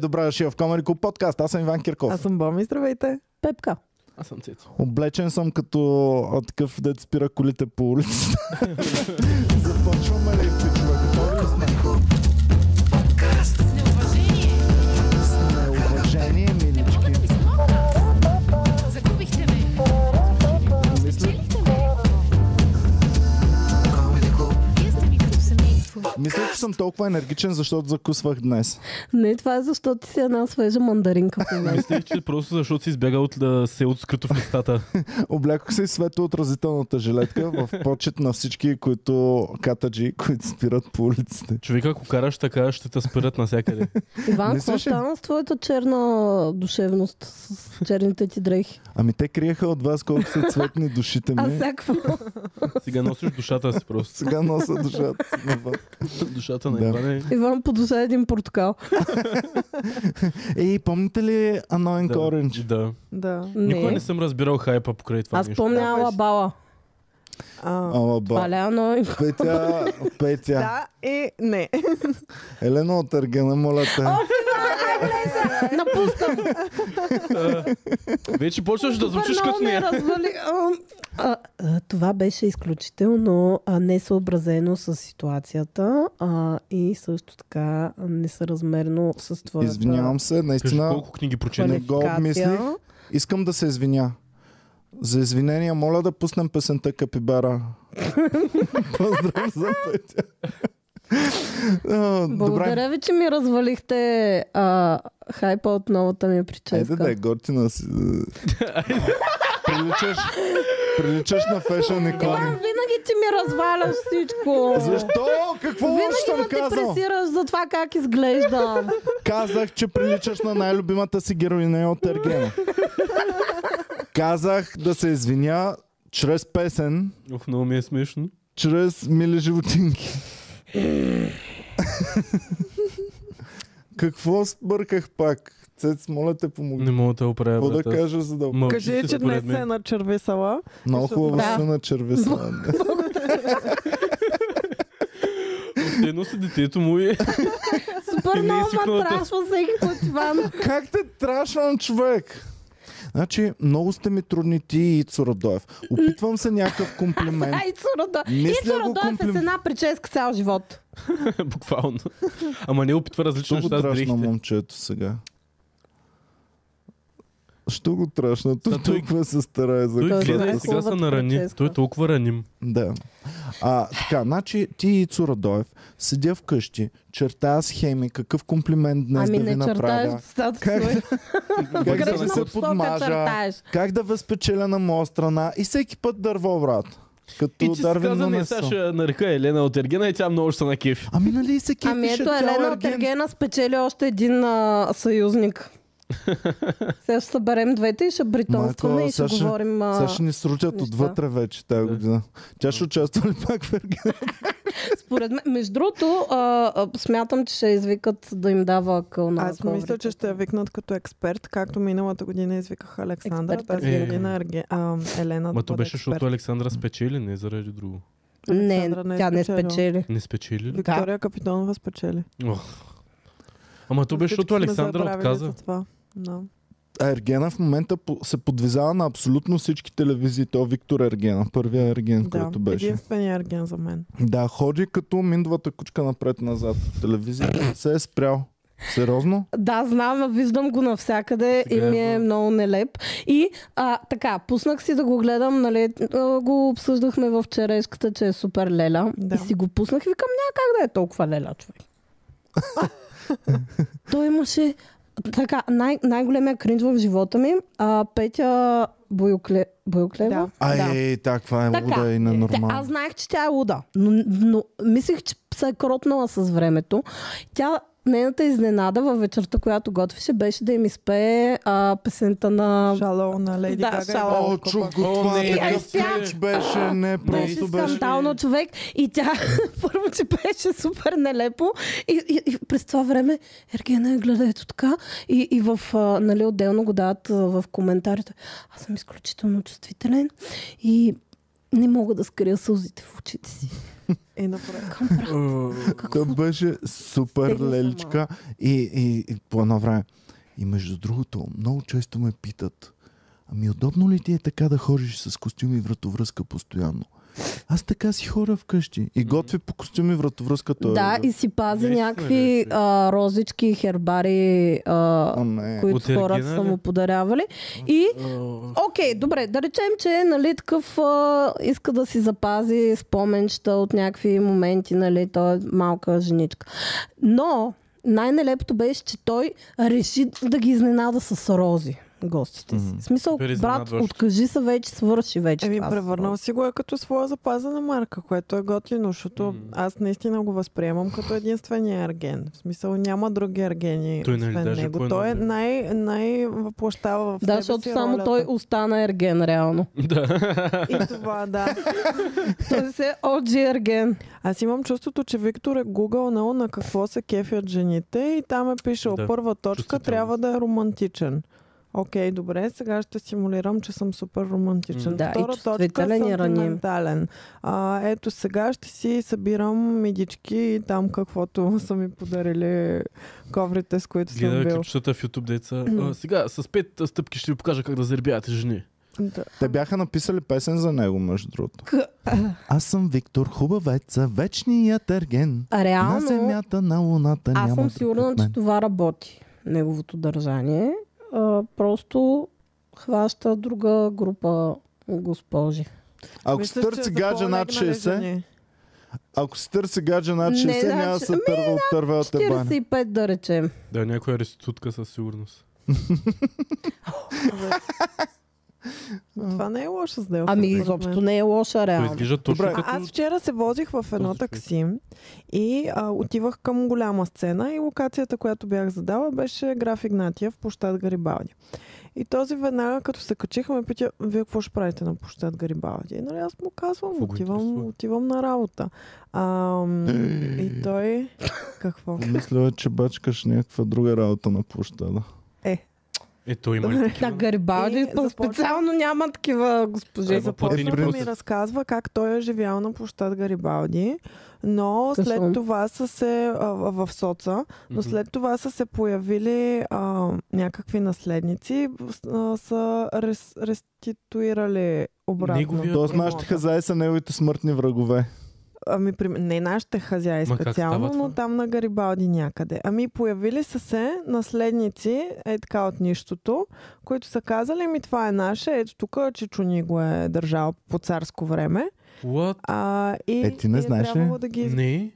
Добре дошли в Comedy Club подкаст. Аз съм Иван Кирков. Аз съм Боми, здравейте. Пепка. Аз съм Цицо. Облечен съм като а, такъв дет спира колите по улицата. Започваме ли пичове? Говори ли сме? С неуважение, милички. Загубихте ме. Спечелихте ме. Вие сте ми като семейство. Мисля, че съм толкова енергичен, защото закусвах днес. Не, това е защото ти си една свежа мандаринка в момента. Мислех, че просто защото си избягал от да, селото скрито в местата. Облякох се и светоотразителната жилетка в почет на всички, които катаджи, които спират по улиците. Човек, ако караш така, ще те спират навсякъде. Иван, Не какво слушам. стана с твоята черна душевност, с черните ти дрехи? Ами те криеха от вас колко са цветни душите А ми. всякакво. Сега носиш душата си просто. Сега носа душата си навън. Душата на Да. Иван е... Иван подуша един портокал. Ей, помните ли Annoying Да. Orange? Да. Да. Никога не Не. съм разбирал хайпа покрай това Аз нещо. помня Да, беше. Ала Бала. А, Ала ба. Аля, но и- Петя, Петя, да и не. Елена от Аргена, моля те. напускам. А, Вече почваш да звучиш Супер, като много ме нея. развали. А, а, а, това беше изключително а, несъобразено с ситуацията а, и също така а, несъразмерно с твоята Извинявам се, Кажи наистина колко книги не прочетох. го обмислих. квалификация. Искам да се извиня. За извинения, моля да пуснем песента Капибара. Поздрав за Петя. А, Добре, Благодаря ви, че ми развалихте а, хайпа от новата ми прическа. айде да е готина. си. Приличаш, приличаш на фешън Иван, икони. винаги ти ми разваляш всичко. Защо? Какво лошо Винаги съм ме казал? депресираш за това как изглеждам. Казах, че приличаш на най-любимата си героиня от Ергена. Казах да се извиня чрез песен, Ох, много ми е смешно. чрез мили животинки. Какво сбърках пак? Цец, моля те помогни. Не мога е да те оправя, Какво да брат. аз- кажа за да... Мълчи Кажи, си, че според днес мен. е на червесала. Много хубаво Да. си на червеса. Все Едно си детето му и... Супер И не много ме изсъхната. трашва всеки път, Иван. Как те трашвам, човек? Значи, много сте ми трудни ти и Ицо Радоев. Опитвам се някакъв комплимент. Ай, Цурада. И Мисля го Цурадоев е комплим- с една прическа цял живот. Буквално. Ама не опитва различни Що го неща с трашна дрехите. момчето сега? Що го трашна? Той Та той- толкова се старае за Той Той гледа знае и сега са хубавата нарани. прическа. Той е толкова раним. Да. А, така, значи ти и Цурадоев седя вкъщи, чертая схеми, какъв комплимент днес ами да ви не чертаеш направя. достатъчно. Как, как В да ви грешна се посока подмажа, чертаеш. как да възпечеля на моя страна и всеки път дърво, брат. Като И че си Дарвин каза, на не, месо. сега ще нарека Елена от Ергена и тя много ще се накефи. Ами нали се кефише Ами ето цял Елена от Ерген? Ергена спечели още един а, съюзник. Сега ще съберем двете и ще бритонстваме Майко, и ще сега ще- говорим... а, Сега ще ни срутят неща. отвътре вече тази Да. година. Тя ще участва ли пак в Ерген? Според мен, между другото, а, а, смятам, че ще извикат да им дава акъл на Аз мисля, че ще я викнат като експерт, както миналата година извиках Александър, Експерт, тази Е. година Ерге- а, Елена. Ма да то бъде беше, защото експерт. Александра спечели, не заради друго. Не, Александра не е тя не спечелила. спечели. Не спечели ли? Виктория Капитонова спечели. Ох. Ама то беше, Всички защото сме Александра забравили отказа. за това. Да. А Ергена в момента по- се подвизава на абсолютно всички телевизии. То е Виктор Ергена, първия Ерген, Да, който беше. единствения ерген за мен. Да, ходи като миндвата кучка напред-назад в телевизията. се е спрял. Сериозно? Да, знам, а виждам го навсякъде Сега и ми е е в- много нелеп. И а, така, пуснах си да го гледам, нали, а, го обсъждахме в черешката, че е супер леля. Да. И си го пуснах и викам, няма как да е толкова леля, човек. Той имаше така, най- най-големия кринж в живота ми. А, Петя Бойокле... Бойоклева? Ай, да. таква е луда и Те, ненормална. аз знаех, че тя е луда, но, но мислех, че се е кротнала с времето. Тя, нейната изненада във вечерта, която готвеше, беше да им изпее а, песента на... Шалоу на Леди Да, Гага. и шалоу. Бала О, Копа. чух го О, това. не, ай, такъв спя. клич беше, не Беше просто беше. скандално човек и тя първо, че беше супер нелепо и, и, и през това време Ергена я гледа ето така и, и в, а, нали, отделно го дават а, в коментарите. Аз съм изключително чувствителен и Не мога да скрия сълзите в очите си. Е, добре. Към брат. Тя беше супер Тегли леличка и, и, и по едно време. И между другото, много често ме питат, ами удобно ли ти е така да ходиш с костюми и вратовръзка постоянно? Аз така си хора вкъщи и готви по костюми и е- вратовръзката. Да, и си пази Наистина някакви ли? а, розички, хербари, а, О, не. които От хората Ергена са ли? му подарявали. И, окей, добре, да речем, че нали, такъв а, иска да си запази споменчета от някакви моменти, нали, той е малка женичка. Но най-нелепото беше, че той реши да ги изненада с рози гостите си. В смисъл, Супер брат, изненадващо. откажи се вече, свърши вече. Еми, това с превърнал рози. си го е като своя запазена марка, което е готино, защото Мгм. аз наистина го възприемам като единствения ерген. В смисъл няма други ергени, Той, нали, освен даже него. кой Той е номер? най, най въплащава в Да, себе защото си само ролята. той остана ерген, реално. Да. И това, да. той е се OG ерген. Аз имам чувството, че Виктор е гугълнал на какво се кефят жените и там е пишел Да, първа точка, чувствително. трябва да е романтичен. Окей, добре, сега ще симулирам, че съм супер романтичен. М. Да, и Втора точка, е чувствителен и раним. сантиментален. А, ето сега ще си събирам мидички и там каквото са ми подарили коврите, с които съм Гледаме бил. клипчетата в YouTube деца. А, Сега с пет а, стъпки ще ви покажа как да заребявате жени. Да. Те бяха написали песен за него, между другото. Аз съм Виктор Хубавеца, вечният ерген. А реално, На земята, на луната аз няма съм друг сигурна, от че мен. това работи. Неговото държание. А, просто хваща друга група госпожи. Ако се Мисля, че търси за гадже над по-легнали 60, жени. Ако се търси гадже над Не, 60, да, няма да че- се ми, търва от тървелата баня. 45 да речем. Да, някоя е реститутка със сигурност. Това не е лоша сделка. Ами според мен. изобщо не е лоша Той реално. изглежда точно Добре. като... А, аз вчера се возих в едно Този човек. такси и а, отивах към голяма сцена и локацията, която бях задала, беше граф Игнатиев, площад Гарибалди. И този веднага, като се качиха, ме пита, вие какво ще правите на площад Гарибалди? И нали, аз му казвам, Какво го отивам, интересува? отивам на работа. А, и той... Какво? Мисля, че бачкаш някаква друга работа на площада. Е, той има ли На такива? Гарибалди И Е, започва- специално няма такива госпожи. Е, за по- Платини Почва да ми процес. разказва как той е живял на площад Гарибалди, но Късо. след това са се а, в в соца, но Мгм. след това са се появили а, някакви наследници, с- а, са рес, реституирали обратно. Е, Неговия- Тоест, имота. нашите хазаи са неговите смъртни врагове. Ами, при... не нашите хазяи Ма как специално, става но това? там на Гарибалди някъде. Ами, появили са се наследници, е така от нищото, които са казали, ми това е наше, ето тук Чичо ни го е държал по царско време. What? А, и, Е, ти не и знаеш ли? е трябвало да ги... Не.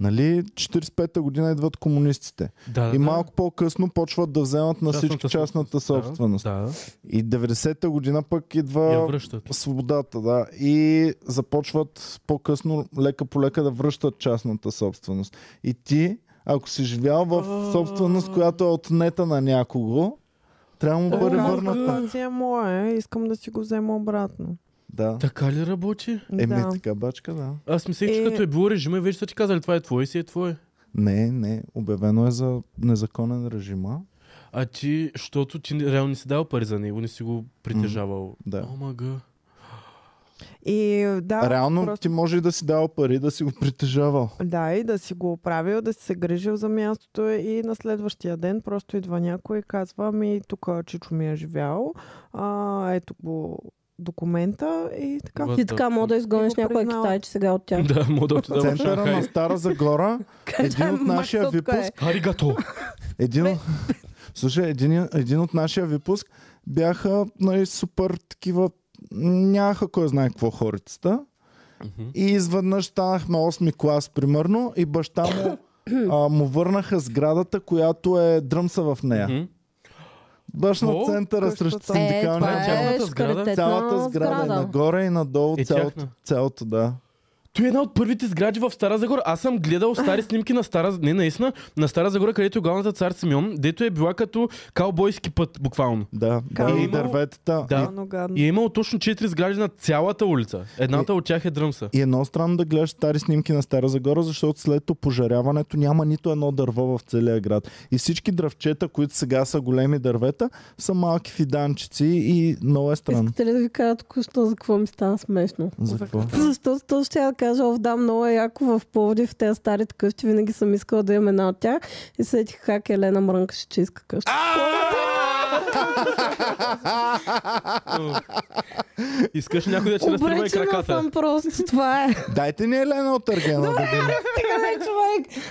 Нали, 45-та година идват комунистите. Да, И да. малко по-късно почват да вземат на Частната всички частната собственост, да. собственост. Да. И 90-та година пък Я идва връщат. свободата, да. И започват по-късно, лека по лека да връщат частната собственост. И ти, ако си живял в А. собственост, която е отнета на някого, трябва му Да, бъде казва, върната. Това си е мое, искам да си го взема обратно. Да. Така ли работи? Еми, да. така бачка, да. Аз мислех, че Е. като е било режима, вече са ти казали, това е твое си е твое. Не, не, обявено е за незаконен режима. А ти, защото ти не- реално не си дал пари за него, не си го притежавал. Да. Омага. И да, Реално просто- ти може и да си дал пари, да си го притежавал. да, и да си го оправил, да си се грижил за мястото и на следващия ден просто идва някой и казва, ми тук Чичо ми е живял, а, ето го документа и така. What Ти the така fuck? мога да Ти изгониш го някоя признала. китайче сега от тях. Да, мога да В отидам в центъра на Шанхай. Стара Загора, един от нашия Максотка е. випуск, Аригато! един, от- слушай, един, един от нашия випуск бяха нали, супер такива, нямаха кой знае какво хорицата. И изведнъж станахме 8 клас, примерно, и баща му, а, му върнаха сградата, която е дръмса в нея. Мгм. Баш на О, центъра къщата. срещу Е, това Е, синдикалния това Цялата е сграда? шкарететна Цялата сграда, и нагоре и надолу, Е, цялото, тяхна. цялото, да. Той е една от първите сгради в Стара Загора. Аз съм гледал стари снимки на Стара Не, наистина, на Стара Загора, където е главната цар Симеон, дето е била като каубойски път, буквално. Да, Као. да, и дърветата. Да. Много гадно. И е имало точно 4 сгради на цялата улица. Едната от тях е Дръмса. И, и едно странно да гледаш стари снимки на Стара Загора, защото след опожаряването няма нито едно дърво в целия град. И всички дръвчета, които сега са големи дървета, са малки фиданчици и много е странно. Искате ли да ви кажа току-що за какво ми стана смешно? За какво? Защото то ще я кажа, о, да, много е яко в Пловдив, в тези старите къщи, винаги съм искала да имам една от тях и сетих как Елена мрънкаше, че иска къща. Искаш някой да ти разтрима и Обречена краката. съм просто, това е. Дайте ни Елена от Аргена да видим. Стига бе, човек.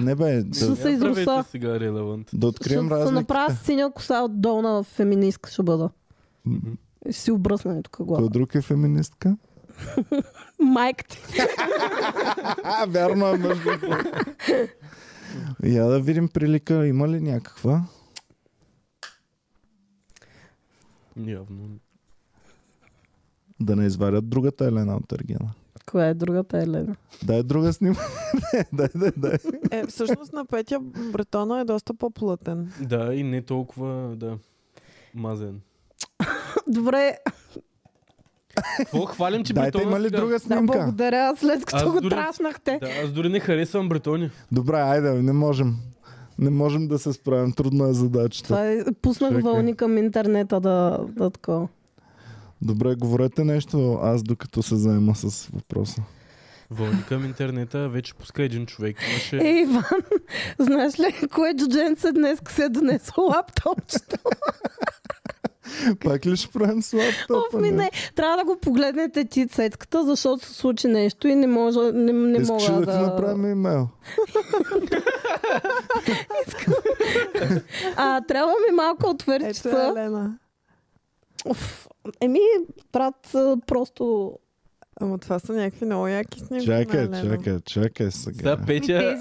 Не бе, Ще да, се Ами Я правете изруса. сега релевант. да Ще открием се разликите. направя синя коса от долна феминистка ще бъда. Мгм. И Ще си обръсна и тук Кой глава. друг е феминистка? Майка ти. А, вярно е мъж. Я да видим прилика, има ли някаква? Явно. Да не изварят другата Елена от Аргена. Коя е другата Елена? Дай друга снима. дай, дай, дай. Е, всъщност на Петя бретона е доста по-плътен. Да, и не толкова, да. Мазен. Добре, Какво хвалим, че Дайте Бретона има ли сега? друга да, снимка? благодаря, след като Аз го дори- трашнахте. Да, аз дори не харесвам бретони. Добре, айде, не можем. Не можем да се справим. Трудна е задачата. Това е, пуснах Чакай. вълни към интернета да, да такова. Добре, говорете нещо, аз докато се заема с въпроса. Вълни към интернета, вече пуска един човек. Имаше... Е, Иван, знаеш ли, кое джудженце днес се е донесло лаптопчето? Пак ли ще правим с лаптопа? Оф, ми не. Трябва да го погледнете ти цецката, защото се случи нещо и не, може, не, не Искаш мога ли да, да... ти направим имейл? А, трябва ми малко Ето е отвърчица. Елена. Оф, Еми, брат, а, просто... Ама това са някакви много яки снимки на Чакай, Елена. чакай, чакай сега. Сега Петя...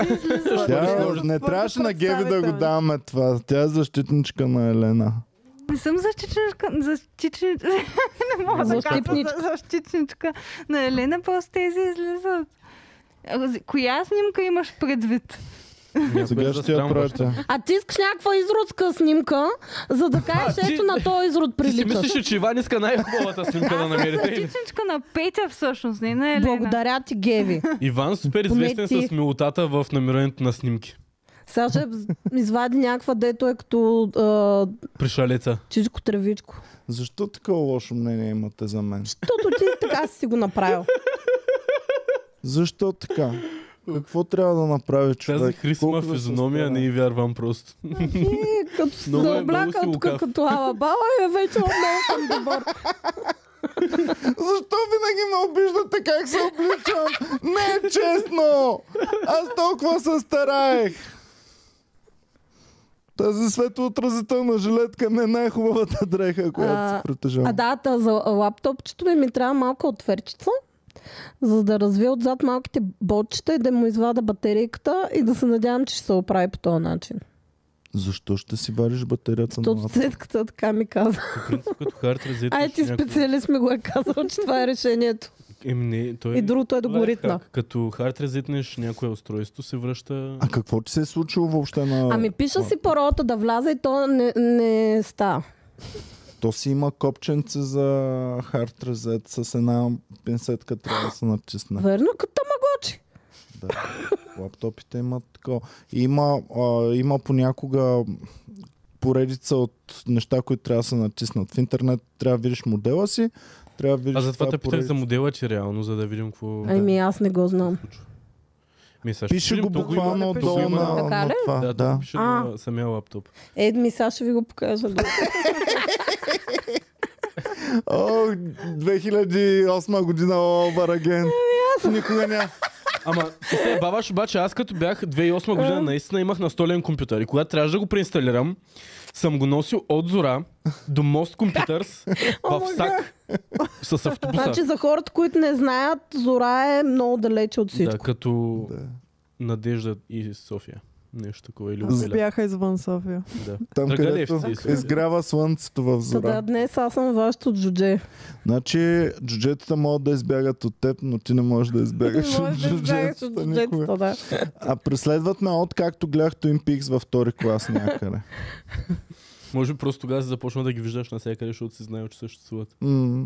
Тя, Първо не трябваше на Геви да го представител. даваме това. Тя е защитничка на Елена. Не съм защитничка, защитничка, не мога да кажа Защитничка. за- защитничка на Елена, просто тези излизат. А, за- Коя снимка имаш предвид? Някой е Сега ще я застрам баща. пратя. А ти искаш някаква изродска снимка, за да кажеш, ти- ето на този изрод Ти си приличаш. мислиш, ли, че Иван иска най-хубавата снимка да Е, намерите. Защитничка на Петя всъщност, не на Елена. Благодаря ти, Геви. Иван супер известен Поне ти. с милотата в намирането на снимки. Сега ще извади някаква, дето е като а, При шалеца. чичко тревичко. Защо такова лошо мнение имате за мен? Защото ти така си го направил. Защо така? Какво трябва да направи човек? Тази хрисма Колко да се физиономия стара? не й вярвам просто. И като се Много е, много облякал си тук лукав. като алабала и вече много съм добър. Защо винаги ме обиждате как се обличам? Не е честно! Аз толкова се стараех! Тази светлоотразителна жилетка не е най-хубавата дреха, която А, се притежавам. А да, та за лаптопчето ми, ми трябва малка отверчица, за да развия отзад малките бочета и да му извада батерийката и да се надявам, че ще се оправи по този начин. Защо ще си вариш батерията на Защото лаптопа? цетката така ми каза. По принцип, като хард разет. Ай, ти специалист ми го е казал, че това е решението. Еми, не, той И другото е да това го ритна. как. Като хард резетнеш някое устройство, се връща... А какво ти се е случило въобще на... Ами пиша си паролата да вляза и то не, не става. То си има копченце за хард резет с една пинсетка трябва да се натисне. Верно, като тамагочи. Да. Лаптопите имат такова. Има, а, има понякога поредица от неща, които трябва да се натиснат. В интернет трябва да видиш модела си, трябва да видиш... А затова те питах поредица. за модела, че реално, за да видим какво Ами аз не го знам. се случва. Ми, сега ще Пише видим, го то има. буквално има- долу има- на, Така на ли? това. Да, Да, да. пише А. на самия лаптоп. Едми, Е, сега ще ви го покажа. О, 2008 година, о, Бараген. Никога няма. Ама ти се баваш, обаче аз като бях 2008 година наистина имах настолен компютър и когато трябваше да го преинсталирам, съм го носил от Зора до Most Computers в сак с автобуса. Значи за хората, които не знаят, Зора е много далече от Да, всичко. като Да. Надежда и София. Нещо такова или Аз обеля. бяха извън София. Да. Там, където Драгалевци са. изграва слънцето в Сега зора. днес аз съм вашето Е, джудже. Значи, джуджетата могат да избягат от теб, но ти не можеш да избягаш от Може да избягаш от джуджетата никога. джуджетата, да. А преследват ме от както гледах Twin Peaks във втори клас някъде. Може би просто тогава си започна да ги виждаш навсякъде, защото си знаел, че съществуват. М.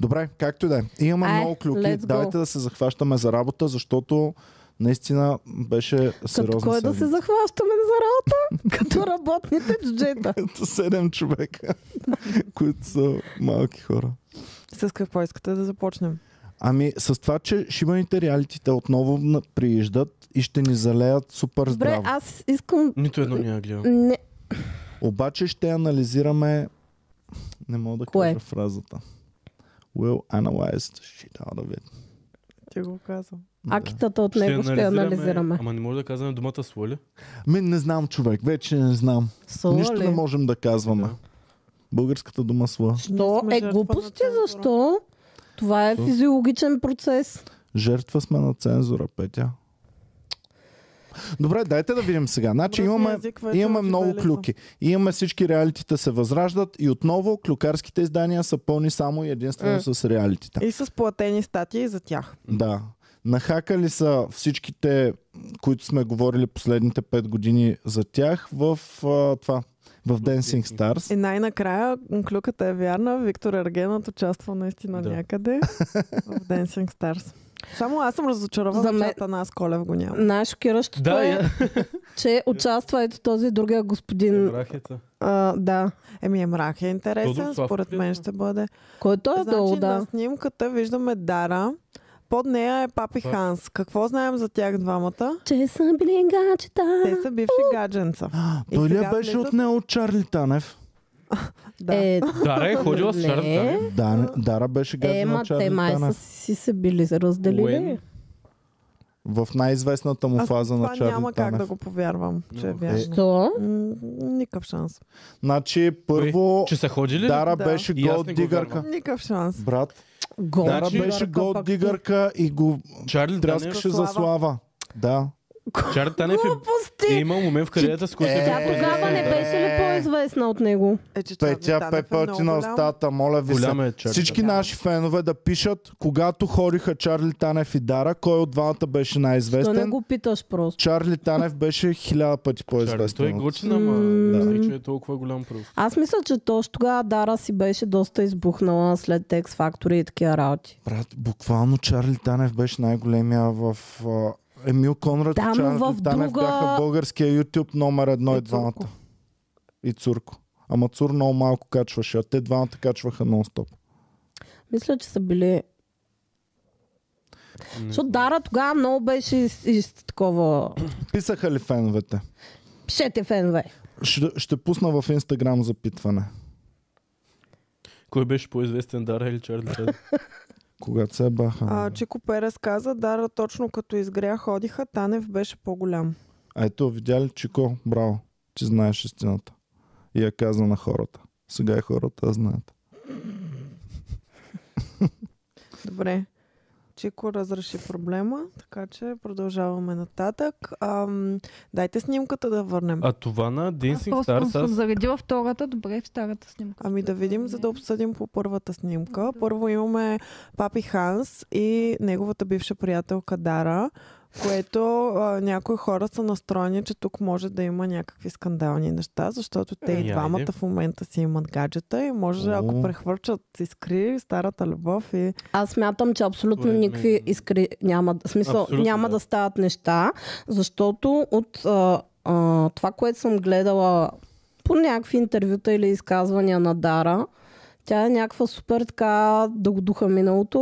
Добре, както и да е. Имаме Ай, много клюки. let's go. Давайте да се захващаме за работа, защото наистина беше Като сериозна кой да се седмица. захващаме за работа? Като работните джуджета. Ето седем човека, които са малки хора. С какво искате да започнем? Ами с това, че шибаните реалитите отново на- прииждат и ще ни залеят супер Добре, здраво. аз искам... Нито едно няма гледам. Не, Обаче ще анализираме... Не мога да Кое? кажа фразата. We'll analyze the shit out of it. Ти го казвам. акитата от него ще анализираме. Ама не може да казваме думата своля. Ми не знам, човек. Вече не знам. Соло Нищо не ли? можем да казваме. Да. Българската дума сла. Ние Що? сме Е, жертва глупости, на цензура. защо? Това е Що? физиологичен процес. Жертва сме на цензура, Петя. Добре, дайте да видим сега. Значи Образният имаме, език е вече имаме отива много лица. клюки. Имаме всички реалитите се възраждат и отново клюкарските издания са пълни само и единствено Е. с реалитите. И с платени статии за тях. Да. Нахакали са всичките, които сме говорили последните 5 години за тях в а, това, в Dancing Stars. И най-накрая м, клюката е вярна. Виктор Ергенът участва наистина Да. да. някъде в Dancing Stars. Само аз съм разочарована, За за мен- мен... че Атанас Колев го няма. Най-шокиращото Да, е, я. Е, че участва ето този другия господин. Рахица. А, да. Еми, е мрак е интересен, Тодор според Славков ли е? мен ще бъде. Който е значи, долу, на да. снимката виждаме Дара. Под нея е Папи Пап- Ханс. Какво знаем за тях двамата? Че са били гачета. Те са бивши гадженца. И Той ли сега беше влизат- от него от Чарли Танев? Да. Е, Дара е ходила с не. Чарлз. Да, Дара беше гаджет Е, ма на те Чарли май са Танев. си се били разделили. Уен. В най-известната му Аз фаза на Това Чарли няма Танев. как да го повярвам, че е Е. вярно. Що? М, Никакъв шанс. Значи, първо, Че са ходили ли? Дара Да. беше И аз не голд го дигарка. вярвам. Никакъв шанс. Брат, Гол. Дара Значи- беше голд пак- дигарка и го Чарли Танев. тряскаше за е слава. слава. Да. Чарли Танев е- е Глупости! имал момент в кариерата, с който е Тя бил тогава не познат. беше ли по-известна от него? Е, че Чарли Петя, Танев е пепел ти много на голям. устата, моля ви се. Голям е Чарли Всички Танев. наши фенове да пишат, когато хориха Чарли Танев и Дара, кой от двамата беше Що не най-известен? го питаш просто? Чарли Танев беше хиляда пъти Чарли, Той е по-известен. от- гочен, ама М. не мислех, че е толкова голям просто. Аз мисля, че точно тогава Дара си беше доста избухнала след X Factor и такива работи. Брат, буквално Чарли Танев беше най-големия в... а, Емил Конрад Да, и но Чарли в Танев друга- бяха българския YouTube номер едно и, И Цурко. двамата. И Цурко. Ама Цур много малко качваше, а те двамата качваха нон-стоп. Мисля, че са били... Не. Защото Дара тогава много беше из, из, такова... Писаха ли феновете? Пишете фенове. Ще, ще пусна в Инстаграм запитване, Кой беше по-известен, Дара или Чарли Танев? когато се баха. А, Чико Перес каза, Дара точно като изгря ходиха, Танев беше по-голям. А ето, видя ли, Чико, браво, ти знаеш истината. И я каза на хората. Сега и хората я знаят. Добре. Чико разреши проблема, така че продължаваме нататък. Ам, дайте снимката да върнем. А това на Аз Dancing просто Stars, съм аз заредила втората, добре, втората снимка. Ами да видим, за да обсъдим по първата снимка. Първо имаме Папи Ханс и неговата бивша приятелка Дара, което а, някои хора са настроени, че тук може да има някакви скандални неща, защото те Е, и айде. двамата в момента си имат гаджета и може, О. ако прехвърчат искри, старата любов и... Аз смятам, че абсолютно Според мен. никакви искри няма, да- в смисъл, Абсолютно, няма да. да. стават неща, защото от а, а, това, което съм гледала по някакви интервюта или изказвания на Дара, тя е някаква супер така да го духа миналото,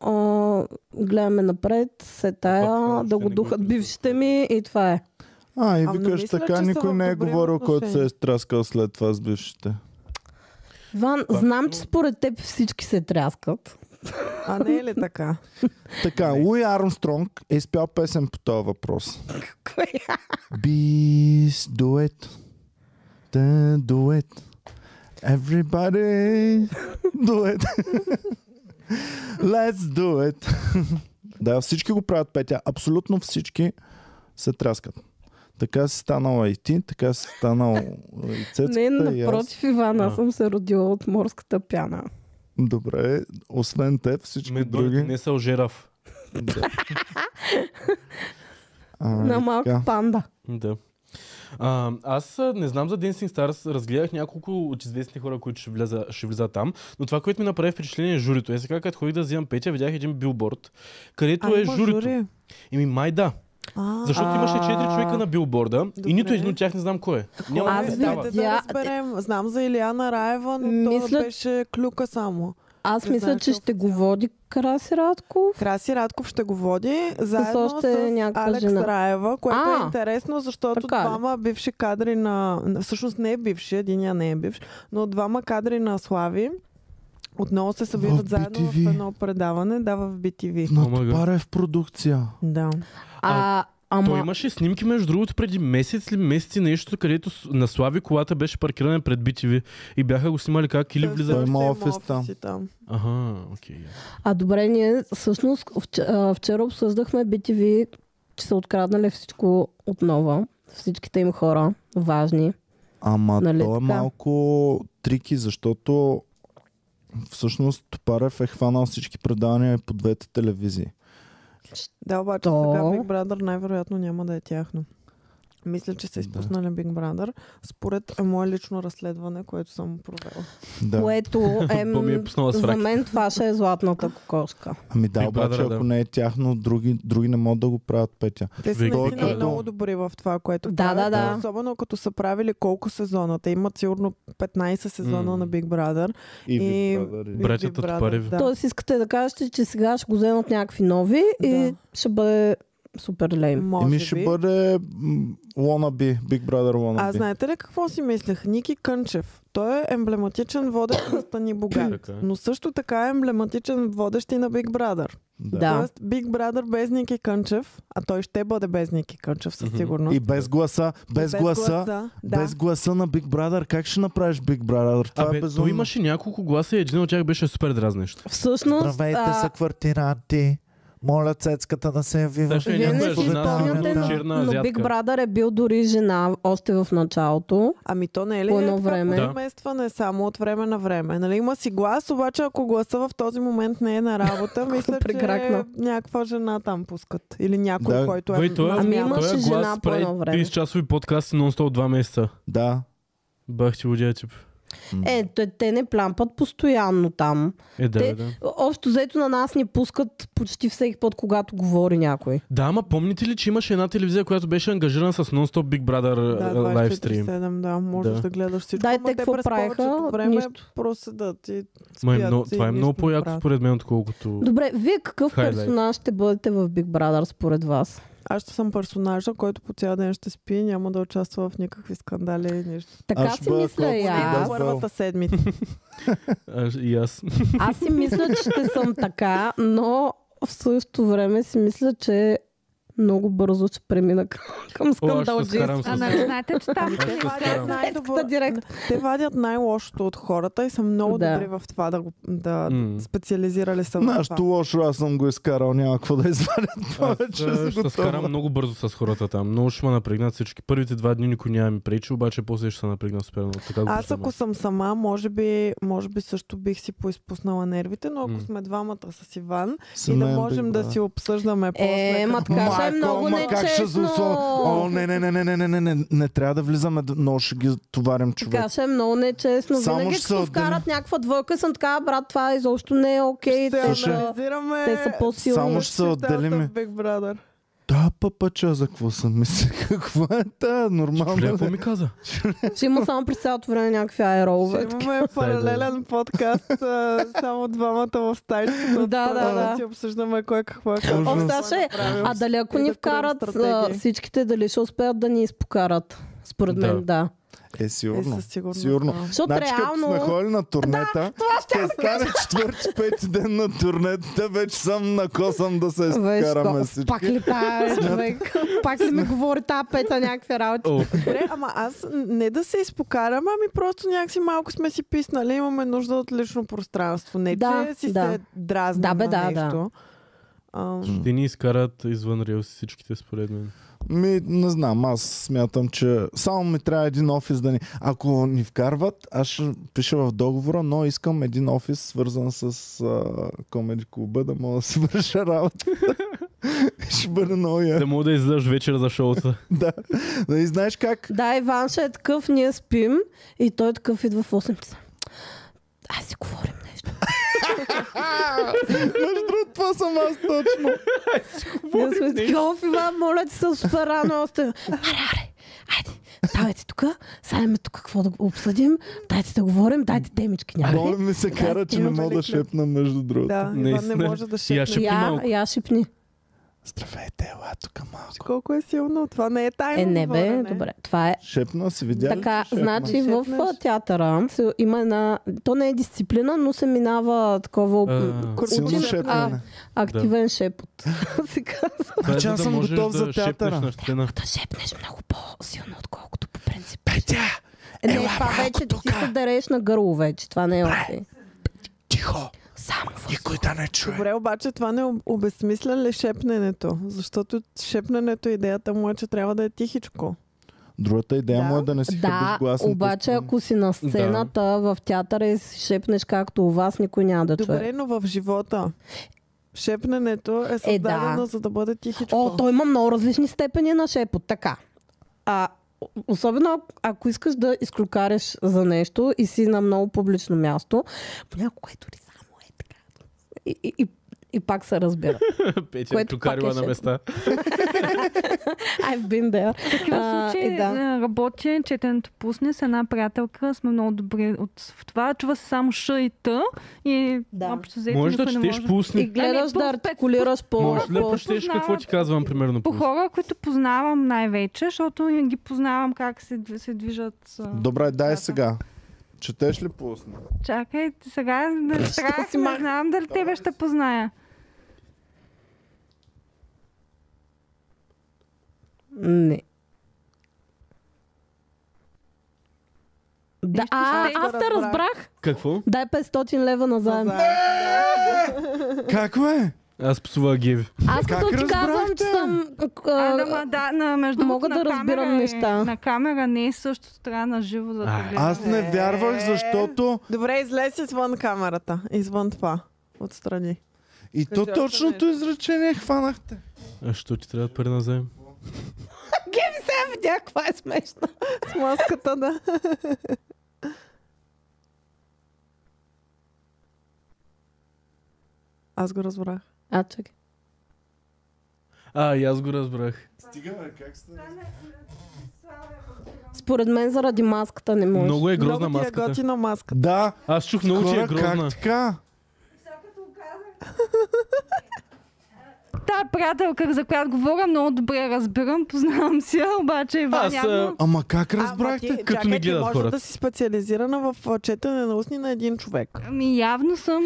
а, гледаме напред, се тая, въобще да не го го духат интересува. бившите ми и това е. А, и Ам, не викаш Ами, мисля, така, че са никой в не е добри говорил, който се е отношения. изтраскал след това с бившите. Ван, Пак знам, то- че според теб всички се тряскат. А не е ли така? Така, Луи Армстронг е изпял песен по този въпрос. Коя? Бис дует. Та дует. Everybody дует. Let's do it. да, всички го правят, Петя. Абсолютно всички се тряскат. Така си станала и ти, така си станал и цецката Не, и аз. напротив, Иван, аз А. съм се родила от морската пяна. Добре, освен теб всички Медоните други. не са жираф. Да. А, на и малка така. панда. Да. А, аз а, не знам за Dancing Stars, разгледах няколко от известни хора, които ще, вляза, ще влизат там, но това, което ми направи впечатление е журито. Е сега, като ходих да взимам печа, видях един билборд, където е журито. Еми, май да. А, Защото имаше 4 човека на билборда и нито Добре. един от тях не знам кой е. Няма Аз да ви- става. Дайте да видя- разберем. Знам за Илиана Раева, но Мисля- то беше клюка само. Аз Не мисля, знаеш че какво ще го води Краси Радков. Краси Радков ще го води заедно с, още някаква Алекс жена. Раева, което А, е интересно, защото така ли? двама бивши кадри на... Всъщност не е бивши, единия не е бивш, но двама кадри на Слави отново се събират В заедно в BTV. едно предаване, да, в BTV. Oh my God. Натопара е в продукция. Да. А, ама... Той имаше снимки, между другото, преди месец ли месеци нещо, където с- на Слави колата беше паркирана пред BTV и бяха го снимали как или Той все влиза. Той има още офис там. офиси там. Ага, окей. Okay. а добре, ние всъщност вчера, а, вчера обсъждахме BTV, че са откраднали всичко отново. Всичките им хора, важни. Ама Нали то е така? малко трики, защото всъщност Топарев е хванал всички предавания и по двете телевизии. Да, обаче То- сега Big Brother най-вероятно няма да е тяхно. Мисля, че са изпуснали Big Brother, според е мое лично разследване, което съм провела. Да. Което е... м, Боми е пуснала с за рак. мен това ще е златната кокошка. Ами да, Big обаче Brother, да. ако не е тяхно, други, други не могат да го правят петя. Те са Вик- наистина Той като- много добри в това, което Да, правят. да, да. Особено като са правили колко сезона. Те имат сигурно 15 сезона М. на Big Brother. И, И- Big Brother, и... Братята Big Brother, Топареви. Да. Тоест искате да кажете, че сега ще го вземат някакви нови и Да. ще бъде супер лейм. Ами Може Еми би. Ами ще бъде м, wannabe, Big Brother wannabe. А знаете ли какво си мислех? Ники Кънчев. Той е емблематичен водещ на Стани Богат. Така е. Но също така е емблематичен водещ и на Big Brother. Да. Тоест Big Brother без Ники Кънчев, а той ще бъде без Ники Кънчев със Мгм. сигурност. И без гласа, без, гласа, да. без гласа на Big Brother, как ще направиш Big Brother? Това Абе, е той безумно. имаше няколко гласа и един от тях беше супер дразнещ. Всъщност, а, квартиранти. Моля цецката да се яви Саша, Е, вие не някоя си жена с спомняте, но, черна но азиатка. Big Brother е бил дори жена още в началото. Ами то не е ли По едно е време. Да. Да. Местване само от време на време. Нали, има си глас, обаче ако гласа в този момент не е на работа, мисля, Прекракна. че някаква жена там пускат. Или някой, Да. който е Той, той, на е- Ами смяна. имаше той е жена глас по едно прави време. 30 часови подкасти нон-стоп два месеца. Да. Бах ти лудия тип. Е, те, те не плампат постоянно там. Е, да, Те- бе, да. Общо взето на нас ни пускат почти всеки път, когато говори някой. Да, ама помните ли, че имаше една телевизия, която беше ангажирана с нон-стоп Big Brother Да, а, е лайвстрим? 24-7, да, можеш е, Да. да. гледаш всичко. Да, и ама те какво през правеха? повечето време Нищо. проседат и Май, спят но, и това е нищо много не по-яко правят. според мен, отколкото... Добре, вие какъв Хайлайт. персонаж ще бъдете в Big Brother според вас? Аз ще съм персонажа, който по цял ден ще спи, няма да участва в никакви скандали и нищо. Така Аз ще си бъда мисля и Крокодил Е, аз. Дън. Първата седмица. А, и аз. Аз си мисля, че ще съм така, но в същото време си мисля, че много бързо ще премина към, към О, аз ще се скандалджист. скарам А с... нали знаете, че там Е, Ами, ще скарам. най-добър- директно. Те вадят най-лошото от хората и са много Да. добри в това да, го, да М. специализирали са в Нашето това. е лошо, аз съм го изкарал, няма какво да извадят Аз повече. а, с ще готово. се скарам много бързо с хората там. Много ще ме напрегнат всички. Първите два дни никой няма ми пречи, обаче после ще се напрегна супер много. е Така го Аз преживявам. ако съм сама, може би, може би също бих си поизпуснала нервите, но ако М. сме двамата с Иван и да Семейен Big можем да Brother. си обсъждаме после. Е, ма какво- така ще е Майко, много ама как ще нечестно. засло- О, не, не, не, не, не, не, не, не, не трябва да влизаме, д- много ще ги товарим човек. Така ще е много нечестно. Само Винаги ще се като отдем. вкарат някаква двойка, съм така, брат, това изобщо не е окей. Ще Те Слушай. са- анализираме Те са по-силни. Само ще се чертата отделим. в Big Brother. Да, папача, за какво съм мисля? Каква е та? Бля, Нормално. какво ли? ми каза? Ще има само през цялото време някакви Ще аеролове. имаме паралелен подкаст, а, само двамата в стаичката. Да, да, да. Си обсъждаме кой какво е. Ужас. какво О, е Саше, направил. а дали ако И ни да крием вкарат а, стратегии. всичките, дали ще успеят да ни изпокарат? Според Да. мен, да. Е, Е, сигурно. със сигурност. Сигурно. да. Защото Значи, като сме реално... ходили на турнета, да, стане четвърти, пети ден на турнетата, вече съм на косъм да се изкараме Виж, всички. пак ли тая човек? Пак ли ми говори тая пета някакви работи? О, Добре, Е, ама аз н- не да се изпокарам, ами просто някакси малко сме си писнали, имаме нужда от лично пространство. Не, Да, че си да. се дразним Да, бе, на да, да. нещо. А, Те ни изкарат извън релси всичките, според мен. Ми, не знам, аз смятам, че само ми трябва един офис да ни... Ако ни вкарват, аз ще пиша в договора, но искам един офис, свързан с а, комеди клуба, да мога да си върша работа. ще бъде много я. Да мога да издаш вечер за шоута. да. да. И знаеш как? Да, Иван ще е такъв, ние спим и той е такъв идва в 8 часа. Аз си говорим нещо. Между другото, това съм аз точно. Ние сме такива, оф, Иван, моля ти се, супер рано още. Аре, аре, айде, давайте тук, садиме тук какво да обсъдим, дайте да говорим, дайте темички някакви. Боми ми се кара, че не мога да шепна между другото. Да, Иван не Наистина. може да Я шепне. ще- Я, малко. я шипни. Здравейте, ела тук малко. Колко е силно, това не е тайно. Е, не бе, говорене. добре. Това е Шепна си, видя ли, Така, че шепна? значи в Шепнеш. а, театъра се- има една... То не е дисциплина, но се минава такова А, м, кур- Силно учен- шепнане. а, активен шепот. се казва. Това е, Значи за аз да съм можеш готов да за театъра. шепнеш на сцена. Да шепнеш много по-силно, отколкото по принцип. Петя, Е, не, Ела това малко вече ти тука. се дареш на гърло вече. Това не е окей. тихо, Само в... никой да не чуе. Добре, обаче това не об- обезсмисля ли шепненето? Защото шепненето идеята му е, че трябва да е тихичко. Другата идея Да. му е да не си Да, хъбиш гласните обаче струни. ако си на сцената в театъра и си шепнеш както у вас, никой няма да чуе. Добре, но в живота. Шепненето е е. Е, създадено, да. за да бъде тихичко. О, той има много различни степени на шепот. Така. А, о- особено ак- ако искаш да изклюкареш за нещо и си на много публично място, понякога е дори само е така. И, и, и, и пак се разбира. Което Петя е пак е чукарила на шепот. места. I've been there. такива А, случаи е, да. а, работя, четенето пусне с една приятелка, сме много добри от в това, чува се само Ш и Т и Да. общо взето Можеш да никой не четеш може. по И устни. гледаш по- да артикулираш по... Можеш ли да по- прочетеш какво познават. ти казвам, примерно? По устни? хора, които познавам най-вече, защото ги познавам как се, дви- се движат. а. Добре, дай Да. сега. Четеш ли по устно? Чакай, сега да страх, си не махна? знам дали тебе ще позная. Не. Да, Нещо а, ще аз го те разбрах. разбрах. Какво? Дай 500 лева назаем. Какво е? Аз псува геви. Аз като Как ти казвам, разбрахте? че съм... А, а, да, ма, да, на, между мога другото, да на разбирам камера е- неща. На камера не е същото, трябва на живо да Ай. те гледам. Аз Е. не вярвах, защото Добре, излез извън камерата. Извън това. Отстрани. и то Кажи още точното изречение хванахте. А що ти трябва пари на заем? Видях каква е смешна. С маската, да. Аз го разбрах. А, чакай. А, и аз го разбрах. Стига, как сте? Според мен заради маската не може. Много е грозна Много ти е маската. готина маската. Да, Аз чух много, че хора, е грозна. как така? Та приятелка, за която говоря, много добре разбирам, познавам си, я, обаче Иван Аз, а, явно- Ама как Ама разбрахте? ти- като чакай, не ти гледат може хората. да си специализирана в а, четене на устни на един човек. Ами явно съм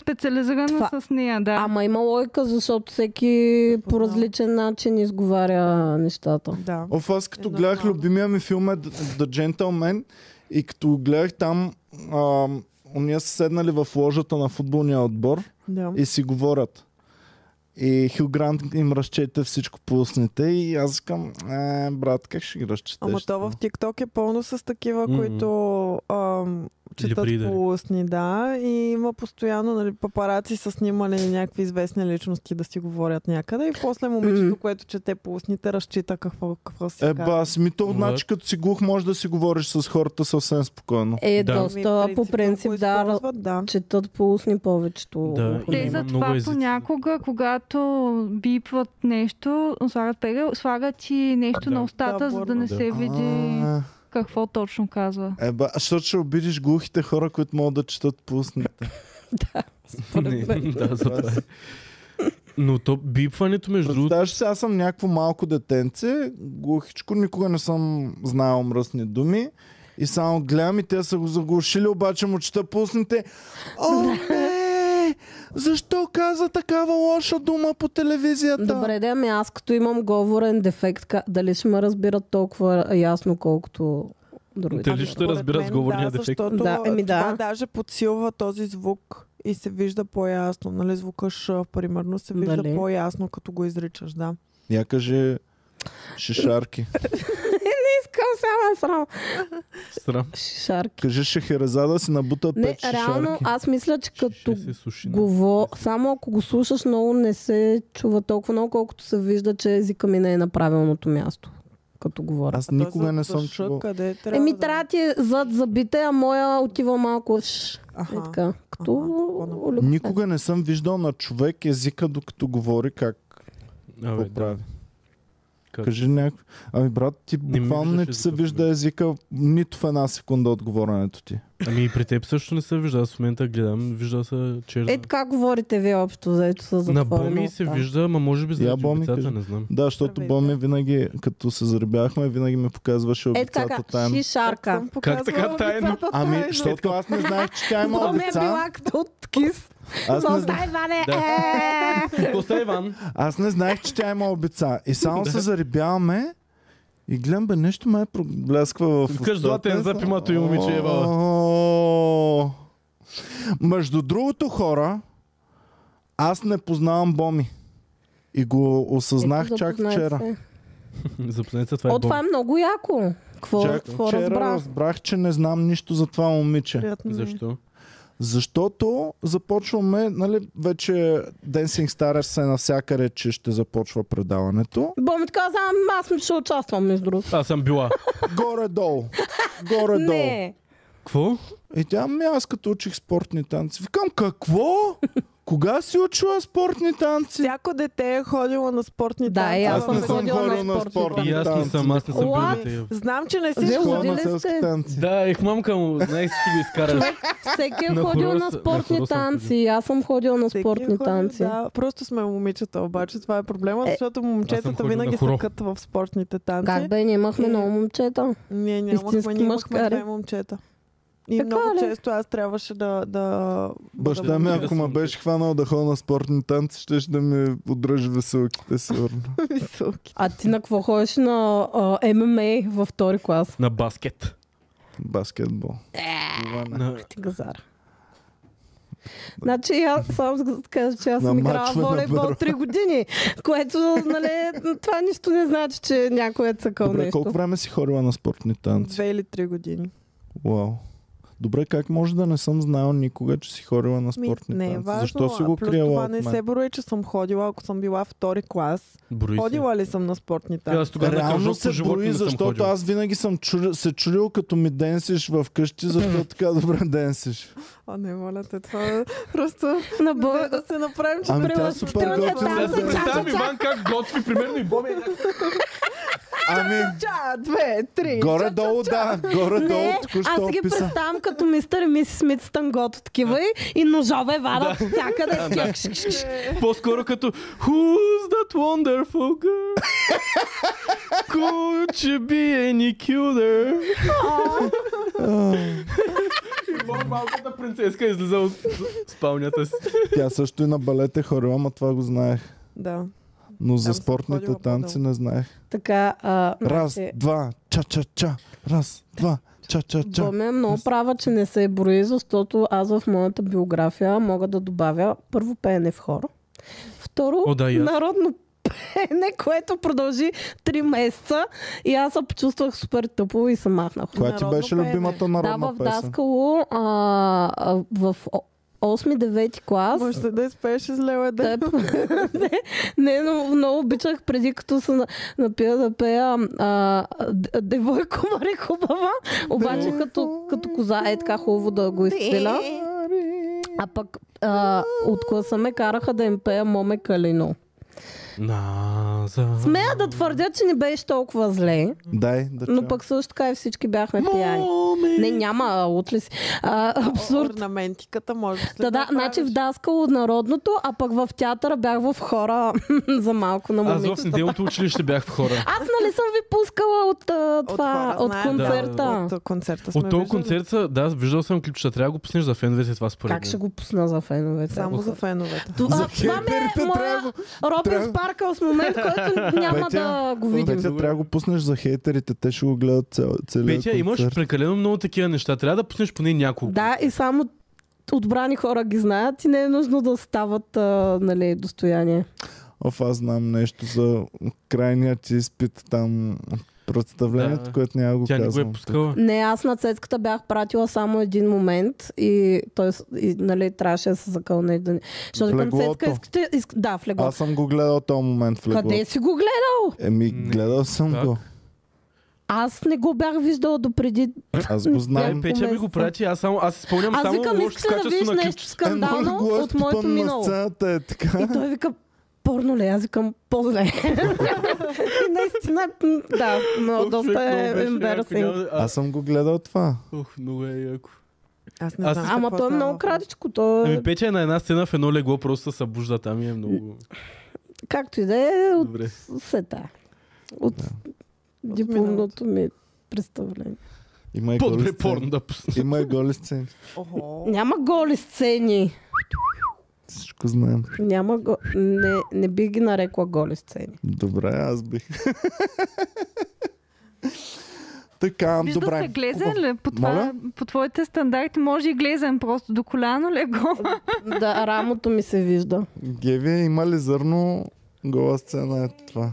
специализирана Това- с нея, да. Ама има логика, защото всеки по различен начин изговаря нещата. Да. Оф, аз като Е, гледах нормално. любимия ми филм е The The Gentleman и като гледах там ам, уния са седнали в ложата на футболния отбор да. и си говорят. И Хю Грант им разчете всичко по устните и аз викам, е, брат, как ще ги разчетеш? Ама то в TikTok е пълно с такива, Мгм. които ам, четат Либридари. по устни, да. И има постоянно нали, папараци са снимали някакви известни личности да си говорят някъде. И после е момичето, Мгм. което чете по устните, разчита какво, какво си Е, казва. ба, си ми то, What? значи като си глух, може да си говориш с хората съвсем спокойно. Е, Да. Ами, доста по принцип, го да, ра- използват, да. четат по устни повечето. Да, хора. Те има за много това езици. понякога, когато бипват нещо, слагат пегъл, слагат и нещо Да. на устата, Да, за да борно. не Да. се види А, какво точно казва. Е, ба, защото ще обидиш глухите хора, които могат да четат по устните. Не, да, за това е. Но то бипването, между другото, Представяш се, аз съм някакво малко детенце, глухичко, никога не съм знаел мръсни думи. И само гледам и те са го заглушили, обаче му чета пусните. О, не! Защо каза такава лоша дума по телевизията? Добре, да, ами аз като имам говорен дефект, ка- дали ще ме разбират толкова ясно, колкото другите. Дали Ами, ще според разбират с мен говорния да, дефект? Защото Да, еми да. това даже подсилва този звук и се вижда по-ясно. Нали, Нали? звука Ш, примерно, се вижда Дали? по-ясно, като го изричаш, да. Я кажи, Шишарки. Искам само срам. Срам. Шишарки. Кажи Шехерезада си набута Не, пет реално, шишарки. аз мисля, че като Ще се суши. на- Говор... Само ако го слушаш много, не се чува толкова много, колкото се вижда, че езика ми не е на правилното място, като говоря. Аз никога не съм чувал. чувал. Къде трябва Еми, да- трябва ти е зад зъбите, а моя отива малко ш... Аха. Е така, като... Аха, какво направи? Олю- Никога не съм виждал на човек езика, докато говори как Абе, го да. прави. Как? Кажи някой. Ами брат, ти ми буквално не виждаш ти се езика в вижда мен. езика нито в една секунда от говоренето ти. Ами и при теб също не се вижда. Аз в момента гледам, вижда се черна. Е така говорите вие общо, заето са на затворено. Боми се вижда, ма може би Я, заради Боми, децата, кажи. не знам. Да, защото Абе, Боми винаги, като се зарибяхме, винаги ми показваше Е обицата така, тайно. шишарка. Съм показвала така тайно? децата Ами, тайно. защото аз не знаех, че тя има Боми е обица. била като от кис. Аз не, зна- Зостай, Ване! Да. е! Коста Иван. аз не знаех, че тя има обица. И само се зарибяваме и гледам, бе, нещо ме проблясква в Кажеш, златен зъб имато и момиче, е, ева. О, Между другото хора, аз не познавам Боми. И го осъзнах Ето, чак запознай вчера. се. Запознайте се, това е О, Боми. това е много яко. Какво, Чак какво вчера разбрах? разбрах, че не знам нищо за това момиче. Приятно ми е. Ами, Защо? Защото започваме, нали, вече Dancing Stars е навсякъде, че ще започва предаването. Боми каза, ама аз ще участвам между другото. Аз съм била. Горе-долу. Горе-долу. Не. Какво? И тя ми аз като учих спортни танци. Викам, какво? Кога си учила спортни танци? Всяко дете е ходило на спортни Да, танци. и аз Аз не съм съм ходила на ходил на спортни спортни И аз не танци. съм, аз не съм бил What? дете. Знам, че не си Не, ходила. Школа на Ходили селски сте? танци. Да, ех мамка му, най си го изкара. Човек, всеки е На ходил хора на са- на спортни хора съм танци. Аз съм ходил на Всеки е спортни ходил, танци. Да, просто сме момичета, обаче това е проблема, Е, защото момчетата ходил винаги на се хоро. кът в спортните танци. Как бе, ние имахме И- много момчета. Ние нямахме, Истински ние имахме мъжкари. две момчета. И Така много ли? често аз трябваше да... да Баща да- ми, е да ако съм ме от- беше хванал да ходя на спортни танци, ще ще да ми подръжи веселките, сигурно. Високи. А ти на какво ходиш на а, ММА във втори клас? На баскет. Баскетбол. Иване. На... Ти газар. Значи аз само да кажа, че аз На съм играла мачове на волейбол Беро. 3 години, което, нали, това нищо не значи, че някой е цъкал Добре, нещо. колко време си ходила на спортни танци? Две или три години. Вау. Добре, как може да не съм знаел никога, че си ходила на Ми, спортни не е танци? важно. Защо си а го плюс криела това от не мен? се брои, че съм ходила, ако съм била втори клас. Брои се. Ходила ли съм на спортни Е, танци? Аз тогава на Реално кръжок по се живота брои, не съм защото ходил. аз винаги съм чур... се чудил, като ми денсиш в къщи, защо така добре денсиш. А, не, моля те, това е просто... На Бо... бой... да се направим, че Ами трябва тя да супер тръгна готина. там, Аз да си е. представям Иван как готви, примерно и Боми е някакъв. Ами, Ча, две, три. горе-долу, да, горе-долу, Не, току-що аз ги описа. представям като мистер и мис Смит Стангото такива и- и ножове вадат от всякъде. Кш, кш, кш. По-скоро като Who's that wonderful girl? Could you be any cuter? Иван, малката принцеска излиза от спалнята си. Тя също и на балет е хорила, ама това го знаех. Да. Но за Там съм спортните ходила танци по-дълго. не знаех. Така, а, Раз, значи, два, ча-ча-ча. Раз, два, ча-ча-ча. Боми е много права, че не се брои, защото аз в моята биография мога да добавя първо пеене в хора. Второ, О, да, и аз. народно пеене, което продължи 3 месеца и аз се почувствах супер тъпо и се махнах. Коя ти Народно беше пеене. любимата Да, народна в песен? Даскало, а, а, в 8-9 клас. Може да изпееш из лева да. Е, Теб. не, не, но много обичах преди като се на- напия да пея а, д- Девойко Мари хубава, обаче като, като коза е така хубаво да го изстреля. А пък а, от класа ме караха да им пея Моме Калино. Наза. Смея да твърдя, че не беше толкова зле, Дай, да но чуем. пък също така и всички бяхме пияни. Моми. Не, няма, а, от ли си? А, абсурд. Орнаментиката може след Да, да, значи в Даскало народното, а пък в театъра бях в хора за малко на Аз в момичетата. неделното училище бях в хора. Аз нали съм ви пускала от а, това, от, знаем, концерта? От концерта сме От този виждали. концерт, са- да, виждал съм клипчета, трябва да го пуснеш за феновете това според Как мен. ще го пусна за феновете? Само От- за феновете. Това, За това ми е хейтерите трябва- моя Робин трябва- Спаркъл с момент, който няма Петя, да го видим. Петя, трябва да го пуснеш за хейтерите, те ще го гледат цял, целият Петя, имаш концерт. прекалено много такива неща. Трябва да пуснеш поне няколко. Да, и само отбрани хора ги знаят и не е нужно да стават а, нали, достояние. оф, аз знам нещо за крайния ти изпит там представлението, Да. което няма го Тя не го е казвам. пускала. Не, аз на цецката бях пратила само един момент и той с- и, нали, трябваше да се закълне. и Да... не- Защото В към цецка леглото. искате... Иск... Да, в леглото. Аз съм го гледал този момент в леглото. Къде е? си го гледа? Еми, Не. гледал съм Как? го. Аз не го бях виждала допреди. Аз го Не, е знам. Петя ми го месеца. прати, аз само, аз си спомням Аз само викам, лошото искате да видиш качество на нещо клипчето. Едно скандално легло е от моето стопън на минало. сцената, е така. И той вика, порно ли? Аз викам, по-зле. и наистина, м, да, но Ух, човек, доста е много беше яко, embarrassing. няма- а, Аз съм го гледал това. Ух, много е яко. Аз не Аз- знам. за Ама какво то е става много въпрос. кратичко. То е, Ами Петя е на една сцена в едно легло, просто се събужда там и е много както и да е, от добре. сета. От От дипломното ми представление. Има и голи По-добре сцени. е порно да пусне. Има и голи сцени. Охо. Няма голи сцени. Всичко знаем. Няма го... не, не би ги нарекла голи сцени. Добре, аз бих. така, Вижда добре. се глезен ли? По, това, Моля? по твоите стандарти може и глезен просто до коляно лего. Да, рамото ми се вижда. Геви, има ли зърно гола сцена е това?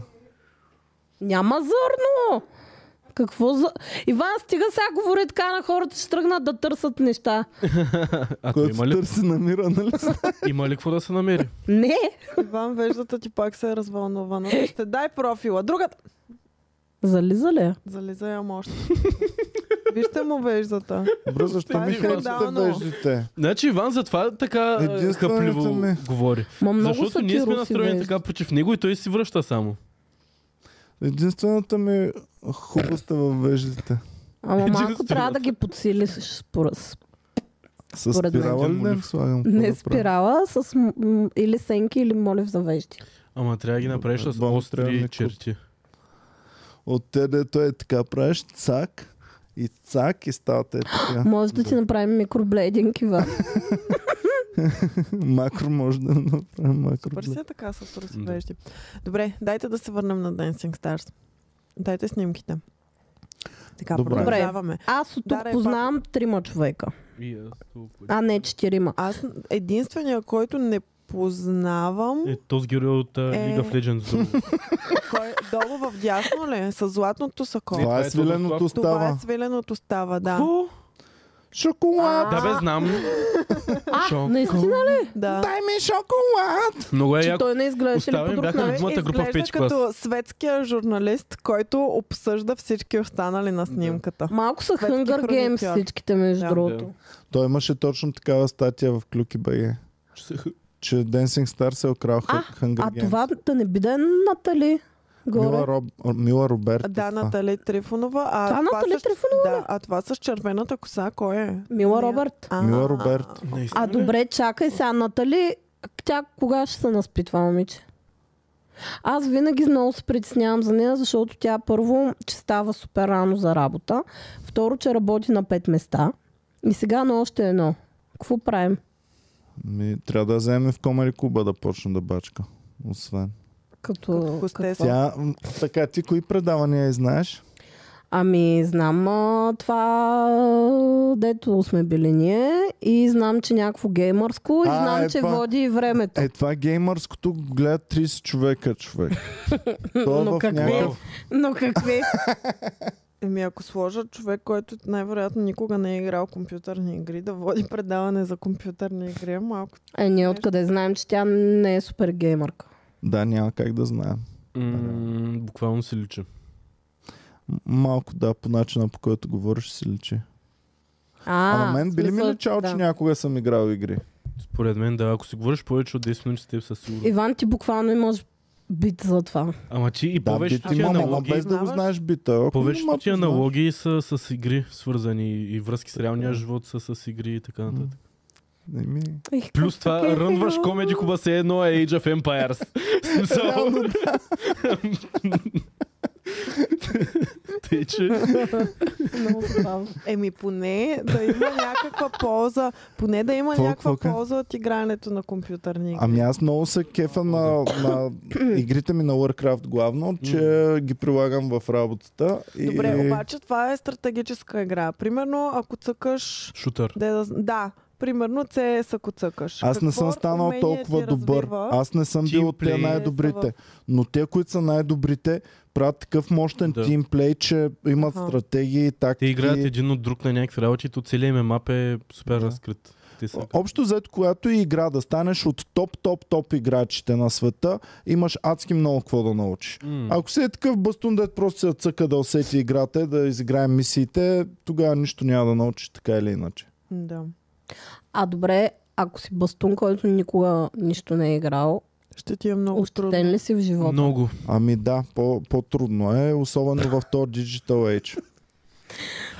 Няма зърно! Какво за... Иван, стига сега говори така на хората, ще тръгнат да търсят неща. А то Който има ли, търси намира, нали? има ли какво да се намери? Не! Иван, веждата ти пак се е развълнувана. Ще дай профила. Другата. Зализа ли? е? Зализа я още. Вижте му веждата. Бързо ще Това е ми харесате скандално. веждите. Значи Иван затова така е, Единственото хъпливо ми. говори. Ма много Защото ние сме сатиров настроени си така против него и той си връща само. Единствената ми хубост е във веждите. Ама малко Единствено. трябва да ги подсилиш според... С Според мен. спирала ли да им слагам? Какво Не да правя? спирала, с м- м- или сенки, или молив за вежди. Ама трябва да ги направиш с Бам, трябва да остри ми черти. От те, дето е така, правиш цак и цак и ставате е така. Може да ти направим микроблейдинг, Иван. Макро може да направим макро. Супер си е така с руси Да. вежди. Добре, дайте да се върнем на Dancing Stars. Дайте снимките. Така, Добре. продължаваме. Аз от тук Даре, познавам трима човека, И аз толкова. а не четирима. Аз единствения, който не познавам, Е, този герой от а, Е. League of Legends. друго. кой е долу в дясно ли, е? с златното сако. Не, Това това е е свиленото Тодор Това е става. свиленото става, да. Какво? Шоколад! Да бе, знам. Шо? Наистина ли? да. Дай ми шоколад! Много е Че яко. той не изглеждаше ли Оставим, по друг бяхме начин? Той моята група в изглежда пети клас. като светския журналист, който обсъжда всички останали на снимката. Малко са Светски Hunger Games хроникьор. всичките, между Да. другото. Той имаше точно такава статия в Клюки БГ, че Dancing Star се е украл А, Хъ- Hunger А Games. това да не биде Натали горе. Мила, Роб... Мила Роберт. е Да, това. Натали Трифонова. А Това Натали с... Трифонова Да, а това с червената коса, кой е? Мила Не. Робърт. А, Мила Роберт. Наистина А ли? добре, чакай сега, Натали, тя кога ще се наспи това момиче? Аз винаги много се притеснявам за нея, защото тя първо, че става супер рано за работа. Второ, че работи на пет места. И сега на още едно. Какво правим? Ми, трябва да я вземе в Комари Куба да почне да бачка. Освен. Като... хостес. какво? Тя, м, така, ти кои предавания я знаеш? Ами, знам а, това, а, дето сме били ние. И знам, че някакво геймърско. И А, знам, е че това. води и времето. Е, това геймърското го гледат 30 човека, човек. То е Но в какви? някакъв... Но какви? Еми, ако сложа човек, който най-вероятно никога не е играл компютърни игри, да води предаване за компютърни игри, е малко. Е, ние откъде знаем, че тя не е супер геймърка. Да, няма как да знаем. М, Буквално се лича. М- Малко да, по начина по който говориш си личи. А, А, на мен в би ли ми смисъл, личало, че някога съм играл игри? Според мен, да, ако си говориш повече от 10 минути с теб със сигурност. Иван, ти буквално имаш бит за това. Ама ти и Да, бит повечето ти имам, ама аналогии, без да го Познаваш? знаеш бита. Ако повечето ма ти е познаваш- аналогии са с игри свързани и връзки с реалния живот са с игри и така нататък. Еми, Ех, Плюс как това, така е рънваш фига. комеди куба се едно е Age of Empires. В Смисъл. Тъй, че... Много забавно. Еми, поне да има някаква полза, поне да има Какво, някаква какво ка? полза от игрането на компютърни игри. Ами аз много се кефа на, на игрите ми на Warcraft главно, че ги прилагам в работата. И... Добре, обаче това е стратегическа игра. Примерно, ако цъкаш... Шутър. Де да, да, Примерно CS, ако цъкаш. Аз не Какво съм станал умение толкова ти добър. развива? Аз не съм бил от те Тимплей. най-добрите. Но те, които са най-добрите, правят такъв мощен Да. тимплей, че имат Аха. стратегии, Те тактики. играят един от друг на някакви работи, то целият им мап е супер Да. разкрит. Те са... Общо взето, която и игра да станеш от топ-топ-топ играчите на света, имаш адски много какво да научиш. М. Ако си е такъв бастун, дед просто се цъка да усети играта, и да изиграем мисиите, тогава нищо няма да научиш, така или иначе. Да. А добре, ако си бастун, който никога нищо не е играл, Ще ти е много трудно. ощетен ли си в живота? Много. Ами да, по- по-трудно е, особено в този Digital Age.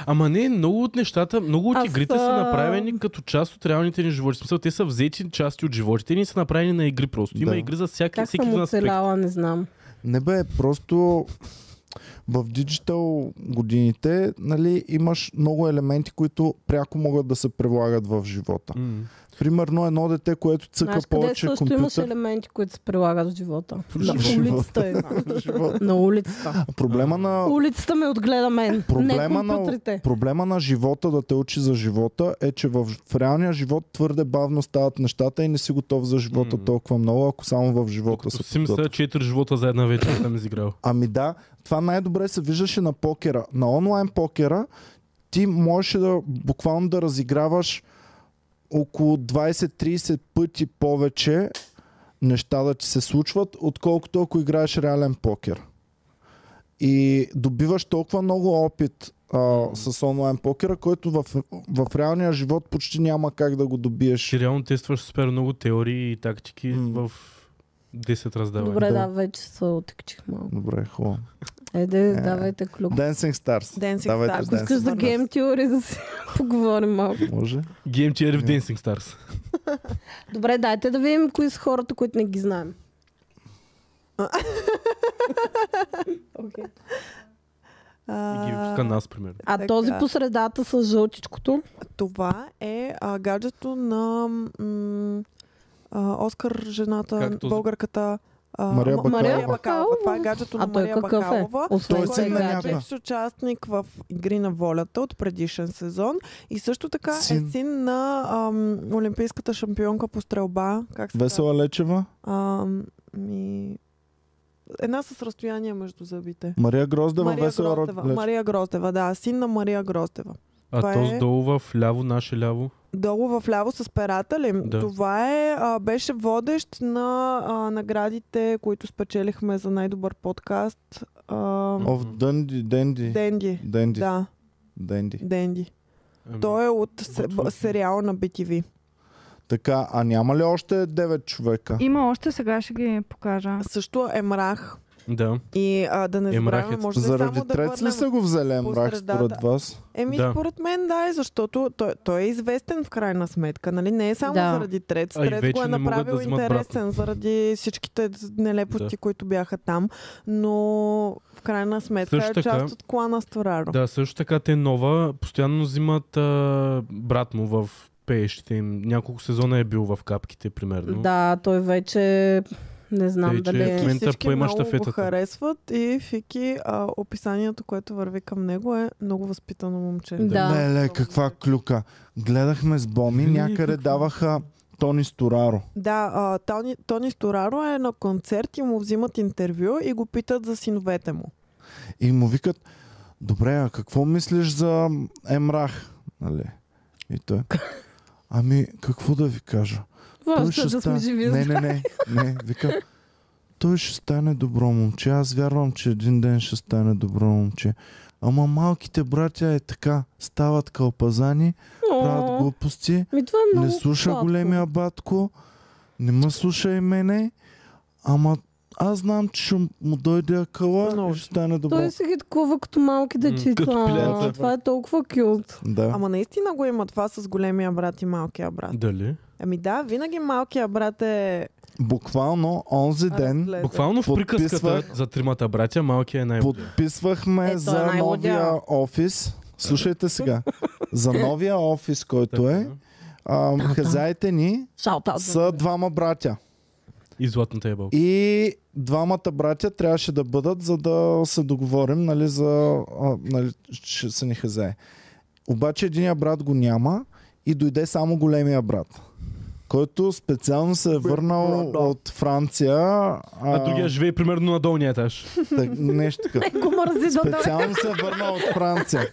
Ама не, много от нещата, много от Аз, игрите са а, направени като част от реалните ни животи. В Смисъл, те са взети части от животите ни и са направени на игри просто. Има Да. игри за всяки, Как всеки съм един аспект. оцеляла, не знам. Не бе, просто в диджитал годините нали, имаш много елементи, които пряко могат да се прилагат в живота. М. Примерно едно дете, което цъка Знаеш къде повече също имаш компютър. елементи, които се прилагат в живота? На живота. улицата има. Живот. На улицата. Проблема на Улицата ме отгледа мен, не Проблема на, компютрите. проблема на живота да те учи за живота е, че в, в реалния живот твърде бавно стават нещата и не си готов за живота М. толкова много, ако само в живота Като се си мисля, подготвя. четири живота за една вечер съм изиграл. Ами да, това най-добре се виждаше на покера. На онлайн покера ти можеше да буквално да разиграваш около 20-30 пъти повече неща да ти се случват, отколкото ако играеш реален покер. И добиваш толкова много опит а, с онлайн покера, който в, в реалния живот почти няма как да го добиеш. Ти реално тестваш супер много теории и тактики М. в 10 раздавания. Добре, Да. да, вече се отекчих малко. Добре, хубаво. Е. Еде, давайте клюк. Dancing Stars. Dancing Давайте Stars. с Ако искаш за Dancing Stars. гейм теории да си поговорим малко. Може. Game Theory в Dancing Stars. Добре, дайте да видим кои са хората, които не ги знаем. Окей. А, И ги пуска нас, примерно. А Така. този по средата с жълтичкото. Това е а, гаджето на м, а, Оскар, жената, Как е този? българката. А, Мария М- Бакалова. Мария Бакалова. Това е гаджето на А той Мария какъв е? Бакалова. Освен Той кой си е на гадже. някаква. Бивш участник в Игри на волята от предишен сезон и също така Син. е син на ам, олимпийската шампионка по стрелба. Как се Весела Лечева. казва? Ам, ми... Една с разстояние между зъбите. Мария Гроздева. Мария Весела Ро- Гроздева. Лечева. Мария Гроздева, да. Син на Мария Гроздева. това А е- този долу в ляво, наше ляво. Долу в ляво с перата ли? Да. Това е, а, беше водещ на а, наградите, които спечелихме за най-добър подкаст. А, Of Дънди, Денди. Денди. Денди. Да, Денди. Денди. Ами, Той е от се, готвих. б- сериал на BTV. Така, а няма ли още 9 човека? Има още, сега ще ги покажа. Също е мрах. Ами, Да. И а, да не Емрах е забравяме, може ли Заради само да трец ли върнем- са го взели по мрак средата? според вас? Еми, Да. според мен да, е, защото той, той е известен в крайна сметка. Нали? Не е само Да. заради Трец. А и Трец го вече е не могат направил да взимат интересен заради всичките нелепости, Да. които бяха там. Но в крайна сметка Също е така- част от клана Стораро. Да, също така те нова постоянно взимат а, брат му в пеещите им. Няколко сезона е бил в капките, примерно. Да, той вече не знам Тъй, че дали в е. момента И всички поема много го щафетата. харесват и Фики, а, описанието, което върви към него е много възпитано момче. Да. Не, ле, каква клюка. Гледахме с Боми, Гледай някъде какво. даваха Тони Стораро. Да, а, Тони, Тони Стораро е на концерт и му взимат интервю и го питат за синовете му. И му викат, добре, а какво мислиш за Емрах? Нали? И той. Ами, какво да ви кажа? Той Важно ще е да сме стане- живи. Не, не, не, не, вика. Той ще стане добро момче. Аз вярвам, че един ден ще стане добро момче. Ама малките братя е така. Стават кълпазани, О, правят глупости, Ми това е не много слуша сладко. големия батко, не ме слуша и мене, ама аз знам, че ще му дойде акъла, Много. ще стане добро. Той се ги такова като малки дечица. като пилета. това е толкова кют. Да. Ама наистина го има това с големия брат и малкия брат. Дали? Ами да, винаги малкия брат е Буквално онзи ден разглезен. Буквално в Подписва- приказката за тримата братя, малкият е най под... подписвахме Ето, за най-лудия. новия офис. Слушайте сега. За новия офис, който е, а, хазяите ни Шаутаут. са двама братя. И златната е ебал. И двамата братя трябваше да бъдат, за да се договорим, нали, за, а, нали, че са ни хазяе. Обаче единия брат го няма и дойде само големия брат, който специално се е върнал от Франция. А, А другия живее примерно на долния етаж. так- нещо такова. Го мързи до дър. Специално се върна от Франция.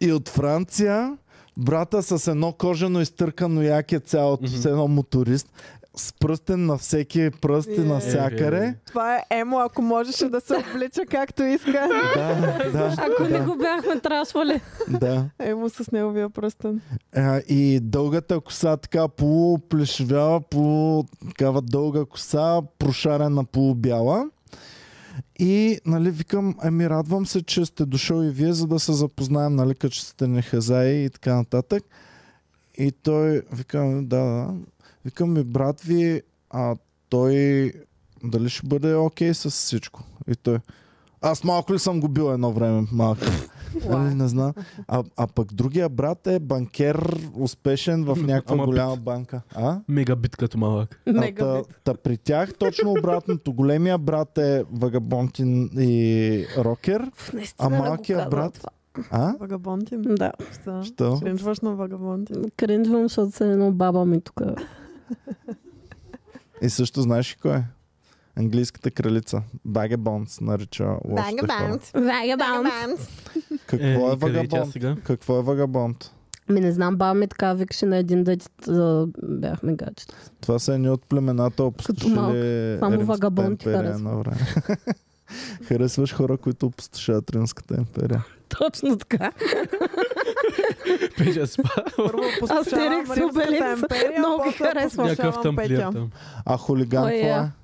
И от Франция брата с едно кожено изтъркано яке цялото, Мгм. с едно моторист, с пръстен на всеки пръст и Е. навсякъде. Това е Емо, ако можеше да се облича както иска. Да, да, Ако не да, го бяхме трашвали. да. Емо с неговия пръстен. А, и дългата коса, така полуплешивява, полу такава дълга коса, прошарена полубяла. И, нали, викам, ами радвам се, че сте дошъл и вие, за да се запознаем, нали, като че сте нехазаи и така нататък. И той, викам, да, да. Викам ми, брат ви, а той дали ще бъде окей с всичко? И той, аз малко ли съм го бил едно време? Малко. Нали, не знам. А, а пък другия брат е банкер, успешен в някаква Ама голяма банка. А? Мега бит като малък. А, та, та при тях точно обратното. Големия брат е вагабонтин и рокер. Наистина А да го малкият казвам брат? това. А? Вагабонтин. Да. Да. Що? Кринжваш на вагабонтин. Кринжвам, защото се едно баба ми тук. И също знаеш ли кой е? Английската кралица. Багабонс нарича лошите хора. Вагабаунс. Какво е, и къде тя вагабонт? сега? Какво е вагабонт? Ми не знам, баба ми така викаше на един дъд, бяхме гаджета. Това са едни от племената малък. опустошили Само Римската вагабонти империя харесвам. едно време. Харесваш хора, които опустошават Римската империя. Точно така. Пежа спа. Първо Астерикс и посещавам Римската Обеликс. империя, Много после харесвам. Някакъв посещавам тамплиер Петя. там. А хулиган Ой, това е? я.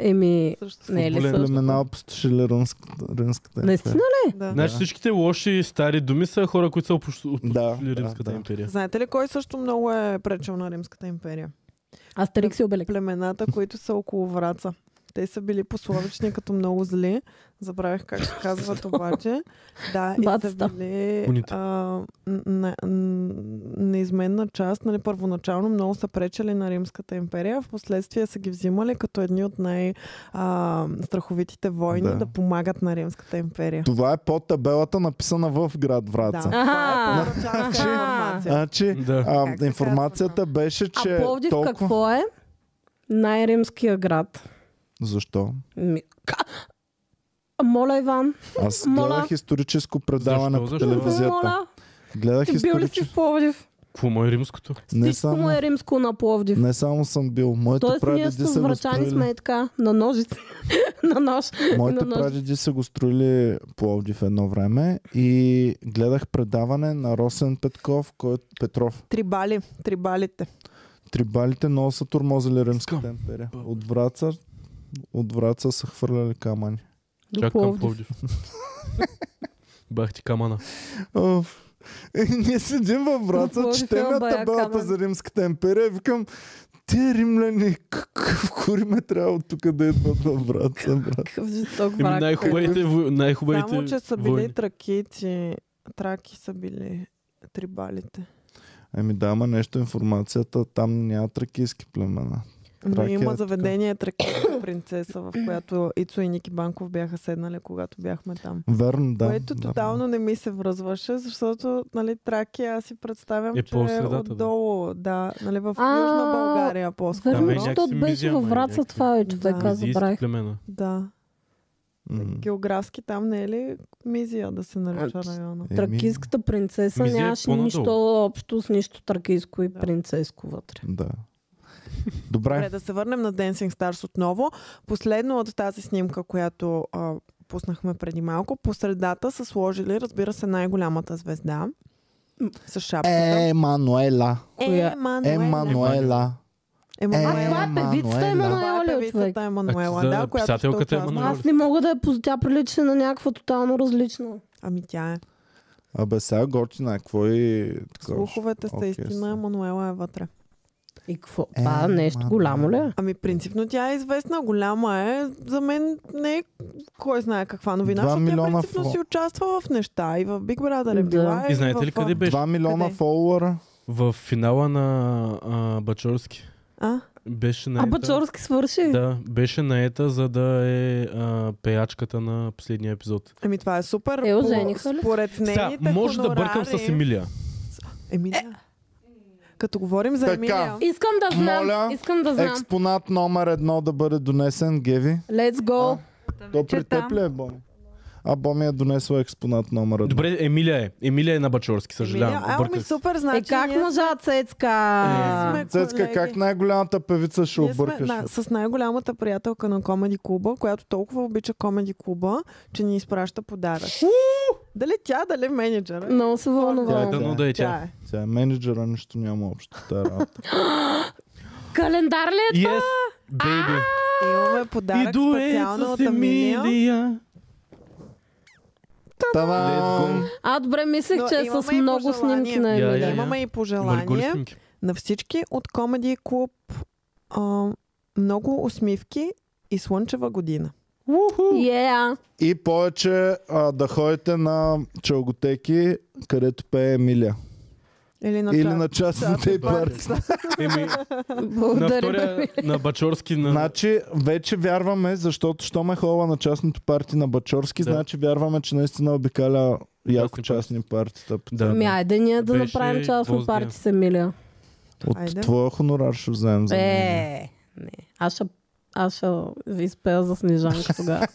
Еми, Също. не е ли Футболен Племена също? опустошили Римската, Римската Наистина империя. Да. Значи всичките лоши стари думи са хора, които са опустошили Да, да, Римската да. империя. Знаете ли кой също много е пречел на Римската империя? Астерикс и Обеликс. Племената, които са около Враца. Те са били пословични като много зли. Забравих как се казват обаче. Да, и са Бацата. били Куните. а, н- н- н- неизменна част. Нали, първоначално много са пречели на Римската империя. Впоследствие са ги взимали като едни от най-страховитите войни Да. да. да помагат на Римската империя. Това е под табелата написана в град Враца. Да. Това е Аха. първоначалната Значи- Значи, информация. Да. а, Как се информацията беше, че А Пловдив толкова... какво е? Най-римския град. Защо? Ми... Ка... Моля, Иван. Аз Моля. гледах историческо предаване Защо? по Защо? телевизията. Моля, Гледах ти бил ли си в историческо. Пловдив? Какво му е римското? Не Всичко само, му е римско на Пловдив. не само съм бил. Моите Тоест ние прадеди с са го врачани строили. сме така, на ножица. на нож. Моите на нож. прадеди са го строили Пловдив едно време и гледах предаване на Росен Петков, който Петров. Трибали, трибалите. Трибалите много са турмозили Римската Скъм. империя. От Враца, от Враца са хвърляли камъни. До Чак към Пловдив. Пловдив. Бах ти камана. Оф. И е, ние седим във В Враца, Пловдив четем има бая табелата камън. за Римската империя и викам, те римляни, какъв кориме трябва от тук да идват във Враца, брат. Какъв жесток Еми, враг. Ами най-хубавите, вой- най-хубавите Само, че са били войни. тракици. Траки са били трибалите. Ами да, ама нещо информацията, там няма тракийски племена. Но Тракия е има така. заведение Тракийска принцеса, в която Ицо и Ники Банков бяха седнали, когато бяхме там. Верно, да. Да, Което да. тотално не ми се връзваше, защото нали, Тракия аз си представям, Е че е по-средата, да. отдолу. Да. нали, в А, Южна България по-скоро. Там е Верно, някакси защото беше мизия, във ма, Враца, някакви това е Да. човека, Мизийски забравих. племена. Да. е М. Географски там не е ли Мизия да се нарича А, района? Еми, Тракийската принцеса е Мизия е нямаше по-надолу. нищо общо с нищо тракийско и Да. принцеско вътре. Да. Добре, Добре, да се върнем на Dancing Stars отново. Последно от тази снимка, която а, пуснахме преди малко, по средата са сложили, разбира се, най-голямата звезда с шапката. Емануела. коя- Емануела. Е, Емануела. А, това е певицата Емануела. Това е Емануела, човек. певицата Емануела, Значи за да, която ще писателката участва. Емануела. Аз- ли? Аз не мога да я поз- тя прилича на някаква тотално различна. Ами тя е. Абе сега готина, какво и... такова Слуховете са окей истина, са. Емануела е вътре. И какво? Това Е, нещо ма, голямо ли е? Ами принципно тя е известна, голяма е. За мен не е кой знае каква новина, Два защото тя милиона принципно фо- си участва в неща и в Big Brother е Да. била. И в, знаете ли а, къде беше? 2 милиона Къде? фолуара. В финала на а, Бачорски А? беше А наета. Бачорски свърши. Да, беше наета, за да е а, пеячката на последния епизод. Ами това е супер. Е, По- ожениха ли? Според Сега, нейните може да бъркам хонорари- с Емилия. Еми да. Като говорим за Е. Така. Емилия. Искам да знам. Моля, искам да знам. Експонат номер едно да бъде донесен, Геви. Let's go. То при теб ли е, Боми? А Боми е донесла експонат номер едно. Добре, Емилия е. Емилия е на Бачорски, съжалявам. Емилия, ало ми Бърках се. супер, Е, значи как ние мъжа Цецка? Е, сме Цецка, колеги. как най-голямата певица ще Ние сме объркаш? на, с най-голямата приятелка на Комеди Клуба, която толкова обича Комеди Клуба, че ни изпраща подарък. дали тя, дали менеджера? Много се Тя е вълнувам. Дано да е тя. Тя е. Тя е менеджера, нищо няма общо с тази работа. Календар ли е това? Yes, baby. Имаме подарък Иду е специално от с Амилия. Емилия. Та-дам! А, добре, мислех, Но че е имаме с и много пожелание. снимки на Я, я, Емилия. я. Имаме и Има ли голи пожелание снимки? на всички от Комеди Клуб. А, много усмивки и слънчева година. Yeah. И повече а, да ходите на челготеки, където пее Емилия. Или на, Или ча- на частните и парти. Еми, на Благодаря ви. втория, на Бачорски, на... Значи, вече вярваме, защото що ме хова на частното парти на Бачорски, Да. значи вярваме, че наистина обикаля яко Частни частни партита. Да. Ами, айде ние да Беше направим частно гвоздия. парти с Емилия. От Айде. твоя хонорар ще вземем за мен. Е, не. Аз ще аз ще ви изпея за Снежанка тогава.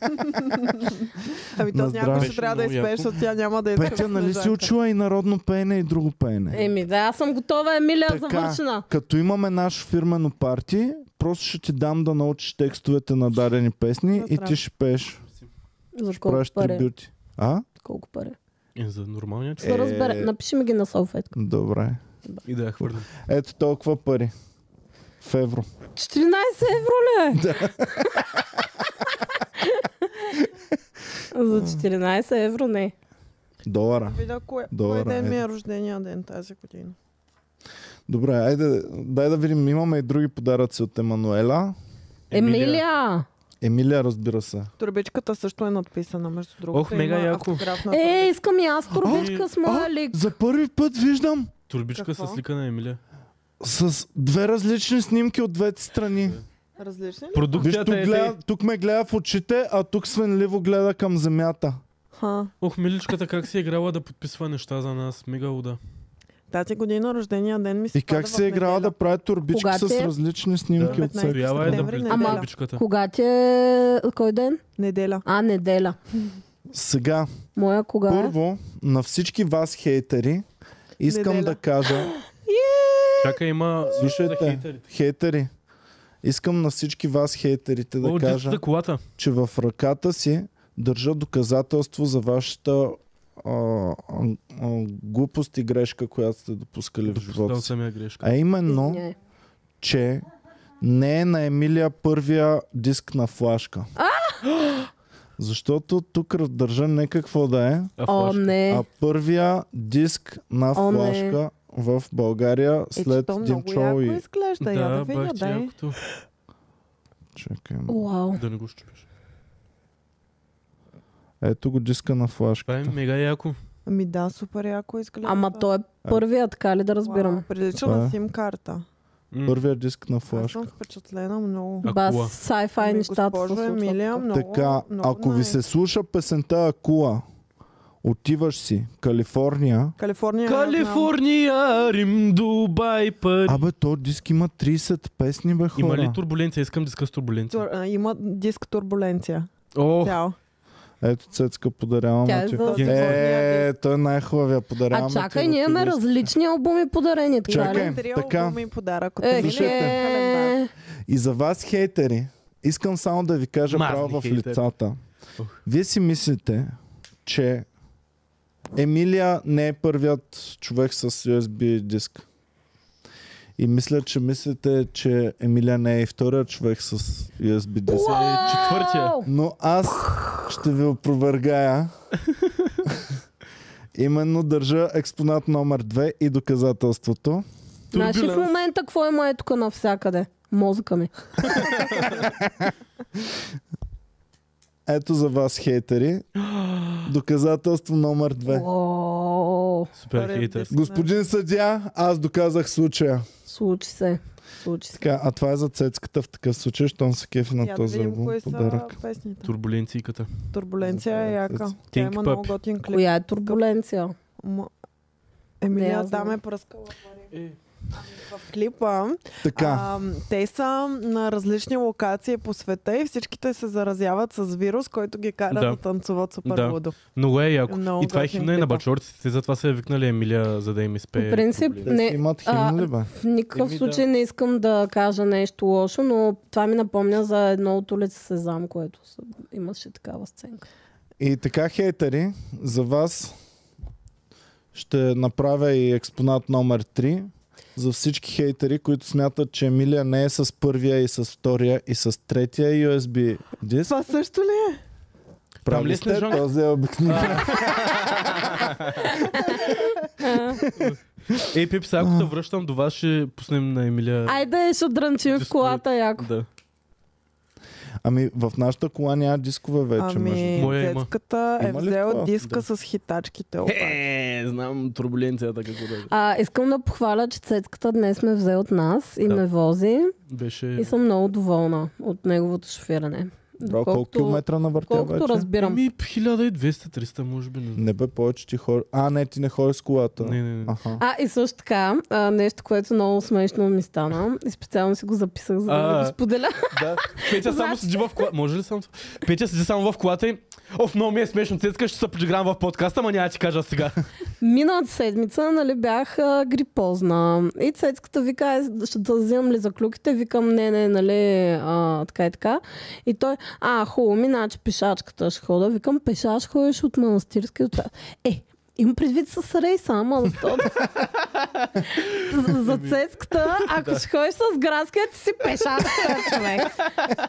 Ами На то с някой ще здраве. трябва да Беше много изпееш, яко. защото тя няма да е Петя, нали си учила и народно пеене и друго пеене? Еми, да, аз съм готова, Емилия, Така. завършена. Като имаме наше фирмено парти, просто ще ти дам да научиш текстовете на дадени песни На и ти здраве. ще пееш. За колко Правиш пари? трибюти. А? Колко пари? Е, за нормалния човек. Ще разбере. Напиши ми ги на салфетка. Добре. И да я хвърля. Ето толкова пари. В евро. 14 евро ли? е? Да. за 14 евро не. Долара. Видя Ами кое, Добре, кой ден ми айде. е рождения ден тази година. Добре, айде, дай да видим. Имаме и други подаръци от Емануела. Емилия! Емилия, разбира се. Турбичката също е надписана, между другото. Ох, мега Има яко. автограф на Е, турбичката. искам и аз турбичка с моя лик. За първи път виждам Турбичка Какво? с лика на Емилия. с две различни снимки от двете страни. Различни ли? Виж, тук, Продукцията е... гледа, тъй. тук ме гледа в очите, а тук свенливо гледа към земята. Ха. Ох, миличката как си е играла да подписва неща за нас. Мега луда. Тази година рождения ден ми се И как се е играла да прави турбички Кога с ти е? различни снимки Да. от всеки. Стояла е да септември, нали? влиза неделя. турбичката. Кога ти е... Кой ден? Неделя. Е, А, неделя. Сега, Моя кога е? първо, на всички вас хейтери, искам Неделя. да кажа, Чакай, има... за слушайте, хейтерите. хейтери, искам на всички вас хейтерите да О, кажа, децата за колата. че в ръката си държа доказателство за вашата а, а, а, глупост и грешка, която сте допускали в живота Допускал си. съм я грешка. А именно, Извиняй. че не е на Емилия първия диск на флашка. Защото тук държа не какво да е, А О, флаш. не. а първия диск на О, не. флашка в България Е, след че то много Димчо яко е. и... изглежда. я да е. Да, бах видя, ти дай. якото. Чакай, Уау. Да не го щупиш. ето го диска на Това е флашката. мега яко. Ами да, супер яко изглежда. Ама той е първия, така ли да Вау, разбирам? Прилича Това е. на сим карта. М. Първия диск на Аз съм флашка. впечатлена много. А Бас, кола? sci-fi Ами, е нещата се госпожо случват. Емилия, много, Така, много ако ви най- се слуша песента Акула, отиваш си Калифорния. Калифорния. я знам. Калифорния, Рим, Дубай, Пари. Абе, то диск има 30 песни, бе хора. Е, Има ли турбуленция? Искам диска с турбуленция. Тур- а, Има диск турбуленция. О, Цял. Ето Цецка подарявам Тя на е ти. за Е, той е най-хубавия подарявам. А чакай, ние имаме различни албуми подарени. така ли? е Чакай, Три така. албума и подарък от Е, Емилия. Календар. е, И за вас, хейтери, искам само да ви кажа Мазни право в хейтери. лицата. Ух. Вие си мислите, че Емилия не е първият човек с USB диск. И мисля, че мислите, че Емилия не е и вторият човек с USB диск. Е, четвъртия. Уау! Но аз ще ви опровергая. Именно държа експонат номер 2 и доказателството. Значи в Турбюленс. момента какво има е тук навсякъде? Мозъка ми. Ето за вас, хейтери. Доказателство номер 2. Уау! супер Рем хейтер. диск. Господин съдия, аз доказах случая. Случи се. Случи се. Така, а това е за цецката в такъв случай, щом се кефи на Я да този видим албум. кои са Подарък. песните. Турбуленцията. Турбуленция е Заповядайте. яка. Тя Think е има много Pup. готин клип. Коя е турбуленция? Ма- Не, Емилия аз знам. там е пръскала. В клипа Така. а, те са на различни локации по света и всичките се заразяват с вирус, който ги кара Да. да, танцуват супер Да. лудо. Много е яко. Много и това е готин химна и на клип. бачорците, затова са я викнали Емилия, за да им По изпее. принцип, Те си не, имат а, химн ли бе? В никакъв Еми, да. случай не искам да кажа нещо лошо, но това ми напомня за едно от улица Сезам, което с- имаше такава сценка. И така, хейтери, за вас ще направя и експонат номер 3 за всички хейтери, които смятат, че Емилия не е с първия и с втория и с третия USB диск. Това също ли е? Там ли Прави е сте, Снежанка? този е обикновен. Ей, Пип, сега ако те връщам до вас, ще пуснем на Емилия. Айде, ще дрънчим в Дискорд. колата яко. Да. Ами в нашата кола няма дискове вече. между- Ами, Моя има. детската е Има ли взела такова? диска Да. с хитачките. обаче. Е, знам турбуленцията какво да е. А, искам да похваля, че Цецката днес ме взе от нас и Да. Е. ме вози Беше... и съм много доволна от неговото шофиране. Бро, колко километра на въртя колкото вече? разбирам. Ами 1200-300, може би. Не, знам. Не бе повече ти хора. А, не, ти не ходиш с колата. не, не. не. Аха. А, и също така, а, нещо, което много смешно ми стана и специално си го записах, за да А. ви го споделя. Да. Петя само седи в колата. Може ли само? Петя седи само в колата и... Оф, много ми е смешно. Цецка ще се подиграм в подкаста, ама няма да ти кажа сега. Миналата седмица, нали, бях а, грипозна. И цецката вика, «Ай, ще да вземам ли заклюките? Викам, не, не, нали, а, така и така. И той, а, хубаво, ми, значи пешачката ще хода. Викам, пешаш ходиш от манастирски от... Е, им предвид с рейса, ама за то... за, за цецката, ако ще ходиш с градския, ти си пешачката, човек.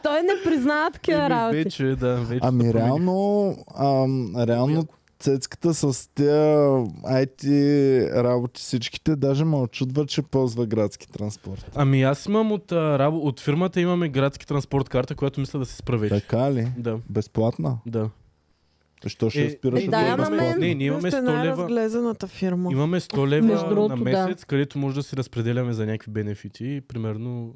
той не признава такива Еми, работи. вече, да, вече. Ами реално, ам, Ами, реално цецката с тя IT работи всичките, даже ме очудва, че ползва градски транспорт. Ами аз имам от, а, рабо... от фирмата имаме градски транспорт карта, която мисля да се спра вече. Така ли? Да, Безплатна? да. Защо ще Е, я спираш е, от да, да, ама мен- безплатна? Не, ние имаме Вие сте 100 лева. най-разглезаната фирма. Имаме 100 лева Между другото, да. на месец, където може да си разпределяме за някакви бенефити. И примерно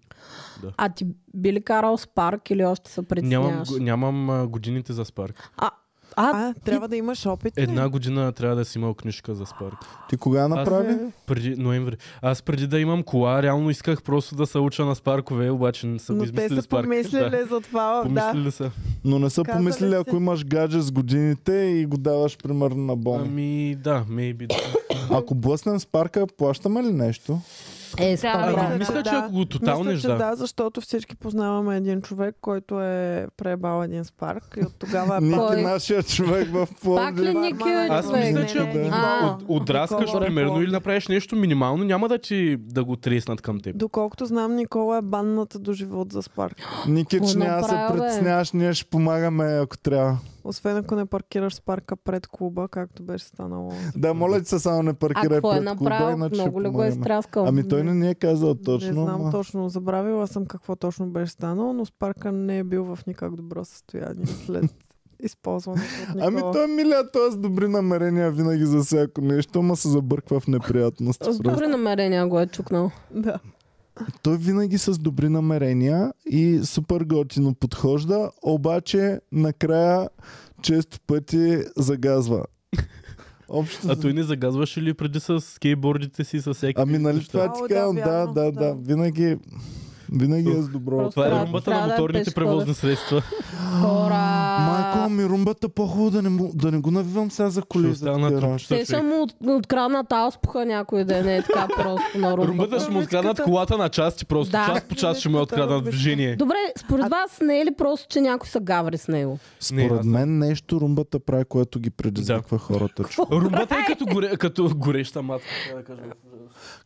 А ти би ли карал с парк или още се нямам, притесняваш? го- нямам а, годините за Спарк. А, А, трябва да имаш опит. ли? Една година трябва да си имал книжка за Спарк. Ти кога направи? Преди ноември. Аз преди да имам кола, реално исках просто да се уча на спаркове, обаче не са го Но те измислили са спарк. помислили за това. Да. Помислили са. Но не са Казали помислили, си. ако имаш гадже с годините и го даваш примерно на бон. Ами да, maybe да. Ако блъснем с парка, плащаме ли нещо? е, Да, спарк. Ами, да, мисля, че да. ако го Мисля, тоталнеш, че да. да, защото всички познаваме един човек, който е пребал един спарк и от тогава е пак. Ники, Кой? нашия човек в Ами- Пак ли Пловдив. Ники Аз е Аз човек? мисля, не, че не, ако не. А, от- отраскаш, такова е примерно, по- или направиш нещо минимално, няма да ти да го треснат към теб. Доколкото знам, Никола е банната до живот за спарк. Ники, че Го няма да се направя, бе. притесняваш, ние ще помагаме, ако трябва. Освен ако не паркираш спарка пред клуба, както беше станало. Да, моля ти се, само не А паркирай какво е пред клуба, направил? иначе Много ще ли го е помагаме. изтряскал? Ами той не ни е казал точно. не знам ама- точно, забравила съм какво точно беше станало, но спарка не е бил в никак добро състояние след използването от Никола. Ами той миля, той е с добри намерения винаги за всяко нещо, ама се забърква в неприятности. С просто. добри намерения го е чукнал. Да. Той винаги с добри намерения и супер готино подхожда, обаче накрая често пъти загазва. Общо. А той не загазваше ли преди с скейтбордите си, с всеки? Ами нали това Ало, ти да, казвам? Да, вярно, да, да. да. Винаги, винаги е с добро. Просто Това е Трябва- румбата трябва на да е моторните пешкода. превозни средства. Хора! Майко, ми румбата по-хубаво да не, му- да не го навивам сега за коли. Ще за остана такива трупчета, Те ще човек. му от- откраднат ауспуха някой ден, е така просто на Румбата ще румбата. му откраднат колата на части, просто Да. час по час ще му я откраднат в движение. Добре, според вас не е ли просто, че някой са гаври с него? Според Не, аз съм- мен нещо румбата прави, което ги предизвиква хората. чу. Румбата е като, горе, като гореща матка, трябва да кажа.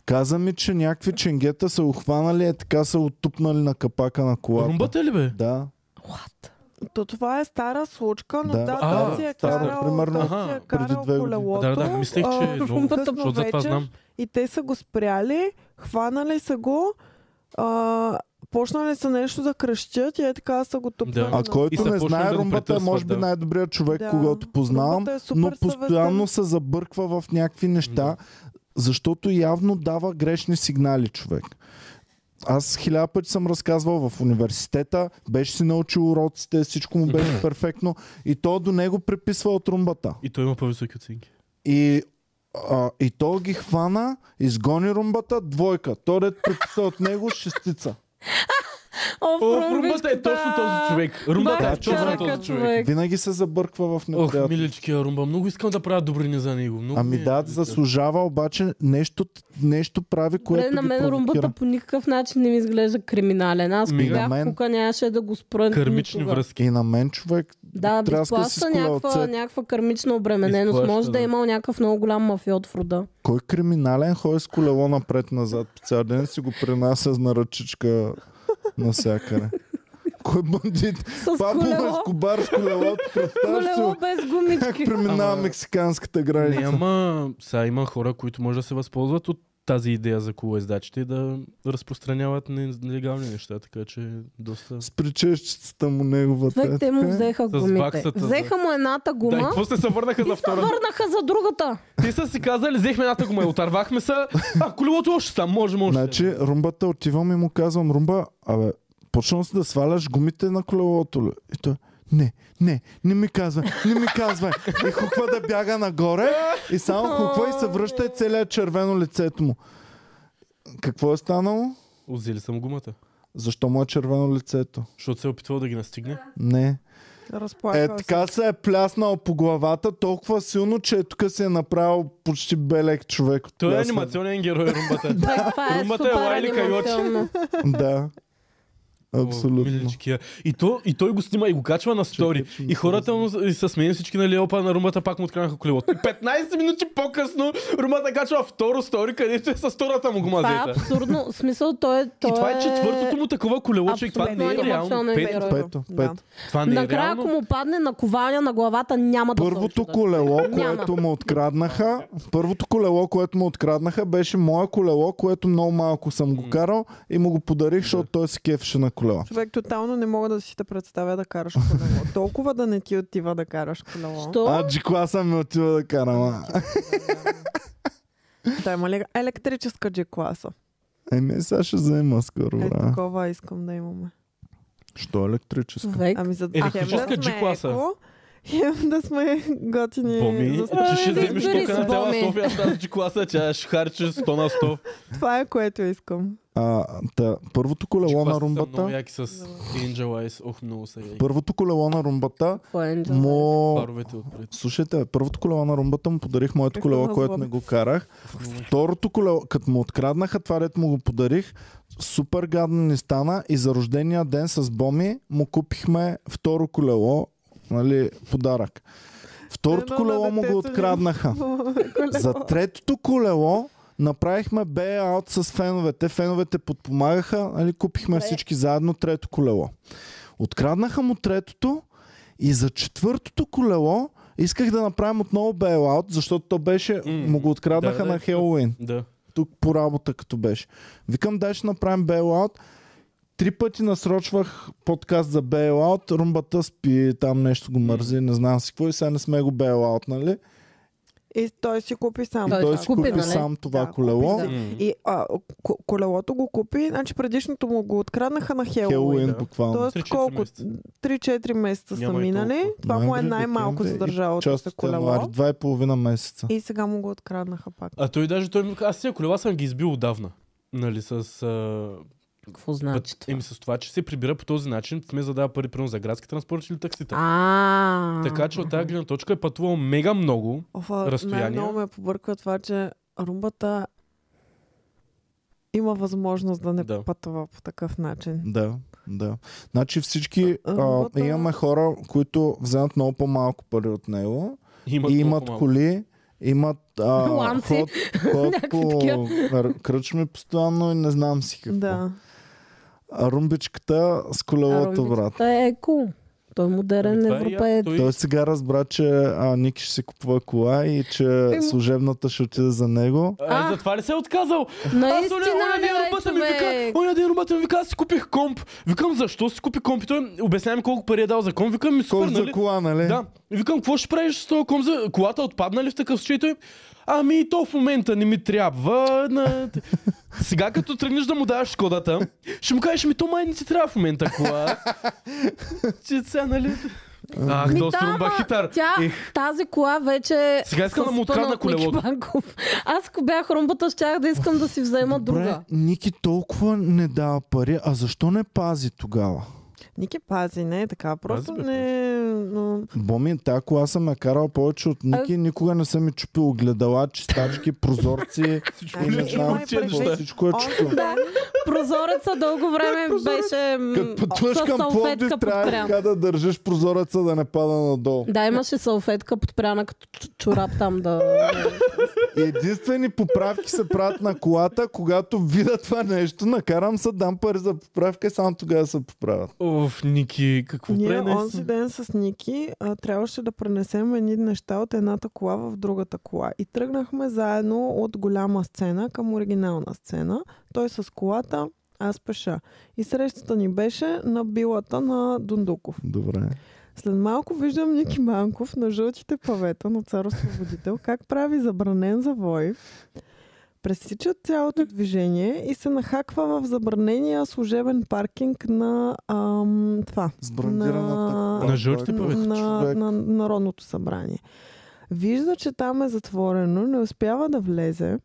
Каза ми, че някакви ченгета са охванали, е така са оттупнали на капака на колата. Румбата е ли бе? Да. What? То това е стара случка, но Да. да, А, той си е стара, карал, примерно, той си Аха, е преди карал две години. колелото. Да, да, мислех, че а, е късно много, защото за това вечер знам. И те са го спряли, хванали са го, а, почнали са нещо да крещят и е така са го тупнали. Да. А на- И който са не почнали знае, да го румбата е претърсват, може би да. най-добрият човек, Да. когато познавам, Румбата е супер но постоянно съвестен. се забърква в някакви неща, защото явно дава грешни сигнали човек. Аз хиляда пъти съм разказвал в университета, беше си научил уроците, всичко му беше перфектно и то до него преписва от румбата. И той има по-високи оценки. И А, и то ги хвана, изгони румбата, двойка. Той дед приписа от него шестица. О, О, Фрумбичката! румбата е точно този човек. Румбата е Бах, точно чарака този Е, човек. Винаги се забърква в Ох, неприятно. миличкия Румба, много искам да правя добрини за него. Много ми Ами е да, миличкия. заслужава обаче нещо, нещо прави, Добре, което на ги мен румбата провокира. по никакъв начин не ми изглежда криминален. Аз Ми, ми, на бях мен- мен... кука, нямаше да го спра Кармични никога. връзки. И на мен човек Да, би трябва да си изплаща скула от някаква, цвет. някаква кармична обремененост. Изплаща, Може да, да. е имал някакъв много голям мафиот в рода. Кой криминален ходи с колело напред-назад по цял ден си го принася с наръчичка навсякъде? Кой бандит? С Пабло колело, Ескобар с колелото. Представяш си колело без как гумички. преминава Ама- мексиканската граница. Няма, сега има хора, които може да се възползват от тази идея за колоездачите и да разпространяват не- нелегални неща, така че е доста... С причещицата му неговата. Човек, е те му така. взеха С гумите. баксата, да. Взеха му едната Да, и гума какво сте се върнаха за и се втора? върнаха за другата. Те са си казали, взехме едната гума, и отървахме се, а колелото още там, може, може. Значи румбата отивам и му казвам, румба, абе, почна си да сваляш гумите на колелото ли? И той, не, не, не ми казвай, не ми казвай. И хуква да бяга нагоре и само хуква и се връща и целият червено лицето му. Какво е станало? Узели съм гумата, Защо му е червено лицето? защото се е опитвал да ги настигне. Не. Е, Разплакал се. така се е пляснал по главата толкова силно, че е тук си е направил почти белек човек. от Той е плясна. анимационен герой, румбата. Човек, Това е Румбата е супер Лайли Кайочи. анимационно. Да. О, Абсолютно. миличкия. И, то, и той го снима и го качва на стори. Чакай, че И ми хората му и са смеем всички на Леопа на румата, пак му откранаха колелото. И 15 минути по-късно румата качва второ стори, където е с втората му гума Това е взета. абсурдно. В смисъл, той е... И той това е четвъртото му такова колело, че и това не е Абсолютно реално. анимационен Пето, герой. Пето, Да. пето. това не е Накрая, ако реално. му падне на кованя на главата, няма да се Първото очуда. колело, Няма. което му откраднаха, първото колело, което му откраднаха, беше мое колело, което много малко съм го карал и му го подарих, защото той се кефеше на колела. Човек, тотално не мога да си те представя да караш колело. Толкова да не ти отива да караш колело. Що? А G-класа ми отива да карам. а. Та има ли електрическа G-класа? Еми, Е, сега ще взема скоро, Е, бра. такова искам да имаме. Що е електрическа? Човек. Ами за Електрическа G-класа. еко, Хем да сме готини. Боми, за ти ще да вземеш Ами, избери тока си, на цяла Боми. София с тази класа, че ще харчиш 100 на 100. Това е което искам. А, та, първото колело на Класите са Много румбата, яки с Angel Eyes. Ох, много са яки. първото колело на румбата, Какво е, Енджел? му... Паровете отпред. Слушайте, бе, първото колело на румбата му подарих моето Какво колело, на което злоба? не го карах. Второто колело, като му откраднаха това, дето му го подарих, супер гадно ни стана и за рождения ден с Боми му купихме второ колело, нали, подарък. Второто Едно на колело му детето го ли? откраднаха. За третото колело направихме бейаут с феновете. Феновете подпомагаха, нали, купихме всички заедно трето колело. Откраднаха му третото и за четвъртото колело исках да направим отново бейлаут, защото то беше, М, му го откраднаха да, да, на да. Хелоуин. Да. Тук по работа като беше. Викам, дай ще направим бейлаут. Три пъти насрочвах подкаст за бейлаут, румбата спи, там нещо го мързи, не знам си какво и сега не сме го бейлаут, нали? И той си купи сам. И Той той си си купи, купи нали? сам това Да, колело. купи, да. И а, ко- колелото го купи, значи предишното му го откраднаха на Хелоуин. Хелоуин буквално. Тоест 3-4 колко? месеца. 3-4 месеца са Няма и минали. толкова. Това му е Ноември, най-малко за декември и държавата част е за от януари. колело. Два и половина месеца. И сега му го откраднаха пак. А той даже, той ми каза, аз тия колела съм ги избил отдавна. Нали, с а, Какво Път, значи това? еми с това, че се прибира по този начин, вместо да дава пари примерно за градски транспорт или таксита. А, Така че от тази гледна точка е пътувал мега много. Офа, Разстояние? Най-много ме побърква това, че румбата има възможност да не Да. пътува по такъв начин. Да, да. Значи всички А, а, работа- имаме хора, които вземат много по-малко пари от него Имат и толкова имат малко. коли, имат а, Ланци. ход, ход Някакви по такива. р- кръчми постоянно и не знам си какво. Да. А румбичката с колелото, брат. Той е еко. Той е модерен Това е европеец. яко, той- Той сега разбра, че а, Ники ще си купува кола и че Ем. служебната ще отиде за него. А, А. затова ли се е отказал? Аз Наистина, оня оня ден бе, румбата ми вика, човек. оня ден румбата ми вика, аз си купих комп. Викам, защо си купи комп? И той обяснява ми колко пари е дал за комп. Викам, ми супер, Колко за нали? кола, нали? Да. И Викам, какво ще правиш с този комп за колата отпадна ли в такъв случай? Той, ами и то в момента не ми трябва. На... Сега като тръгнеш да му даваш кодата, ще му кажеш, ми то май не ти трябва в момента кола. Че сега, нали? Ах, Ми, да, да, струмба ама хитар. Е, Тя, Ех. тази кола вече Сега искам с да му открадна пъна от Ники колелото. Банков. Аз ако бях румбата, щях да искам да си взема Добре, друга. Ники толкова не дава пари, а защо не пази тогава? Ники пази, не е така. Просто бе, не... Но... Боми, тая кола съм я карал повече от Ники, никога не съм ми чупил огледала, чистачки, прозорци. и не е Ами, знам, имай какво предвид, всичко е чупил. Он, да, Прозореца дълго време беше м, Като пътуваш с към Пловдив, салфетка трябва подпряна. така да държиш прозореца да не пада надолу. Да, имаше салфетка подпряна като чу- чорап там да... И единствени поправки се правят на колата, когато видя това нещо, накарам се, дам пари за поправка и само тогава се поправят. Оф, Ники, какво ние прави онзи наистина? ден с Ники а, трябваше да пренесем едни неща от едната кола в другата кола. И тръгнахме заедно от голяма сцена към оригинална сцена. Той с колата, аз пеша. И срещата ни беше на билата на Дундуков. Добре. След малко виждам Ники Манков на жълтите павета на Цар Освободител, как прави забранен завой, пресича цялото движение и се нахаква в забранения служебен паркинг на ам, това, С брандираната На- кола, На жълтите който павета. на, човек. на Народното събрание. Вижда, че там е затворено, не успява да влезе.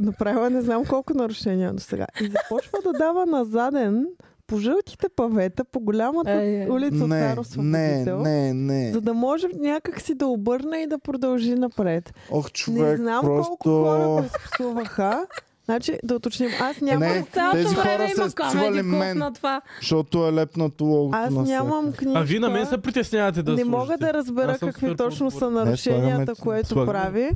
Направила не знам колко нарушения до сега. И започва да дава назаден по жълтите павета, по голямата Ай, ай. улица не, Не, Царо не, Освободител. не, не. За да може някак си да обърне и да продължи напред. Ох, не човек, знам колко хора просто... ме спсуваха. Значи, да уточним, аз нямам Не, Цялото тези време хора има се Comedy свали Club мен, на това. защото е лепнато логото Аз на всеки. нямам книжка. А вие на мен се притеснявате да не служите. мога да разбера Аз съм какви супер точно са по-отговорен. Не, нарушенията, слагаме- което слагаме. прави.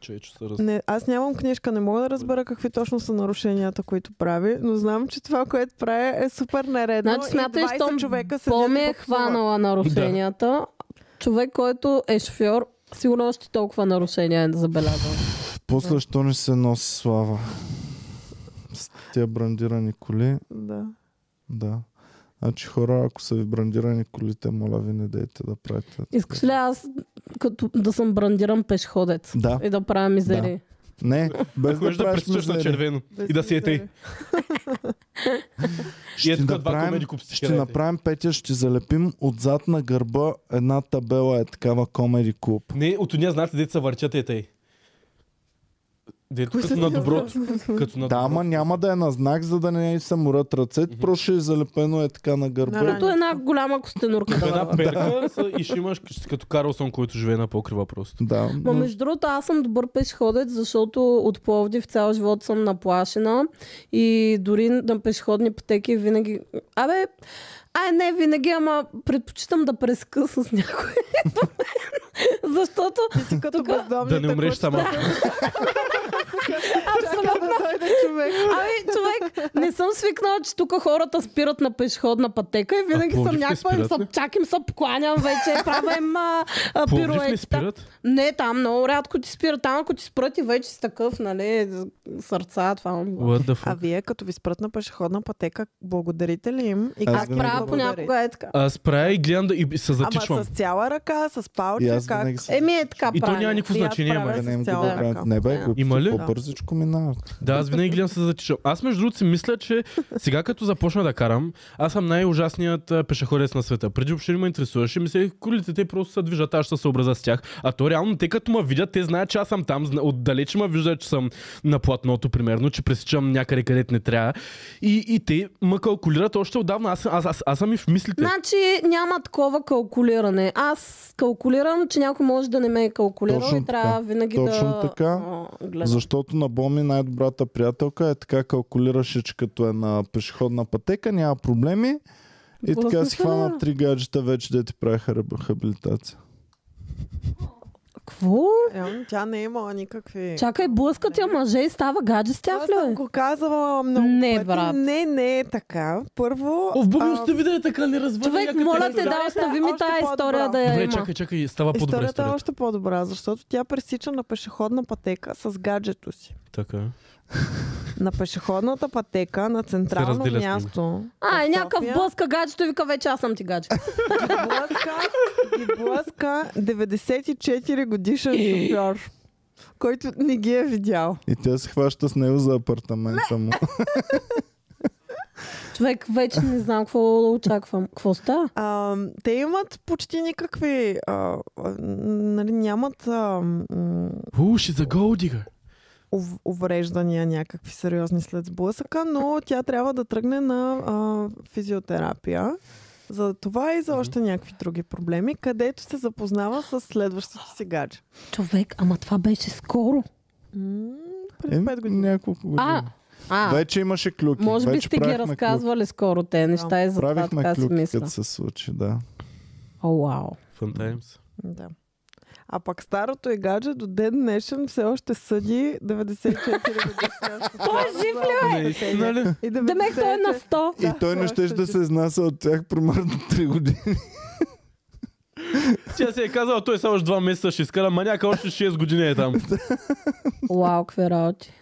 Чечо се раз... Не, аз нямам книжка, не мога да разбера какви точно са нарушенията, които прави, но знам, че това, което прави е супер нередно. Значи смятай, и 20 щом човека се Поми е хванала нарушенията. Човек, който е шофьор, сигурно още толкова нарушения е забелязал. После, що не се носи слава? С тия брандирани коли, Да. да. Значи хора, ако са ви брандирани колите, моля ви не дейте да правите. Искаш ли аз като, да съм брандиран пешеходец? Да. И да правя мизери. Не, без Ако да, да, да правиш пресичаш на мизерия. червено и да си е тъй. И Ще е така два направим, комеди куп ще направим Петя, ще залепим отзад на гърба една табела е такава комеди клуб. Не, от уния знаете, дете са върчат е тъй. Дето като на доброто. Като на Да, ама доброто. няма да е на знак, за да не се морят ръцете, просто ще е залепено е така на На гърба. рани. Като е една голяма костенурка. Като да една дава. перка са- и ще имаш като Карлсон, който живее на покрива просто. Да, Ма но- между другото, аз съм добър пешеходец, защото от Пловдив цял живот съм наплашена и дори на пешеходни пътеки винаги... Абе, ай не винаги, ама предпочитам да преска с някой. до мен. защото Като бездомните Да не умреш кучета. сама. Чака да дойде човек. Ами, човек, не съм свикнала, че тук хората спират на пешеходна пътека и винаги съм Пловдив не някаква им спират се ли? чак им се покланям вече, правя им а, а, Пловдив не пируета. спират? Не, там много рядко ти спират. Там ако ти спрат и вече си такъв, нали, сърца, това. онова. What the А fuck? вие, като ви спрат на пешеходна пътека, благодарите ли им? И Аз как Аз им винаги правя благодаря. благодарите? понякога е така. Аз правя и гледам да и се Ама затичвам. с цяла ръка, с и палче, аз как? винаги се Еми е така И то правя. няма никакво И аз значение, правя ма. е Да не им с го цяла ръка. правят. Не бе, Да. глупости, Има ли? по-бързичко минават. Да, аз винаги гледам се зачичам. Аз между другото си мисля, че сега като започна да карам, аз съм най-ужасният а, пешеходец на света. Преди въобще не ме интересуваше, мисля, колите те просто се движат, аз ще се съобразя с тях. А то реално те като ме видят, те знаят, че аз съм там, зна- отдалеч ме виждат, че съм на платното, примерно, че пресичам някъде където не трябва. И, и те ме калкулират още отдавна. Аз, аз, аз, аз съм и в мислите. Значи няма такова калкулиране. Аз калкулирам, че някой може да не ме е калкулирал Точно и трябва така. винаги Точно да... така. а, гледам. Защото на Боми най-добрата приятелка е така калкулираше, че като е на пешеходна пътека, няма проблеми. И Босна така си храна. хвана три гаджета вече, де ти правиха рехабилитация. Какво? Реално тя не е имала никакви... Чакай, блъскат я мъже и става гадже с тях Аз ли? съм бе? го казвала много Не, е пъти. брат. Не, не е така. Първо... О, в Боби, а, остави да е така, не разбира. Човек, моля те, да остави ми Още тази по-добра. история да я Добре, има. чакай, чакай, става по-добре Историята е историята. още по-добра, защото тя пресича на пешеходна пътека с гаджето си. Така. На пешеходната пътека на централно разделя с ним. място. А, е, в някакъв София, блъска гаджето и вика, вече аз съм ти гадже. ги блъска, ги блъска 94 годишен шофьор, който не ги е видял. И тя се хваща с него за апартамента му. човек, вече не знам какво да очаквам. Какво става? А, те имат почти никакви... А, а, нали, нямат а, м, Уу, ще за голдига. ув- увреждания някакви сериозни след сблъсъка, но тя трябва да тръгне на а, физиотерапия. За това и за още някакви други проблеми, където се запознава с следващото си гадже. Човек, ама това беше скоро. М, Е, Преди 5 години. няколко години. А, а Вече имаше клюки. може би Вече сте ги правихме разказвали скоро те неща и клюки. за това Правихме така си клюки, мисля. като се случи, да. О, вау. Fun times. Да. А пък старото е гадже до ден днешен все още съди 94 годишния. Той е жив Наистина ли? И Демек той е на 90 100. И той не това щеше ще да ти- се изнася от тях примерно 3 години. Тя се е казала, той само още два месеца ще изкара, маняка още 6 години е там. Вау, какви работи.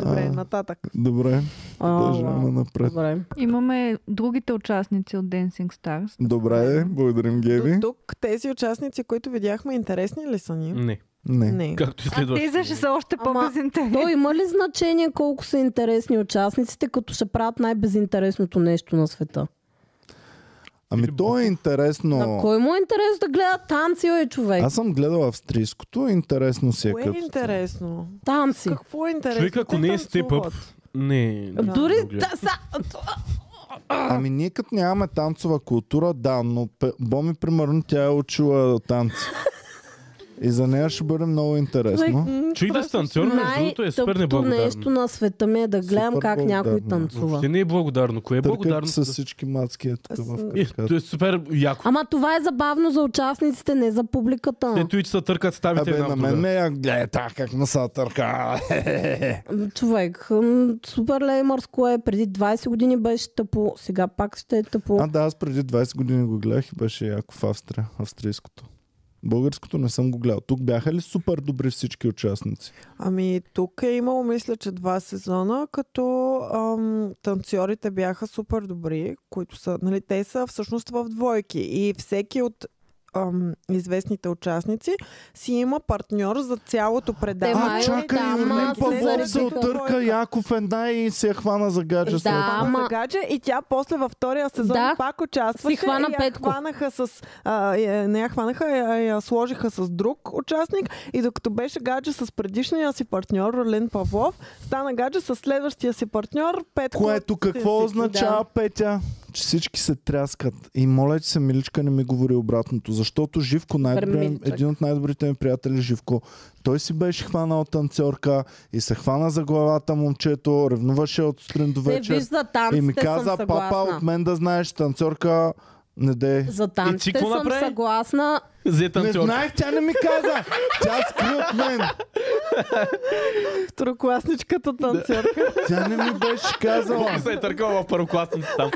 Добре, А, нататък. Добре, А, продължаваме вау. напред. Добре. Имаме другите участници от Dancing Stars. Добре, благодарим, Геви. До тук тези участници, които видяхме, интересни ли са ни? Не. Не. Не. Както и А следва. тези ще са още Ама, по-безинтересни. То има ли значение колко са интересни участниците, като ще правят най-безинтересното нещо на света? Ами то е На интересно. кой му е интерес да гледа танци, е човек? Аз съм гледал австрийското, интересно си е Кое е като. интересно? Танци. Какво е интересно? Човек, ако Те не е степ-ап, танцуват. Не. Да. Дори не го гледам. да, са, Ами ние като нямаме танцова култура, да, но пе- Боми, примерно, тя е учила танци. И за нея ще бъде много интересно. М, Чуй да станцор, между другото е супер най-тъпото нещо неблагодарно. на света ми е да гледам Супер как някой благодарна. танцува. Въобще не е благодарно. Кое е благодарно? Търкат с всички мацки е тук в Е, краката. то е супер яко. Ама това е забавно за участниците, не за публиката. Ето и че се търкат ставите Абе, една на в мен друга. ме я гледа как ме са търка. М, Човек, м, супер леймърско е. Преди 20 години беше тъпо, сега пак ще е тъпо. А да, аз преди 20 години го гледах и беше яко в Австрия, австрийското. Българското не съм го гледал. Тук бяха ли супер добри всички участници? Ами тук е имало, мисля, че два сезона, като ам, танцорите бяха супер добри, които са, нали, те са всъщност в двойки и всеки от ам, известните участници си има партньор за цялото предаване. Те Е, май- а, чакай, да, Юлин ама Павлов заради се отърка двойка. Яков Енда и се я хвана за гадже Да, след това. Ама- Ама... гадже и тя после във втория сезон Да. да. пак участваше. Си хвана и я Петко. хванаха с... А, я, не я хванаха, а я, я сложиха с друг участник. И докато беше гадже с предишния си партньор, Ролен Павлов, стана гадже с следващия си партньор, Петко. Което какво Си- си- означава, Петя? Че всички се тряскат. И моля, че се миличка не ми говори обратното. Защото Живко, най-добри, миличък. един от най-добрите ми приятели, Живко, той си беше хванал танцорка и се хвана за главата момчето, ревнуваше от сутрин до Не вечер. виж за И танците ми Ами каза, съм папа, съгласна. от мен да знаеш, танцорка, не дей. За ти танците какво съм направи? съгласна. Зе Не танцор. знаех, тя не ми каза. Тя скри от мен. Второкласничката танцорка. Тя не ми беше Бог казала. се е търкала в първокласница там.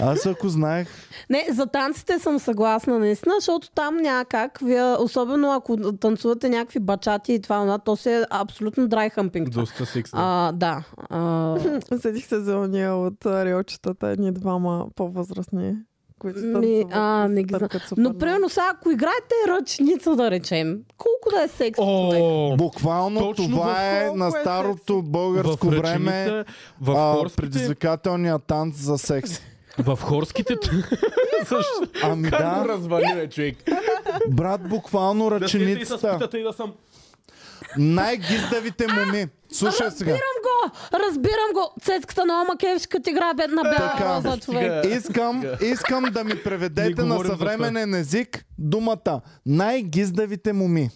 Аз ако знаех, Не, за танците съм съгласна наистина, защото там някак, вие, особено ако танцувате някакви бачати и това, и онова, то си е абсолютно драй хъмпинг. Доста секс. А, да. А, Седих се за уния от а, релчетата, едни двама по-възрастни. Които Ми, танцуват а, и се не ги знам. търкат супер но много. примерно сега, ако играете ръчница, да речем, колко да е секс човек? О, буквално Точно в това е колко на е секси. старото българско в време ръченица, в а, хорските, предизвикателния танц за секс. в хорските... Защо? Ами Как го да, развали, бе, човек? брат, буквално Да седите и с ръченицата. питата и да съм... Най-гиздавите моми. Слушай сега. Разбирам го! Разбирам го! Цецката на Ома Кевш, като играе бедна бяла Така. роза, човек. Искам, искам да ми преведете Ние на говорим за съвременен език думата. Най-гиздавите моми.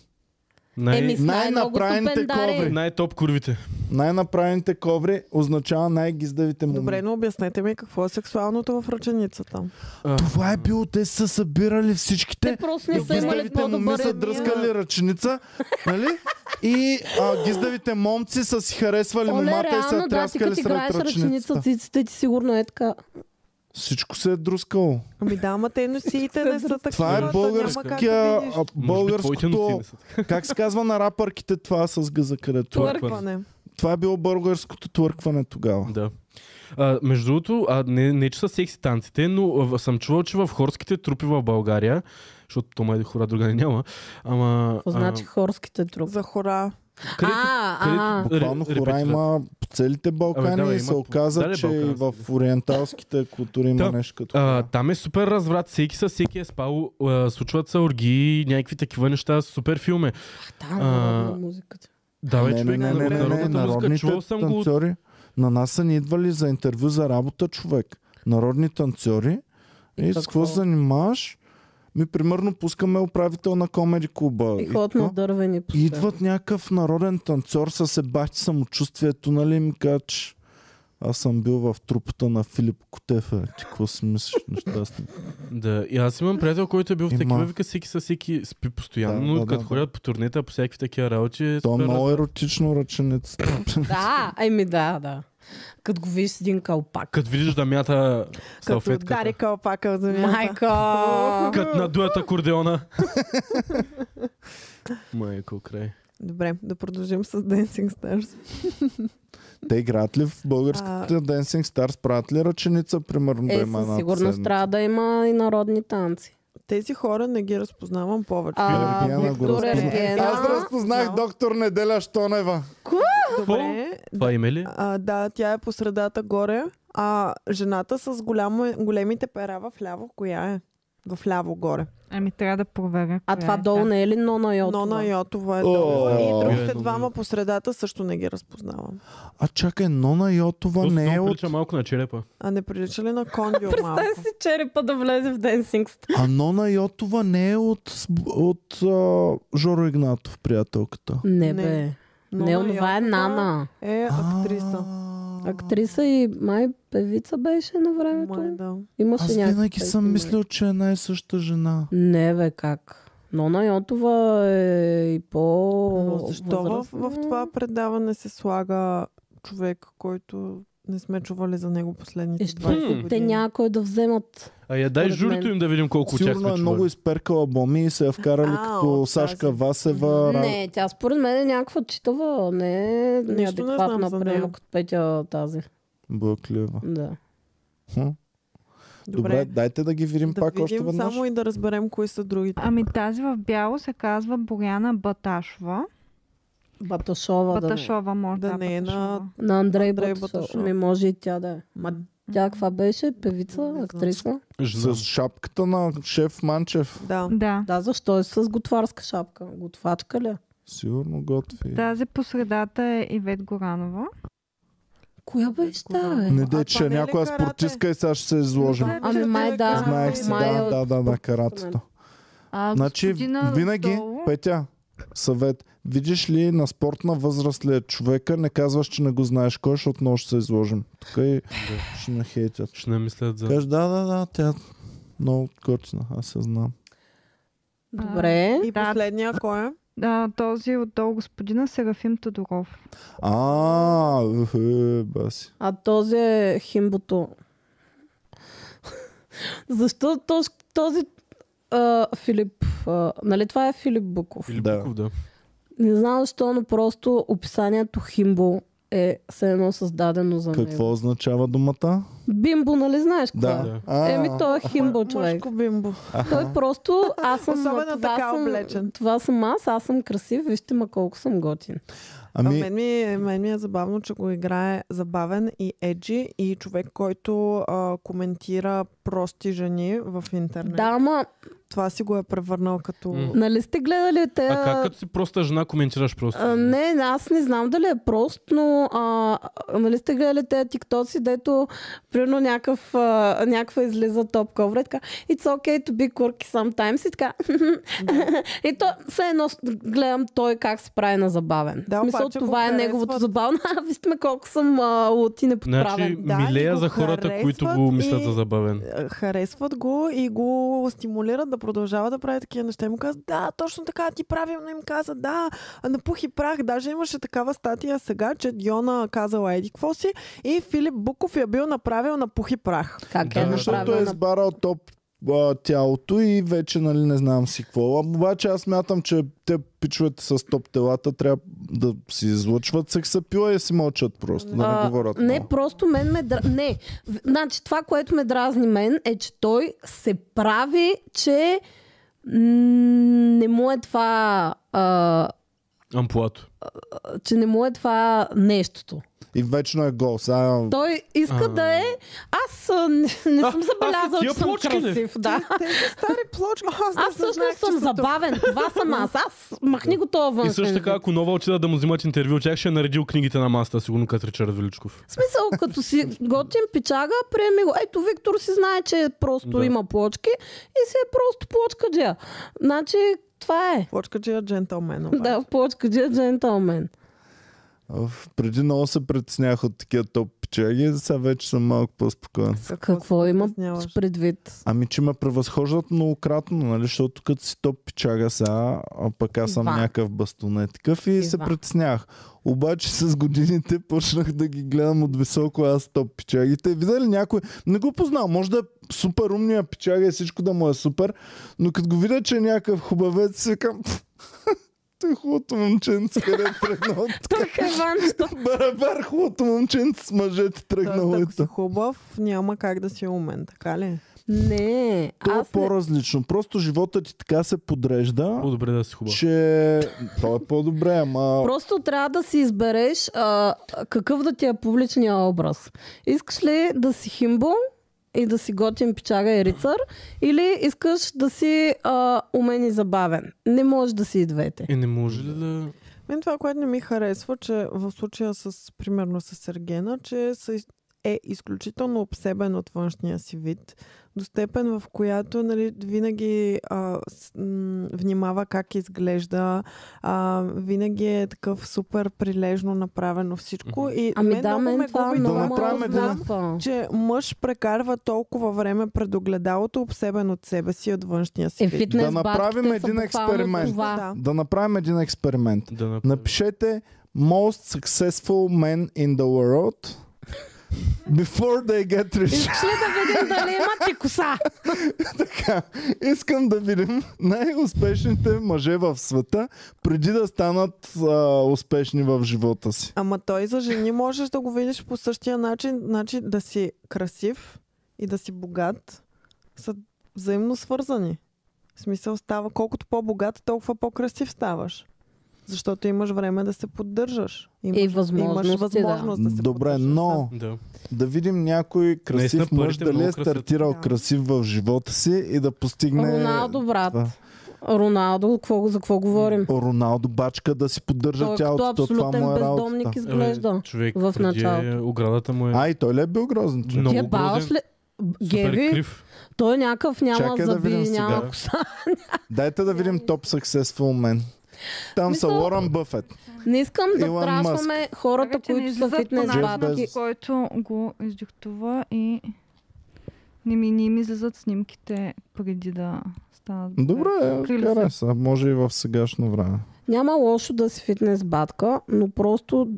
Най- Еми, знае многото най-направените пендари. коври. Най-топ курвите. Най-направените коври означава най-гиздавите моми. Добре, но обяснете ми какво е сексуалното в ръченицата. Това е било, те са събирали всичките. Те просто не са имали Гиздавите моми по-добър са дръскали ръченица, нали? И а, гиздавите момци са си харесвали Оле, момата и са реално, я да, ти тряскали като играеш сред ръченица, ръченицата. циците ти сигурно е така. Всичко се е друскало. Ами да, ама те носиите не са такива. Това та е няма как българския, да видиш. а, българското, как се казва на рапърките това с гъза, където е. Търкване. Това е било българското твъркване тогава. Да. А, между другото, а, не, не че са секси танците, но а, в- съм чувал, че в хорските трупи в България, защото то май хора друга не няма, ама... Какво значи хорските трупи? За хора. Където, значи? А, където а. ре- Буквално хора репетират. има по целите Балкани Абе, да, бе, и се има по- оказа, да, бе, че и в Балканските. ориенталските култури има Да. нещо като А, това. там е супер разврат. Всеки със всеки е спал. А, случват се оргии, някакви такива неща. Супер филме. Да, А, музиката. Да, бе, не, не, човек, не, на- не, не, не, народната музика. народните Чувал съм го от танцори на нас са ни идвали за интервю за работа човек. Народни танцори. И, с какво се занимаваш? Ми, примерно, пускаме управител на комеди клуба. И ход така. на дървени И постоянно. идват някакъв народен танцор с ебати самочувствието, нали, и ми казва, че аз съм бил в трупата на Филип Котев. Е. Ти какво си мислиш, нещастен? Да, и аз имам приятел, който е бил в Има. такива, вика всеки със всеки спи постоянно, Да, да, да, като да, ходят по турнета, по всякакви такива работи. То е супер много раз- еротично ръченицата. Да, еми да, да. Като го видиш с един калпак. Като видиш да мята Като салфетката. удари калпака от земята. Майка! Като надуят акордеона. Майко, край. Добре, да продължим с Dancing Stars. Те играят ли в българската Dancing Stars? Правят ли ръченица, примерно, да Е, има със една сигурност седмица? трябва да има и народни танци. Тези хора не ги разпознавам повече. А, Георгиена Е, го Виктор разпозна. Е, Евгена. Аз разпознах Знам. доктор Неделя Штонева. Добре, Това име ли? а, да, тя е по средата горе, а жената с голямо, големите пера в ляво, коя е? В ляво горе. Ами трябва да проверя. А коя това е долу тя. не е ли Нона Йотова? Нона Йотова е О, долу. О, И е, другите добре. двама по средата също не ги разпознавам. А чакай, Нона Йотова Просто не е много от... прилича малко на черепа. А не прилича ли на Кондио малко? Представи си черепа да влезе в Dancing Stars. А Нона Йотова не е от, с- от а, Жоро Игнатов, приятелката. Не, Не. бе. Нона не, онова е Йотова Нана. Е актриса. А, Актриса и май певица беше на времето. Май да. Имаше Аз някакви винаги песни, съм май. мислил, че е най-съща жена. Не, бе, как? Нона Йотова е и по... Но защо в, в възрастна. това предаване се слага човек, който не сме чували за него последните Е, 20 ще- години? Те някой да вземат. А я дай Според журито мен. им да видим колко от тях Сигурно сме е много чували. изперкала боми и се е вкарали А, от като тази. Сашка Васева. Ра- Не, тя според мен е някаква читава, не е не знам неадекватна, за нея. примерно като Петя тази. Бъклева. Да. Добре, дайте да ги видим да пак още видим веднъж. само и да разберем кои са другите. Ами тази в бяло се казва Боряна Баташова. Баташова, да. Баташова може Да не е на- Баташова. не. На Андрей, Андрей Баташов. Баташов. Не може и тя да е. Ма тя каква беше? Не Певица, знам. актриса? С Жена. шапката на шеф Манчев. Да. Да. Да, защо е с готварска шапка? Готвачка ли? е? Сигурно готви. Тази по средата е Ивет Горанова. Коя Е, беше тя, бе? Не А дей, че това не е ли някоя карате? спортистка и сега ще се изложим. Не знам, Ами, виждате май ли да. карате? Знаех си, Май е да, от да, да, на нали? спорт- каратето. А, Значи, господина винаги, долу- Петя, съвет. Видиш ли на спортна възраст ли е човека, не казваш, че не го знаеш кой, защото много ще се изложим. Тук и ще ме хейтят. Ще намислят за... Кажеш, да, да, да, тя е много готина, аз се знам. Добре. И Да. последния кой е? Да, този е отдолу господина Серафим Тодоров. А, е, баси. А този е химбото. Защо този, този а, Филип, а, нали това е Филип Буков? Или Да. Буков, да. Не знам защо, но просто описанието химбо е все едно създадено за него. Какво означава думата? Бимбо, нали знаеш какво е? Да. А, Еми, той е химбо човек. Мъжко бимбо. Той просто, аз съм... Особено това така съм, облечен. Това съм аз, аз съм красив, вижте ма колко съм готин. Ами... Ами, Мен, ми, мен ми е забавно, че го играе забавен и еджи и човек, който а, коментира прости жени в интернет. Да, ама, Това си го е превърнал като... М. нали сте гледали те... А как като си проста жена коментираш просто? А, не, аз не знам дали е прост, но а, а, нали сте гледали те тиктоци, дето примерно някакъв, а, някаква излиза топ ковра и така It's okay to be quirky sometimes и така. и то все едно с- гледам той как се прави на забавен. Да, В смисъл, обаче го това е харесват. неговото забавно. А, вижте ме колко съм а, лут и Значи, неподправен. Да, и милея го за хората, които го харесват мислят и- за забавен. Е, Харесват го и го стимулират да продължава да прави такива неща. И му казват, да, точно така, ти правилно им каза, да, а на пух и прах. Даже имаше такава статия сега, че Диона казала еди какво си и Филип Буков я бил направил на пух и прах. Как Да, е защото е направено? избарал топ а, тялото и вече нали не знам си какво. А, Обаче аз мятам, че те пичовете с топ телата трябва да си излъчват сексапила и си мълчат просто, да А, не говорят. не, много. просто мен ме дра... Не, В- значи това, което ме дразни мен е, че той се прави, че м, не му е това а, Ампулато. а, че не му е това нещото. И вечно е гол. Сега... Той иска А. да е... Аз а, не, не А, съм аз и забелязал, тия че съм плочки ли? красив. Да. Тези стари плочки. Аз, Аз не знаех, всъщност че съм са тук. забавен. Това съм аз. Аз махни го това външен. И също така, вид. ако нова отида да му взимат интервю, тях ще е наредил книгите на масата, сигурно като Ричард Величков. В смисъл, като си готин пичага, приеми го. Ето, Виктор си знае, че просто Да. има плочки и си е просто плочкаджия. Значи, това е. Плочка, че е джентълмен. обаче. Да, плочкаджия джентълмен. Оф, Преди много се притеснях от такива топ печаги, сега вече съм малко по-спокоен. Какво се има притесняваш? предвид? Ами, че ме превъзхождат многократно, нали? Защото като си топ печага сега, а пък аз съм Ива. някакъв бастунет такъв и се Ива. притеснях. Обаче с годините почнах да ги гледам от високо аз топ печагите. Видя ли някой? Не го познавам. Може да е супер умния печага и всичко да му е супер, но като го видя, че е някакъв хубавец, си към... Той е хубавото момченце, къде е тръгнал. Тук е ванчето. Барабар, хубавото момченце с мъжете тръгнало. Тоест, и ако си то. хубав, няма как да си умен, така ли? Не, То е аз не... по-различно. Просто животът ти така се подрежда. По-добре да си хубав. че то е по-добре, ама Просто трябва да си избереш а, какъв да ти е публичния образ. Искаш ли да си химбо и да си готин пичага и рицар, или искаш да си а, умен и забавен? Не можеш да си и двете. Е, не може ли да... Мен това, което не ми харесва, че в случая с, примерно с Сергена, че са из- е изключително обсебен от външния си вид, до степен в която нали, винаги а, с, м, внимава как изглежда, а, винаги е такъв супер прилежно направено всичко. И Ами мен да, много мен ме това губи много Да това, направим че един- знам, знам, че мъж прекарва толкова време пред огледалото, обсебен от себе си, и от външния си Е, вид. фитнес Да направим бабките са един буквално експеримент. Това. Да. да направим един експеримент. Да направи. Напишете most successful men in the world before they get rich. Искаш ли да видим дали има ти коса? така, искам да видим най-успешните мъже в света преди да станат а, успешни в живота си. Ама той за жени можеш да го видиш по същия начин. Значи да си красив и да си богат са взаимно свързани. В смисъл става, колкото по-богат, толкова по-красив ставаш. Защото имаш време да се поддържаш. Имаш, И Е, възможности, имаш възможност да, се Добре, поддържаш. но Да. да видим някой красив Наистина, мъж парите дали много е красят. стартирал Да. красив в живота си и да постигне... Роналдо, брат. това. Роналдо, какво, за какво говорим? Роналдо бачка да си поддържа Той е като тялото. то това абсолютен му е бездомник работата. изглежда. Е, човек, в преди началото. оградата му е А, и той ли е бил грозен? човек? много Ти е баош грозен, ли? супер Геви, крив. той някакъв няма Чакай да зъби, видим сега. няма коса. Дайте да видим Ами. топ successful мен. Там са Мисля- Лорън Бъфет. Не искам да Илон трашваме хората, Вече не които са излизат фитнес по начин, бабки. Без- който го издиктува и не ми, не ми излизат снимките преди да станат. Добре, е, Крили се. кара се. Може и в сегашно време. Няма лошо да си фитнес батка, но просто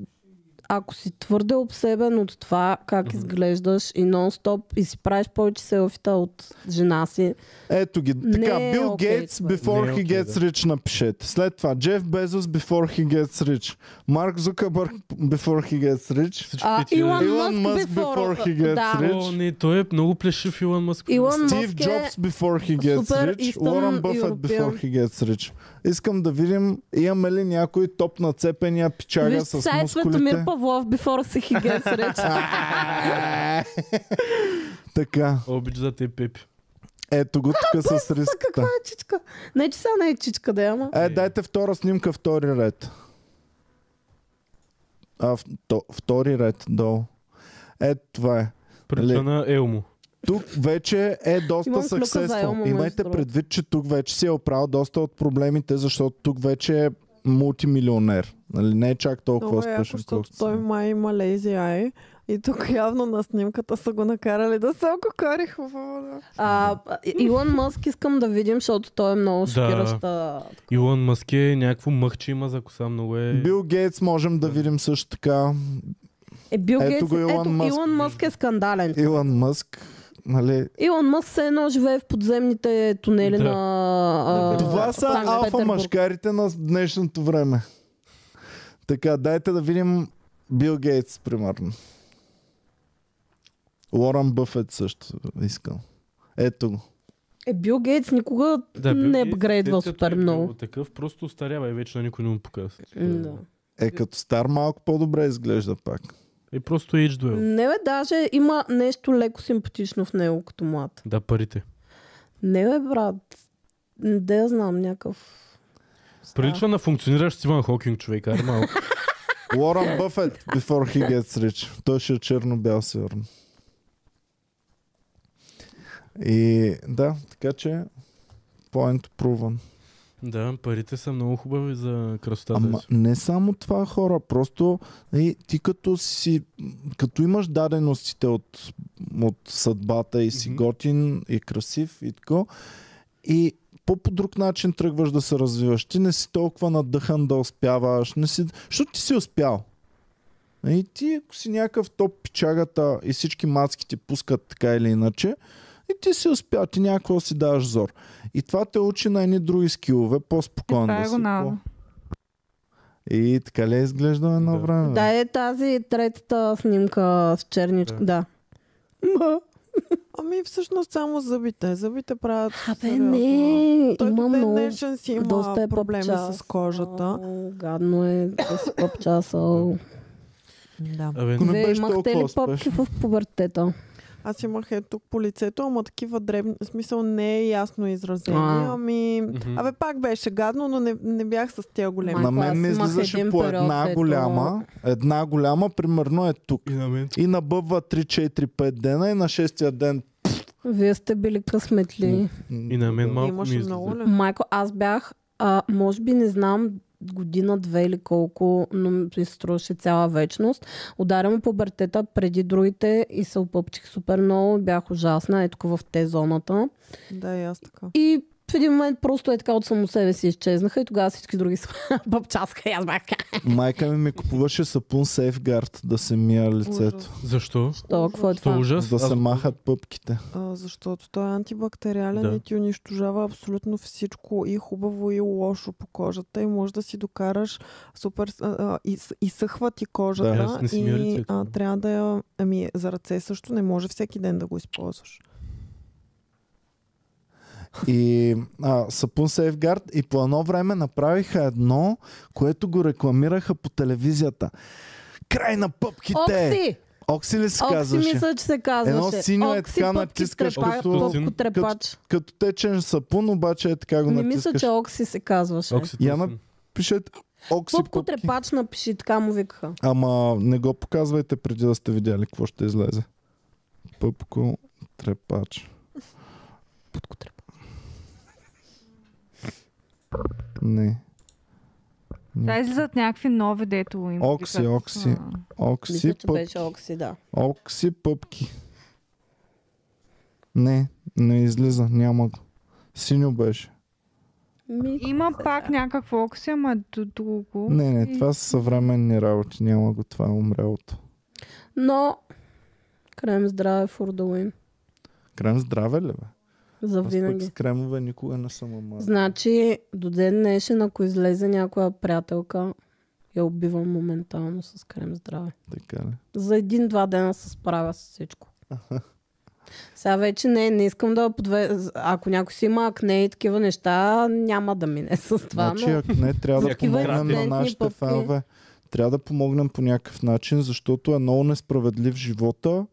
ако си твърде обсебен от това как изглеждаш и нон-стоп и си правиш повече селфита от жена си, Ето ги. Не Така, е Бил окей Гейтс това. before Не е he окей, gets да. rich напишете. След това Джеф Безос before he gets rich. Марк Зукърбърг before he gets rich. Всички а, тия- Илон, Илон Мъск Мъск before, before he gets да. rich. О, не, той е много плешив Илон Мъск. Илон Стив Мъск е... Джобс before he gets супер rich. Eastern Лорън Бъфет European. before he gets rich. Искам да видим имаме ли някой топ нацепения пичага Вижте, с сега е Светомир мускулите. Павлов, before се хигес реч. Е! Така. Обич за те, Пепи. Ето го тук с риската. Е, чичка. Не, че сега не е чичка, да ама. Е, дайте втора снимка, втори ред. А, вто, втори ред, долу. Ето това е. Прилича Ле- на Елмо. Тук вече е доста Имам клюка за Елмо, съксесно. между Имайте другото. предвид, че тук вече си е оправил доста от проблемите, защото тук вече е мултимилионер. Нали, не е чак толкова Много е яко, успешен, защото колкото той си. май има лейзи ай. И тук явно на снимката са го накарали да се ококари хубаво. Да. А, Илон Мъск искам да видим, защото той е много шокираща. Илон Мъск е някакво мъхче има за коса, много е... Бил Гейтс можем да видим също така. Е, Бил Ето Гейтс, го Илон ето, Мъск. Илон Мъск е скандален. Илон Мъск. Нали, Илон Мъск се е едно живее в подземните тунели Да. на а, Е, Това са Санкт алфа Е, Петербург. мъжкарите на днешното време. Така, дайте да видим Бил Гейтс, примерно. Лоран Бъфет също искал. Ето го. Е, Бил Гейтс никога Да, Бил не Гейтс, апгрейдва след като супер е бил много. Такъв просто остарява и вече на никой не му показва. Да. Е, като стар малко по-добре изглежда пак. Е просто Age Duel. Не, бе, даже има нещо леко симпатично в него като млад. Да, парите. Не, бе, брат. М, Да я знам, някакъв... Прилича на функциониращ Стивън Хокинг човек, аре малко. Уорън Бъфет, before he gets rich. Той ще е черно-бял, сигурно. И да, така че point proven. да, парите са много хубави за красотата Ама си. не само това хора, просто и, ти като си, като имаш даденостите от, от съдбата и си Мгм. готин и красив и така, и по по друг начин тръгваш да се развиваш. Ти не си толкова надъхан да успяваш, не си, защото ти си успял. И ти, ако си някакъв топ пичагата и всички мацки ти пускат така или иначе, и ти си успял, ти някакво си даваш зор. И това те учи на едни други скилове, по-спокойно Това е да си. Роналдо. по- и така ли изглеждаме на Да. време? Да, е тази третата снимка с черничко. Да. да. Ами всъщност само зъбите. Зъбите правят... Абе, сериозно. не. Той Има до ден много. днешен си има Доста е проблеми пъпчас. с кожата. О, гадно е да си пъпчасал. Да. Абе, Ако не Вие беше имахте толкова ли пъпки в пубертета? Аз имах е тук по лицето, ама такива дребни, в смисъл не е ясно изразени, А. ами... мгм. Абе, пак беше гадно, но не, не бях с тия големи. на Майко, аз мен ми имах излизаше един по период, една дето- голяма, една голяма, примерно е тук. И на мен. И набъбва 3-4-5 дена и на шестия ден... Вие сте били късметли. И на мен малко ми е Имаше излиза. много ли? Майко, аз бях, а, може би не знам, година, две или колко, но ми се струваше цяла вечност. Ударям по бъртета преди другите и се опъпчих супер много. Бях ужасна, е тук в те зоната. Да, и аз така. И в един момент просто е така от само себе си изчезнаха и тогава всички други са пъпчаска и аз бях «Е, така. Майка ми ми купуваше сапун Safeguard да се мия лицето. Защо? То, какво е То това? ужас. За да Аз- се махат пъпките. А, защото той е антибактериален Да. и ти унищожава абсолютно всичко и хубаво и лошо по кожата и може да си докараш супер... А, а, и, с- и съхва ти Да, кожата аз не си мия и лицето. а, трябва да я... Ами за ръце също не може всеки ден да го използваш. И а, сапун Safeguard и по едно време направиха едно, което го рекламираха по телевизията. Край на пъпките! Окси! Окси ли се Окси казваше? мисля, че се казваше. Едно синьо е Окси, така пъпки натискаш, трепа- като- пъпко трепач. Като течен сапун, обаче е така го Не мисля, натискаш. че Окси се казваше. Окситоцин. Яна, Пишете окси Пъпко пъпки. трепач напиши, така му викаха. Ама не го показвайте преди да сте видяли какво ще излезе. Пъпко трепач. Пъпко трепач. Не. Това излизат някакви нови, дето им Окси, викат. окси. А. Окси, Мисля, че пъп... беше Окси, да. окси пъпки. Не, не излиза, няма го. Синьо беше. Ми, Има пак някакво окси, ама е д- друго. Не, не, това са съвременни работи, няма го това е умрялото. Но крем здраве for the win. Крем здраве ли бе? За Аз пък винаги. с кремове никога не съм ама. Значи, до ден днешен, ако излезе някоя приятелка, я убивам моментално с крем здраве. Така ли? За един-два дена се справя с всичко. Сега вече не, не искам да подве... Ако някой си има акне и такива неща, няма да мине с това. Значи, Но... ако не, трябва да Такива помогнем на инцидентни нашите пъпки. фенове. Трябва да помогнем по някакъв начин, защото е много несправедлив живота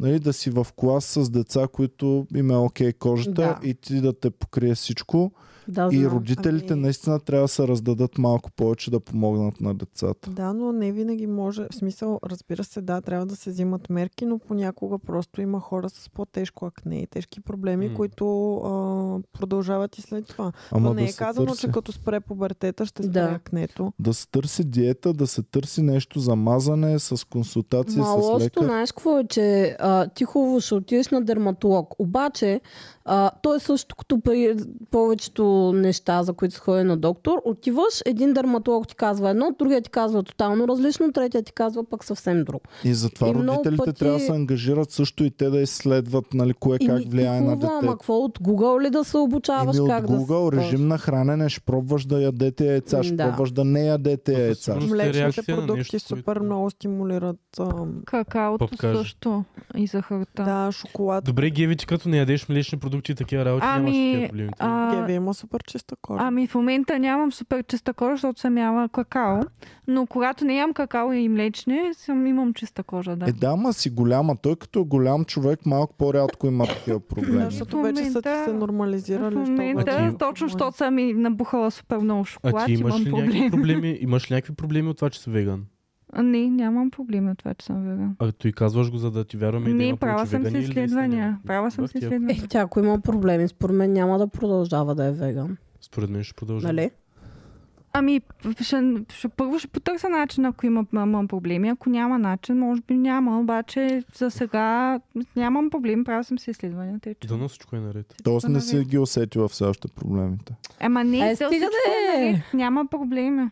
нали, да си в клас с деца, които им е окей кожата Да. и ти да те покрие всичко. Да, и знам. родителите Ами- наистина трябва да се раздадат малко повече да помогнат на децата. Да, но не винаги може. В смисъл, разбира се, да, трябва да се взимат мерки, но понякога просто има хора с по-тежко акне и тежки проблеми, М. които а, продължават и след това. Ама но не да е се казано, търси, че като спре пубертета ще спре Да. акнето. да се търси диета, да се търси нещо за мазане с консултации Ма с лошото, лекар. знаеш какво е, че а, ти хубаво ще отидеш на дерматолог. Обаче, а, той е също като при повечето неща, за които се ходи на доктор, отиваш, един дерматолог ти казва едно, другия ти казва тотално различно, третия ти казва пък съвсем друго. И затова И много родителите пъти- трябва да се ангажират също и те да изследват нали, кое И как ми- влияе на и хубаво, детето. Ама какво от Google ли да се обучаваш Еми как от Google, да се режим на хранене, ще пробваш да ядете яйца, ще М, да. пробваш да не ядете Но със яйца. сигурност- Просто е Млечните реакция на продукти нещо, което- е. супер много стимулират. Ам, Какаото Пъпкажа. също. И захарта. да, шоколад. Добре, Геви, ти като не ядеш млечни продукти и такива работи, нямаш Ами, такива проблеми. а, Геве има суп- супер чиста кожа. Ами в момента нямам супер чиста кожа, защото съм яла какао. Но когато не ям какао и млечни, съм, имам чиста кожа, да. Е, да, ма си голяма. Той като е голям човек, малко по-рядко има такива Да, проблеми. защото вече са ти момента- се в нормализирали. що А момента, ти- точно защото съм и набухала супер много А шоколад, ти имаш имам ли някакви проблем. проблеми? Имаш ли някакви проблеми от това, че си веган? А, Не, нямам проблеми от това, че съм веган. А той казваш го, за да ти вярваме и да Не, има права повече съм си Ами, вегани или наистина изследвания. няма? Права съм Бах си тия. изследвания. Е, тя ако има проблеми, според мен няма да продължава да е веган. Според мен ще продължи. Нали? Ами, ще, ще, първо ще потърся начин, ако има, имам проблеми. Ако няма начин, може би няма. Обаче за сега нямам проблем. Правя съм си изследвания. Тъй, че... Дано всичко е наред. Тоест не си ги усетила все още проблемите. Ема не, Е, е, стига стига да е. Няма проблеми.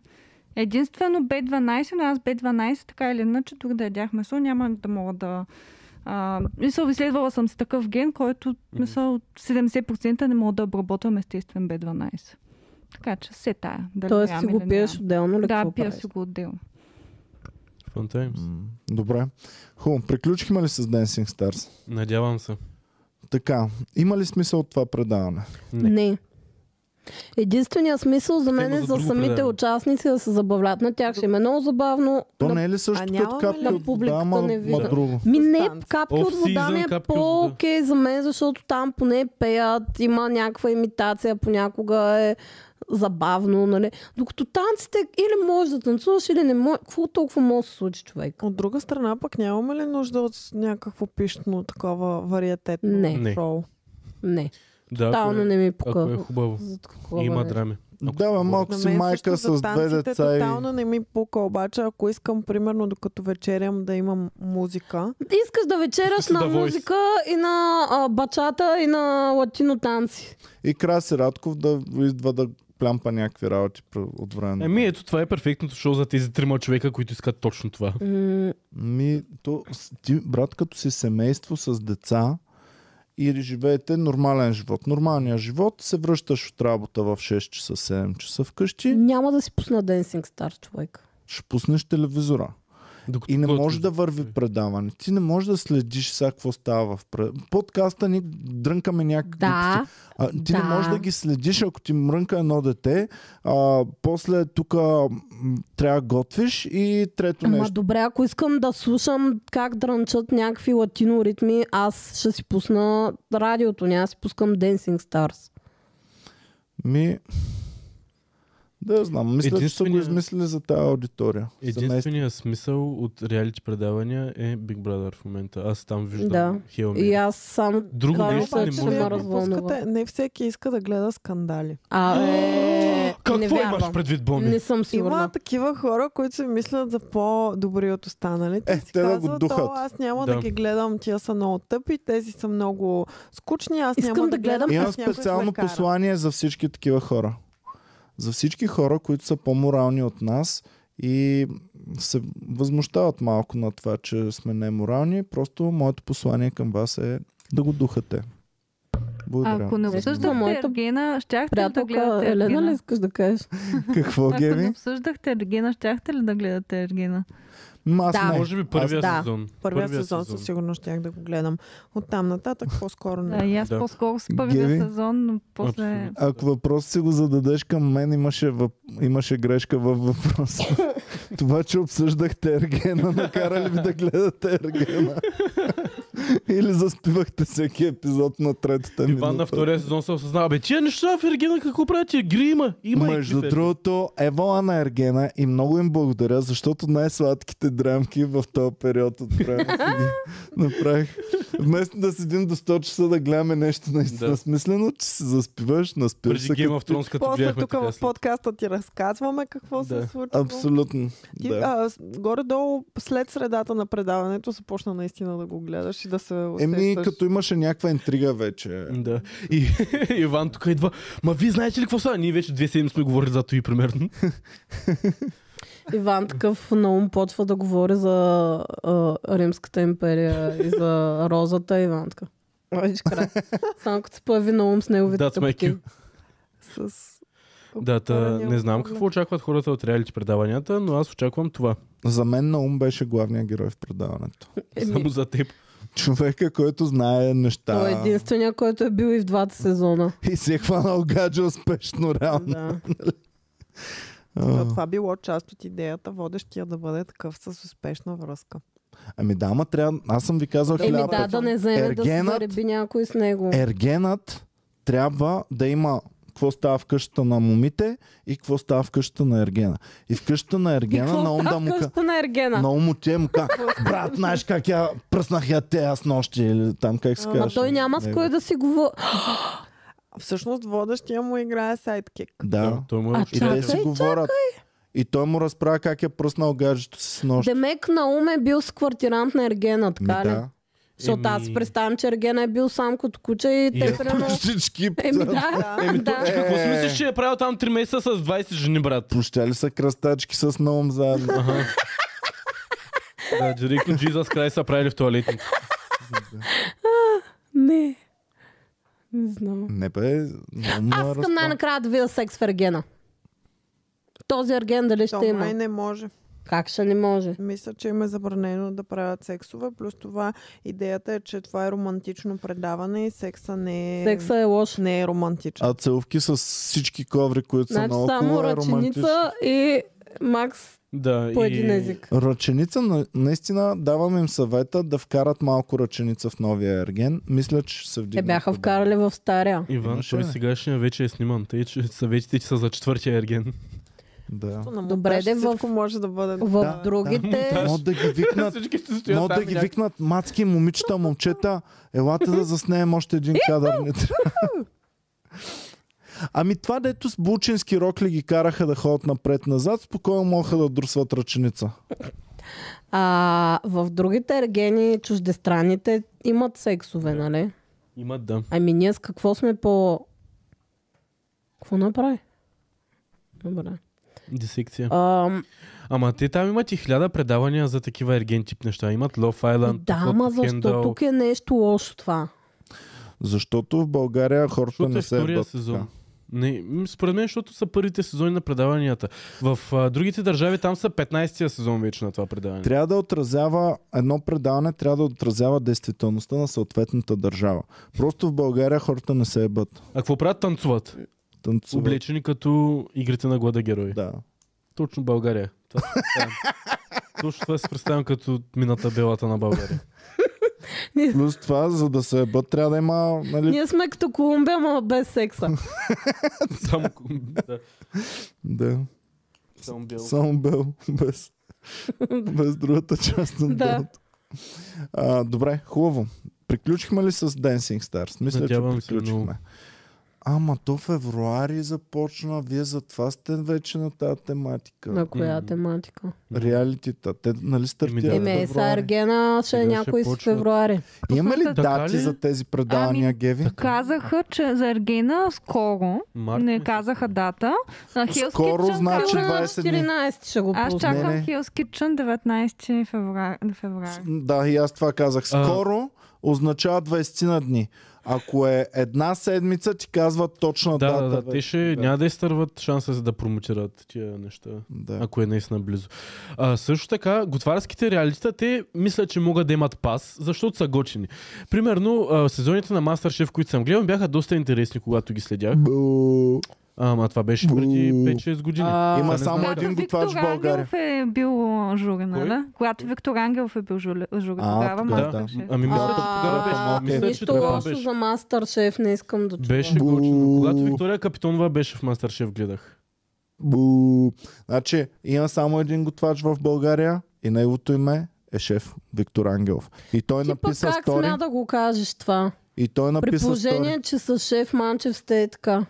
Единствено B12, но аз B12, така или иначе, тук да ядях месо, няма да мога да... А, мисъл, изследвала съм с такъв ген, който мисъл, 70% не мога да обработвам естествен B12. Така че се тая. Дали Тоест ям си или го не пиеш ям. отделно ли? ами Да, какво пия правиш? си го отделно. Fun times. М, Добре. Хубаво. Приключихме ли с Dancing Stars? Надявам се. Така. Има ли смисъл от това предаване? Не. Не. Единственият смисъл за мен Тема е за за друго самите предаване. участници да се забавлят. На тях ще им е много забавно. То На- не е ли също А като нямаме ли- капки На от вода, публиката ма, не ма виждам. друго? Ми не, Останци. капки от Off-season вода ми е капки от вода. по-окей за мен, защото там поне пеят, има някаква имитация, понякога е забавно, нали? Докато танците или можеш да танцуваш, или не можеш. Какво толкова може да се случи, човек? От друга страна пък нямаме ли нужда от някакво пищно такова вариететно Не. Не. шоу? Не. Да, ако Тотално е, не ми ако е пука. хубаво. За такова И има нещо. драми. Ако Да, бе, говорим. малко На си мен майка също за с две танците деца и... тотално не ми пука, обаче ако искам, примерно, докато вечерям да имам музика, Искаш да вечераш Искаш на да войс. музика и на а, бачата и на латино танци. И Краси Радков да идва да плямпа някакви работи пр- от време. на Еми, ето това е перфектното шоу за тези трима човека, които искат точно това. М, Ми, то, с- ти, брат, като си семейство с деца и живеете нормален живот. Нормалният живот се връщаш от работа в 6 часа, 7 часа вкъщи, няма да си пусна Dancing Star, човек. ще пуснеш телевизора. Докато И не готвиш. може да върви предаване. Ти не можеш да следиш сега какво става в пред... подкаста ни дрънкаме някакви Да. глупости. А, ти не да. можеш да ги следиш, ако ти мрънка едно дете, а, после тук трябва да готвиш и трето Ама нещо. добре, ако искам да слушам как дрънчат някакви латино ритми, аз ще си пусна радиото, няма да си пускам Dancing Stars. Ми... Да, знам. Мисля, че са го Единствения- измислили за тази аудитория. Семейство. Единственият смисъл от реалити предавания е Big Brother в момента. Аз там виждам Да. Хел И Мери. аз само... Друго това нещо мисля, не че може вие ме да пропускате- развълнува. не всеки иска да гледа скандали. А, е, не Какво вярвам. имаш предвид, Боми? Не съм Има сигурна. такива хора, които се мислят за по-добри от останалите. Е, И си те да го казват, духат. «О, аз няма да. Да. ги гледам, тия са много тъпи, тези са много скучни, аз Искам няма да да гледам гледам. Имам аз някой е ще ме специално кара». послание за всички такива хора. За всички хора, които са по-морални от нас и се възмущават малко на това, че сме неморални, просто моето послание към вас е да го духате. Благодаря. Ако не За обсъждахте вниманието. моето- Ергена, щяхте ли да Приятелка, гледате Елена ли Ергена? искаш да кажеш? Какво, Ако не Геви? обсъждахте Ергена, щяхте ли да гледате Ергена? М, Аз Да. не. Може би първия да. сезон. Първия, сезон, със сигурност щях да го гледам. От там нататък по-скоро Да, не. и аз Да. по-скоро с Геви? първия сезон, но после... Абсолютно. Ако въпрос си го зададеш към мен, имаше, въп... имаше грешка във въпроса. Това, че обсъждахте Ергена, накара ли ви да гледате Ергена? Или заспивахте всеки епизод на третата минута? Иван на втория сезон се осъзнава. Бе, тия неща в Ергена какво правят? Тия Гри има. Има и Между гри в Ергена. другото, евала на Ергена и много им благодаря, защото най-сладките драмки в този период от време си ги направих. Вместо да седим до 100 часа да гледаме нещо наистина Да. смислено, че се заспиваш, наспиваш Преди се. Game Като... of Thrones, като После бяхме тук така в след- подкаста ти разказваме какво Да. се случва. Абсолютно. Ти, да. а, с- горе-долу след средата на предаването започна наистина да го гледаш и да се усещаш. Еми, като имаше някаква интрига вече. Да. И Иван тук идва. Ма вие знаете ли какво са? Ние вече две седмици сме говорили за това примерно. Иван такъв на ум почва да говори за а, Римската империя и за розата. Иван така. Ой, че край. Само като се появи на ум с неговите That's my тъпки. cue. С... Да, та, Отворения не знам поглед. какво очакват хората от реалити предаванията, но аз очаквам това. За мен на ум беше главният герой в предаването. Еми, Само за теб. човека, който знае неща. Той е единствения, който е бил и в двата сезона. И се е хванал гадже успешно, реално. Да. е А, Това било част от идеята, водещия да бъде такъв с успешна връзка. Ами да, ама трябва... Аз съм ви казал Еми хиляда да, пъти. да не вземе да се Ергенът- зареби някой с него. Ергенът трябва да има какво става в къщата на момите и какво става в къщата на Ергена. И в къщата на Ергена на онда му ка... къщата на Ергена. На му тя му ка... Брат, знаеш как я пръснах я те аз нощи или там как се Е, Ама казваш. Ма той няма с кой да си говори. Всъщност водещия му играе сайдкик. Да. Той му е А, И въобще- те Чакай, си говорят. И той му разправя как е пръснал гаджето си с нощи. Демек Наум е бил с квартирант на Ергена, Ми, така ли? да. Защото аз си Еми- представям, че Ергена е бил сам като куче и те Я- прямо... Пущички. Еми да, Еми, да. точка, какво си Е. мислиш, че е правил там 3 месеца с 20 жени, брат? Пущали са кръстачки с наум заедно. Аха. Да, директно Jesus Christ са правили в туалетник. Не. Не знам. Не бе, е наум Аз искам най-накрая да видя секс в Ергена. Този Ерген дали ще То май има? не може. Как ще не може? Мисля, че им е забранено да правят сексове. Плюс това идеята е, че това е романтично предаване и секса не е, Секса е лош. не е романтичен. А целувки с всички коври, които са Значи наоколо само е романтично. ръченица и Макс Да, по и- един език. Ръченица, на- наистина давам им съвета да вкарат малко ръченица в новия ерген. Мисля, че ще се Те вдигнат. Е, бяха по-добре. вкарали в стария. Иван, Имаше, той бе. сегашния вече е сниман, тъй че съветите ти са за четвъртия ерген. Да. На монтаж Добре, де, всичко в- може да бъде. В Да, другите... Да. Могат да ги викнат, Всички ще стоят могат там да ги някак- викнат мацки, момичета, момчета. Елате да заснеем още един кадър. Не трябва. Ами това, дето с булчински рокли ги караха да ходят напред-назад, спокойно могаха да друсват ръченица. А в другите ергени чуждестранните имат сексове, нали? Имат, да. Ами ние с какво сме по... Какво направи? Добре. Дисекция. Ам, Ама те там имат и хиляда предавания за такива ерген тип неща. Имат Love Island, да, ама защо тук е нещо лошо това? Защото в България хората Защото е не се втория ебат сезон. така. Не, м, според мен, защото са първите сезони на предаванията. В а, другите държави там са 15-тия сезон вече на това предаване. Трябва да отразява, едно предаване трябва да отразява действителността на съответната държава. Просто в България хората не се ебат. А какво правят? Танцуват. Танцуват. Облечени като игрите на глада герои. Да. Точно България. Това си представям. Точно това си представям като мината белата на България. Плюс това, за да се ебат, трябва да има, нали, Ние сме като Колумбия, ама без секса. Само, да, да, само бяло. само бел, без, без другата част на Да. белото. А, добре, хубаво. Приключихме ли с Dancing Stars? Мисля, Надявам че се, много. приключихме. Ама то февруари започна, вие затова сте вече на тази тематика. На коя М. тематика? Реалитита. Те нали стартират Да, Еме, е, са февруари? Ергена, ще е Сега ще някой с почват. февруари. Има ли Така дати ли? за тези предавания, Геви? Казаха, че за Ергена скоро, Март не месец. казаха дата, на Hell's Скоро Kitchen значи казаха- 20 дни. 14 ще го Аз пусна. чакам Не, не. Hell's Kitchen 19 февруари. С- февруари. Да, и аз това казах. А. Скоро означава 20 на дни. Ако е една седмица, ти казва точна Да, дата. да, да. Те вече. ще Да. няма да изтърват шанса си да промотират тия неща. Да. Ако е наистина близо. А, също така, готварските реалита, те мисля, че могат да имат пас, защото са готини. Примерно, а, сезоните на Masterchef, които съм гледал, бяха доста интересни, когато ги следях. Бу. Ама това беше преди Бу. 5-6 години. А, Има не само знам. един Виктор готвач в България. Ангелов е бил а, жури, нали? Кой? Когато Виктор Ангелов е бил жури, жури А, тогава, тогава, да. да. Ами мисля, че А, тогава беше. малко е. Мисля, че Нищо тогава лошо беше. за мастер шеф, не искам да чувам. Беше Бу. готино. Когато Виктория Капитонова беше в Мастершеф, гледах. Бу. Значи, има само един готвач в България и неговото име е шеф Виктор Ангелов. И той Ти пък написа как стори. смя да го кажеш това? И той При написа стори. положение, че с шеф Манчев сте е така.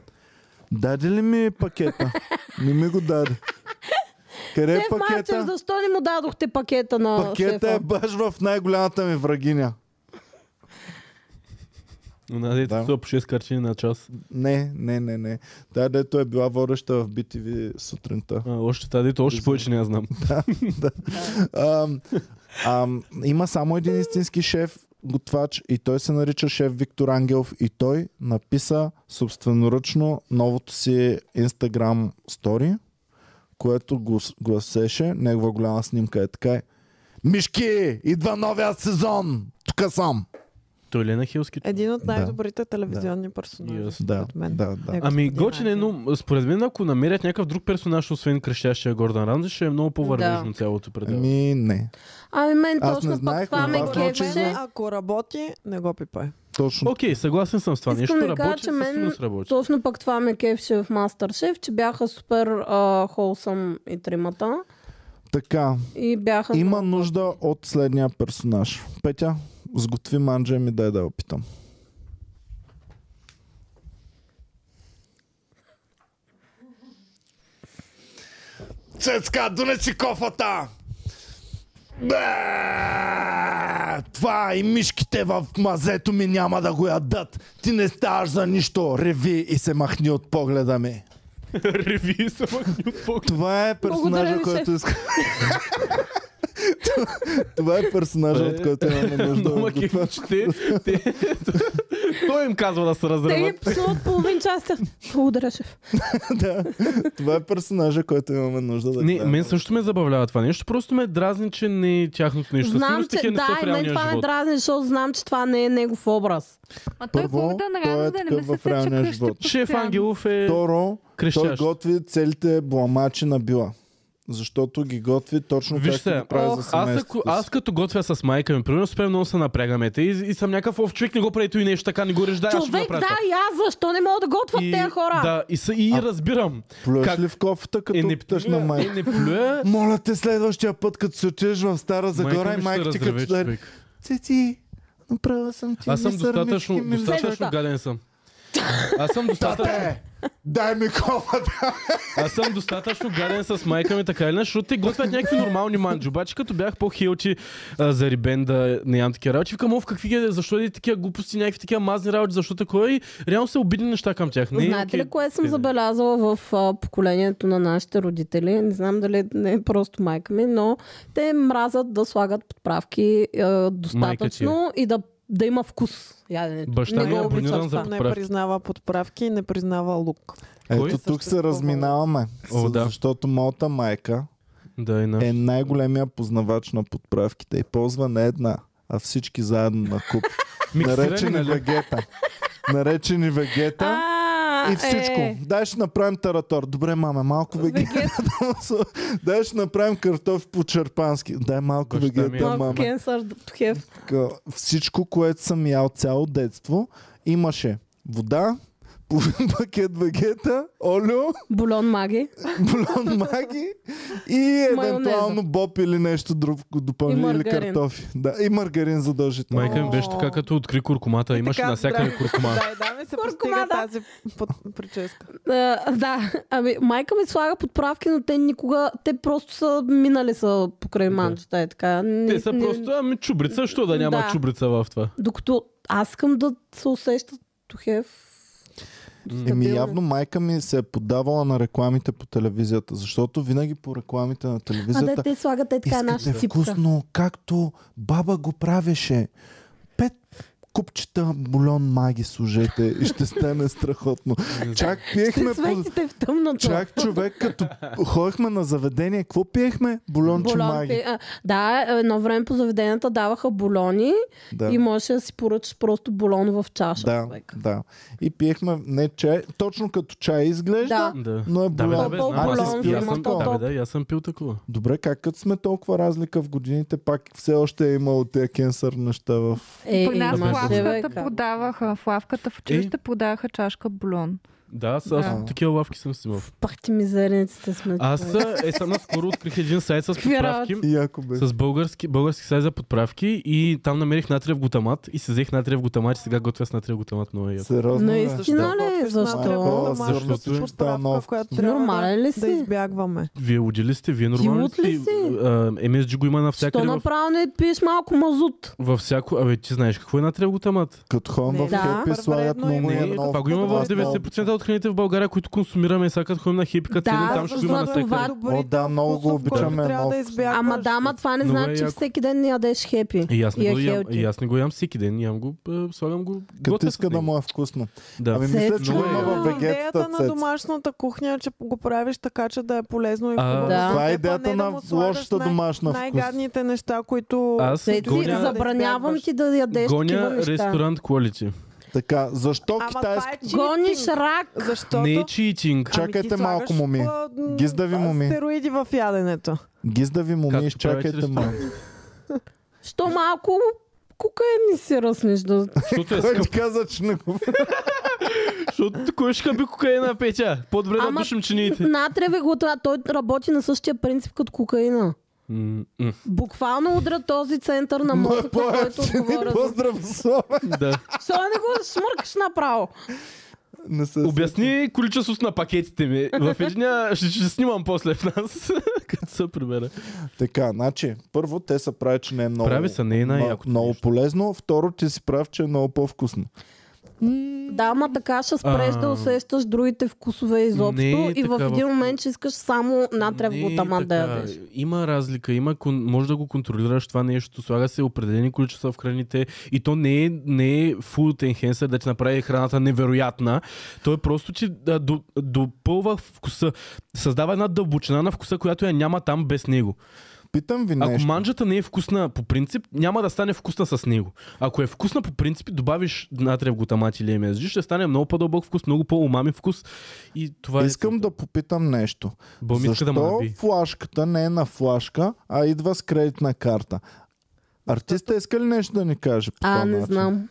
Даде ли ми пакета? Не ми го даде. Къде е Шеф Манчев, пакета? защо не му дадохте пакета на Пакета е шефа? баш в най-голямата ми врагиня. Но надейте Да. да. по 6 картини на час. Не, не, не, не. Тя дето е била водеща в BTV сутринта. А, още тази, то още повече не я знам. Ам, ам, има само един истински шеф, готвач, и той се нарича шеф Виктор Ангелов, и той написа собственоръчно новото си Instagram стори, което го с- гласеше, негова голяма снимка е така. е, Мишки, идва новия сезон! Тук, тук съм. Той ли е на Хилски? Един от Да. най-добрите телевизионни персонажи, Yes. Да, според мен. да, да. Е, Ами, господин готин е, но според мен, ако намерят някакъв друг персонаж, освен крещящия Гордан Рамзи, ще е много по-върнежно цялото предел. Ами, не. Ами мен Аз не точно пък знаех, Значи, това но ме аз научи кефеше. за- Ако работи, не го пипай. Точно. Окей, съгласен съм с това. Искам Нещо да кажа, работи, че със мен- сигурност работи. Точно пък това ме кефеше в Мастершеф, че бяха супер а, холсъм и тримата. Така, И бяха... има нужда от следния персонаж. Петя, сготви манджа и ми дай да я опитам. Цецка, донеси кофата! Бе! Това и мишките в мазето ми няма да го ядат. Ти не ставаш за нищо. Реви и се махни от погледа ми. Реви са махни от Това е Благодаря персонажа, ви, който иска. Това е персонажа, Е. от който имаме нужда. Дома кефичите. те- Той им казва да се Те ги разреват. псуват половин час. те- Благодаря, шеф. Да. Това е персонажа, който имаме нужда да Не, гледаме. мен също ме забавлява това нещо. Просто ме дразни, че не е тяхното нещо. Знам, Сигурно е че... такива не са Да, в и мен реалния това ме живот. дразни, защото знам, че това не е негов образ. А той Първо, Гордан той е Рамзи да нали? не такъв в ме се реалния кръщи живот. постоянно. Шеф Ангелов е Второ, той крещящ. готви целите бламачи на Била. Защото ги готви точно Виж както се, го прави за ох, аз, семейството ако, си. аз като готвя с майка ми, примерно, спрем много се напрягаме. Те, и, и съм някакъв ов човек, не го прави той нещо така, не го реждай, аз ще го Човек, направя. да, това. и аз защо не мога да готвя и, тези хора? Да, и, са, и А, разбирам. Плюеш как- ли в кофата, Е, като не питаш на плюя, е, майка? не плюя. Моля те следващия път, като се отидеш в Стара Загора майка и ми ще майка ти като разреве, даде... човек. Цеци, направила съм ти Аз съм мисърмички, достатъчно, милички». достатъчно Следваща. гаден съм. Аз съм достатъчно, Тате, дай ми кофата. аз съм достатъчно гаден с майка ми, така или иначе, защото те готвят някакви нормални манджи. Обаче като бях по-хилчи а, за рибен да не ям такива работи, викам, ов, какви ги, защо е такива глупости, някакви такива мазни работи, защо такова и реално са обидни неща към тях. Не, е Знаете окей. ли кое съм Не, не. забелязала в а, поколението на нашите родители? Не знам дали не е просто майка ми, но те мразят да слагат подправки е. а, достатъчно и да, да има вкус яденето. Баща ми е го обичам абониран за това. Да, Не прав. признава подправки и не признава лук. Кой? Ето тук се Съществува. разминаваме. О, О, да. да. Защото моята майка Да, и на... е най-големия познавач на подправките и ползва не една, а всички заедно на куп. Миксирани, Наречени нали? вегета. Наречени вегета. А, И всичко. Е. Дай ще направим таратор. Добре, маме, малко вегета. Дай ще направим картофи по черпански. Дай малко Баща ми е- вегета, Малко маме. кенсър хев. Така, Всичко, което съм ял цяло детство, имаше вода, половин пакет вегета, олио, Бульон маги. бульон маги и Майонеза. евентуално боб или нещо друго допълнително или маргарин. картофи. Да, и маргарин задължително. Майка ми беше така, като откри куркумата. Е, Е, Имаше Така, навсякъде здрави- куркума. Да, и да, ми се Куркума, постига да. тази под- прическа. А, да, ами майка ми слага подправки, но те никога, те просто са минали са покрай манчета и така. Те са просто, ами чубрица, що да няма Да. чубрица в това? Докато аз искам да се усещат тухев. Еми Ами, явно майка ми се е подавала на рекламите по телевизията, защото винаги по рекламите на А да, телевизията те слагат е така наша искате сипка. вкусно, както баба го правеше. Пет купчета бульон маги служете и ще стане страхотно. Чак пиехме Ще по... светите в тъмното. Чак човек, като ходихме на заведение, какво пиехме? Бульонче Бульон маги. пи- а, да, едно време по заведенията даваха болони Да. и можеше да си поръчаш просто болон в чаша. Да, човек. да. И пиехме не чай, точно като чай изглежда, Да. Да. но е Да, бе, да, бульон. бе, По- знам, аз по-голям и аз фирма, съм- да, бе, по-топ. да, и аз съм пил такова. Добре, как като сме толкова разлика в годините, пак все още е имало тези кенсър неща в... Е, При нас в имаше, лавката човек. продаваха, в лавката в училище Е. продаваха чашка бульон. Да, аз, аз Да. такива лавки съм си имал. Пах ти мизерниците сме. Аз човек. а, е, съм наскоро открих един сайт с Какви подправки. И Яко бе. С български, български сайт за подправки и там намерих натриев глутамат и си взех натриев глутамат и сега готвя с натриев глутамат много яд. Сериозно Наистина. бе. Кино ли? Готвиш нали, Защо? на тревога, Защо? мажна си Защо? Станов. подправка, която трябва Нормален ли да, си? да избягваме. Вие луди ли сте? Вие нормални луд ли си? А, MSG го има Що навсякъде. В, направо не пиеш малко мазут? във всяко... Абе, ти знаеш какво е натриев глутамат? Като ходим в Не, е да. хепи слагат е Първо много едно Не, и едно. това го има в Много- 90% от храните в България, които консумираме сега като ходим на хипика, цели Да, там ще има на защото всеки. това- О, да, много го обичаме. Трябва Много. да избягаш. Ама дама, това не Много е значи, че яко. всеки ден не ядеш хепи. И аз, не е го ям, хелти. и аз не го ям всеки ден, ям го, е, слагам го. Като готвя с иска да него. му е вкусно. Да. Ами мисля, че го Цецко. Много е има яко. във Идеята вегетата на цец. домашната кухня е, че го правиш така, че да е полезно и А, хубаво. Да. Това е Е, идеята па не да на му слагаш лошата най- домашна вкус. Най-гадните неща, които... Аз Цеци, гоня- забранявам ти да ядеш такива Гоня неща. ресторант quality. Така, защо Ама това китайско... е читинг. Гониш рак. Защото... Не е читинг. Ами ти Чакайте слагаш, малко, моми. а, м, Гиздави, а, моми. Стероиди в яденето. Гиздави моми, Както изчакайте правиш малко. Що малко кокаин ни си ръснеш да... Защото е Кой скъп. ти каза, че не го Защото кой ще хаби кокаина, Петя? По-добре да Ама- душим чиниите. Натреве го това. Той работи на същия принцип като кокаина. М, м, Буквално удра този център на Ма, мозъка, който по-ефтини, отговоря. за- по-здравословен. Да. Що не го смъркаш направо? Не се Обясни количеството на пакетите ми. В единия ще, ще снимам после в нас, като се прибера. Така, значи, първо, те са прави, че не е много, Прави са, не е най-якото много нещо. полезно. Второ, ти си прав, че е много по-вкусно. Да, ма така ще спреш А. да усещаш другите вкусове изобщо Не е и в така един в- момент ще искаш само натрев Не, е го тама да така. ядеш. Има разлика, има, кон- може да го контролираш това нещо, слага се определени количества в храните и то не е, не е food enhancer да ти направи храната невероятна, той просто ти да, до, допълва вкуса, създава една дълбочина на вкуса, която я няма там без него. Питам ви Ако нещо. манджата не е вкусна по принцип, няма да стане вкусна с него. Ако е вкусна по принцип, добавиш натрев глутамат или MSG, ще стане много по-дълбок вкус, много по-умами вкус и това е... Искам да попитам нещо. Боми иска Защо да ме наби. флашката не е на флашка, а идва с кредитна карта? Артиста иска ли нещо да ни каже по А, това не начин? знам.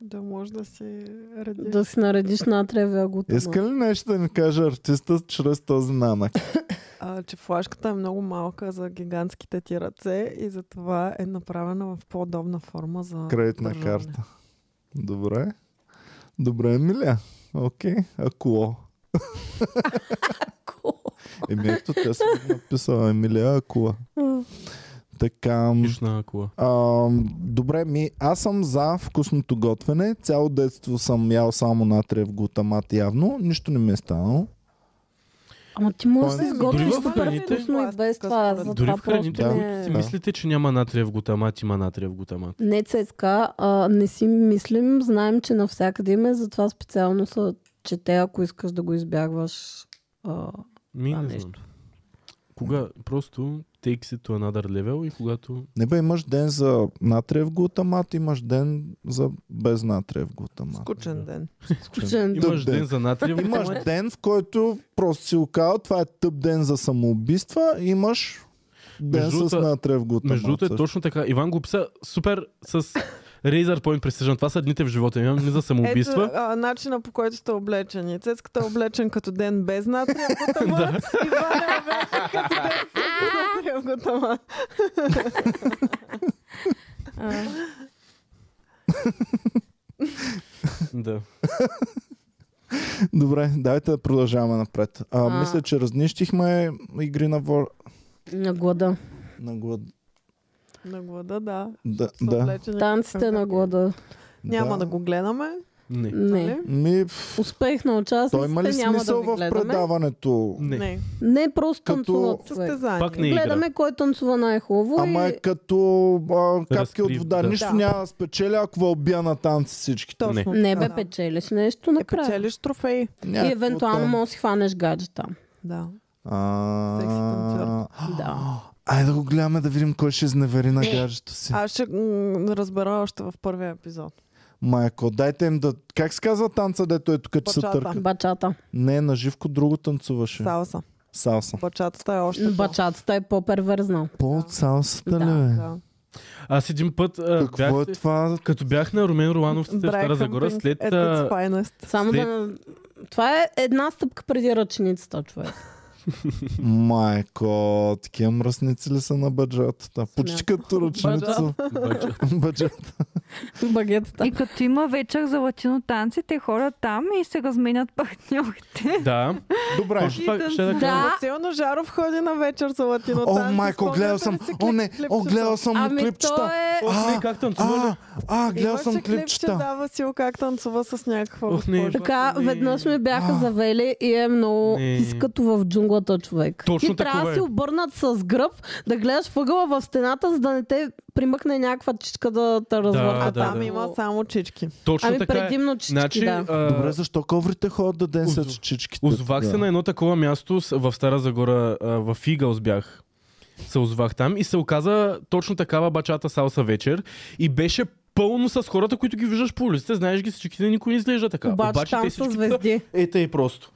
Да може да се ради. Да си наредиш натревия го Иска ли нещо да ни каже артиста чрез този намек? А, че флашката е много малка за гигантските ти ръце и затова е направена в по-удобна форма за Кредитна държане. карта. Добре. Добре, Миля. Окей. Ако. Еми ето, те са го написала Емилия Акула. Така. м, Пишна кола. А, добре, ми, аз съм за вкусното готвене. Цяло детство съм ял само натрев глутамат явно. Нищо не ми е станало. Ама ти можеш да Тоест, дори изготвиш в супер храните- вкусно и без това. За Дори това в храните, е. просто които не... е. си мислите, че няма натриев глутамат, има натриев глутамат. Не цецка, а, не си мислим, знаем, че навсякъде има, затова специално са чете, ако искаш да го избягваш. А, Ми, Това не нещо. знам. Кога просто take it to another level и когато... Не бе, имаш ден за натриев глутамат, имаш ден за без натриев глутамат. Скучен ден. скучен. Тъп Имаш ден. ден за натриев Имаш глутамат. ден, в който просто си оказал, това е тъп ден за самоубийства, имаш ден Между с другото- натрев глутамат. Между другото е също. точно така. Иван го писа супер с Razer Point Precision. Това са дните в живота. Имам дни за самоубийства. Ето а, начина по който сте облечени. Цецката е облечен като ден без натрия готама. И Ваня е облечен като ден с натрия готама. А, Да. Добре, давайте да продължаваме напред. А, А. Мисля, че разнищихме игри на, вор... На глада. на глад... На глада, да. Да, Са да, облечени. Танците на глада. Няма да го гледаме. Не. Не. нали? Ми, пф, Успех на той има ли участниците няма да смисъл ви в гледаме. предаването? Не. Не. Не, просто Като- танцуват човек. Състезание. Пак не. игра. Гледаме кой танцува най-хубаво Ама и е като а, капки Разкрив, от вода. да. Нищо Да. няма да спечеля, ако вълбя на танци всички. Точно. не така, бе да. печелиш нещо Е, накрая. печелиш трофеи. Някакво И евентуално там. може да си хванеш гадже там. Да. А, Секси танцор. Да. Е, Айде да го гледаме да видим кой ще изневери на гаджето си. Аз ще м, разбера още в първия епизод. Майко, дайте им да... Как се казва танца, дето е тук, че се Бачата. търка? Бачата. Не, на живко друго танцуваше. Салса. Салса. Бачатата е още по- Бачатата е по-перверзна. По от салсата Да, ли? бе? Да. Аз един път а, бях, Какво е това? като бях на Румен Романов в Стара Брайкъмпинг Загора, след... at а, its finest. Само След- да... Това е една стъпка преди ръченицата, човек. Майко, такива мръсници ли са на баджатата? Почти като ръчница. Бача. Баджата. Багетата. и като има вечер за латино танци, те ходят там и се разменят партньорите. Да. Добре. Точно това ще да Да. кажа. Васил Ножаров ходи на вечер за латино О, танци. майко, Спомняте гледал ли съм. си О, не. клип- О, гледал клипчето? съм му Ами то клипчета. е Ох, не, как танцували? А, а, гледал Имаше съм клип, че клипчета. дава сил как танцува с някаква Ох, не, госпожа. Така, Не. веднъж ме бяха А. завели и е много Не. пис като в джунглата човек. Точно и трябва такова да е. си обърнат с гръб, да гледаш въгъла в стената, за да не те примъкне някаква чичка да те развърта. А да, там да. има само чички. Точно Ами така е. предимно чички, Значи, да. а, Добре, защо коврите ходят да ден Озов- след чичките? Озовах се Да. на едно такова място с- в Стара Загора, а, в Игълс бях. Се озовах там и се оказа точно такава бачата салса вечер и беше пълно с хората, които ги виждаш по улиците, знаеш ги всичките, никой не изглежда така. Обаче, там са всички звезди. са- Е, тъй просто.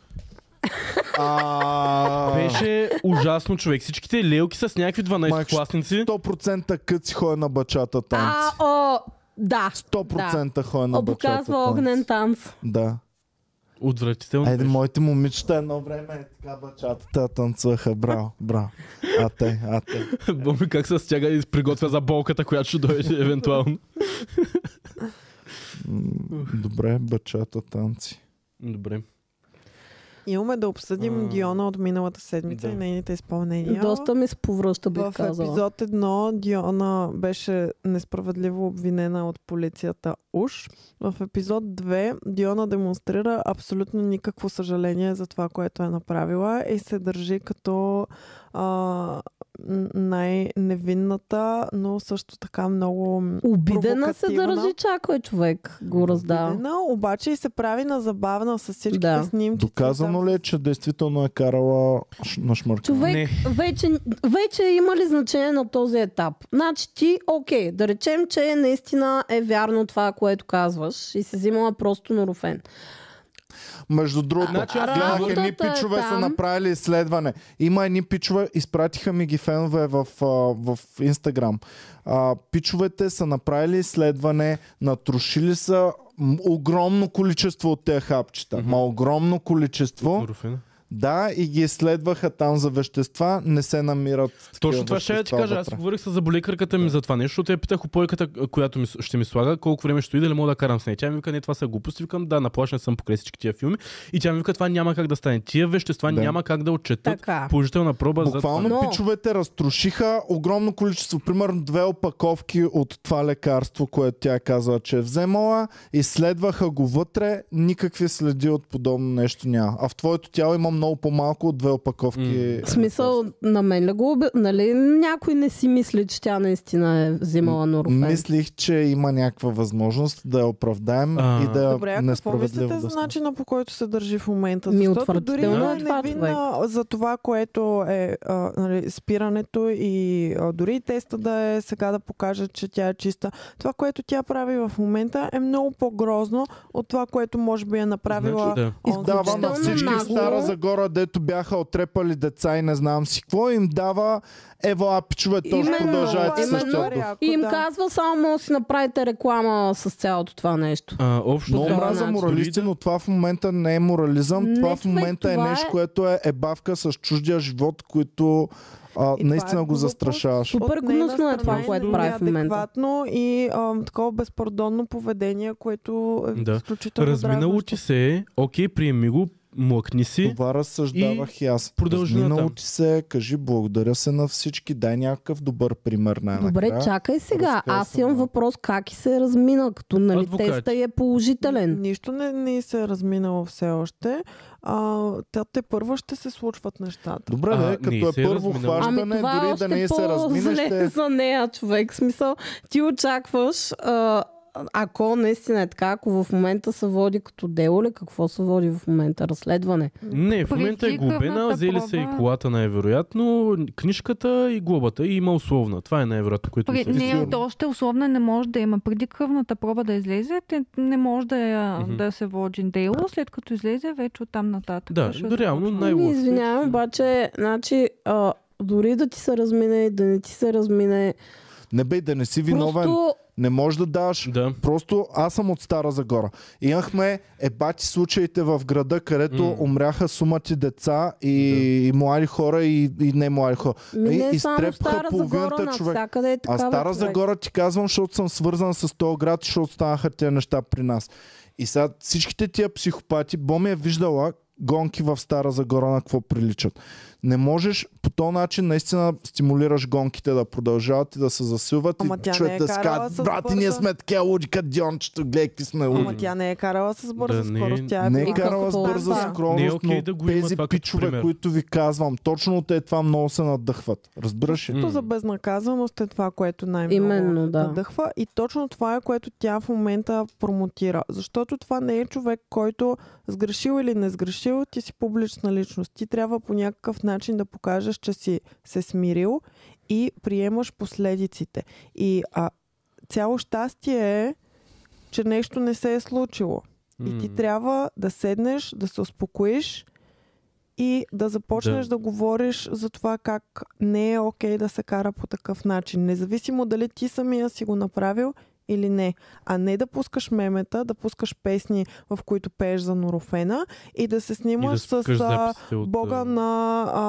А, Беше ужасно човек. Всичките лелки са с някакви 12-класници. 100% къци ходи на бачата А, танци. о, да. 100% ходи на бачата Обоказва огнен танци. танц. Да. Отвратително. Айде, моите момичета едно време е така бачатата танцуваха. Браво, браво. А те, а те. Боми как се стяга и приготвя за болката, която ще дойде евентуално. М, Добре, бачата танци. Добре. Имаме да обсъдим А. Диона от миналата седмица Да. и нейните изпълнения. Доста ми се повръща, бих в казала. епизод едно Диона беше несправедливо обвинена от полицията уж. В епизод 2 Диона демонстрира абсолютно никакво съжаление за това, което е направила и се държи като а, н- най-невинната, но също така много Обидена се провокативна. държи, чакай е, човек, го раздава. обидена, обаче и се прави на забавна с всичките Да. снимки. Доказано ли е, че действително е карала ш- на шмърка? Човек, Не. вече, вече има ли значение на този етап? Значи ти, окей, да речем, че наистина е вярно това, което казваш и си взимала просто нурофен. Между другото, Значи аз гледах работата едни пичове е са там. направили изследване. Има едни пичове, изпратиха ми ги фенове в, а, в Инстаграм. А, пичовете са направили изследване, натрошили са м, огромно количество от тези хапчета. Ма огромно количество. Руфина. Да, и ги изследваха там за вещества, не се намират. такива Точно това ще я ти вещества кажа. Аз вътре. говорих с заболекарката ми за това нещо, защото я питах опойката, която ми, с- ще ми слага, колко време ще стои, дали мога да карам с нея. Тя ми вика, не, това са глупости. Викам, да, наплашен съм покрай всички тия филми. И тя ми вика, това няма как да стане. Тия вещества Да. няма как да отчетат Така. положителна проба за това. Буквално това. Но- пичовете разтрошиха огромно количество. Примерно две опаковки от това лекарство, което тя е казала, че е вземала. Изследваха го вътре. Никакви следи от подобно нещо няма. А в твоето тяло има много по-малко от две опаковки. М. В смисъл, на мен ли го оби... Нали, някой не си мисли, че тя наистина е взимала нурофен. Мислих, че има някаква възможност да я оправдаем А. и да Добре, е а какво несправедливо. мислите Да за сме. начина по който се държи в момента? Ми, Защото дори отвратително да е е това, невинна за това, което е а, нали, спирането и а, дори и теста да е сега да покаже, че тя е чиста. Това, което тя прави в момента е много по-грозно от това, което може би е направила. Значи, да. онзи Дава на Изключително всички в нагло. Стара Загора, дето бяха отрепали деца и не знам си какво, им дава ева апичове, точно Именно, продължавайте именно. същия дух. И им Да. казва само да си направите реклама с цялото това нещо. А, общо Много взето- Няма мраза начин. моралисти, но това в момента не е морализъм. Не, това в човек, момента е това нещо, е- което е ебавка с чуждия живот, които а, И това наистина е го глупост. застрашаваш. От Супер нейна гнусно е това, страна което прави в момента. неадекватно и а, такова безпардонно поведение, което е Да. изключително Разминало дразнещо. ти се е, окей, приеми го, млъкни си. Това разсъждавах и, аз. продължи Минало натам. ти се, кажи благодаря се на всички, дай някакъв добър пример на Добре, чакай сега. разкъса, Аз имам да. въпрос как и се размина, като нали, Адвокати. теста е положителен. Нищо не, не се е разминало все още. А, те, те първо ще се случват нещата. Добре, А, а, не като и е се е първо разминало. хващане, Ами това е дори още да не и се размине, по-зле ще... за нея, човек. В Смисъл, ти очакваш, а, ако наистина е така, ако в момента се води като дело ли, какво се води в момента? Разследване. Не, в момента е глобена, Политикавната взели са и проба. колата най-вероятно, книжката и глобата и има условна. Това е най-вероятно, което При ми се нея Сигурно. то още условна не може да има. Преди кръвната проба да излезе, те не може да, я, Мгм. да се води дело, след като излезе вече оттам нататък. Да, ще да, реално започне. най- Ами, лошото е, извинявам, че- обаче, значи, а, дори да ти се размине, и да не ти се размине, Не бей, да не си виновен. просто Не можеш да даваш Да. Просто аз съм от Стара Загора. Имахме ебати случаите в града, където М. mm. умряха сумати деца и, и млади хора и, и не млади хора. ми и, не е само в изтрепха Стара половината Загора, човек. навсякъде е А такава Стара човек. Загора ти казвам, защото съм свързан с този град, защото станаха тези неща при нас. И сега всичките тия психопати, Боми е виждала гонки в Стара Загора на какво приличат. Не можеш по този начин наистина стимулираш гонките да продължават и да се засилват Ама и тя не чуете е да си карала казват, с брати, бърза. ние сме такива луди, като Диончето, гледай какви сме луди. Ама тя не е карала с бърза Да, не- скорост, тя е Не е И била- карала с колко бърза колата. скорост, Не е окей но да го има тези това като пичове, пример. които ви казвам, точно те това много се надъхват. Разбираш ли? М. Чувството за безнаказаност е това, което най-много Именно, да. надъхва. И точно това е, което тя в момента промотира. Защото това не е човек, който сгрешил или не сгрешил, ти си публична личност. Ти трябва по някакъв начин да покажеш, че си се смирил и приемаш последиците. И а, цяло щастие е, че нещо не се е случило. И ти М. трябва да седнеш, да се успокоиш и да започнеш да, Да. говориш за това как не е окей да се кара по такъв начин. Независимо дали ти самия си го направил или не. А не да пускаш мемета, да пускаш песни, в които пееш за Норофена и да се И да снимаш спукаш с а, записите от, бога а, на, а,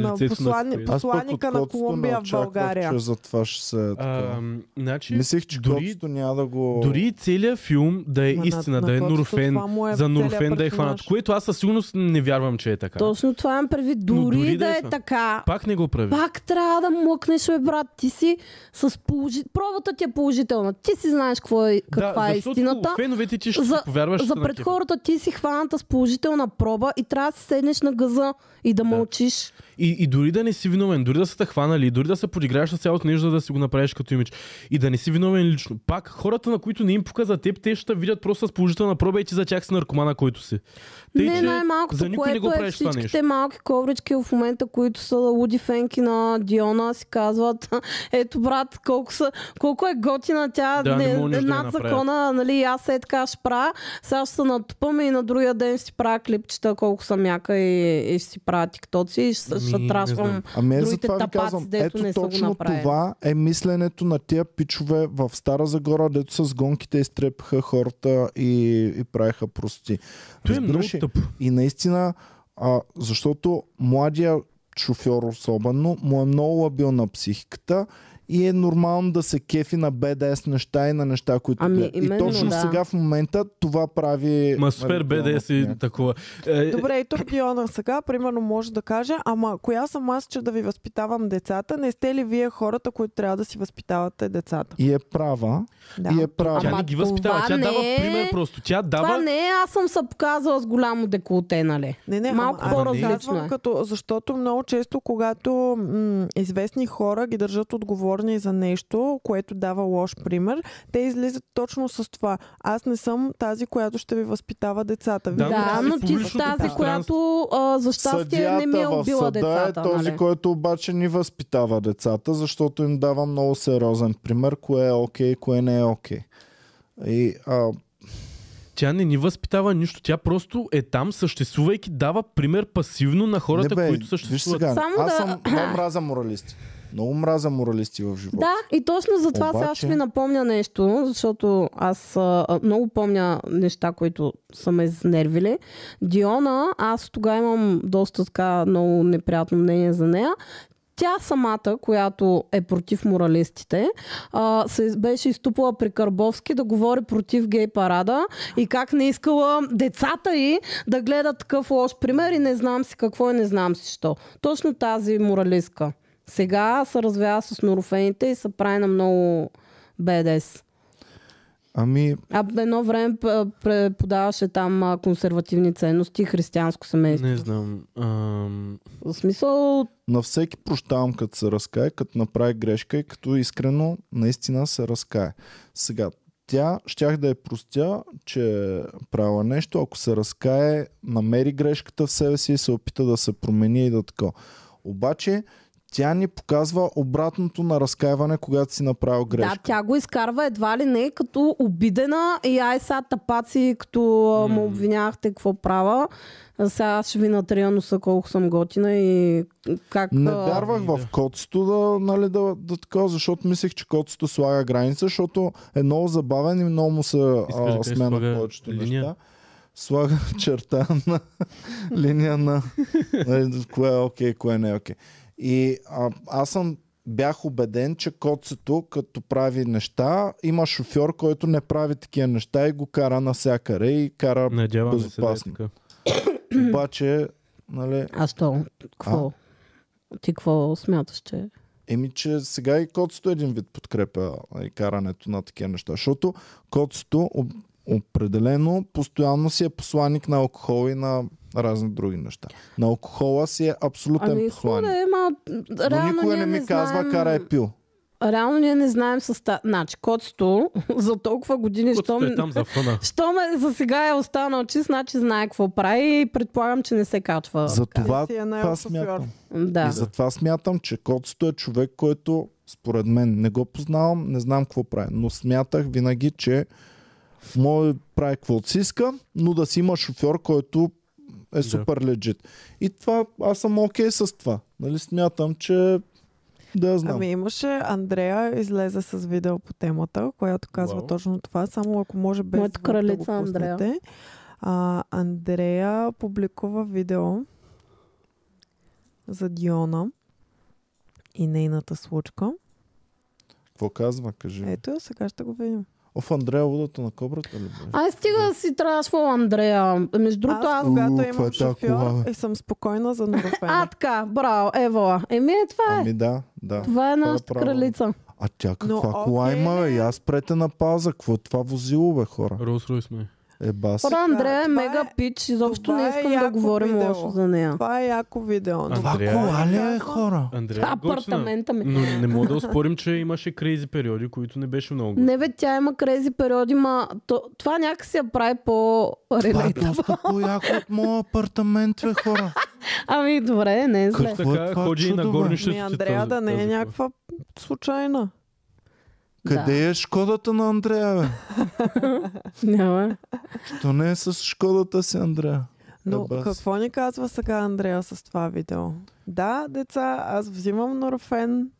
на, лицето на послани, Копия. Аз пък от посланика на котството не Колумбия в очаквах, България. Че за това ще се... А, така. м, значи, Мислих, че дори- котството няма да го... дори целият филм да е Ма на- истина, на да е котството Норфен, това му е за Норфен целият да е хванат, персонаж. което аз със сигурност не вярвам, че е така. Точно това имам предвид. Но Дори, дори да да е е това. така, Пак не го прави. пак трябва да мъкнеш, бе, брат. Ти си с положи... Пробата ти е положителна. Ти си знаеш какво е, каква да, е защото истината. феновете ти ще За- повярваш За на пред теб. хората ти си хваната с положителна проба и трябва да си седнеш на газа и да мълчиш. И, и дори да не си виновен, дори да са те хванали, и дори да се подиграеш на цялото нещо, за да си го направиш като имидж. И да не си виновен лично. Пак хората, на които не им пука за теб, те ще те видят просто с положителна проба и ти за тях си наркомана, който си. Тъй, не че за най-малкото, никой не което го е правиш това нещо. всичките малки коврички в момента, които са луди фенки на Диона, си казват, ето брат, колко, са, колко е готина тя, Да, не не, може да я над направят. закона, нали, аз е така ще правя, сега ще се натупам и на другия ден ще си правя клипчета, колко съм яка и, и ще си правя тиктоци и ще, Ми, ще не трашвам. знам. Ами е за другите това ви тапаци, казвам. дето Ето не са го точно направили. това е мисленето на тия пичове в Стара Загора, дето с гонките изтрепаха хората и, и правеха прости. Той е много Разбираш ли? тъп. И наистина, а, защото младия шофьор особено, му е много лабил на психиката и е нормално да се кефи на БДС неща и на неща, които Ами, гледа. И именно, точно да. сега в момента това прави... нали, Ма супер Марио БДС и Пионов. такова. Е, Добре, и тук Диона сега, примерно, може да каже, ама коя съм аз, че да ви възпитавам децата? Не сте ли вие хората, които трябва да си възпитавате децата? И е права. Да. И е права. Тя не ги възпитава, това тя дава не е- пример просто. Тя Това дава... не е, аз съм се показала с голямо деколте, нали? Не, не, Малко ама аз по-различно казвам е. Като, защото много често, когато м- известни хора ги държат отговорни за нещо, което дава лош пример, те излизат точно с това. Аз не съм тази, която ще ви възпитава децата. Да, Вие но Да, да трябва си но в ти публичното си тази, пространство. която а, за щастие не ми е в убила съда децата. е този, нали? който обаче ни възпитава децата, защото им дава много сериозен пример, кое е окей, кое не е окей. И, а, Тя не ни възпитава нищо. Тя просто е там, съществувайки, дава пример пасивно на не хората, бе, които виж съществуват. сега, Само аз да- съм много мраза моралисти. Много мраза моралисти в живота. Да, и точно за това сега Обаче- ще ви напомня нещо, защото аз а, а, много помня неща, които са ме изнервили. Диона, аз тогава имам доста така много неприятно мнение за нея. Тя самата, която е против моралистите, а, се из- беше изтупала при Карбовски да говори против гей парада и как не искала децата й да гледат такъв лош пример и не знам си какво и не знам си що. Точно тази моралистка. Сега се развява с норофените и се прави на много БДС. Ами, А едно време п- преподаваше там а, консервативни ценности и християнско семейство. Не знам. Ам... В смисъл, на всеки прощавам, като се разкае, като направи грешка и като искрено наистина се разкае. Сега, тя щях да я простя, че е правила нещо, ако се разкае, намери грешката в себе си и се опита да се промени и да така. Обаче, тя ни показва обратното на разкаяване, когато си направил грешка. да, тя го изкарва едва ли не като обидена и ай сега тапаци, като а, му обвинявахте какво права. А Сега ще ви натрия носа колко съм готина и как... Не а, вярвах в котството да, нали, да, да така, защото мислех, че котството слага граница, защото е много забавен и много му се Искаш да а, кажеш, смена слага повечето линия? неща. Слага черта на линия на нали, кое е окей, кое не е окей. И а, аз съм бях убеден, че котцето, като прави неща, има шофьор, който не прави такива неща и го кара навсякъде и кара Надяваме се да е безопасно. така. Обаче, нали, А що? Какво? Ти какво смяташ, че... Еми, че сега и коцето един вид подкрепя и карането на такива неща, защото коцето об- определено постоянно си е посланик на алкохол и на разни други неща. На алкохола си е абсолютен Ами, хубаво посланик. да е, ма... Но Реално никога ние не ми казва, знаем... карай пил. Реално ние не знаем състав... Значи, коцето за толкова години, Котото щом... е там за фъна. Щом е, за сега е останал чист, значи знае какво прави и предполагам, че не се качва. За това, Ти си е това най-лошо смятам. Да. И затова смятам, че Коцето е човек, който според мен не го познавам, не знам какво прави. Но смятах винаги, че може да прави каквото си иска, но да си има шофьор, който е супер легит. И това, аз съм окей okay с това. Нали, смятам, че да я знам. Ами имаше, Андрея излезе с видео по темата, която казва Вау. точно това, само ако може без Моята звук да го кралица Андрея. пуснете. А, Андрея публикува видео за Диона и нейната случка. Какво казва, кажи. Е. Ето, сега ще го видим. Оф, Андрея, водата на кобрата ли беше? Ай, стига да си трашвал, Андрея. Между другото, аз... аз, когато Уу, това е имам тая кола, шофьор бе. и съм спокойна за А, Норофена. така, браво, евола. Еми, е, това е. Ами да, да. Това е това е нашата правилно. кралица. А тя каква окей, кола има, бе? не. И аз спрете на пауза. Какво е това возило, бе, хора? Ролс Ройс ме. Е, бас. Пора Андрея е това мега е- пич, изобщо това не е искам да яко говорим видео. лошо за нея. Това е яко видео. но Това Андрея е- кола ли е, хора? Андрея е готина. Апартамента ми. Но не мога да успорим, че имаше крейзи периоди, които не беше много. готина. Не бе, тя има крези периоди, ма то, това някакси я прави по Това е релейт. доста по-яко от моя апартамент, бе, хора. Ами добре, не е зле. Какво е Така това ходи и на чудо, бе? горнището. Ми ти Андрея тази- да не е тази- някаква случайна. Къде е Шкодата на Андрея, бе? Няма. То не е с Шкодата си, Андрея. Но Абас. какво ни казва сега Андрея с това видео? Да, деца, аз взимам норфен.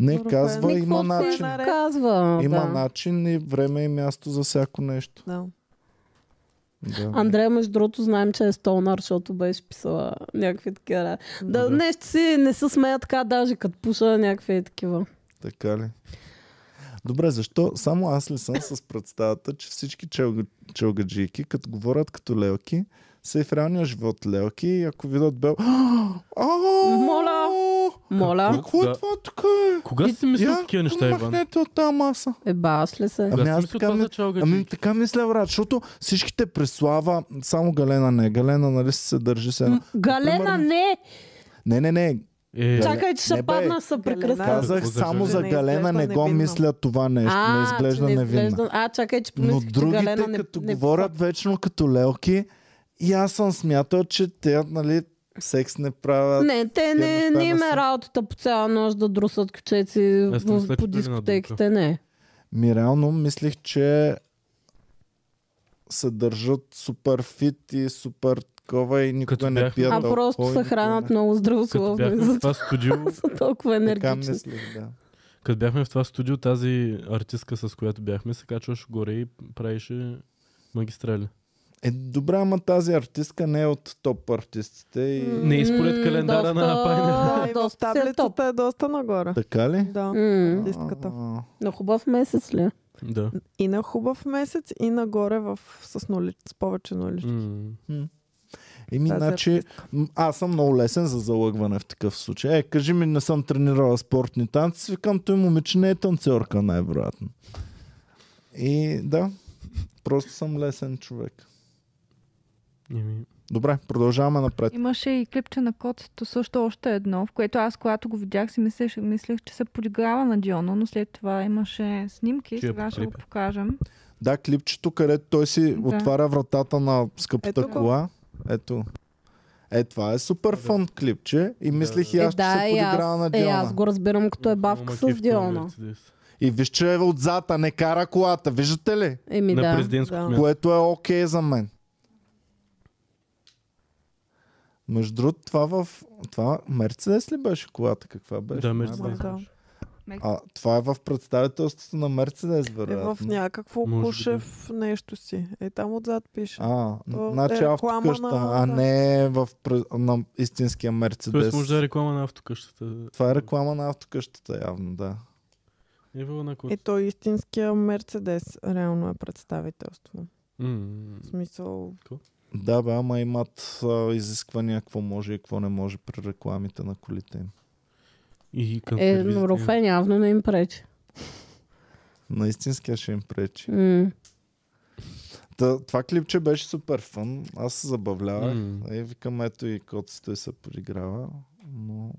Не Добре. казва, Ми, има Никакво се начин. наред. Казва, Има е да. начин и време и място за всяко нещо. Да. Да. Андрея, между другото, знаем, че е столнар, защото беше писала някакви такива. ра- Да, Добре. нещо си не се смея така, даже като пуша някакви такива. Така ли? Добре, защо само аз ли съм с представата, че всички челга- челгаджийки, като говорят като лелки, са и в реалния живот лелки и ако видят бел... Ау! Моля! Моля. Какво Да. е това тук, е? Кога си мислил Я, такива неща, Иван? Махнете от тази маса. Е, баш ли се? Ами Кога аз си мислил така това ми- за чалга? Ами така мисля, брат, защото всичките преслава, само Галена не. Галена, нали се държи се. М, Галена, Примерно- не. Не, не! не, не. Е, Гале- Чакай, че не, ще бе. падна, ще прекръсна. Галена. Казах Го само държи. за Не Галена, изглежда не го невинна. мисля това нещо. Не изглежда че невинна. А, чакай, че Но помислих, че Галена другите, не, като не говорят вечно като лелки, и аз съм смятал, че те, нали, секс не правят. Не, те не, неща не не им са. е работата по цяла нощ да друсат кючеци Аз не в, мисля, по че дали на дискотеките, не. Ми реално мислих, че се държат супер фит и супер такова и никога Като не бяхме- пият А просто алкохол и се никога хранат не- много като здравословно и бяхме в за това студио, това са толкова Така енергични. мислих, да. Като бяхме в това студио, тази артистка, с която бяхме, се качваше горе и правеше магистрали. Е, добре, ама тази артистка не е от топ артистите и... М. Не и според М, календара на доста- Пайнер. Да, Да, и в доста си е топ. таблицата е доста нагоре. Така ли? Да, М, диската. А, На хубав месец ли? Да. И на хубав месец, и нагоре в, с, нули, с повече Е, нули. М. Еми, Тази значи, м, аз съм много лесен за залъгване в такъв случай. Е, кажи ми, не съм тренирала спортни танци, викам, той момиче не е танцорка, най-вероятно. И да, просто съм лесен човек. Еми, Добре, продължаваме напред. Имаше и клипче на котето, също още едно, в което аз, когато го видях, си мислех, мислех че се подиграва на Диона, но след това имаше снимки, Чия сега ще го подкрепя? е? покажем. Да, клипчето, където той си Да. отваря вратата на скъпата Ето го. кола. Ето. Е, това е супер фън клипче и мислих и Е, аз, че да, се и подиграва на аз, е, аз Диона. го разбирам като е бавка Макив с този Диона. Мерцедес. И виж, че е отзад, а не кара колата. Виждате ли? Еми На Ами да. президентското Да. място. Което е окей okay за мен. Между другото, това в... Това Мерцедес ли беше колата? Каква беше? Да, Не Мерцедес. знам. Да. А, това е в представителството на Мерцедес, Е в вероятно. някакво Може би да. кушев нещо си. Е там отзад пише. А, То значи е автокъща, реклама на- а не в, пр- на истинския Мерцедес. Тоест може да е реклама на автокъщата. Това е реклама на автокъщата, явно, да. Ева на кой? Е той истинския Мерцедес, реално е представителство. М. В смисъл, Ко? Да, бе, ама имат а, изисквания какво може и какво не може при рекламите на колите им. И към Е, телевизията. но Рофен явно не им пречи. На истинския ще им пречи. М. Та, това клипче беше супер фън. Аз се забавлявах. М. И викам, ето и коци той се подиграва. Но...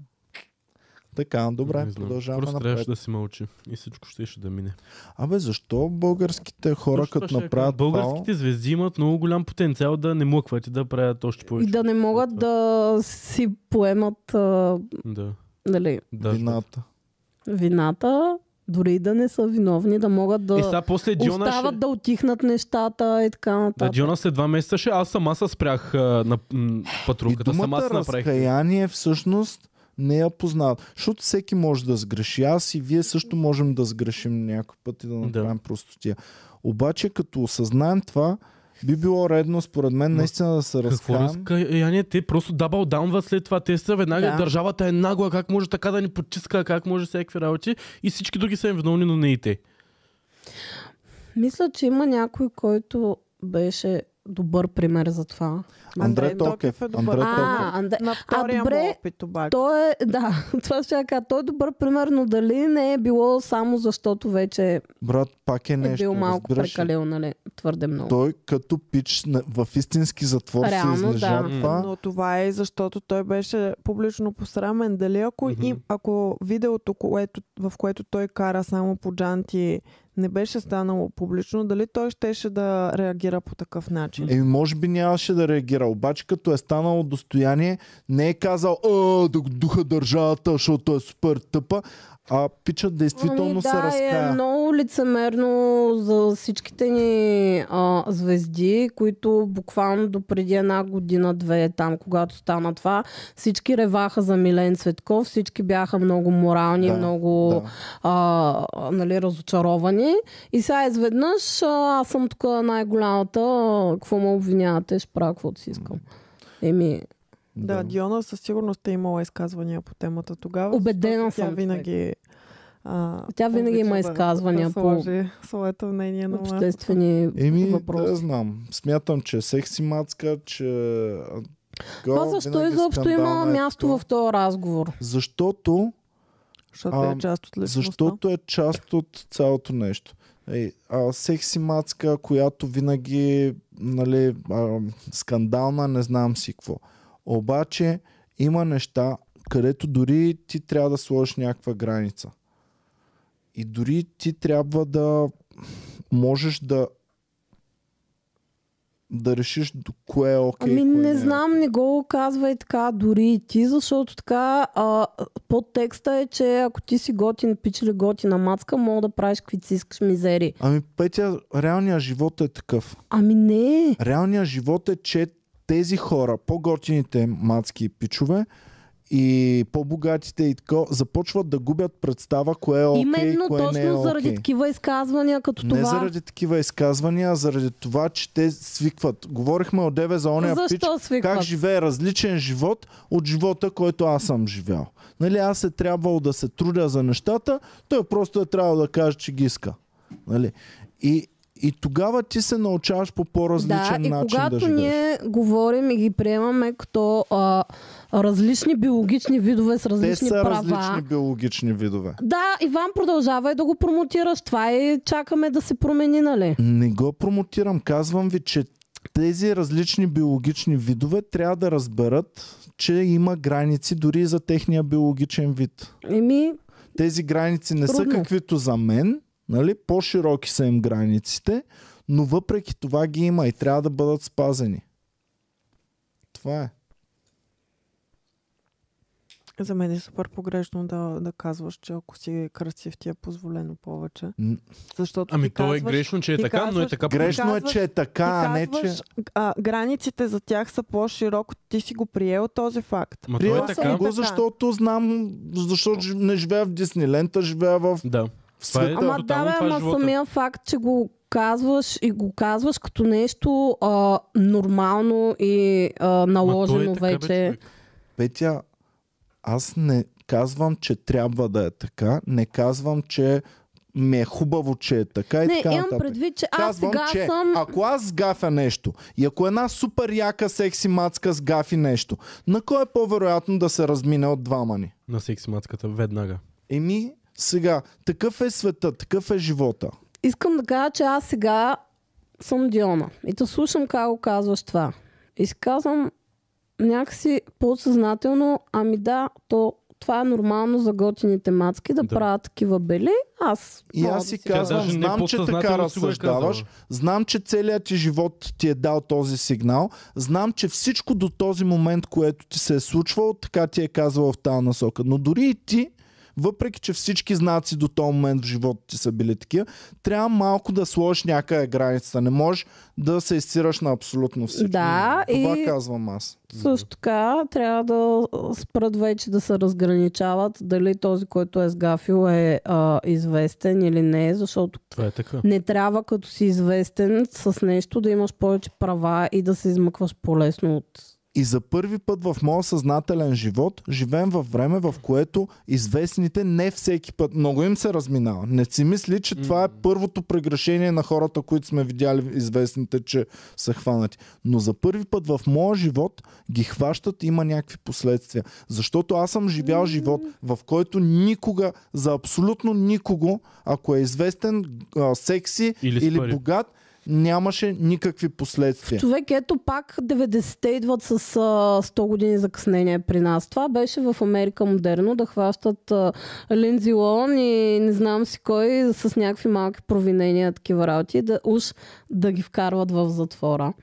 Така, добре, Не знам. продължаваме Просто напред. трябваше да си мълчи. И всичко ще ще да мине. Абе, защо българските хора, Точно това като ще е я направят кажа. Българските звезди имат много голям потенциал да не млъкват и да правят още И повече. да не могат да си поемат а, Да. нали, фал, да. вината? вината, дори и да не са виновни, да могат да Е, сега после Джона остават ще... да отихнат нещата и така Да, нататък. Джона след два месеца ще... Аз сама се спрях а, на м, И патрулката. Сама думата е се направих. разкаяние всъщност не я познават. Защото всеки може да сгреши. Аз и вие също можем да сгрешим някой път и да направим простотия. Обаче, като осъзнаем това, би било редно, според мен, Ма, наистина да се Какво разкаем. разкаяние? Те просто дабъл даунват след това. Те са веднага, Да. държавата е нагла, как може така да ни потиска, как може всякакви работи. И всички други са им виновни, но не и те. Мисля, че има някой, който беше добър пример за това. Андрей Андрей Токев Токев. е добър. Андрей А, Токев. Анде... На втория добре, му опит обаче. Той е, да, това ще я кажа. Той е добър пример, но дали не е било само защото вече Брат, пак е е нещо. бил малко разбираш ли? прекалил, нали? Твърде много. Той като пич на- в истински затвор Реално, се да. изнежатва. Но това е и защото той беше публично посрамен. Дали ако, Мгм. им, ако видеото, което, в което той кара само по джанти, не беше станало публично, дали той щеше да реагира по такъв начин? Еми, може би нямаше да реагира. Обаче, като е станало достояние, не е казал О, да го духа държавата, защото е супер тъпа, а пичът действително ами, се да, разкая. е много лицемерно за всичките ни а, звезди, които буквално до преди една година, две е там, когато стана това, всички реваха за Милен Цветков, всички бяха много морални, Да, много да. а, а, нали, разочаровани. И сега изведнъж а, аз съм тук най-голямата, а, какво ме обвинявате, ще правя каквото си искам. Еми, Да, да, Диона със сигурност е имала изказвания по темата тогава. Убедена защото Тя съм, винаги. А, Тя винаги обича има да- изказвания да по- сложи своето мнение на масата. обществени Еми, въпроси. да знам. Смятам, че е секси мацка, че... а, Това гол, защо винаги изобщо има скандална е място тук. в този разговор? Защото Защото А, е част от личността. Защото е част от цялото нещо. Ей, а, секси мацка, която винаги нали, а, скандална, не знам си какво. Обаче има неща, където дори ти трябва да сложиш някаква граница. И дори ти трябва да можеш да да решиш до кое е окей. Ами кое не е. знам, не го казвай така дори и ти, защото така а, подтекста е, че ако ти си готин пич или готина мацка, мога да правиш каквито си искаш мизери. Ами Петя, реалният живот е такъв. Ами не, Реалният живот е, че тези хора, по-готините мацки и пичове и по-богатите и така, започват да губят представа кое е окей, именно кое точно не е заради окей. такива изказвания като Не това. заради такива изказвания, а заради това, че те свикват. Говорихме от деве за ония пич, Защо свикват? как живее различен живот от живота, който аз съм живял. Нали, аз е трябвало да се трудя за нещата, той просто е трябвало да каже, че ги иска. Нали? И, и тогава ти се научаваш по Да, по-различен и начин когато да живееш. ние говорим и ги приемаме като а, различни биологични видове с Те различни са права, различни биологични видове. Да, Иван, продължавай да го промотираш. Това и чакаме да се промени, нали? Не го промотирам. Казвам ви, че тези различни биологични видове трябва да разберат, че има граници дори и за техния биологичен вид. Еми, Тези граници не са Трудно. каквито за мен, нали? по-широки са им границите, но въпреки това ги има и трябва да бъдат спазени. Това е. За мен е супер погрешно да, да казваш, че ако си красив, ти е позволено повече. М. Защото Ами ти то е казваш, грешно, че е ти така, но е казваш- така. Ти Грешно е, казваш- че е така, ти а не че... казваш, а, границите за тях са по-широко. Ти си го приел този факт. Ма то е Приема съм така. го. го, защото знам, защото жи- не живея в Дисниленд, а живея в Да. Това е света. ама да, тотално бе, това е ама живота. самия факт, че го казваш и го казваш като нещо а, нормално и а, Ма то е наложено така, бе, вече. човек. Петя, аз не казвам, че трябва да е така. Не казвам, че ме е хубаво, че е така и Не, така имам нататък. предвид, че аз Казвам, сега че съм... ако аз сгафя нещо и ако една супер яка секси мацка сгафи нещо, на кой е по-вероятно да се размине от двама ни? На секси мацката веднага. Еми, сега, такъв е света, такъв е живота. Искам да кажа, че аз сега съм Диона. И да слушам как го казваш това. И си казвам някакси подсъзнателно, ами да, то това е нормално за готините мацки да, Да. правят такива бели. Аз И мога аз си да Тя казвам, даже не знам, че така подсъзнателно си го е разсъждаваш, казала. знам, че целият ти живот ти е дал този сигнал, знам, че всичко до този момент, което ти се е случвало, така ти е казвал в тази насока. Но дори и ти, въпреки че всички знаци до този момент в живота ти са били такива, трябва малко да сложиш някъде граница. Не можеш да се изцираш на абсолютно всичко. Да, Това и- казвам аз. Също така трябва да спрат вече да се разграничават дали този, който е сгафил е а, известен или не, защото Това е така. не трябва като си известен с нещо да имаш повече права и да се измъкваш по-лесно от... И за първи път в моя съзнателен живот живеем във време, в което известните не всеки път, много им се разминава. Не си мисли, че това е първото прегрешение на хората, които сме видяли известните, че са хванати. Но за първи път в моя живот ги хващат и има някакви последствия. Защото аз съм живял живот, в който никога, за абсолютно никого, ако е известен, а, секси Или или, с или пари. богат, нямаше никакви последствия. Човек, ето пак 90-те идват с а, 100 години закъснение при нас. Това беше в Америка модерно да хващат а, Линдзи Лон и не знам си кой с някакви малки провинения, такива работи, да, уж да ги вкарват в затвора.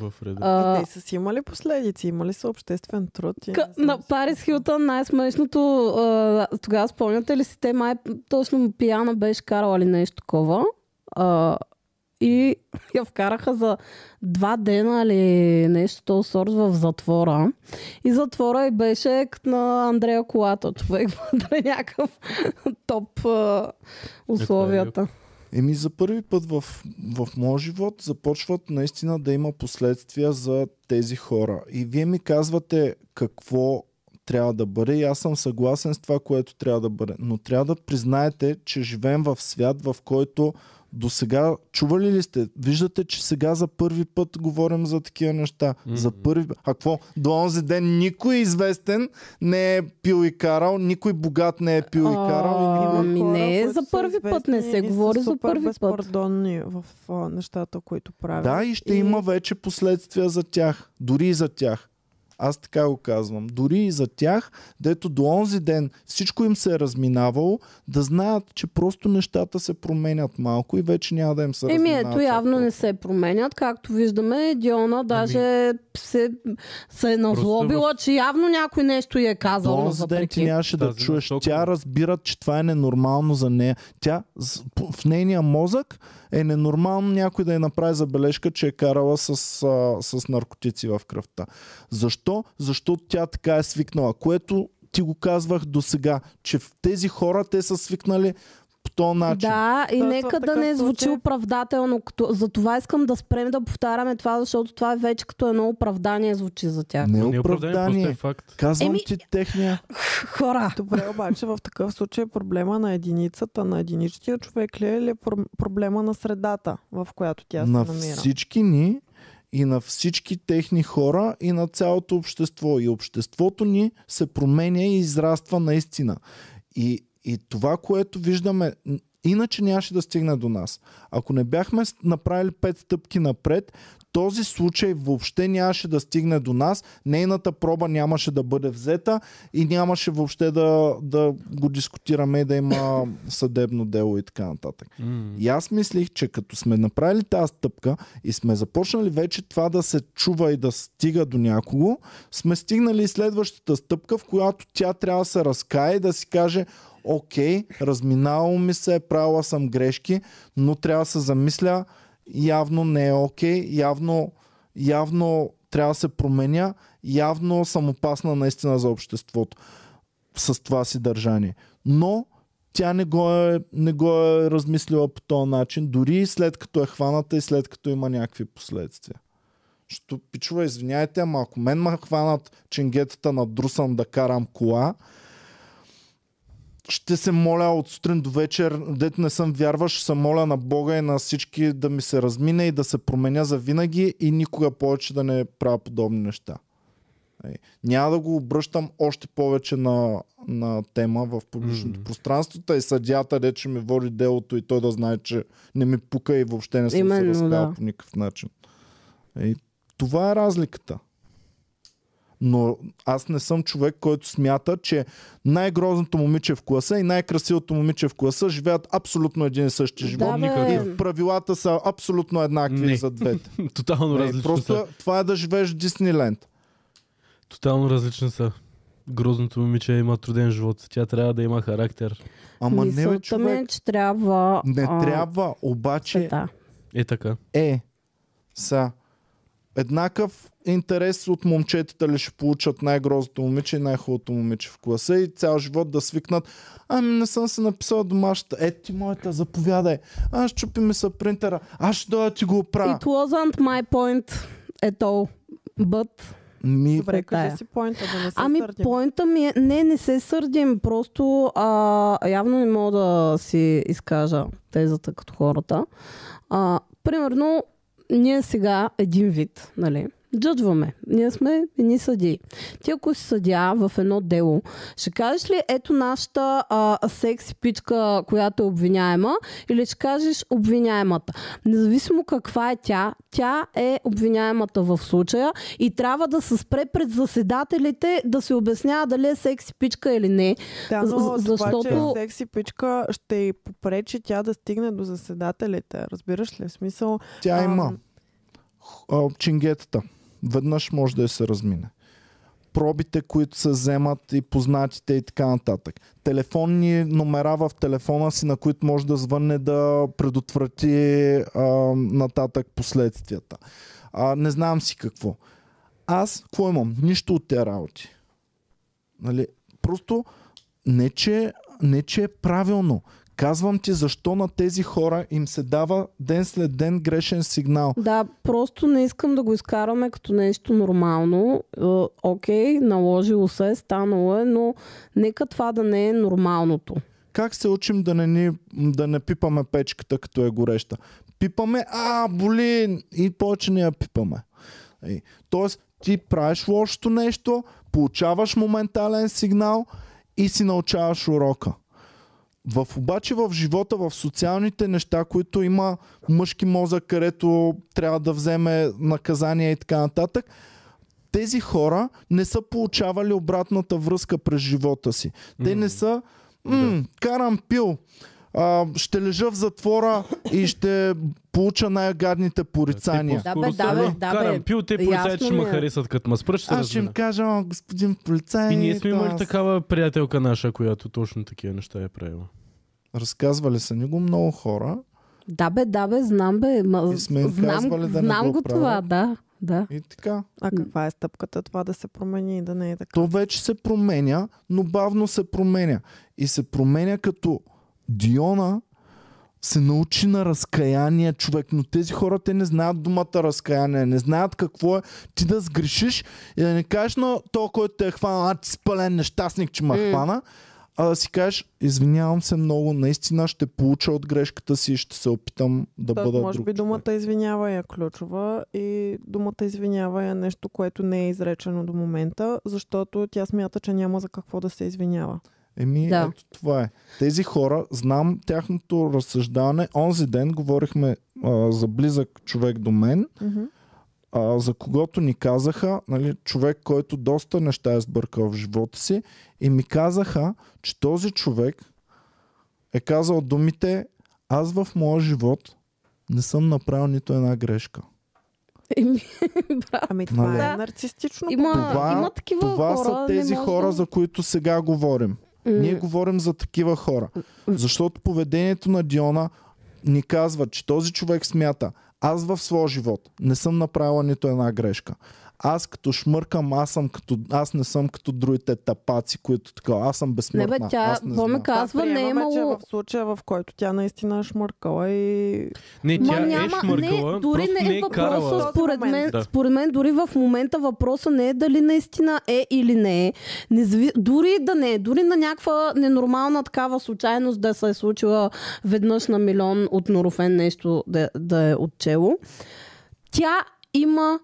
В реда. А, И Е, те са си имали последици, имали са обществен труд. И... К- на Парис Хилтън най-смешното, а, тогава спомняте ли си, те май точно пияна беше карала ли нещо такова. А, и я вкараха за два дена или нещо то сорт в затвора. И затвора и беше като на Андрея Колата, човек вътре някакъв топ а, условията. Еми за първи път в, в моя живот започват наистина да има последствия за тези хора. И вие ми казвате какво трябва да бъде и аз съм съгласен с това, което трябва да бъде. Но трябва да признаете, че живеем в свят, в който до сега, чували ли сте, виждате, че сега за първи път говорим за такива неща. Mm-hmm. За първи път. А какво? До онзи ден никой известен не е пил и карал, никой богат не е пил и карал. И никой... Ами Хора, не, които за са първи път не известни се и са говори за супер първи път. безпардонни в а, нещата, които правят. Да, и ще и... има вече последствия за тях. Дори и за тях. Аз така го казвам. Дори и за тях, дето до онзи ден всичко им се е разминавало, да знаят, че просто нещата се променят малко и вече няма да им се Еми разминават. ето, явно не се променят. Както виждаме, Ами, Диона даже се, се е назлобила, че явно някой нещо й е До казал. онзи ден ти въпреки. нямаше да Тази чуеш. жестоко- Тя разбира, че това е ненормално за нея. Тя с- п- в нейния мозък е ненормално някой да й направи забележка, че е карала с, а, с наркотици в кръвта. Защо? Защото тя така е свикнала. Което ти го казвах до сега, че в тези хора те са свикнали по този начин. Да, и Тоест, в нека да такъв не звучи случай- оправдателно. Като... За това искам да спрем да повтаряме това, защото това е вече като едно оправдание звучи за тях. Не Не е е оправдание, просто е оправдание. факт. Казвам Еми- ти техния. Хора! Добре, обаче в такъв случай е проблема на единицата, на единичния човек ли е, или е пр- проблема на средата, в която тя се на намира? всички ни и на всички техни хора и на цялото общество. И обществото ни се променя и израства наистина. И, и това, което виждаме, н- иначе нямаше да стигне до нас. Ако не бяхме с- направили пет стъпки напред, този случай въобще нямаше да стигне до нас, нейната проба нямаше да бъде взета и нямаше въобще да, да го дискутираме и да има съдебно дело и така нататък. М. И аз мислих, че като сме направили тази стъпка и сме започнали вече това да се чува и да стига до някого, сме стигнали и следващата стъпка, в която тя трябва да се разкае и да си каже окей, разминало ми се, правила съм грешки, но трябва да се замисля, явно не е окей, явно, явно трябва да се променя, явно съм опасна наистина за обществото с това си държание. Но тя не го, е, не го е размислила по този начин, дори и след като е хваната и след като има някакви последствия. Що, пичува, извиняйте, ама ако мен ма хванат ченгетата на Друсан да карам кола, ще се моля от сутрин до вечер, дето не съм вярвал, ще се моля на Бога и на всички да ми се размине и да се променя за винаги и никога повече да не правя подобни неща. Ей, Няма да го обръщам още повече на, на тема в публичното Мгм. mm-hmm. пространство, та и съдята рече ми води делото и той да знае, че не ми пука и въобще не съм Именно, се разкаял да. по никакъв начин. И това е разликата. Но аз не съм човек, който смята, че най-грозното момиче в класа и най-красивото момиче в класа живеят абсолютно един и същи живот. Да, бе. И правилата са абсолютно еднакви Не. за двете. Тотално Е, различни са. просто това е да живееш в Дисниленд. Тотално различни са. Грозното момиче има труден живот. Тя трябва да има характер. Ама не бе, Мисълта ми е, човек. че трябва... Не а, трябва, обаче света. Е така. е са еднакъв интерес от момчетата ли ще получат най-грозното момиче и най-хубавото момиче в класа и цял живот да свикнат. Ами не съм се написал домашната. Е ти моята, заповядай. Аз чупи ми са принтера. Аз ще дойда ти го оправя. It wasn't my point at all. But... Ми, Добре, тая. кажи си поинта, да не се е. Ами, сърдим. поинта ми е... Не, не се сърдим. Просто а, явно не мога да си изкажа тезата като хората. А, примерно, ние сега един вид, нали? Джъджваме. Ние сме едни съдии. Ти ако си съдя в едно дело, ще кажеш ли ето нашата а, секси пичка, която е обвиняема, или ще кажеш обвиняемата? Независимо каква е тя, тя е обвиняемата в случая и трябва да се спре пред заседателите да се обяснява дали е секси пичка или не. Да, З- но защото... защото- това, че е секси пичка ще й попречи тя да стигне до заседателите. Разбираш ли? В смисъл... Тя Ам. има а, чингетата. Веднъж може да я се размине. Пробите, които се вземат и познатите и така нататък. Телефонни номера в телефона си, на които може да звънне да предотврати а, нататък последствията. А, не знам си какво. Аз какво имам? Нищо от тези работи. Нали? Просто не че, не, че е правилно. Казвам ти защо на тези хора им се дава ден след ден грешен сигнал. Да, просто не искам да го изкараме като нещо нормално. Е, Окей, наложило се, станало е, но нека това да не е нормалното. Как се учим да не, ни, да не пипаме печката, като е гореща? Пипаме, а, боли, и повече не я пипаме. И, тоест, ти правиш лошото нещо, получаваш моментален сигнал и си научаваш урока. В, обаче в живота, в социалните неща, които има мъжки мозък, където трябва да вземе наказание и така нататък, тези хора не са получавали обратната връзка през живота си. Те не са, м, карам пил, а, ще лежа в затвора и ще получа най-гадните порицания. Да, бе, Скоро да, бе, се- да, бе. Е, Карам пил, те полицаите Ясно ще ми ме е. харесат, като ме спрат, ще се Аз ще им размина. кажа, «А, господин полицай. И ние сме имали аз- такава приятелка наша, която точно такива неща е правила. Разказвали са ни го много хора Да, бе, да, бе, знам, бе. Ма, И сме им знам казвали да не знам го го правят. това, да. да. и така. А каква е стъпката това да се промени и да не е така? То вече се променя, но бавно се променя. И се променя като Диона се научи на разкаяние човек, но тези хора те не знаят думата разкаяние, не знаят какво е ти да сгрешиш и да не кажеш на то, който те е хванал, а ти спален нещастник, че ме М. хвана, а да си кажеш, извинявам се много, наистина ще получа от грешката си и ще се опитам да Тоест, бъда може друг би човек. думата извинява е ключова и думата извинява е нещо, което не е изречено до момента, защото тя смята, че няма за какво да се извинява. Еми, да. Да. ето това е. Тези хора, знам тяхното разсъждаване. Онзи ден говорихме а, за близък човек до мен, Мгм. а, за когото ни казаха, нали, човек, който доста неща е сбъркал в живота си, и ми казаха, че този човек е казал думите аз в моя живот не съм направил нито една грешка. Еми, браво. Ами това Нали? е нарцистично. Има, Това, има такива това хора. са не тези може хора, да- за които сега говорим. М, Ние говорим за такива хора. Защото поведението на Диона ни казва, че този човек смята, аз в своя живот не съм направила нито една грешка. Аз като шмъркам, аз, съм като, аз не съм като другите тапаци, които така. Аз съм Не безсмъртна. бе, тя, аз не какво ми знам. казва, не е приемаме, че имало... в случая, в който тя наистина е шмъркала и... Не, Ма тя е няма, шмъркала, не, дори просто не е карала. В въпроса, този според мен, момент. Да. според мен, дори в момента въпроса не е дали наистина е или не е. Незави... Дори да не е, дори на някаква ненормална такава случайност да се е случила веднъж на милион от Норофен нещо да, да е отчело. Тя има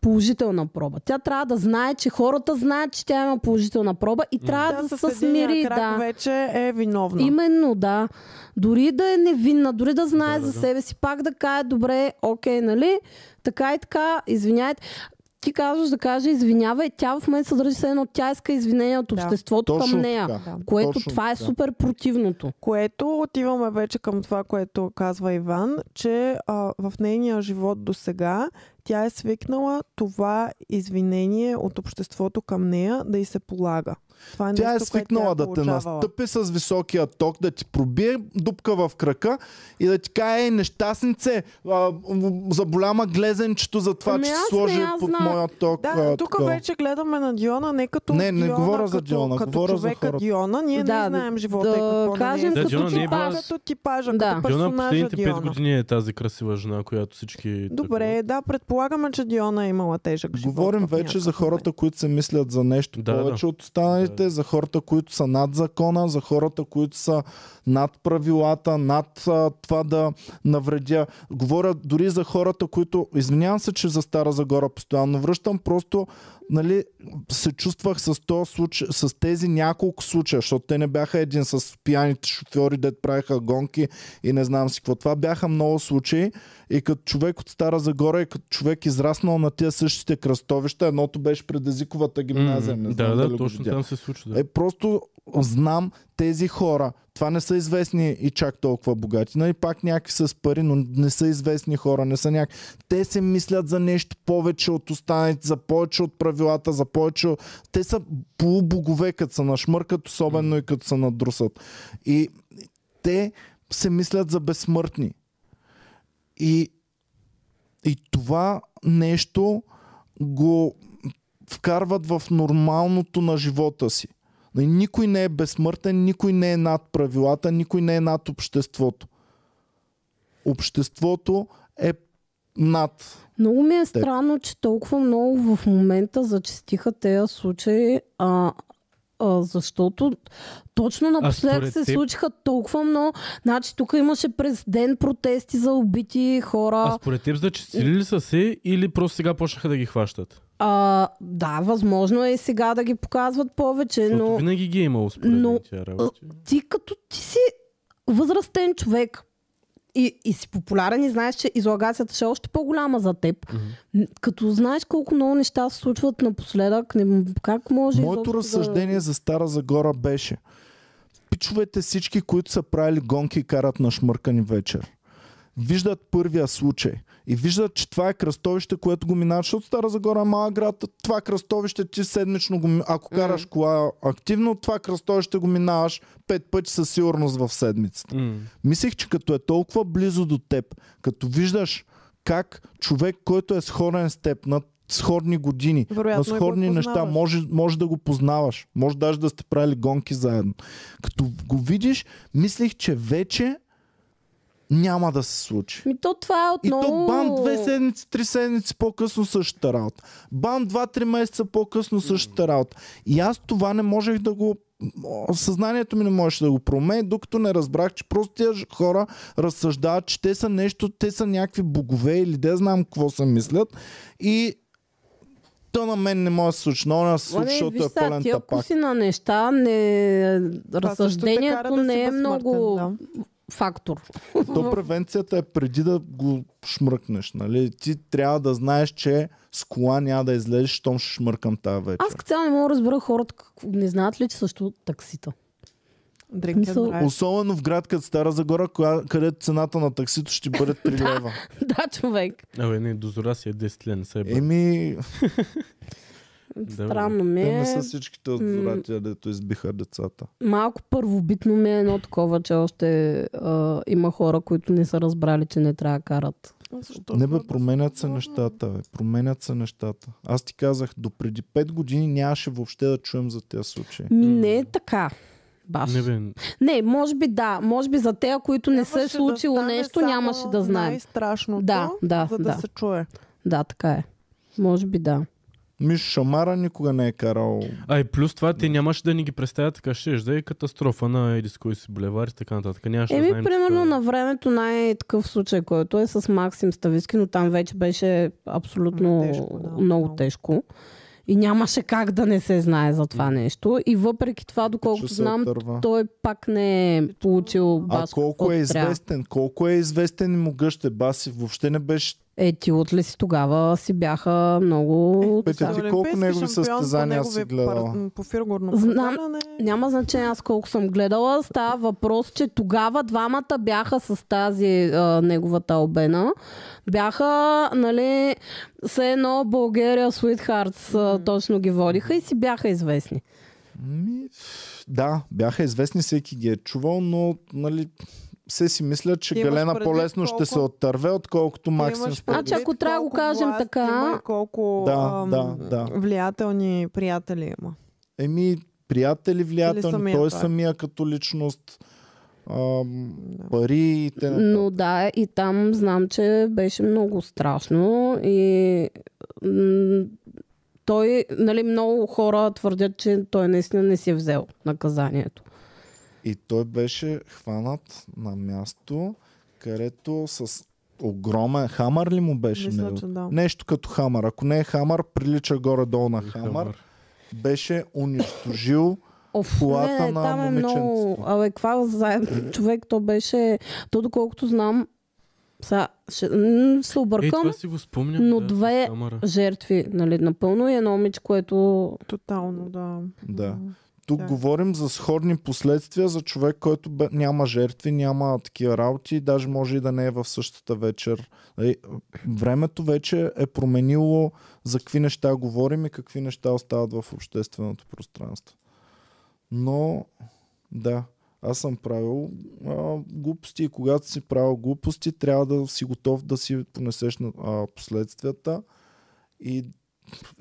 положителна проба. Тя трябва да знае, че хората знаят, че тя има положителна проба и трябва Тя да, се с единия смири. крак Да. вече е виновна. Именно, да. Дори да е невинна, дори да знае да, за себе си, пак да каже, добре, окей, нали? Така и така, извиняйте. Ти казваш да каже извинявай, тя в момента се държи се едно, тя иска извинение от обществото Точно към нея. така. Да. Което Точно това е така. супер противното. Което отиваме вече към това, което казва Иван, че а, в нейния живот до сега тя е свикнала това извинение от обществото към нея да й се полага. Това е Тя е нещо, което свикнала тя да те получавала. настъпи с високия ток, да ти пробие дупка в крака и да ти кае нещастнице, а, заболяма глезенчето за това, Ами че си аз сложи не я под знам. моя ток. Да, а, тук така. вече гледаме на Диона не като Не, не Диона, говоря като, за Диона, като говоря за човека хората. Диона. Ние Да, не знаем живота да и какво кажем на Да, нея. Диона като не е била типаж. с- като типажа, Да. като Диона персонажа последните 5 Диона. години е тази красива жена, която всички... Добре, да, предполагаме, че Диона е имала тежък живот. Говорим в вече за някакъв хората, които се мислят за нещо Да, да, да. повече да. от останалите, да. Да. за хората, които са над закона, за хората, които са над правилата, над а, това да навредя. Говоря дори за хората, които... Извинявам се, че за Стара Загора постоянно връщам, просто нали, се чувствах с, то случай, с тези няколко случая, защото те не бяха един с пияните шофьори, дет правиха гонки и не знам си какво. Това бяха много случаи и като човек от Стара Загора и като човек израснал на тия същите кръстовища, едното беше пред езиковата гимназия. М, Не знам Да, дали да, го точно видя. там се случва. да. Е, просто знам тези хора. Това не са известни и чак толкова богати. Нали, пак някакви са с пари, но не са известни хора, не са някакви. Те се мислят за нещо повече от останалите, за повече от правилата, за повече от... Те са полубогове, като са нашмъркат, особено и като са надрусат. И те се мислят за безсмъртни. И, и това нещо го вкарват в нормалното на живота си. Нали, Никой не е безсмъртен, никой не е над правилата, никой не е над обществото. Обществото е над. Много ми е теб. странно, че толкова много в момента зачистиха тези случаи, а, а, защото точно напоследък според се теб- случиха толкова много. Значи тук имаше през ден протести за убити хора. А според теб зачистили ли са се или просто сега почнаха да ги хващат? А, да, възможно е и сега да ги показват повече, Защото но винаги ги е имало според но- мен тия е работи. ти като ти си възрастен човек и, и си популярен и знаеш, че излагацията ще е още по-голяма за теб, Мгм. н- като знаеш колко много неща се случват напоследък, не, м- как може... изобщо Моето да- разсъждение за Стара Загора беше пичовете всички, които са правили гонки и карат на шмъркани вечер. Виждат първия случай и виждат, че това е кръстовище, което го минаваш, защото Стара Загора е малък град. Това кръстовище ти седмично го ми- Ако караш кола активно, това кръстовище го минаваш пет пъти със сигурност в седмицата. М. Мислех, че като е толкова близо до теб, като виждаш как човек, който е сходен с теб на сходни години, Вероятно и на го сходни неща, познаваш. може, може да го познаваш. Може даже да сте правили гонки заедно. Като го видиш, мислих, че вече няма да се случи. Ми то това е И отново... то бам, две седмици, три седмици по-късно същата работа. Бам, два-три месеца по-късно същата работа. И аз това не можех да го... м, Съзнанието ми не можеше да го промени, докато не разбрах, че просто тия ж- хора разсъждават, че те са нещо, те са някакви богове или да знам какво се мислят. И то на мен не може да се случи, но на се Ма случи, не, защото виж е сега, пълен тия тапак. вкуси на неща, не... Това също те кара разсъждението да си не е много безсмъртен, фактор. То превенцията е преди да го шмръкнеш, нали? Ти трябва да знаеш, че с кола няма да излезеш, щом ще шмъркам тази вечер. Аз като цяло не мога да разбера хората, какво- не знаят ли, че също таксита. Да. Drink and Мисъл- drive. Особено в град като Стара Загора, коя, където цената на таксито ще бъде 3 лева. да, човек. Абе, не, дозора си е 10 лен, се е бъде. Еми, Да, бе. Странно ми те не е. са всичките от м. зоратия, дето избиха децата. Малко първобитно ми е едно такова, че още а, има хора, които не са разбрали, че не трябва да карат. Защо? Не бе, променят се нещата, бе. Променят се нещата. Аз ти казах, до преди 5 години нямаше въобще да чуем за тези случаи. Ми не е така. Баш. Не бе, Не, може би да. Може би за те, които не се е Трябваше да случило стане нещо, само нямаше да знаем. Най-страшното, Да, да, за да, да. се чуе. Да, така е. Може би да. Миш Шамара никога не е карал. А и плюс това, те нямаше да ни ги представят, така ще да е катастрофа на еди с кой си булевар и така нататък. Нямаше да Еми, знаем, че примерно това е. на времето най-такъв случай, който е с Максим Ставицки, но там вече беше абсолютно М, тежко, да, много много. тежко. И нямаше как да не се знае за това нещо. И въпреки това, доколкото се знам, отърва. той пак не е получил А баш колко е каквото трябва. известен? Колко е известен и могъщ е баси? Въобще не беше. Е, ти от ли си тогава си бяха много... Петя, така. ти Олимпийски колко негови шампион по състезания негови си гледала? пар- м, По фигурно Знам. предаване. Няма значение аз колко съм гледала. Става въпрос, че тогава двамата бяха с тази а, неговата обена. Бяха, нали, все едно България Sweethearts а, точно ги водиха и си бяха известни. Ми, Ами, да, бяха известни, всеки ги е чувал, но нали, все си мислят, че Ти имаш Галена предвид по-лесно колко- ще се отърве, отколкото Максим Имаш Спиридов. Значи, ако предвид трябва да го колко кажем власт така- Има и колко Да, ам, да, да. влиятелни приятели има. Еми, приятели, Или влиятелни, Нали самия той той. самия като личност, ам, пари и т.н. Но да, и там знам, че беше много страшно и м- той, нали, много хора твърдят, че той наистина не си е взел наказанието. И той беше хванат на място, където с огромен хамър ли му беше? Мисля, него? че да. Нещо като хамър. Ако не е хамър, прилича горе-долу на хамър. Беше унищожил Оф, колата на там е момиченцето. много... Абе, каква за... човек, то беше... То, доколкото знам, сега ще... м, се Е, объркам, това си го спомням. но е- да, две с камера. жертви, нали, напълно и едно момиче, което... Тотално, да. Да. М. Тук Да. говорим за сходни последствия за човек, който бе, няма жертви, няма такива работи, и даже може и да не е в същата вечер. Нали, Времето вече е променило за какви неща говорим и какви неща остават в общественото пространство. Но, да, аз съм правил а, глупости и когато си правил глупости, трябва да си готов да си понесеш на- а, последствията и,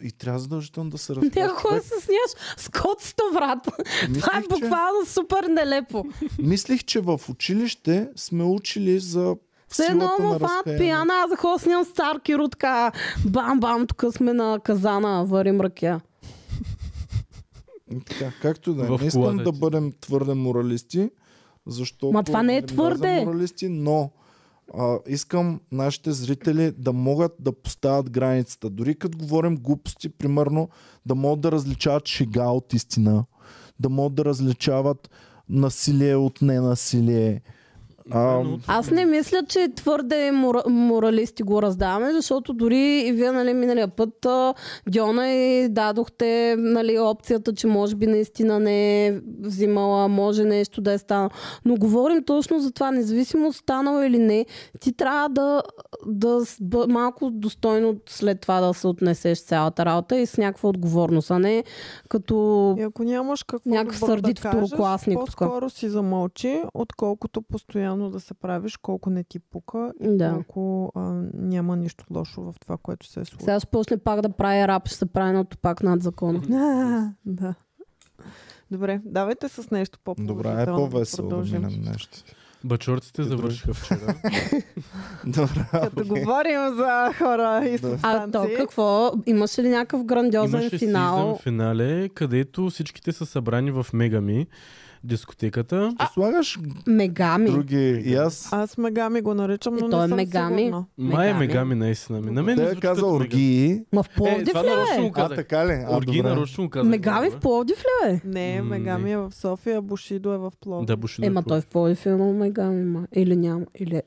и трябва задължително да се разбереш. Някой се сняш с кот врата. Това е Мислих, че- буквално супер нелепо. Мислих, че в училище сме учили за Все едно силата му на фанат разкаянието. пияна, аз да ходя сням стар киро, така бам-бам, тук сме на казана, варим ръкия. И Така, както и да е. В Не искам колата да ти. бъдем твърде моралисти, защото... Ма това не не е мразя твърде. Моралисти, но а, искам нашите зрители да могат да поставят границата. Дори като говорим глупости, примерно, да могат да различават шега от истина, да могат да различават насилие от ненасилие. А, Аз не мисля, че твърде мора- моралисти го раздаваме, защото дори и вие, нали, миналия път а, Диона и дадохте, нали, опцията, че може би наистина не е взимала, може нещо да е станало. Но говорим точно за това, независимо станало или не, ти трябва да, да с- бъ- малко достойно след това да се отнесеш с цялата работа и с някаква отговорност, а не като... И ако нямаш какво Някакъв добро да сърдит кажеш, второкласник тук. по-скоро си замълчи, отколкото постоянно да се правиш колко не ти пука и Да. колко а, няма нищо лошо в това, което се е случило. Сега ще почне пак да прави рап, ще се прави на пак над закона. А, да. Добре, давайте с нещо по-положително. добре, е да по-весело да нали, продължим. минем нещо. Бачорците завършиха вчера. Добре, Като говорим за хора и Да. А то субстанции. какво? Имаше ли някакъв грандиозен Имаше финал? сизъм финале, където всичките са събрани в Мегами, дискотеката. слагаш Мегами. други и аз. Аз Мегами го наричам, но Е, не той е съм Мегами. сигурна. Май е Мегами. Мегами, наистина. Ми. На мен ми Те е звучи казал като Мегами. оргии. Ма в Е, Пловдив това ли нарочно е? го А, казах. така ли? А, Орги добре. нарочно го казах. Мегами в Пловдив ли е? Не, М, Мегами не. е в София, Бушидо е в Пловдив. Да, Бушидо. Ема той в Пловдив е имал Мегами, ма. Или няма. Или...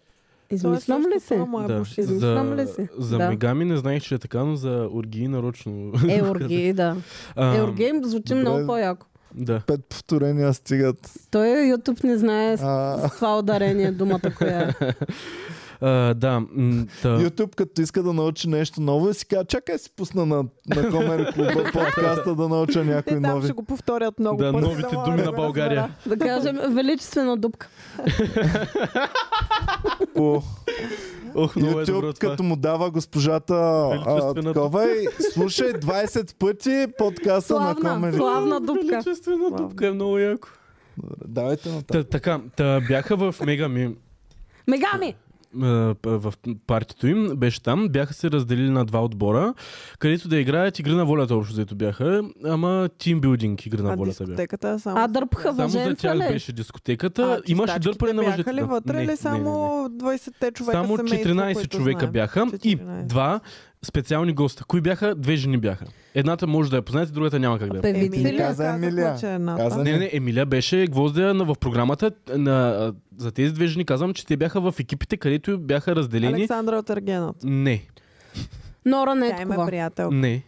Той е Измислям ли също това, се? ама е да. Бушидо. Измислям ли си? за Да. Мегами не знаех, че е така, но за Орги нарочно. Е, Орги, да. А, Е, Орги им звучи добре. много по-яко. Да. Пет повторения стигат. Той YouTube не знае с А, с това ударение думата, коя е. А, да. м, та. YouTube като иска да научи нещо ново и си казва, чакай си пусна на, на Комер клуба подкаста да науча някои Те Е, там нови. ще го повторят много е Да, пъти. новите мога думи да на го България. разбера. Да кажем, величествена дупка. По... Ох, много е добро YouTube, това. като му дава госпожата а, Величествената. такова и слушай 20 пъти подкаста на Славна, Комери. славна дупка. Величествена дупка е много яко. Давайте нататък. Та, така, та бяха в Мегами, Мегами! а, Е, в партито им, беше там, бяха се разделили на два отбора, където да играят игри на волята общо, взето бяха, ама тимбилдинг игри на А волята бяха. дискотеката е само... А дърпха Само за въженца тях ли? беше дискотеката, е? А, имаше чистачките дърпане на мъжете. Бяха ли вътре или само 20-те човека Само семейство, 14 които човека знаем? бяха и 14. два специални госта. Кои бяха? Две жени бяха. Едната може да я познаете, другата няма как да я познаете. Певици Еми, ли? Каза казахме, Емилия. че е едната. Каза Не, не, Емилия беше гвоздя на, в програмата. На, за тези две жени казвам, че те бяха в екипите, където бяха разделени. Александра от Аргенът. Не, Нора не е Тя има такова. приятел. не.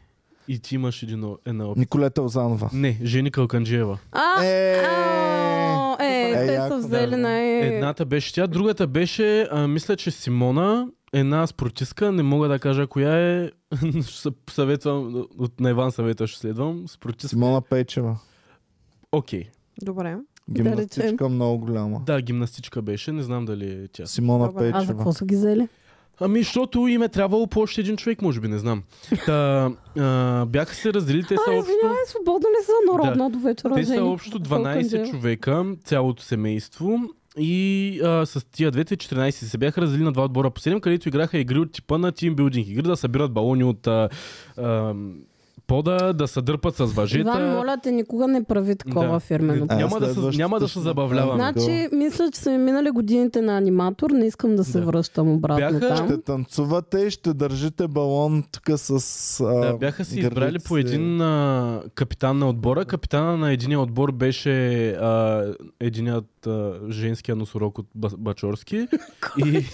И ти имаш един, о- една опит. Николета Озанова. Не, Жени Калканджиева. А, Е, ао, е, Е, те яко, са взели да. на... Едната беше тя, другата беше, а, мисля, че Симона, една спортистка, не мога да кажа коя е, но ще се съветвам, от на Иван съвета ще следвам, спортистка. Симона Печева. Окей, Добре. Гимнастичка много голяма. да, гимнастичка беше, не знам дали е тя. Симона Добре. А за Печева. какво са ги взели? Ами, защото им е трябвало по още един човек, може би, не знам. Та, а, бяха се разделили, те са А, общо... извинявай, свободно ли са народно до вечера? Те са жени? общо 12 Калканджиева. човека, цялото семейство. И а, с тия двете 14 се бяха разделили на два отбора по 7, където играха игри от типа на тимбилдинг. Игри да събират балони от а, а, пода, да се дърпат с въжета. Иван, моля те, никога не прави такова Да. Е, фирмено. А, няма да се- следващото няма да се ще забавлявам. направим Значи, мисля, че са ми минали годините на аниматор, не искам да се Да. връщам обратно Бяха- Ще там. танцувате и ще държите балон тук с... А, Да, бяха си избрали по гърлици. един а, капитан на отбора. Капитана на единия отбор беше а, единият а, женския носорог от Ба- Бачорски. е И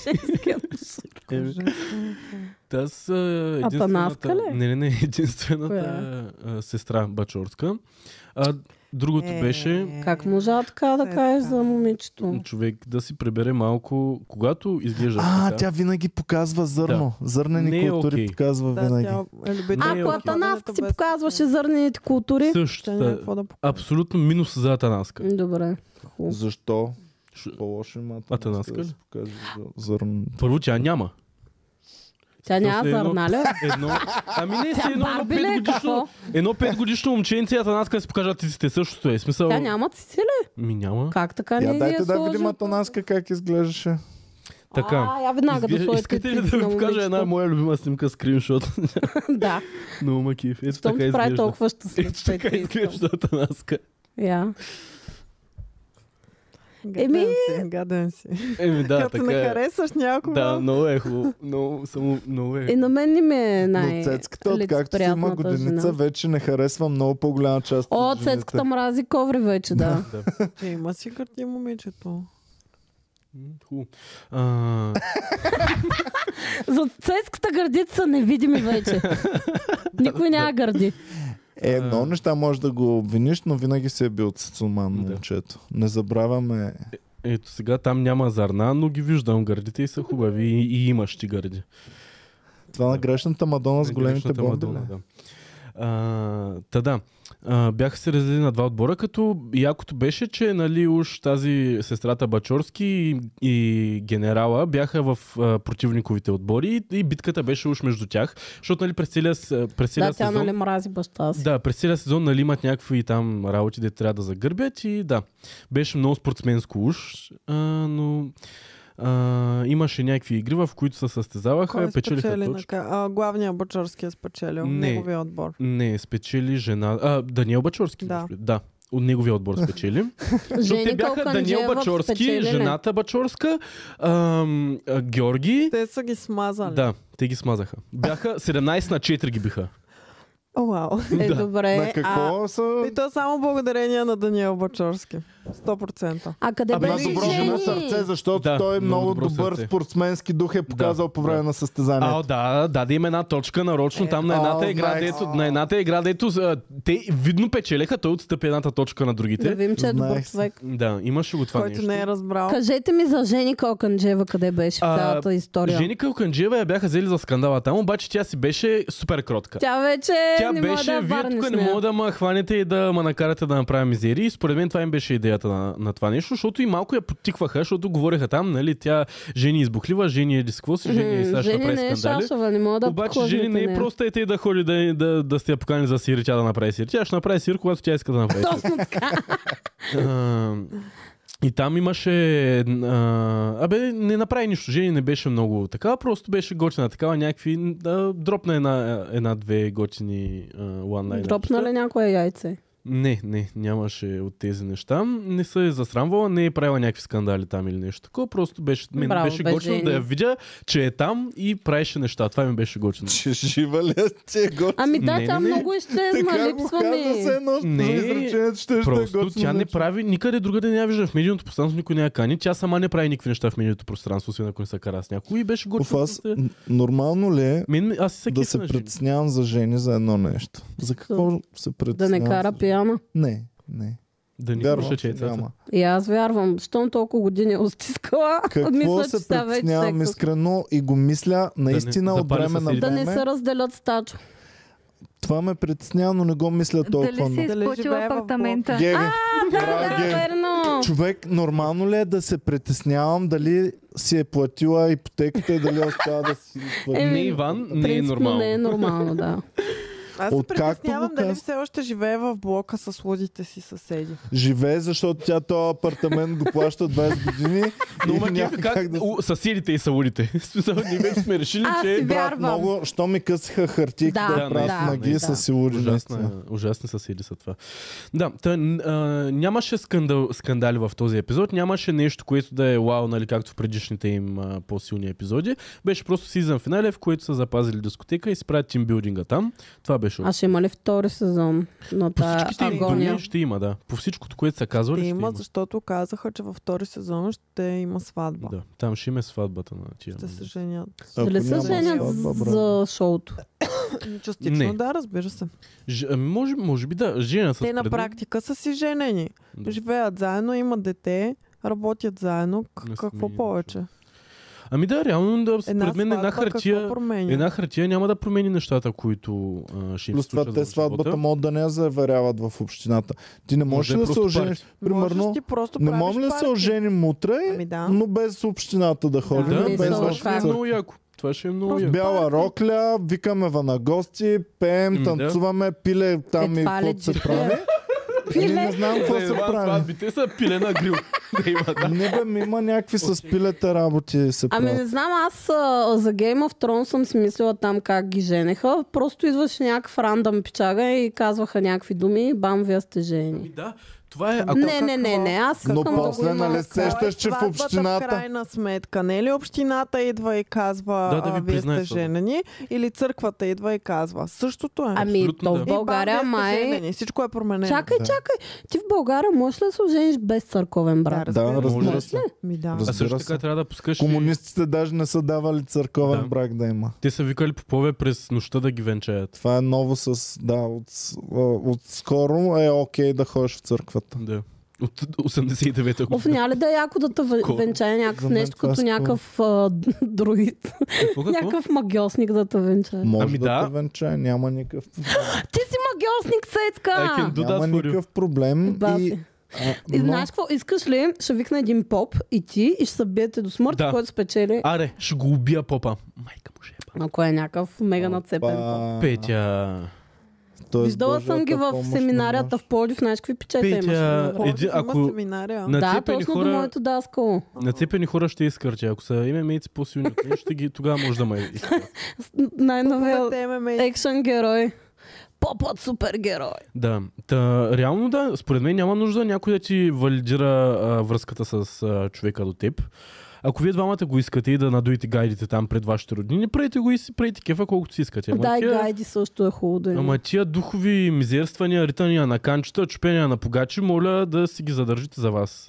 Еми, Та с а, единствената... Панаска ли? Не, не, не, единствената Коя е? а, сестра Бачорска. А, другото Е, беше Как можа така да Е, кажеш така. за момичето? човек да си пребере малко, когато изглежда А, така. тя винаги показва зърно. Зърнени Не е култури окей. показва Да, винаги. тя е любител. Не е Ако окей. Атанаска си Без- показваше зърнените култури... Също. Тя няма е та- какво да покаже. Абсолютно минус за Атанаска. Добре. Хубаво. Защо? Ш- По-лошо има Атанаска да ли? се покаже за- зърно. Първо тя няма. Тя няма Просто едно- зърна, ли? Едно... Ами не, си Тя едно, едно Барби ли е? петгодишно, Какво? едно петгодишно момченце и Атанаска си покажат тиците. Същото е. Смисъл... Тя няма цици ли? Ми няма. Как така не Я ви дайте е да сложил? видим Атанаска как изглеждаше. Така. А, я веднага да Изглежда- сложите Искате ли цици да на ви покажа момичето? една моя любима снимка, скриншот? Да. Но макив. Ето Щом така ти прави изглежда. толкова щастлив. Ето те така ти искам. изглежда Атанаска. Я. Гаден Еми- си, гаден си. Еми да, Като така не е. харесаш някого, Да, много е хубаво. Много, само, много е. И на мен не ме е Но най цецката, откакто си има лицеприятната годиница, жена. вече не харесва много по-голяма част О, от жените. цецката мрази коври вече, да. Да. че има си гърти момичето. М, Хубаво. А, За цецката гърдите са невидими вече. Никой няма гърди. Е, А. много неща можеш да го обвиниш, но винаги си е бил цицуман Да. момчето. Не забравяме. Ето сега там няма зърна, но ги виждам гърдите и са хубави. И, и имаш ти гърди. Това на грешната Мадона с големите Грешната бомби. ли? Мадона, да. А, та да, а, бяха се раздели на два отбора, като якото беше, че нали уж тази сестрата Бачорски и, и генерала бяха в а, противниковите отбори и, и битката беше уж между тях, защото нали през целия, с- през целия Да, тя сезон... нали мрази баща си. Да, през целия сезон нали имат някакви там работи, де трябва да загърбят и да. Беше много спортсменско уж, а, но а, имаше някакви игри, в които се състезаваха, Кой е печелиха спечели? точки. нака- А, главният Бачорски е спечелил. Не. Неговия отбор. Не, спечели жена... А, Даниел Бачорски. Да. може би. да. От неговия отбор спечели. Защото те Жени бяха Даниел Калканджиева Бачорски, спечели, не? жената Бачорска, ам, а, Георги. Те са ги смазали. Да, те ги смазаха. Бяха 17 на 4 ги биха. О, вау. Е, Да. На добре. А, какво са... И то само благодарение на Даниел Бачорски. 100%. а къде Абе, На беше Жени! добро му сърце, Жени? защото Да, той е много много добро добър сърце. спортсменски дух е показал Да, по време да. на състезанието. А, да, даде им една точка нарочно там на едната All игра, nice. дето, на едната игра, дето а, те видно печелеха, той отстъпи едната точка на Да другите. видим, че е добър Знаех си. човек. Да, имаше го това който нещо. не е разбрал. Кажете ми за Жени Калканджева, къде беше в А, цялата история. Жени Калканджиева я бяха взели за скандала там, обаче тя си беше супер кротка. Тя вече Тя не може беше, да я вие варни тук с не нея. мога да ме хванете и да ме накарате да направя мизери. И според мен това им беше идеята на, на това нещо, защото и малко я подтикваха, защото говореха там, нали, тя жени избухлива, жени е дискво си, жени е сега ще Жени направи не е скандали. шашова, не мога да Обаче подхождате жени не е нея. просто е те да ходи да, да, да сте я покани за сир и тя да направи сир. Тя ще направи сир, когато тя иска да направи сир. Точно така. А, И там имаше... А, абе, не направи нищо. Жени не беше много така, просто беше готина такава, някакви... Да, дропна една, една-две готини ланлайна. Дропна ли някое яйце? Не, не, нямаше от тези неща. Не се е засрамвала, не е правила някакви скандали там или нещо такова. Просто беше, мен Браво, беше бе, готино Жени. да я видя, че е там и правеше неща. Това ми беше готино. Че жива ли е ти е готина? Ами да, Не, тя не, не. много изчезна, Така го липсва каза ми. се едно, Не, не, изречението ще ще е Просто готино. тя не вече. прави никъде друга да не я вижда в медийното пространство, никой не я кани. Тя сама не прави никакви неща в медийното пространство, освен ако не се кара с някой. И беше Оф, готино. аз, н- нормално ли е Мен, аз си се да кефя се на жени. притеснявам за жени за едно нещо? За какво се Да притеснявам? не кара за- пияна. Не, не. Да ни Вярвам, пише, че е че цата. няма. И аз вярвам, щом толкова години остискала, Какво мисля, че се сега Ами, вече притеснявам секс. искрено и го мисля наистина от запали време с на един. Да не време. се разделят стачо. Това ме притеснява, но не го мисля толкова. Дали си много. Дали изплатила живее в блок? апартамента? Геви. Браво, Да, Геви. верно. Човек, нормално ли е да се притеснявам дали си е платила ипотеката и дали остава да си плати? Не, Иван, не е Принципно нормално. не е нормално, да. Аз се Откакто го притеснявам дали каз- все още живее в блока с лудите си съседи. Живее, защото тя този апартамент го плаща 20 години. Но и ма няма кефи как да се- у, съседите и саудите. В смисъл, Ние вече сме решили, Аз че е си Брат, вярвам. много, що ми късаха хартик Да, да, да, да правят наистина, магии наистина. са си луди. е. наистина. Ужасна, ужасни съседи са това. Да, та, н- а, нямаше скандал, скандали в този епизод, нямаше нещо, което да е вау, нали, както в предишните им а, по-силни епизоди. Беше просто сизън финале, в което са запазили дискотека и спрят тимбилдинга там. Това беше. А ще има ли втори сезон на по тази всичките им агония? думи ще има, да. По всичкото, което са казвали, Ще ще има, защото казаха, че във втори сезон ще има сватба. Да, там ще има сватбата на тия. Ще се женят. Ако Дали се няма женят сватба, брат. за шоуто? Частично Не. да, разбира се. Ж, а, може, може би да, жена с Те на преди- практика са си женени. Да. Живеят заедно, имат дете, работят заедно. К- Не какво сме повече? Ами да, реално, да, според мен една сватба какво хартия, променя? Една хартия няма да промени нещата, които а, ще им Плюс се случат това те в живота. сватбата могат да не я заверяват в общината. Ти не можеш да ли е да се просто ожениш? Примерно, Можеш ти просто не правиш можем ли да се парти. оженим утре, Ами да. но без общината да ходим, Да, Да, без това Без ще е лъжа. много яко. Това ще е много Просто яко. Бяла рокля, викаме ва на гости, пеем, М, да. танцуваме, пиле там Ами Е, и това какво ли се джипе? прави. Ами, Пиле? Не знам какво се прави. Е, Сватбите са пиле на грил. Да има, да. Не бе, ми има някакви с пилета работи се Ами не правят. знам, аз а, за Game of Thrones съм си мислила там как ги женеха. Просто идваше някакъв рандъм пичага и казваха някакви думи и бам, вие сте жени. Ами да, това е... Ако... Не, не, не, не, аз искам Но да го после, има нали, такова. сещаш, че в Сватбата общината- В крайна сметка, не е ли общината идва и казва, Да, да а, ви вие признае сте това, да. женени, или църквата идва и казва. Същото е. Ами, Абсолютно то да. в И бам, вие България сте май... женени. Всичко е променено. Чакай, Да. чакай. Ти в България можеш ли да се ожениш без църковен брат? Да, Да, разбира Може. се. Ми да. Раз- А също разбира така се. трябва да пускаш... и- Комунистите даже не са давали църковен Да. брак да има. Те са викали попове през нощта да ги венчаят. Това е ново с... Да, от, а, от скоро е окей да ходиш в църквата. Да. От 89-та Оф, година. няма ли да е яко да те Колко? въ- венчае някакъв За мен нещо, това като е някакъв а, друид, Какво, какво? някакъв магиосник да те венчае? Може Ами да, да. те венчае, няма никакъв, Ти си магиосник, I can Цецка! do that няма for you. никакъв проблем. Баси. И, а, И но- знаеш какво? Искаш ли? Ще викна един поп и ти и ще се биете до смърт, Да. който спечели. А... Аре, ще го убия попа. Майка му ще е па. Ако е някакъв мега нацепен поп. Опа. е Петя. Тоест, Виждала съм ги Божията в помощ не семинарията може. в Плодив, знаеш какви печета Петя, имаше. Повече Един- има ако- семинария. Да, На- нацепени точно хора- до моето даскало. Нацепени хора ще изкърча. Ако са имемейци по-силни от мен, ще ги, тогава може да ме изкърча. С- Най-новия Те ММА. екшен герой. Попът супергерой. Да, та, реално да, според мен няма нужда някой да ти валидира а, връзката с а, човека до теб. Ако вие двамата го искате и да надуете гайдите там пред вашите роднини, правете го и си правите кефа колкото си искате. Ама Да, и тия, гайди също е хубаво да има. ама тия духови мизерствания, ритания на канчета, чупения на погачи, моля да си ги задържите за вас.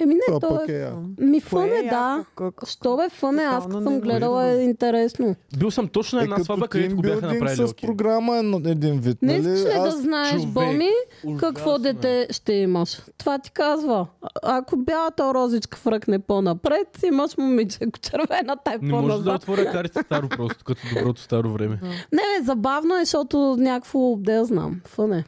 Еми не, Това то пък е... е яко. Кое Ми фън е е, да. яко? Как- Що бе фън е, аз Тотално като съм не гледала е разбирам. интересно. Бил съм точно на Е, една като сватба, където го бяха тимбилдинг направили. с окей. програма е на- един вид. Не нали? искаш ли да Аз знаеш, човек. Боми, Ужасно какво е. дете ще имаш? Това ти казва. А- Ако бялата розичка фръкне по-напред, имаш момиче, ако червената е Не може да по-назад. отворя карите старо просто, като доброто старо време. Не, бе, забавно е, защото някакво, да я знам, фън е.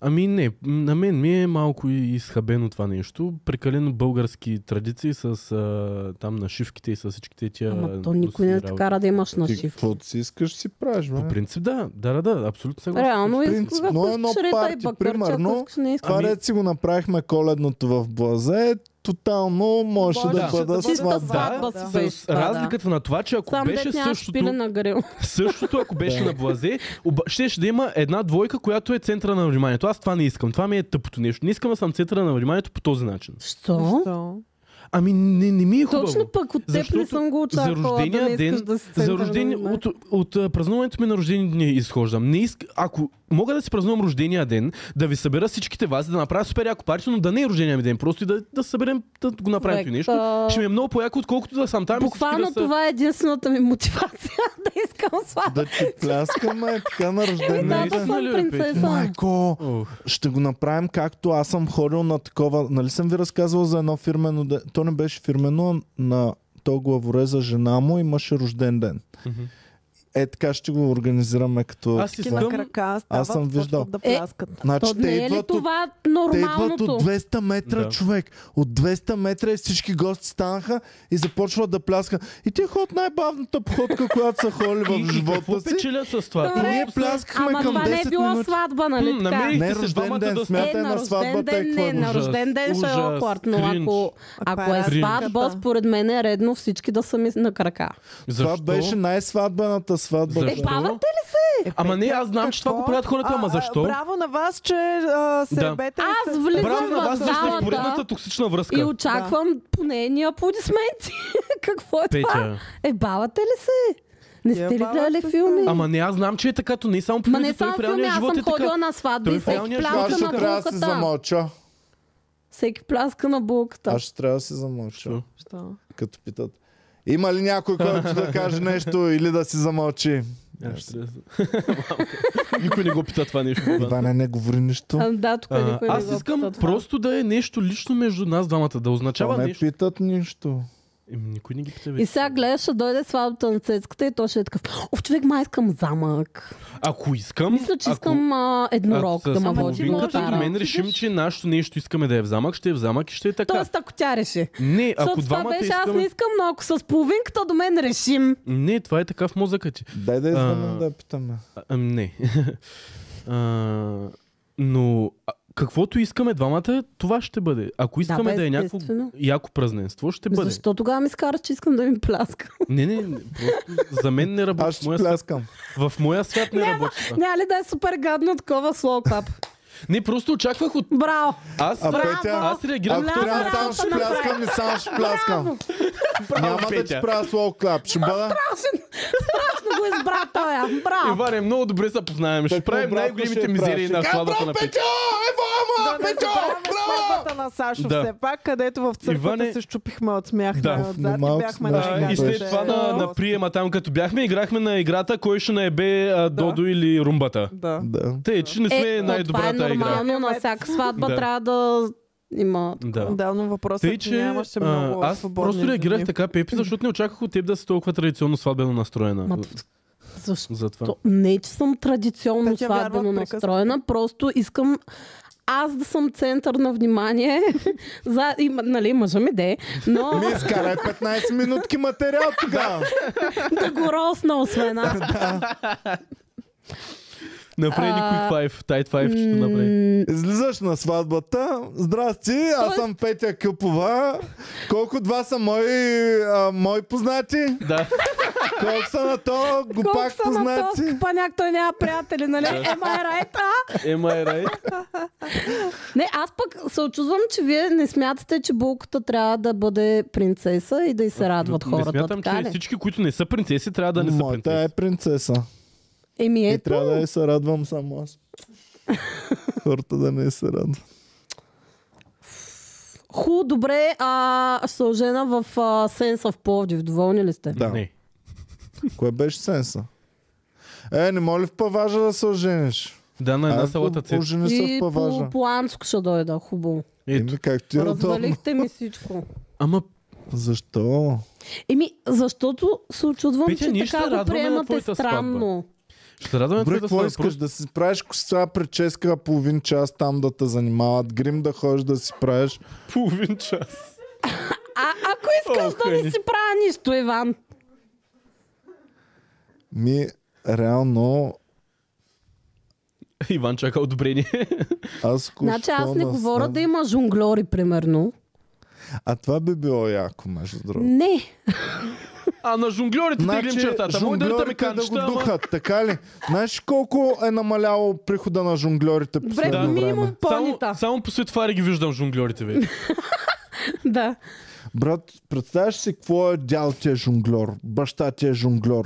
Ами не, м, на мен ми е малко и- изхабено това нещо. Прекалено български традиции с а, там нашивките и с всичките тия... Ама то никой не е носими те работи. кара да имаш Ти нашивка. каквото си искаш, си правиш, По бе. принцип да, да, да, да, абсолютно съгласен. Реално и принцип, когато но едно искаш рета и парти, бакърче, ако примерно, искаш не искаш. Това е Ами- ред си го направихме коледното в Блазе, тотално можеше да да. бъде Чиста сватба. сватба Да. си С беше е това, да. разликата на това, че ако Сам беше дет нямаш пиле същото, на грил. същото, ако беше на Блазе, оба, щеше да има една двойка, която е центъра на вниманието. Аз това не искам. Това ми е тъпото нещо. Не искам да съм центъра на вниманието по този начин. Що? Защо? Ами не, не ми е хубаво. Точно пък от теб Защото не съм го за очаквала да не рождения искаш ден- да си За център на рождени, вниманието. от, от а, празнуването ми на рождени дни изхождам. Не иск, ако мога да си празнувам рождения ден, да ви събера всичките вас, да направя супер яко парти, но да не е рождения ми ден, просто и да, да съберем, да го направим Корект. това нещо. А, Ще ми е много по-яко, отколкото да съм там. и Буквално всички да са- това е единствената ми мотивация да искам сватба. Да ти пляскаме така на Да, рождение. Да, ден. да наистина съм ли, бе, принцеса. Майко, Ох. ще го направим както аз съм ходил на такова. Нали съм ви разказвал за едно фирмено... де- То не беше фирмено, а на то главореза жена му имаше рожден ден. Мгм. Е, така ще го организираме като... Аз Ки на е искам крака стават, Аз съм почват виждал. да Е, пляскат. Значи, То те не е ли идват от това Те идват нормалното? от 200 метра, Да. да. човек. От 200 метра и всички гости станаха и започват да пляскат. И те ходят най-бавната походка, която са ходили в и, и какво живота си. печеля с това? И Добре. ние пляскахме Ама към това не е 10 било минути. сватба, М, нали така? намерих Не, Искате с рожден двамата ден. да- Смятай Е, на, на рожден сватбата е ден, не, какво на ужас, рожден ден ще е ужас, awkward, но ако, Ако ако е е разликата? сватба, според мен е редно всички да са ми на крака. Това беше най-сватбената сватба. Защо? Е, бавате Е, Ама не, Петя, аз знам, че това какво? го правят хората, А, ама а, защо? Браво на вас, че а, се Да. бете. Аз се- влизам Браво на в вас, сте в залата. поредната токсична И връзка. очаквам поне ни аплодисменти. Какво е това? Петя. Е, бавате ли се? Не Е, сте ли бавате гледали се. филми? Ама не, аз знам, че е така, то не е само по Ма не филмите, той само в филми, реалния аз живот е съм така. ходила на сватби Той е и в всеки реалния Аз пляска ще на трябва да си булката. замълча. Всеки пляска на булката. Аз ще трябва да си замълча, Що? Защо? като питат. Има ли някой, който да каже нещо или да си замълчи? Аз ще трябва да- Малко. Никой не го пита това нещо. Иване, не говори нищо. А, Да, тук А, никой не Аз го искам пита това. просто да е нещо лично между нас двамата, да То означава не нещо. питат нищо. Еми, никой не ги пита И вече. сега гледаш, ще дойде сватбата на цецката и то ще е такъв. О, човек, май искам замък. Ако искам, Мисля, че Ами, ако- искам а, еднорог ако да ме води. с половинката на половинката до пазара. да мен решим, че нашето нещо искаме да е в замък, ще е в замък и ще е така. Тоест, ако тя реши. Не, ако Защото това двамата беше, аз не искаме... искам, но ако с половинката до мен решим. Не, това е така в мозъка ти. Дай да А. извън да я питаме. А, ам, не. а, но а, каквото искаме двамата, това ще бъде. Ако искаме бе, да, е някакво естествено. яко празненство, ще бъде. Защо тогава ми скараш, че искам да ми пляска? Не, не, не, просто за мен не Аз работи. В ще моя, свят, пляскам. в моя свят не работи. това. Няма ли да е супер гадно такова слоу клап? Не, просто очаквах от... Браво! Аз, А Браво! Петя, аз реагирам Ако Браво, трябва браво, само ще направи. пляскам и само ще пляскам. Няма да ти Петя. правя слоу клап. Ще бъда... Страшно го избра той. Браво! Иване, много добре се познаваме. Ще Какво правим обратно най-големите ще мизерии правиш? на Е, сватбата на Петя. Да не забравяме сватбата на Сашо Да. все пак, където в църквата Иване- се щупихме от смях Да. най-отзад Малко и бяхме сме. Да, Да, и най-гадните. след това на, на приема там, като бяхме, играхме на играта кой ще наебе а, Додо или Румбата. Да. Да. Те, че не сме Е, то това е най-добрата игра. нормално. На всяка сватба Да. трябва да има... Да. Да, но въпросът Тъй, е, че че нямаше а, много аз свободни просто реагирах дни. така, Пепи, защото не очаквах от теб да си толкова традиционно сватбено настроена. Ма, Защо? Затова. То, не, че съм традиционно Петя, сватбено вярвам, прекъсна. настроена, просто искам аз да съм център на внимание. За, и, м- нали, мъжа ми де, но Ми изкарай 15 минутки материал тогава. да го росна, освен аз. Направи А, никой файв, тайт файв, че направи. М, Излизаш на сватбата. Здрасти, аз съм Петя Къпова. Колко два са мои, а, мои познати? Да. Колко са на то? Го Колко пак са на познати. този паняк, той няма приятели, нали? Ема е райта. Ема е рай. Не, аз пък се очудвам, че вие не смятате, че булката трябва да бъде принцеса и да й се радват хората. Не смятам, така че ли? всички, които не са принцеси, трябва да не са Моята е принцеси. принцеса. Еми И ето, е трябва да я се радвам само аз. Хората да не я се радват. ху, добре, а ще се ожена в а, Сенса в Пловдив. Доволни ли сте? Да. Не. Кое беше сенса? Е, не моли в паважа да се ожениш. Да, на една салата ци. ци. Ожени се в И по, паважа. по Анско ще дойда, хубаво. Ето. Еми, как ти е удобно. Развалихте ми всичко. Ама Защо? Еми, защото се очудвам, Петя, че ние ще се така го радваме на приемате твоята странно. Ще се радваме Добре, това да какво стане искаш? просто. Да си правиш коса, прическа, половин час там да те занимават, грим да ходиш да си правиш. Половин час. А ако искаш Ох, да Ени. не си правя нищо, Иван. Ми, реално, Иван чака одобрение. аз ако Значи аз щом не да говоря стана- да има жонглори, примерно. А това би било яко, между другото. Не. А на жонглерите теглим чертата. Може да литаме жонгльорите Значи, да канчета, го е, ама... духат, така ли? Знаеш колко е намаляло прихода на жонгльорите Добре, последно време? минимум Само, понита. само по светфари ги виждам жонглерите вече. Да. Брат, представяш си какво е дял ти е жонглер, баща ти е жонглер.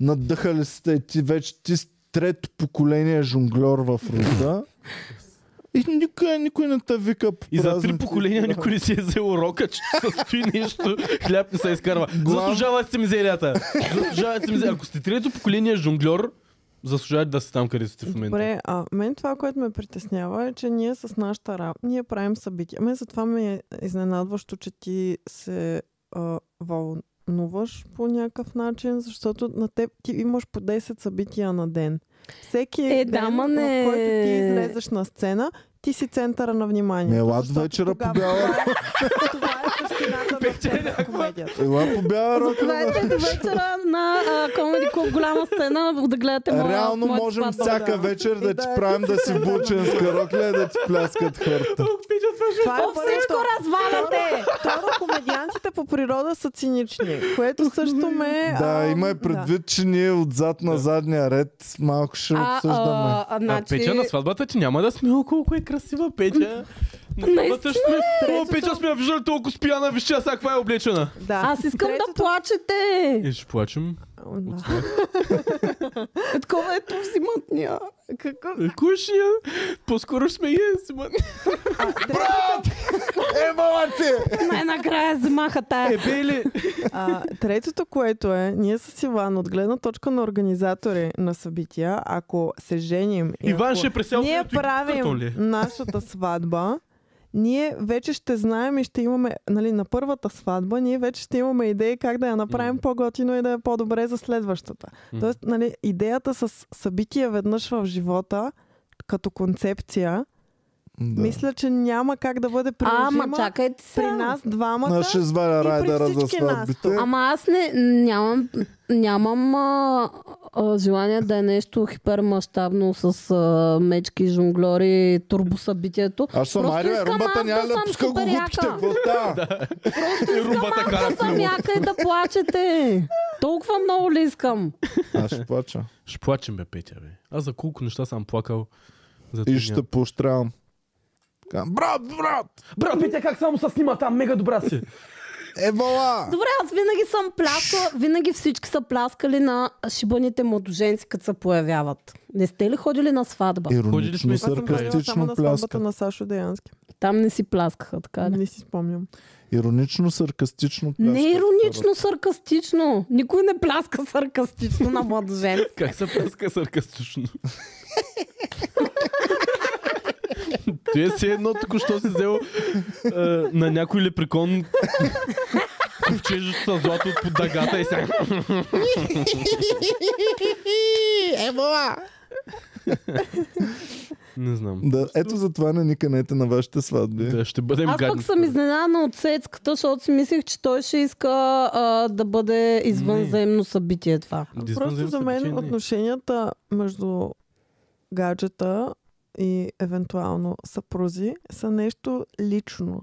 Надъхали сте ти вече ти си трето поколение жонглер в рода. И никой, никой не те вика по И за три празниците. поколения никой не си е взел урока, че състои нещо, хляб не се изкарва. Глав- Заслужавате си мизерията. Заслужавате си мизерията. Ако сте трето поколение жонглер, заслужавате да сте там, където сте в момента. Добре, а мен това, което ме притеснява е, че ние с нашата работа, ние правим събития. Мен затова ми е изненадващо, че ти се а, вълнуваш по някакъв начин, защото на теб ти имаш по 10 събития на ден. Всеки Е, да, ден, ма в не. който ти излезеш на сцена, ти си центъра на вниманието. Ме, елат защото вечера по тогава бяла. Това е същината на сцена, комедията. Ела по бяла ръка. Заповядайте до вечера на Комеди Клуб голяма сцена да гледате моя Реално моята можем сватба. всяка вечер да ти И да е правим да си в центъра на булченска рокля и да ти пляскат хората. Това е О, всичко първото. разваляте! Второ, комедиантите по природа са цинични, което също ме... Да, Е, ам, имай предвид, че ние отзад на задния ред малко ще А, обсъждаме. а, а, А значи... Петя на сватбата ти няма да сме, о, колко е красива Петя. На сватбата ще сме, о, Петя сме я виждали толкова спияна, вижте сега каква е облечена. да. Да. Аз искам да плачете! И ще плачем. Да. Е, Такова ето взимат ня. Какво? Е, Кой ще я? По-скоро ще сме я. взимат. Ебала ти! Най-накрая взимаха тая. Е, бе ли? А, третото, което е, ние с Иван, от гледна точка на организатори на събития, ако се женим и Иван Е, ако ще преселва ние твоето и картон правим ли? нашата сватба, ние вече ще знаем и ще имаме, нали, на първата сватба, ние вече ще имаме идеи как да я направим по-готино и да е по-добре за следващата. Тоест, нали, идеята с събитие веднъж в живота, като концепция, Да. мисля, че няма как да бъде А, ма приложима чакайте при сега. нас двамата. Аз ще и изваля при райдера за всички нас сватбите. тук. Ама аз не, нямам, нямам а, а, желание да е нещо хипермащабно с а, мечки, жонглори, турбосъбитието. Аз съм Просто Ария, искам румбата аз да няма да съм пуска супер губките. яка. Какво става? И румбата Е, кара в Съм него. яка и да плачете. Толкова много ли искам? Аз ще плача. Ще плачем, бе, Петя, бе. Аз за колко неща съм плакал. За И тия ще дни. поощрявам. Така, Брат, брат! Е, Брат, Петя, как само се снима там, мега добра си. Ебала! Добре, аз винаги съм пляскала, винаги всички са пляскали на шибаните младоженци, като се появяват. Не сте ли ходили на сватба? Ходили Иронично, сме и с Аз съм ходила само на саркастично сватбата пляска. на Сашо Деянски. Там не си пляскаха, така ли? Не си спомням. Иронично, саркастично пляска. Не е иронично, саркастично. Никой не пляска саркастично на младоженци. Как се пръска саркастично? Той е все едно току-що си взел е, на някой лепрекон ковчежето с злато под дъгата и сега... Не знам. Да, ето затова не ни канете на вашите сватби. Да, ще бъдем Аз гадни. пък съм изненадана от сецката, защото си мислех, че той ще иска а, да бъде извън Не. взаимно събитие това. Просто за мен отношенията между гаджета и евентуално съпрузи са нещо лично.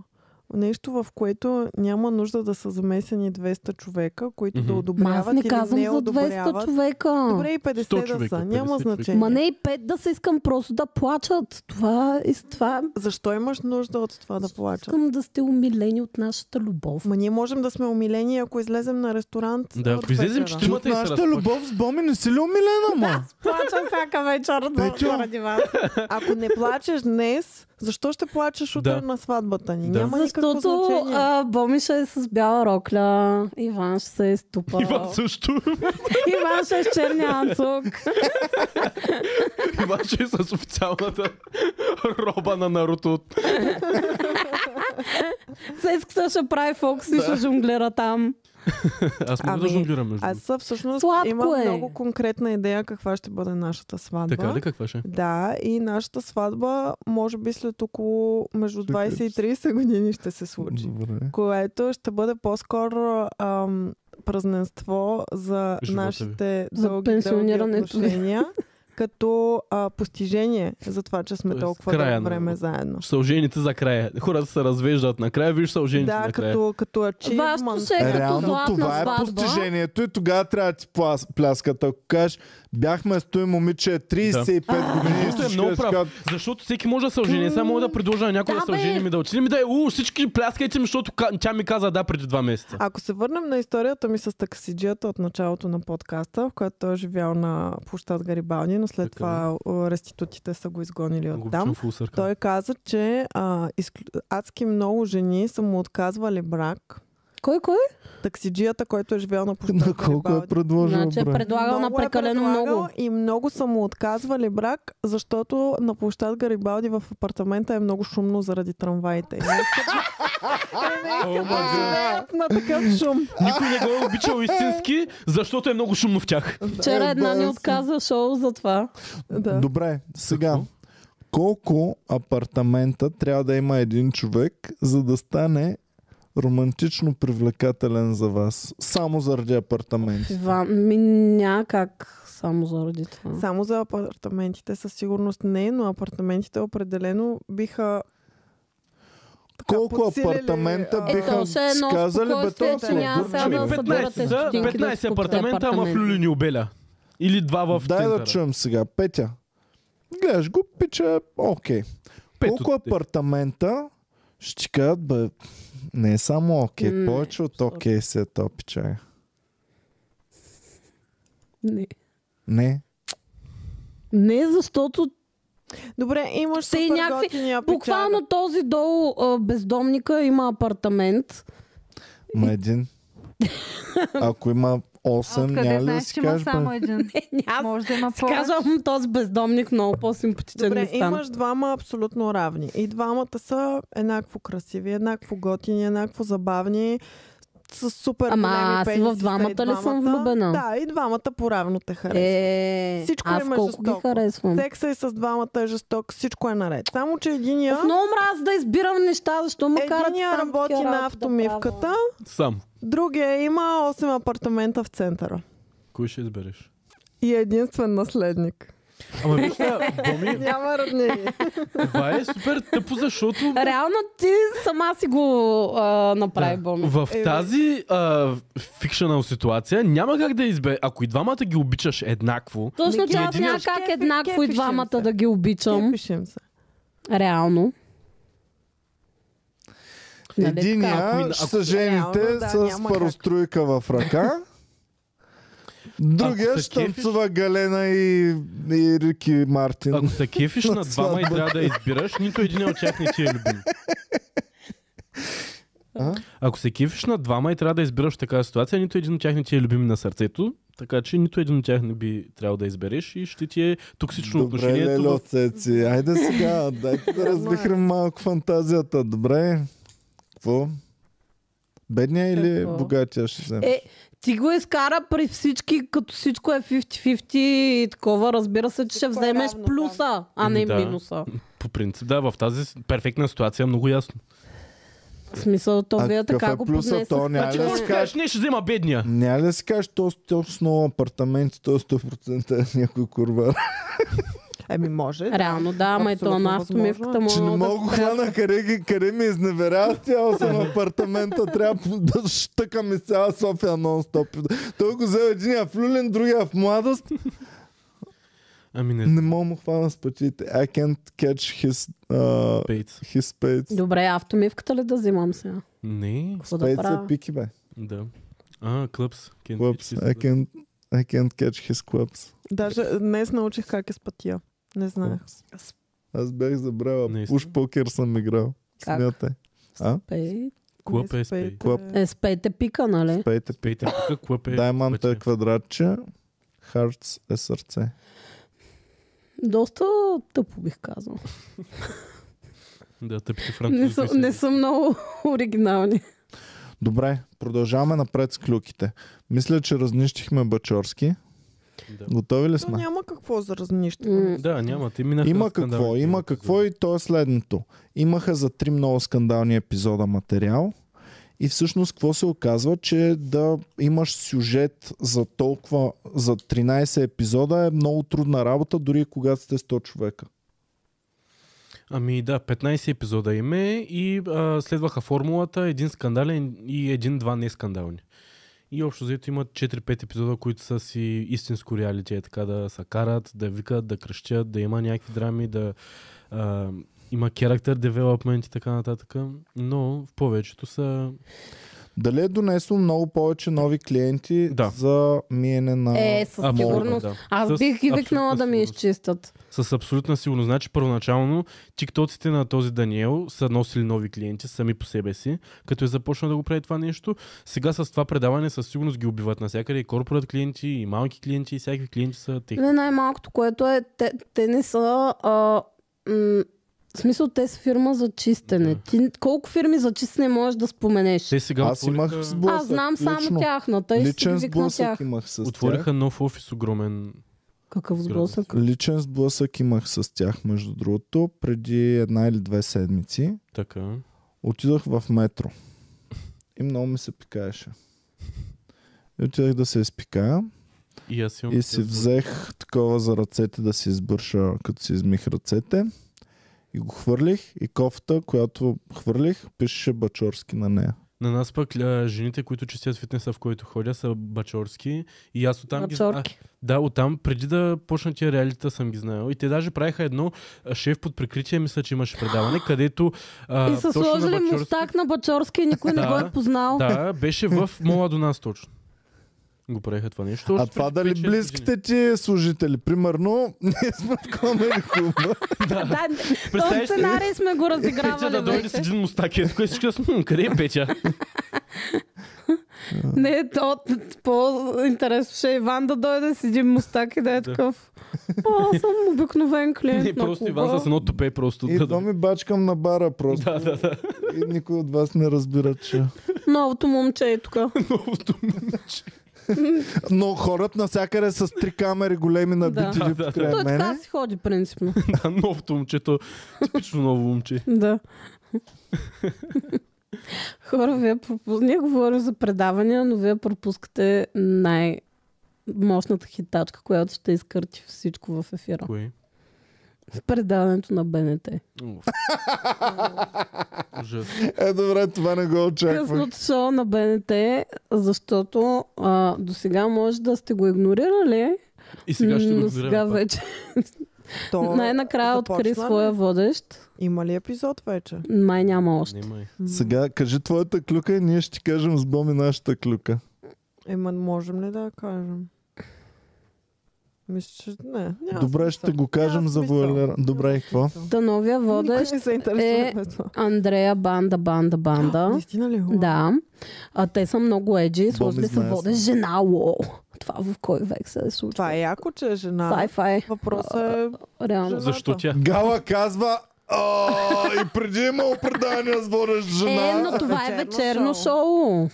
Нещо, в което няма нужда да са замесени 200 човека, които да Мгм. Ма аз одобряват не или казвам не за 200 одобряват. човека. Добре и 50 да 100 човека, са, няма 50 човека. значение. Ма не и пет да се искам просто да плачат. Това, и с това е- Защо имаш нужда от това да плачеш? искам да сте умилени от нашата любов. Ма ние можем да сме умилени, ако излезем на ресторант. Да, ако от излезем, вечера. ще има- От Думата и се нашата разплака. любов с Боми не си ли умилена, ма? Плача всяка вечер Петю. вас. Ако не плачеш днес, защо ще плачеш утре Да. на сватбата ни? Да. Няма никакво Защото значение. а, Бомиша е с бяла рокля, Иван ще се е ступал. Иван също. Иван ще е с черния анцук. Иван ще е с официалната роба на Наруто от Сеската ще прави фокус и ще жонглера там. Аз мога да Ами, жонглирам между Аз съ- всъщност Сладко имам е. много конкретна идея каква ще бъде нашата сватба. Така ли каква ще? е? Да, и нашата сватба, може би след около между 20 и 30 години ще се случи. Добре. Което ще бъде по-скоро ам, празненство за Живота ви. нашите За дълги, дълги пенсионирането ви. отношения, като а, постижение за това, че сме Тоест, толкова края дълго на- време заедно. Ще се ожените за края. Хората се развеждат накрая, виж се ожените Да, за е края. като, като Вашето achievement. ще е като Реално златна това е сватба. постижението и тогава трябва да ти пла- пляскат. Ако кажеш, бяхме с той момиче 35 години. Просто е всички много ще прав. кажат, Защото всеки може да се ожени. Сега мога да предложа на някой да, Да, се бе. оженим и да отидем и да е, у, всички пляскайте ми, защото ка- тя ми каза да преди два месеца. Ако се върнем на историята ми с таксиджията от началото на подкаста, в която той е живял на площад Гарибални, но след Така. това а, реститутите са го изгонили Го от обичам там. full circle. Той е каза, че а, изклю... адски много жени са му отказвали брак. Кой, кой? Таксиджията, който е живял на площад На колко е Гарибалди. предложил, Значи е бре? предлагал на Много е прекалено предлагал много. И много са му отказвали брак, защото на площад Гарибалди в апартамента е много шумно заради трамваите. И не искат О, май гад. да на такъв шум. Никой не го е обичал истински, защото е много шумно в тях. Вчера Е, една ба, ни си. отказа шоу за това. Да. Добре, сега. Какво? Колко апартамента трябва да има един човек, за да стане романтично привлекателен за вас? Само заради апартамент. Иван, ми някак само заради това. Само за апартаментите със сигурност не, но апартаментите определено биха така, Колко подсилили, апартамента а, биха- Ето, ще е едно сказали, бе, спокойствие, толкова че няма добре, сега бе. да е събирате 15, за- стотинки да 15 скупите апартамента, ама в апартаменти. люлини обеля. Или два в Дай центъра. да чуем сега. Петя, гледаш го, пича, окей. Пет Колко от тях. апартамента ще ти кажат, бе, не е само окей, Не, повече от окей се е то, пича. Не. Не. Не, защото Добре, имаш Са и супер някакви- готиния печат. буквално този долу а, бездомника има апартамент. Ма един. Ако има А 8, Откъде няма ли да знаеш, че си има кажеш, само бе, един? Е, Аз Може да има си повече. казвам този бездомник много по-симпатичен ми Добре, стана. имаш двама абсолютно равни. И двамата са еднакво красиви, еднакво готини, еднакво забавни, с супер Ама големи аз пениси. в са и двамата ли съм влюбена? Да, и двамата поравно те харесват. Е, Всичко аз им е колко ги жестоко. харесвам. Секса и с двамамата е жесток, всичко е наред. Само, че единия... Много мраз да избирам неща, защо ме карат Единия само работи на такива работи да правя? автомивката, Сам. другия има 8 апартамента в центъра. Кой ще избереш? И е единствен наследник. Ама вижте, Е. Боми, Няма роднини. това е супер тъпо, Е, защото Реално ти сама си го а, направи, Боми. В Е, бе. тази а, фикшенал ситуация няма как да избе. Ако и двамата ги обичаш еднакво, Точно Ами, че аз единия- няма как Кефи- еднакво и кефишем двамата се. да ги обичам. Пишем се. Реално. Нали така? Единия Ако и- ще ако- са жените Реално, да, с няма как. паростройка в ръка. Другия Ако се ще танцува Галена и, и Рики Мартин. ако се кефиш на На двама и сватба. трябва да избираш, нито един от тях не ти е любим. А? Ако се кефиш на двама и трябва да избираш в такава ситуация, нито един от тях не ти е любим на сърцето, така че нито един от тях не би трябвало да избереш и ще ти е токсично Добре, отношението. леле, в- отцеци. Айде сега, дайте да развихрим малко фантазията. Добре. Какво? Бедния или Какво? богатия ще вземе? Е, ти го изкара при всички, като всичко е 50-50 и такова. Разбира се, че ще Всичко е вземеш равно, да. плюса, а Ами не да. минуса. По принцип, да, в тази с- перфектна ситуация е много ясно. В смисъл, то А вие какъв така е го плюсът? поднесете. То няма Значи, да какво си ще кажеш, кажеш? Не, ще взема бедния. Няма ли да си кажеш, то точно апартамент, то 100% е някой курва. Еми може. да. Реално, да, ама и то Абсолютно на автомивката му. Че не мога го хвана, къде, ги- къде ми изневеря, тя съм апартамента, трябва да щъкам из цяла София нон-стоп. Той го взел единия в Люлин, другия в Младост. Ами не, Не мога му хвана с пътите. I can't catch his, uh, пейц. his spades. Добре, автомивката ли да взимам сега? Не, Какво да Spades е правя? пики, бе. да. А, клъпс. Кен Клъпс. е, Пич, I can't, I can't catch his clubs. Даже днес научих как е с пътия. Не знаех. Аз бях забравил. Наистина? Уж покер съм играл. Как? Смятай. А? Пей- Клъп Не е с спейте. пей. Клъп. Е, спейте пика, нали? Пейте. Пейте, тук клъп е. Дайманта е пътя. квадратче. Хартс е сърце. Доста тъпо бих казал. Да, тъпите Не французи. са, са- не са много оригинални. Добре, продължаваме напред с клюките. Мисля, че разнищихме Бачорски. Да. Готови ли То сме? няма какво за разнища. М. Да, няма. Ти минаха Има на какво, скандалите. има какво и то е следното. Имаха за три много скандални епизода материал и всъщност какво се оказва, че да имаш сюжет за толкова, за 13 епизода е много трудна работа, дори и когато сте 100 човека. Ами да, 15 епизода име и а, следваха формулата един скандален и един-два нескандални. И общо взето имат 4-5 епизода, които са си истинско реалити, е така да се карат, да викат, да кръщят, да има някакви драми, да а, има character development и така нататък. Но в повечето са... Дали е донесло много повече нови клиенти Да. за миене на... Е, със Абсолютно, сигурност. да. Аз Със бих ги викнала абсолютна да ми сигурност. изчистят. С абсолютна сигурност. Значи първоначално тиктоците на този Даниел са носили нови клиенти сами по себе си, като е започнал да го прави това нещо. Сега с това предаване със сигурност ги убиват навсякъде. И корпорат клиенти, и малки клиенти, и всякакви клиенти са техни. Не най-малкото, което е, те, те не са... А, м- в смисъл, те са фирма за чистене. Да. Ти, колко фирми за чистене можеш да споменеш? Те сега Аз имах отвориха, сблъсък. Аз знам само лично. тяхната и ще Личен ги викна тях. сблъсък имах с тях. отвориха нов офис огромен. Какъв сблъсък? Личен сблъсък имах с тях, между другото, преди една или две седмици. Така. Отидох в метро. И много ми се пикаеше. И отидах да се изпикая И аз имам и си такива- взех такова за ръцете да си избърша, като си измих ръцете. И го хвърлих и кофта, която хвърлих, пишеше Бачорски на нея. На нас пък а, жените, които чистят фитнеса, в който ходя, са бачорски. И аз оттам ги, зна- Бачорки. Да, оттам, преди да почна тия реалита съм ги знаел. И те даже правиха едно а, шеф под прикритие, мисля, че имаше предаване, където... А, И са точно на сложили Бачорски- мустак на Бачорски и никой не Да, го е познал. Да, беше в мола до нас точно. Го правиха това нещо. А Още това преди дали 5-6 години. близките ти служители? Примерно, ние сме в Comedy Club. Да, не- този Представяш ли? сценарий сме го Петя да разигравали дойде с вече. един мустак и е тук и всички да сме, «М, къде е Петя? Не, то по-интересно ще е Иван да дойде с един мустак и да е Да. такъв. О, аз съм обикновен клиент Не, на просто клуба. Иван с едно тупе просто. да, Идвам да. и бачкам на бара просто. Да, да, да. И никой от вас не разбира, че... Новото момче е тук. Новото Но хората навсякъде с три камери големи на Да. BTV Да, да, да. покрай Той така мене. си ходи, принципно. Да, новото момчето. Типично ново момче. Да. Хора, вие пропу... Ние говорим за предавания, но вие пропускате най- мощната хитачка, която ще изкърти всичко в ефира. Кое? Предаването на БНТ. Уф. Ужас. Е, добре, това не го очаквах. Късното шоу на БНТ, защото а, до сега може да сте го игнорирали, И сега ще но го сега разберем. вече То най-накрая откри започна ли? своя водещ. Има ли епизод вече? Май няма още. Снимай. Сега, кажи твоята клюка и ние ще ти кажем с Боми нашата клюка. Ема, можем ли да я кажем? Мисля, че не. Няма Добре, ще го кажем за Вуалера. Добре, и какво? Та новия Водещ водещ не се интересува е... това. Андрея Банда Банда Банда. Наистина ли? Уау. Да. А, те са много еджи. Боми Сложили са знае водещ жена. Лоу. Това в кой век се е случило? Това е яко, че е жена. Това е, това е. Въпросът е... Реално. Защо тя? Гала казва... О, и преди е имало предавания с водещ Е, жена. но това е Вечерно вечерно шоу. шоу.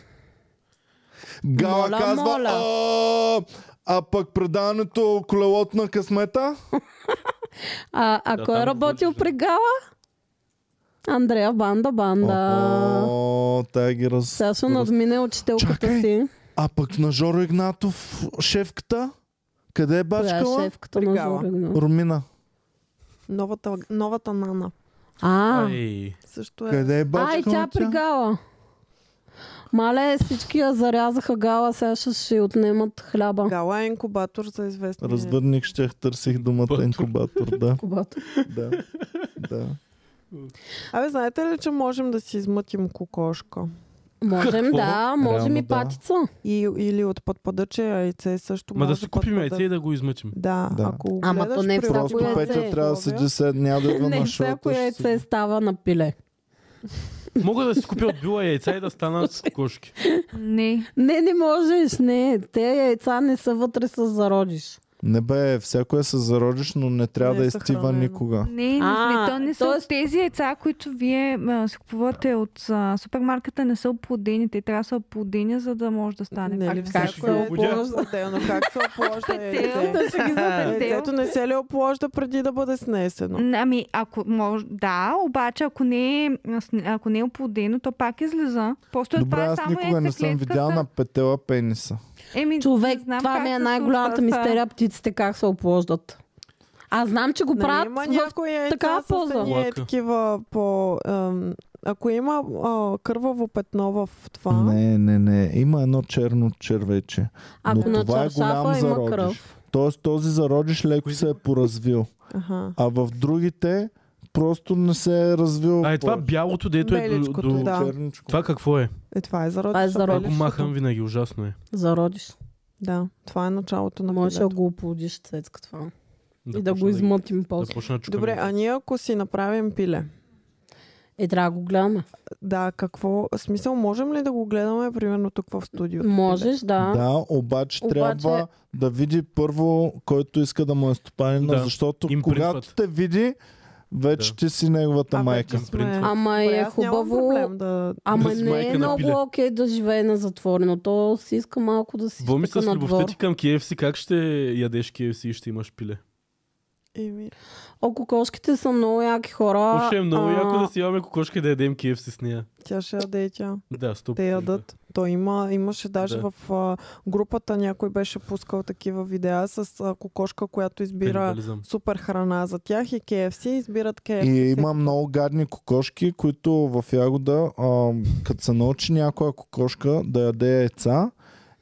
Гала моля, казва... моля. О, а пък предаването колелото на късмета? А, а Да, кой там е е работил водещ, да. при Гала? Андрея Банда Банда. О, тая ги раз... Сашо надмине учителката Чакай, си. А пък на Жоро Игнатов шефката? Къде е Коя е бачкала? шефката При на Гала. Зорина? Румина. Новата, новата Нана. А, Ай. Също е... Къде е а и бачкала тя при Гала. Мале, всички я зарязаха Гала, сега ще си отнемат хляба. Гала е инкубатор за известни... Развърних, ще търсих думата Батур. инкубатор, да. Когато. да. да. Абе, знаете ли, че можем да си измътим кокошка? Можем, Какво? да, можем Реално и да. патица. И, или от подпадъче яйце също Ма да може си купим подпадъ- яйце и да го измъчим. Да, Да. ако Ама гледаш то не при всяко Просто лакомия яйце. Петя трябва да седи след, няма да идва Не е на шоуто. всяко ще яйце става на пиле. Мога да си купя от била яйца и да станат кошки. Не. Не, не можеш, не. Те яйца не са вътре с зародиш. Не бе, всяко е с зародиш, но не трябва Не да е изтива съхранено. никога. Не, не, А, не, то не са тоест- от тези яйца, които вие а, си купувате от а, супермаркета, не са оплодени. Те трябва да са оплодени, за да може да стане. Не е пак. ли как как ще се ги обудя? опложда? Отделно, как се опложда Петел, яйце? да ще ги запетел. Яйцето не се ли опложда преди да бъде снесено? Н- Ами, ако може, да, обаче ако не, е, а, с- ако не е оплодено, то пак излиза. Просто Добре, това е аз само никога не съм яйцеклетката. видял на петела пениса. Еми, Човек, не знам това как ми е се най-голямата случва това. мистерия. Птиците как се оплождат. Аз знам, че го Нали, правят има в... някои яйца такава с полза. едни Лака. такива по... ам, Ако има а, кърваво петно в това, Не, не, не. Има едно черно червече. Ако но на това е голям чаршафа има зародиш. кръв. Тоест този зародиш леко се е поразвил. Аха. А в другите просто не се е развил. А е това повече. бялото, дето е до... Беличкото, до... да. Черничко. Това какво е? Е, това е зародиш. Това е зародиш. Ако махам винаги, ужасно е. Зародиш. Да, това е началото на Можеш да пилето. го оплодиш цецка това. и да почна го измътим Да после. почна да чукаме. Добре, а ние ако си направим пиле, Е, трябва да го гледаме. да, какво смисъл, можем ли да го гледаме примерно тук в студиото? Можеш, да. Да, обаче, Обаче- трябва да види първо, който иска да му е стопанин, Да, защото им когато принтват. те види, вече Да. ти си неговата Абе, майка. ти сме- Принтват. Ама Добре, е аз нямам хубаво. проблем Да... Ама Да си не майка е на много пиле. окей да живее на затворено. То си иска малко да си Боми изтъка с на любовта двор. ти към KFC, как ще ядеш KFC и ще имаш пиле? Еми, О, кокошките са много яки хора. Още е много А, яко да си имаме кокошка и да ядем KFC с нея. тя ще яде и тя. Да, стоп. Е, Те ядат. То има, имаше даже Да. в а, групата някой беше пускал такива видеа с а, кокошка, която избира Канибализъм. супер храна за тях и KFC избират KFC. И има много гадни кокошки, които в ягода, а, като се научи някоя кокошка да яде яйца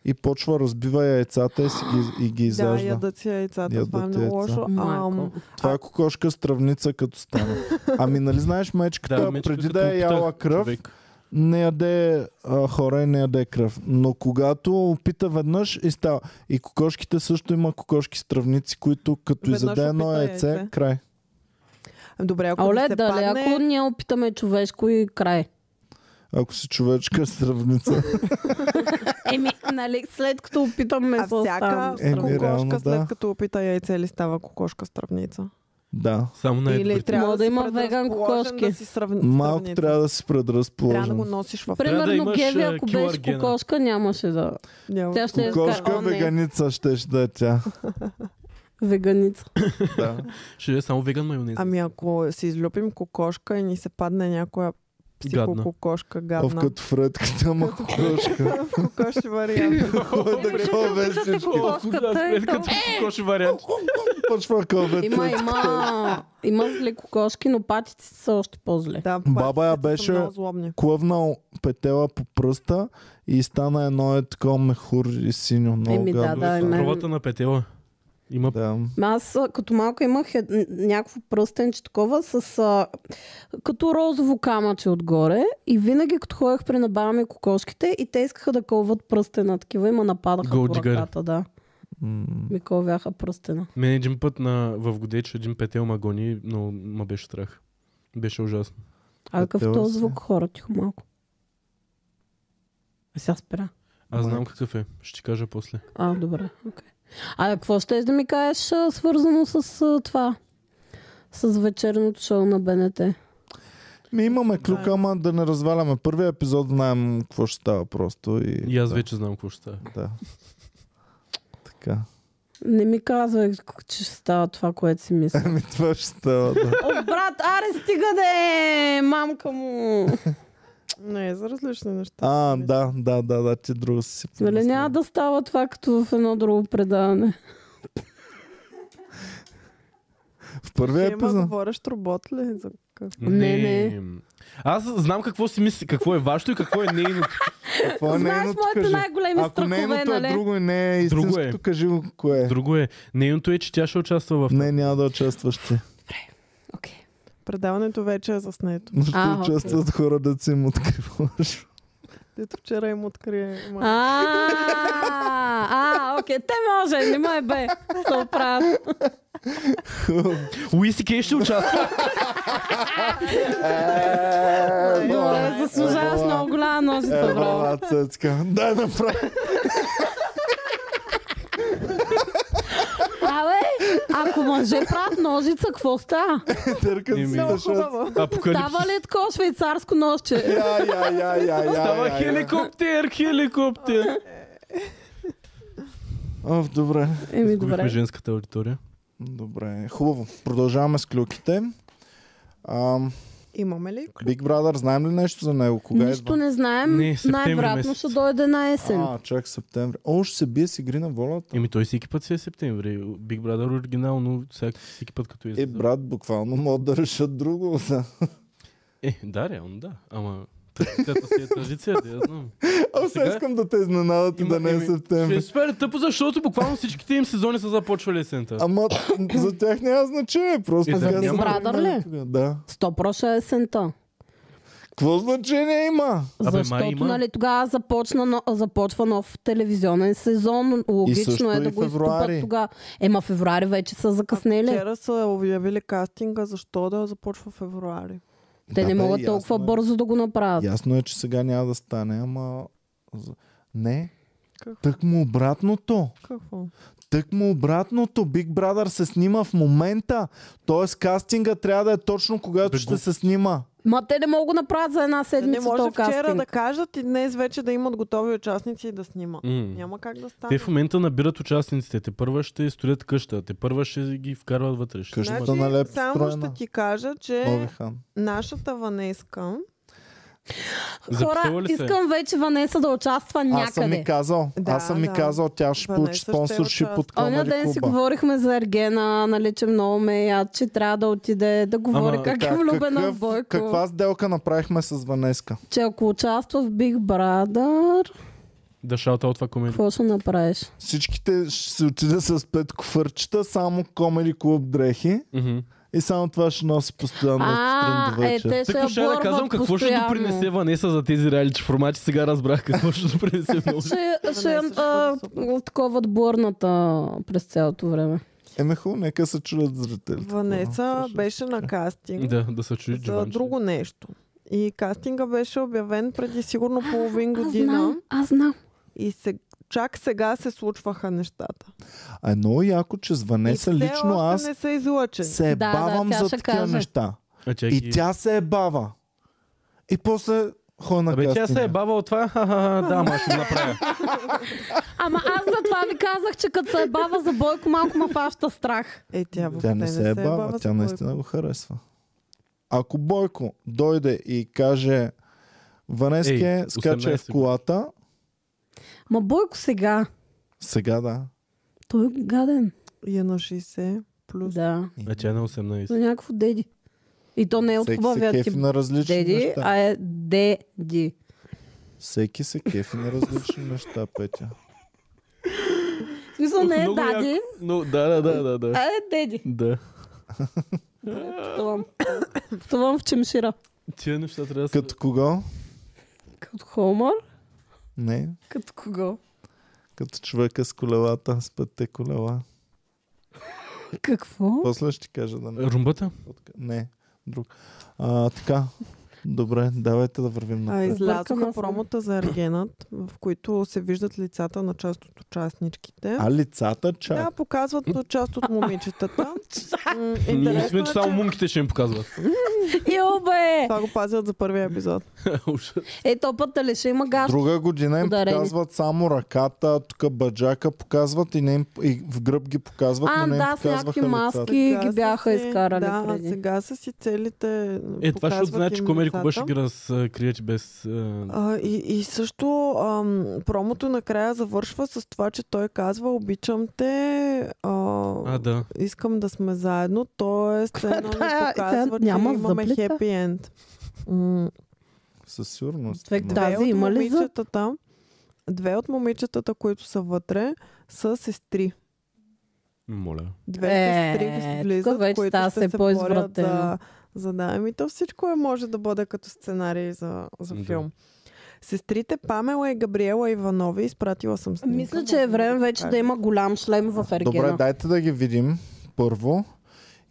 и почва разбива яйцата и, си ги, и ги изяжда. Да, ядат си яйцата. това е Ядат много яйца. лошо. Ам, Майко. Това е кокошка с травница като стане. Ами нали знаеш мечката, Да, мечката преди да е опитах, яла кръв, човек. не яде а, хора и не яде кръв. Но когато опита веднъж и става. И кокошките също има кокошки с травници, които като Веднъж изяде едно опита яйце, яйце. край. добре, ако Оле, не се дали, падне... ако ние опитаме човешко и край. Ако си човечка с травница. Еми, нали, след като опитам А месо всяка стана. Еми, кокошка, реално, да. след като опита яйце ли става кокошка с травница? да. Само на Или едбрите. трябва Мога да, да си има веган предразположен кокошки. Да си срав... Малко сравница. трябва да си трябва да предразположен. го носиш в Трябва да Примерно имаш, Геви, а, ако килър беше гена. кокошка, нямаше да. Няма. Тя ще е Кокошка така, о, не. веганица ще ще да е тя. Веганица. да. Ще е само веган майонез. Ами ако си излюпим кокошка и ни се падне някоя психококошка Ов гадна. като фредката, ма кокошка. В кокоши вариант. Кой да кове всички? Кокошката е След като кокоши Е, вариант. Почва кове. Има, има, има зле кокошки, но патиците са още по-зле. Да, Баба я патиците беше- са много злобни. Клъвнал петела по пръста и стана едно е такова мехур и синьо. Много Еми, да, гадно да, е стана. има. Пробата на петела. Има Да. Ма Аз а, като малко имах ед- н- някакво пръстенче такова с а, като розово камъче отгоре и винаги като ходех при набава ми кокошките и те искаха да кълват пръстена такива и ме нападаха по Голдигъри. ръката, да. М. Ми кълвяха пръстена. Мен един път на, в Годеч един петел ма гони, но ма беше страх. Беше ужасно. А какъв Петела този се. звук, хора, тихо малко. А Сега спира. Аз знам Майка. какъв е. Ще ти кажа после. А, добре, окей. А какво ще да ми кажеш а, свързано с а, това? С вечерното шоу на БНТ. Ми имаме клюк, ама да не разваляме. Първия епизод знаем какво ще става просто. Е, И, И аз да, вече знам какво ще става. Да. Така. Не ми казвай, че ще става това, което си мисля. Ами това ще става, да. О, брат, аре стига де, мамка му. Не, е за различни неща. А, да, да, да, да, ти друго си си Нали помислила. няма да става това като в едно друго предаване? В първия Ще Има епизод. говорещ робот ли? За как? Не, Аз знам какво си мисли, какво е вашето и какво е нейното. Какво е Знаеш нейното, моите кажи. най-големи Ако страхове, нейното е нали? друго и не е Друго е. истинското, кажи го кое е. Друго е. Нейното е, че тя ще участва в... Не, няма да участваш ти. Окей. Предаването вече е заснето. Но ще А, окей. участват хора, да си им откриваш. Дето вчера им открие. ма. А, а, окей, те може, не май бе. Се оправят. Луиси Кей ще участва. Добре, заслужаваш много голяма ножица, браво. Ева, цецка. Дай направи. А, Ако мъже прат ножица, какво става? Търка Еми. си Много защото... хубаво. Апокалипсис. Става ли такова швейцарско ножче? Я, я, я, я, я, Става я, я. хеликоптер, хеликоптер. О, добре. Еми, Губихме добре. женската аудитория. Добре, хубаво. Продължаваме с клюките. Ам, Имаме ли? Big Brother, знаем ли нещо за него? Кога е Нищо идва? не знаем. Не, септември Най-вероятно месец. ще дойде на есен. А, чак септември. О, ще се бие с игри на волята. Еми той всеки път си е септември. Big Brother оригинално, всяк- всеки път като Е, излиза. брат, буквално могат да решат друго. да. Е, да, реално да. Ама традицията си е традиция, да я знам. А, сега Сега- искам да те изненадат и да не е еми, Ще е септември. супер тъпо, защото буквално всичките им сезони са започвали есента. Ама за тях няма значение. Просто Е, да, така са няма. преминали Brother ли? тогава. Да. Сто проша есента. Какво значение има? Абе, май Защото има. нали, тогава започна, но, започва нов телевизионен сезон. също Логично е и да го февруари. изкупат тогава. Ема февруари вече са закъснели. Вчера са обявили кастинга, защо да започва февруари. Те не Да, бе, могат толкова ясно е. бързо да го направят. Ясно е, че сега няма да стане, ама... за- Не. Какво? Тък му обратното. Какво? Тък му обратното. Big Brother се снима в момента. Тоест кастинга трябва да е точно когато Бе, ще глупост. се снима. Ма те не могат да направят за една Да не седмица може този вчера да кастинг. кажат и днес вече да имат готови участници и да снима. М. Няма как да стане. Те в момента набират участниците. Те първа ще строят къща. Те първа ще ги вкарват вътре. Ще Къщата снимат. на Леп Значи, само строена. ще ти кажа, че Нови хан. нашата Ванеска Записала Хора, ли се? искам вече Ванеса да участва Аз съм ми някъде. казал. Да, аз съм ми да. казал, тя ще Ванеса получи ще спонсоршип участва. от Оня Комери ден си клуба. говорихме за Ергена, нали, че много ме яд, че трябва да отиде да говори Ама, как е Така, влюбена в какъв- Бойко. Каква сделка направихме с Ванеска? Че ако участва в Big Brother, Да шаута от това комедия. какво ще направиш? Всичките ще се отида с пет куфърчета, само Комери клуб дрехи. Мгм. И само това ще носи постоянно А, от е, вечер. те ще Тъкмо ще я да казвам борват какво ще допринесе постоянно. Ванеса за тези реалити формати. Сега разбрах какво ще допринесе много. Ще, ще Ванеса ще а, бъде супер. таковат бурната през цялото време. Еми хубаво, нека се чудят зрителите. Ванеса Точно. беше на кастинг Да, да се чуи за Джованче. друго нещо. И кастинга беше обявен преди сигурно половин Аз година. знам, аз знам. И се, чак сега се случваха нещата. А е много яко, че с и Ванеса все лично още аз не са излъчени. се Да, да, бавам тя за ще такива каже. неща. А, чакай. И тя се е бава. И после хора на Абе, тя се е кастинга. бава от това. Ха-ха-ха, да, ма ще го направя. Ама аз за това ви казах, че като се бава за Бойко, малко ма фаща страх. Е, тя, въобще Тя не се е бава, за тя наистина го харесва. Ако Бойко дойде и каже Ванеске Ей, скача в 18 колата, Ма Бойко сега, сега да. той е гаден. кой. И е на 60 плюс. Да, А тя не е 18. за някакво деди. И то не е от Всеки се хубавия кефи тип на различни деди, неща. а е деди. Всеки се кефи на различни неща, Петя. В смисъл не е Много яко. дади, Но, да, да, да, да, да. а е деди. Да. Пътувам. Пътувам в Чемшира. Тия неща трябва да се... Като кого? Като Хомър, Не. като кого? Като човека с колелата, с петте колела. Какво? После ще ти кажа да не. Румбата? Не, друг. А, така. Добре, давайте да вървим А напред. излязоха Объркана съм. промота за Аргенът, в които се виждат лицата на част от участничките. А лицата Да, чак. показват част от момичетата. М, Ние Интересно мислим, е, че че само мунките ще им показват. Йо бе! това го пазят за първия епизод. Ужас. Е, то път дали ще има газ. Друга година им Ударени. показват само ръката, тук баджака показват и, не им, и в гръб ги показват, А, но не им да, с някакви показваха лицата. маски ги Сега бяха са си- изкарали Да, а преди. сега са си целите. Е, това ще показват знае, че им Комери Куба лицата. ще ги разкрият без... а, А, и, и също ам, промото накрая завършва с това, че той казва обичам те, а, А, да. искам да сме заедно, т.е. едно ни тая- показва, е? тя че няма имаме зъблета? хепи енд. М, Със сигурност. Човек, но- да. Две Тази от има ли зъб? момичетата, две от момичетата, които са вътре, са сестри. Моля. Две Е, сестри тук влизат, вече които става ще все се борят по-извратено. за, за да. Ами то всичко е, може да бъде като сценарий за, за Да. филм. Сестрите Памела и Габриела Иванови, изпратила съм снимка. Мисля, че е време вече да има голям шлем в Добре, Ергена. дайте да ги видим първо.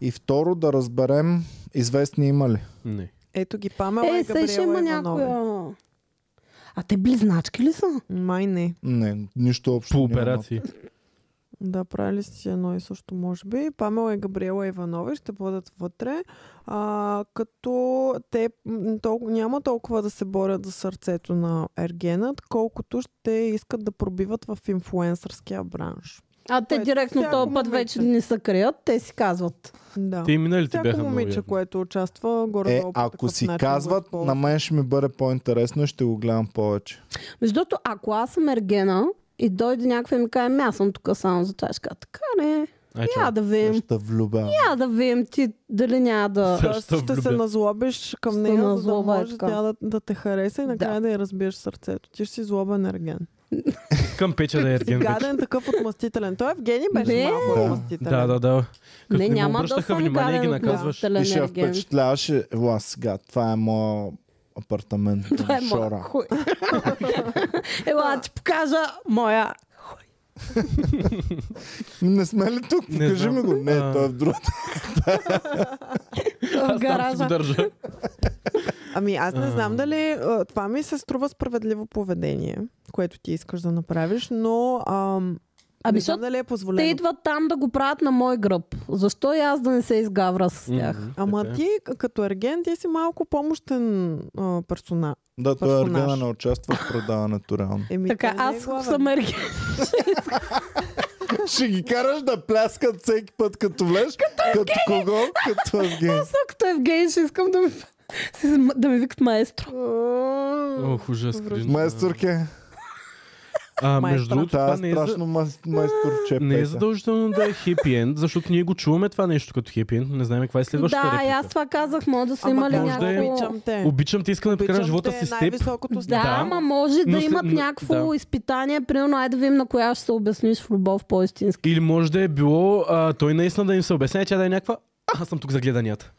И второ да разберем известни има ли. Не. Ето ги Памела и Е, Габриела сега ще има Иванови. някоя. А те близначки ли са? Май не. Не, нищо общо. По нямат. операции. Да, правили си едно и също, може би. Памела и Габриела Иванови ще бъдат вътре, а, като те м, тол- няма толкова да се борят за сърцето на Ергенът, колкото ще искат да пробиват в инфлуенсърския бранш. А те Което директно всяко този път момиче. вече не се крият, те си казват. Да. Те и миналите Всяко бяха много момиче, ясни. което участва, горе Е, ако си казват, на мен ще ми бъде по-интересно и ще го гледам повече. Между другото, ако аз съм Ергена и дойде някаква и ми каже, «Ми, аз съм тук само за това, ще кажа, така не, Ай, я чао. да видим. Ще влюбя. Я да видим ти дали няма да... Сега Тоест, ще се влюбя. назлобиш Ще към нея, за да назлоба е може така. тя да, да те хареса и накрая да, я разбиеш сърцето. Ти ще си злобен Ерген. Към пече да е ерген вече. Гаден такъв отмъстителен. Той Евгений беше Не. малко Да. отмъстителен. Да, да, да. Като не, не му няма да обръщаха съм внимание, гаден ги наказваш. И отмъстителен ще я Ерген. впечатляваше, ела сега, това е моят апартамент. Това е моя Шора. хуй. Ела, да ти покажа моя хуй. Не сме ли тук? Не Покажи знам. ми го. Не, А. той е в другата. В Аз там си гаража. го държа. Ами аз не знам Ам. дали а, това ми се струва справедливо поведение, което ти искаш да направиш, но ам, Ами, не знам защото дали е те позволено. идват там да го правят на мой гръб. Защо и аз да не се изгавра с тях? Мгм, Ама така е. ти к- като ерген, ти си малко помощен а, персонаж. Да, той е Персонаж. Ергена не участва в предаването реално. Еми, Така, той не е аз главен. съм Ерген. Ще ги караш да пляскат всеки път, като влез. Като кого? Като Евгений. Аз като Евгений ще е искам да ми, да ми викат маестро. Ох, ужас. кринж. Майсторке. А, между Майстора. другото, Това това е не е за- страшно мас- майсторче. Не е Петя. задължително да е хепи енд, защото ние го чуваме това нещо като хепи енд, но не знаем каква е следващата Да, и реплика. аз това казах, може да са Ама имали може да е- някакво... Обичам те. Обичам те, искам да прекарам Обичам живота те, си с теб. най-високото с Да, Да, ама може но да след- имат но- някакво да. изпитание, примерно, ай да видим на коя ще се обясниш в любов по-истински. Или може да е било а, той наистина да им се обясня, че да е някаква а, аз съм тук за гледанията.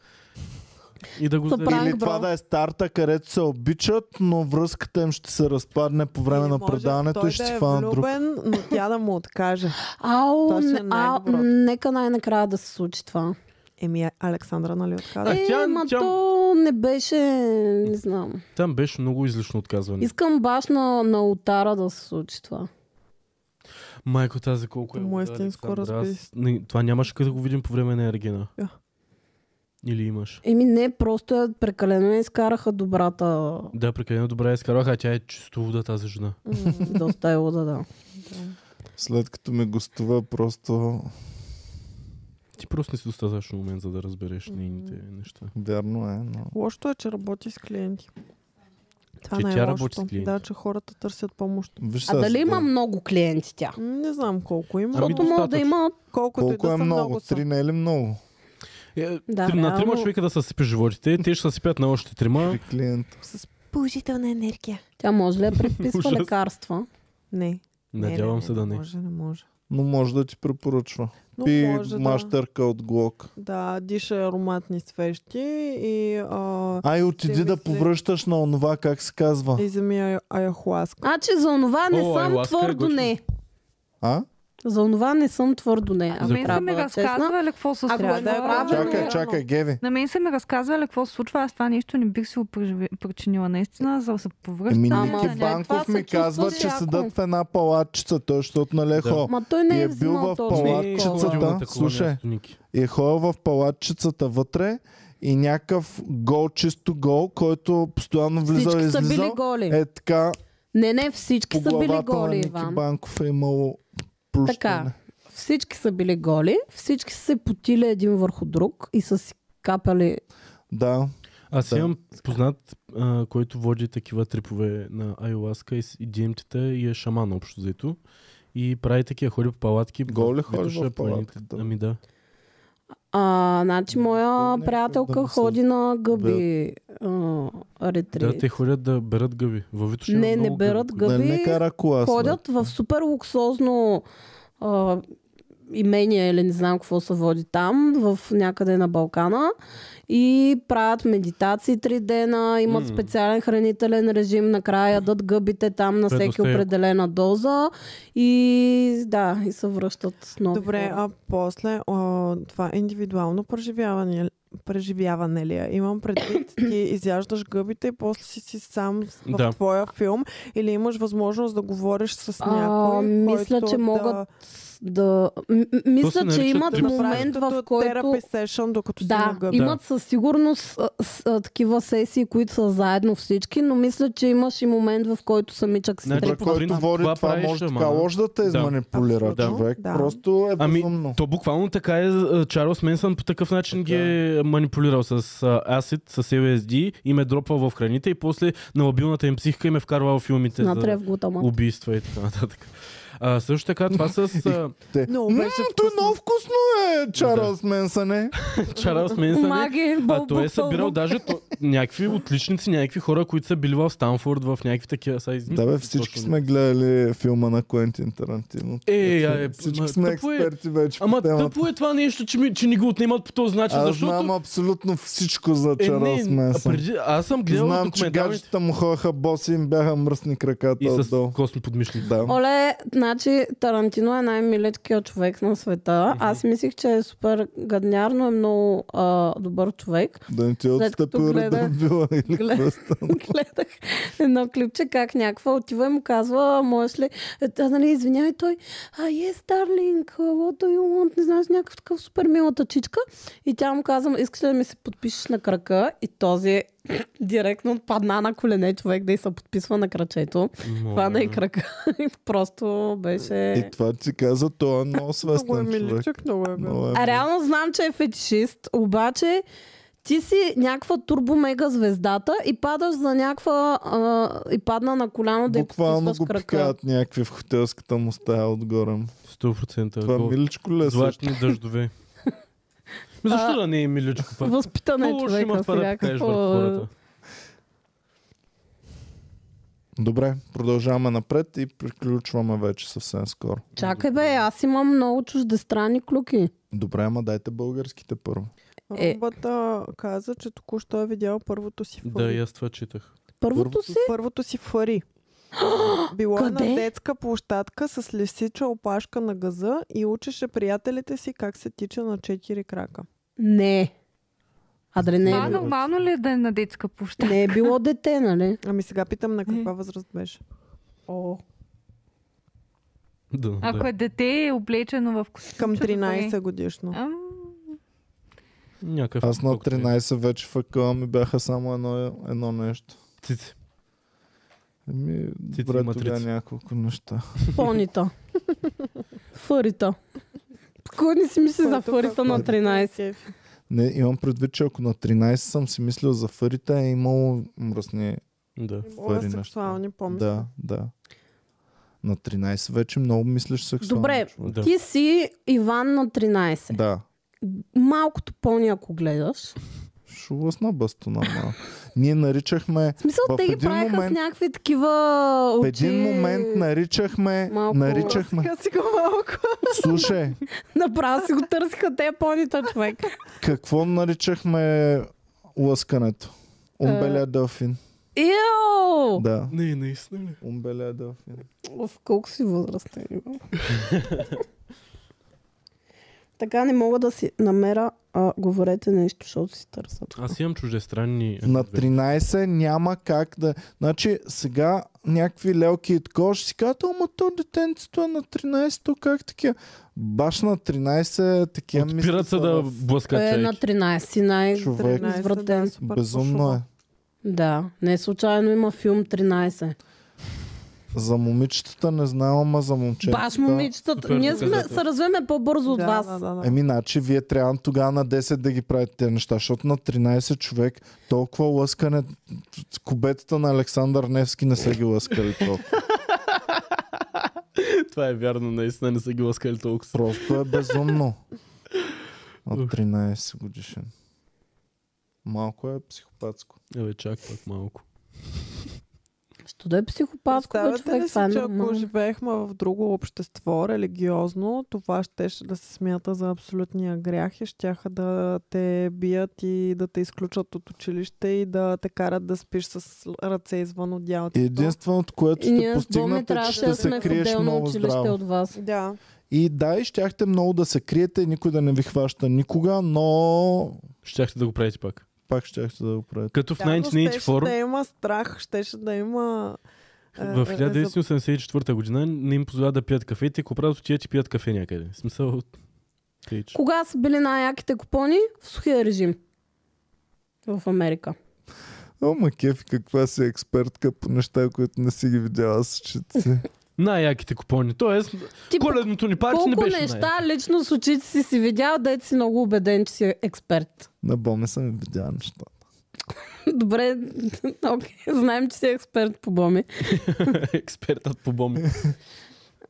И да го Са зареди. прави. Или Пранк, бро. това да е старта, където се обичат, но връзката им ще се разпадне по време Или на може предаването той и ще да си е фанат друг. влюбен, но тя да му откаже. Ау, Това ще е не- а, най-доброто. нека най-накрая да се случи това. Еми, Александра, нали отказа? А, Е, тя- ма тя- то не беше, не знам. Там беше много излишно отказване. Искам баш на, на ултара да се случи това. Майко тази колко е. Му е луда, истинско Александра. Аз- разбийство. не, Това нямаше как да го видим по време на Ергена. Да. Или имаш. Еми не, просто я прекалено я изкараха добрата Да, прекалено добре изкараха, а тя е чисто луда тази жена. доста е луда, да. След като ме гостува, просто Ти просто не си достатъчно момент, за да разбереш нейните неща. вярно е, но... Лошото е, че работи с клиенти. Това Че не е тя работи с лошото. клиенти. Да, че хората търсят помощ. Виж А сега дали сега. има много клиенти тя? М, Не знам колко има. Ами Защото може да достатъчно. има Колкото Колко и да е са много? много са. Три не е ли много? Е, Да, три- на трима реално. човека да съсипеш животите, те ще съсипят на още трима. Е, При клиент. С положителна енергия. Тя може ли да предписва Ужас. лекарства? Не. не, Надявам не, се да не. Може, не може. Но може да ти препоръчва. Но Пи може да, мащърка от глок. да диша ароматни свещи и а, Ай, отиди Ти да мисли- повръщаш на онова, как се казва. Е, иземи ая- аяхуаска. А, че за онова не О, съм айласка е твърдо готино. не. А? За онова не съм твърдо не. На Ако мен се ми трябва честна. разказва ли какво се Ако случва. е направено- Чакай, чакай, Геви. На мен се ми разказва ли какво се случва. Аз това нещо не бих си го преживе- причинила наистина, за да се повръщам. Еми, Ама, Ами, Ники след това Банков се ми казва, чувстваш че яко. седат в една палатчица, той, защото нали е Да. хо. Ма той И не е е бил в взимал палатка. Не, Палатката, точно ходил Ами, на такова. такова слушай. място, Ники. и е ходил в палатчицата вътре и някакъв гол, чисто гол, който постоянно влизал и Всички са били излизал. голи. Е така, Не, не, всички по са били главата на голи, Ники Иван. Банков е имало нали? плющане. Така, всички са били голи, всички са се потили един върху друг и са си капали. Да, Аз Да. имам познат, а, който води такива трипове на Айоласка и, с- и DMT-та и е шаман общо взето. И прави такива ходи по палатки. Гол ли ходи в виташе планините. палатката? Ами да. А, значи, моя някой да приятелка ми се ходи на гъби а, Да, ретрит. те ходят да берат гъби. Във Витоша има Не, не много берат да не гъби, кара кола. ходят в супер луксозно а, имение или не знам какво се води там, в някъде на Балкана и правят медитации три дена, имат М. специален хранителен режим, накрая ядат гъбите там на Бедност всеки е яко. определена доза и да, и се връщат с нови Добре, хора. а после а, това индивидуално преживяване, преживяване ли е? Имам предвид, ти изяждаш гъбите и после си, си сам с- в Да. твоя филм или имаш възможност да говориш с А, някой, мисля, който че да могат да... М- м- мисля, че нарича имат трипс. момент, в който... Терапи сешън, докато си Да, на гъб. имат със сигурност а, с, а, такива сесии, които са заедно всички, но мисля, че имаш и момент, в който самичък си Значи, трябва. по който принцип, води това това, правиш, може ама- така лош да те Да. изманипулира Абсолютно, човек. да. Просто е Ами, безумно. то буквално така е. а, Чарлз Менсън по такъв начин ги е манипулирал с а, асид, с LSD и ме дропвал в храните и после на мобилната им психика им е вкарвал филмите Натре за в глутамат. убийства и така нататък. А, също така, това с а, Те, Много «М, беше той вкусно. много вкусно е, Чарлз Менсън е. Чарлз Менсън е Маги, А бълбук, той е събирал бълбук. даже то, някакви отличници, някакви хора, които са били в Станфорд, в някакви такива. Са, измисля, Да бе, всички точно. сме гледали филма на Куентин Тарантино. Е, е, е, ма, всички сме тъпо е. експерти вече Ама по темата. тъпо е това нещо, че, ми, че ни го отнемат по този начин, Аз защото... знам абсолютно всичко за е, Чарлз не, а Менсън. преди, аз съм гледал Знам, че документалните гаджета му ходеха боси и им бяха мръсни краката и с отдолу. косми подмишли. Да. Оле, значи Тарантино е най-милият такива човек на света. Аз мислих, че е супер гадняр, но е много а, добър човек. Да не ти е След като отстъпил гледа- реда била или гледа- какво стана. Гледах едно клипче, как някаква отива и му казва, «А, можеш ли? Е, Та, нали, извинявай, той, а, yes, darling, what do you want? Не знаеш, някакъв такъв супер милата чичка. И тя му казва, искаш ли да ми се подпишеш на крака? И този директно падна на колене човек да й се подписва на крачето. Хвана и крака. И Просто беше... И това ти каза, той е много Много е свестен човек. миличък, много е бил. Много е А реално знам, че е фетишист, обаче ти си някаква турбо-мега звездата и падаш за някаква... А, и падна на коляно да й Буквално подписваш го крака. пикаят някакви в хотелската му стая отгоре. 100% Това гол. миличко ли е също? Златни дъждове. Ми Защо да не е миличко пак? Възпитане е Какво лошо човека има в това да сега. покажеш Какво... върху хората? Добре, продължаваме напред и приключваме вече съвсем скоро. Чакай бе, аз имам много чуждестранни клюки. Добре, ама дайте българските първо. Е. Румбата каза, че току-що е видял първото си фари. Да, и аз това четах. Първото Първото си? Първото си фари. Било е Къде? на детска площадка с лисича опашка на газа и учеше приятелите си как се тича на четири крака. Не. Адре не Това е било. нормално ли е да е на детска площадка? Не е било дете, нали? Ами сега питам на каква възраст беше. О. Да, Ако да. е дете е облечено в костюм. Към че добре. 13 годишно. Ам, Някакъв Аз на коктейл. 13 вече в акъла ми бяха само едно, едно нещо. Цици. Еми, ти добре, матрица. тогава няколко неща. Понита. Фърита. Кой не си мисли за Който фърита пък- на 13? Кеф. Не, имам предвид, че ако на 13 съм си мислил за фарите, е имало мръсни Да. Имало е Фари неща. сексуални помисли. Да, да. На 13 вече много мислиш сексуално. Добре, човек. Да. Ти си Иван на 13. Да. Малкото по ако гледаш. Шулъсна бастуна малко. Ние наричахме... В смисъл, В те ги един правиха момент- с някакви такива В очи. един момент наричахме... Малко- Наричахме... Сега си го малко. Слушай, Направо си го търсиха те понита човек. какво наричахме лъскането? Умбеля дълфин. Ио! Да. Не, наистина ли? Умбеля дълфин. В колко си възрастен Иво? Така не мога да си намеря, а, говорете нещо, защото си търса. Аз имам чуждестранни... На две. 13 няма как да... Значи сега някакви лелки и такова ще си казват, ама то детенцето е на 13, то как такива? Баш на 13 такива Отпират се са да в- блъскат Е, човек. на 13 най... Човек. 13, Извратен. да, супер Безумно пошуба. е. Да, не случайно има филм 13. За момичетата не знам, ама за момчетата... Баш момичетата. Супер Ние сме, показател. се развиваме по-бързо от Да, вас. да, да, да. Еми, значи, вие трябва тогава на 10 да ги правите тези неща, защото на 13 човек толкова лъскане, кубетата на Александър Невски не са ги лъскали толкова. Това е вярно, наистина не са ги ласкали толкова. Просто е безумно. От 13 годишен. Малко е психопатско. Абе, чак пак малко. Що да е психопатско бе, Представяте ли си, човек, това е че ако нормално. живеехме в друго общество, религиозно, това щеше да се смята за абсолютния грях и щяха да те бият и да те изключат от училище и да те карат да спиш с ръце извън одялото. И Единственото, което И ще ние с Боми постигнете, че трябваше ще да се сме в криеш отделно много училище здраво. от вас. Да. И да, и щяхте много да се криете и никой да не ви хваща никога, но Щяхте да го правите пак. пак щяхте да го правите. Като в Да, но щеше 1984, да има е, страх, щеше да има В а, 1984 година не им позволя да пият кафе и те го правят отиват и пият кафе някъде. В смисъл... тъй, че- Кога са били най-яките купони? В сухия режим. В Америка. О, ма кефи, каква си експертка по неща, които не си ги видяла с очите. Най-яките купони. Тоест, Ти по коледното ни парти не колко беше неща лично с очите си си видял, да си много убеден, че си експерт. На Бо не съм видяла неща. Добре, окей, знаем, че си експерт по боми. най- Експертът по бомби.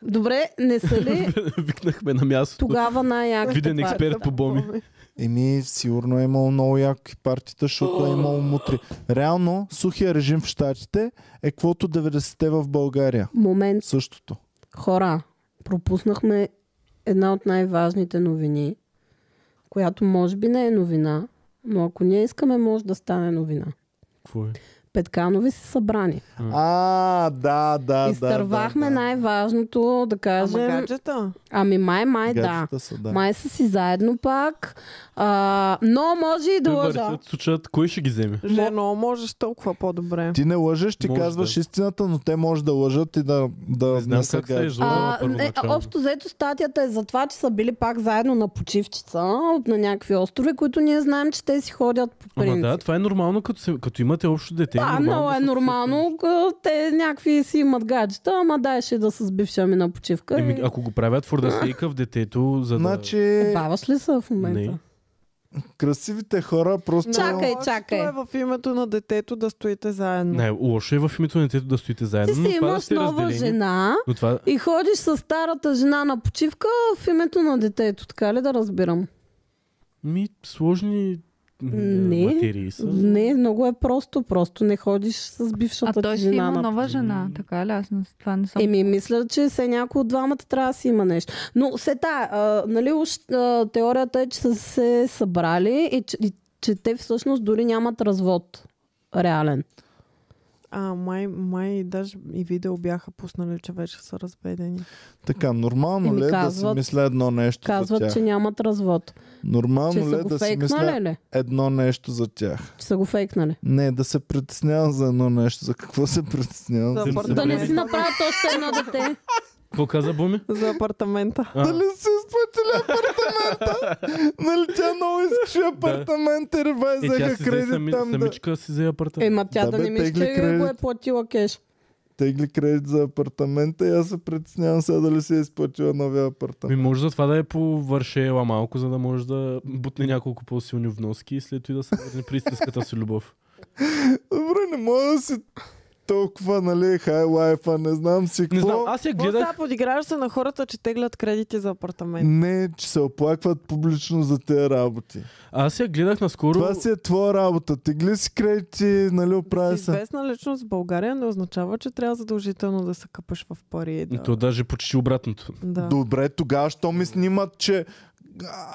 Добре, не са ли Викнахме на мястото. тогава най-яките Виден парти? експерт по бомби. Еми, сигурно е имало много яки партита, защото е имало мутри. Реално, сухия режим в Штатите е каквото 90-те в България. Момент, Същото. хора, пропуснахме една от най-важните новини, която може би не е новина, но ако ние искаме, може да стане новина. Какво е? Петканови се събрани. А, да, да, да. Изтървахме да, да. най-важното, да Ама кажем. гаджета? Ами май, май, да. Гаджета са, да. Май са си заедно пак. А, но може и да Те лъжа. въртят, сучат, кой ще ги вземе? Жено, можеш толкова по-добре. Ти не лъжеш, ти Може казваш да. истината, но те може да лъжат и да, да Не знам са как се е гаджета. жлъбала А, е, първоначално. общо взето статията е за това, че са били пак заедно на почивчица на някакви острови, които ние знаем, че те си ходят по Ама принцип. да, това е нормално, като, се, като имате общо дете. Да, нормално много е се нормално. а, Те някакви си имат гаджета, ама дай ще да са с бивша ми на почивка. случва. Еми, и... ако го правят for the sake of детето, за да... Значи, Баваш ли са в момента? Не. красивите хора просто... Чакай, Лошото чакай. е в името на детето да стоите заедно. Не, лошо е в името на детето да стоите Ти заедно, но си това да имаш сте нова разделени. жена Но това... и ходиш с старата жена на почивка в името на детето, така ли да разбирам? Ми, сложни м, е, Не. материи са. Не, много е просто. Просто не ходиш с А бившата той ти си жена. има на... нова жена, така ли? Аз не- това не съм. Еми, мисля, че се някой от двамата трябва да си има нещо. Но се та, а, нали, уж, а, теорията е, че са се събрали и че, и че те всъщност дори нямат развод. Реален. А, май, май даже и видео бяха пуснали, че вече са разведени. Така, нормално Еми, ли е да си казват- мисля едно нещо за Казват, тях? че нямат развод. Нормално Че ли са е го да си мисля фейкнали ли? едно нещо за тях? Че са го фейкнали. Не, да се притеснявам за едно нещо. За какво се притеснявам? За За... апартамент. Да не апартамента. си направят още едно дете. Какво каза Боми? За апартамента. А, Дали си изплатили апартамента? нали тя много искаше апартамент и е, ревайзаха тя си взе кредит сами, там да... самичка си взе апартамент. Ема тя Да, да, бе, не мисли, тегли че кредит. го е платила кеш. Тегли кредит за апартамента и аз се притеснявам сега дали си е изплатила новия апартамент. Ми може за това да е повършела малко, за да може да бутне няколко по-силни вноски и след това да се върне при истинската си любов. Добре, не мога да си толкова, нали, хай лайфа, не знам си какво. Не знам, аз я Какво сега гледах. подиграваш се на хората, че теглят кредити за апартамент? Не, че се оплакват публично за тези работи. Аз я гледах наскоро. Това си е твоя работа. Тегли си кредити, нали, оправя Си се. известна личност в България не означава, че трябва задължително да се къпаш в пари. и Да. То даже почти обратното. да. Добре, тогава що ми снимат, че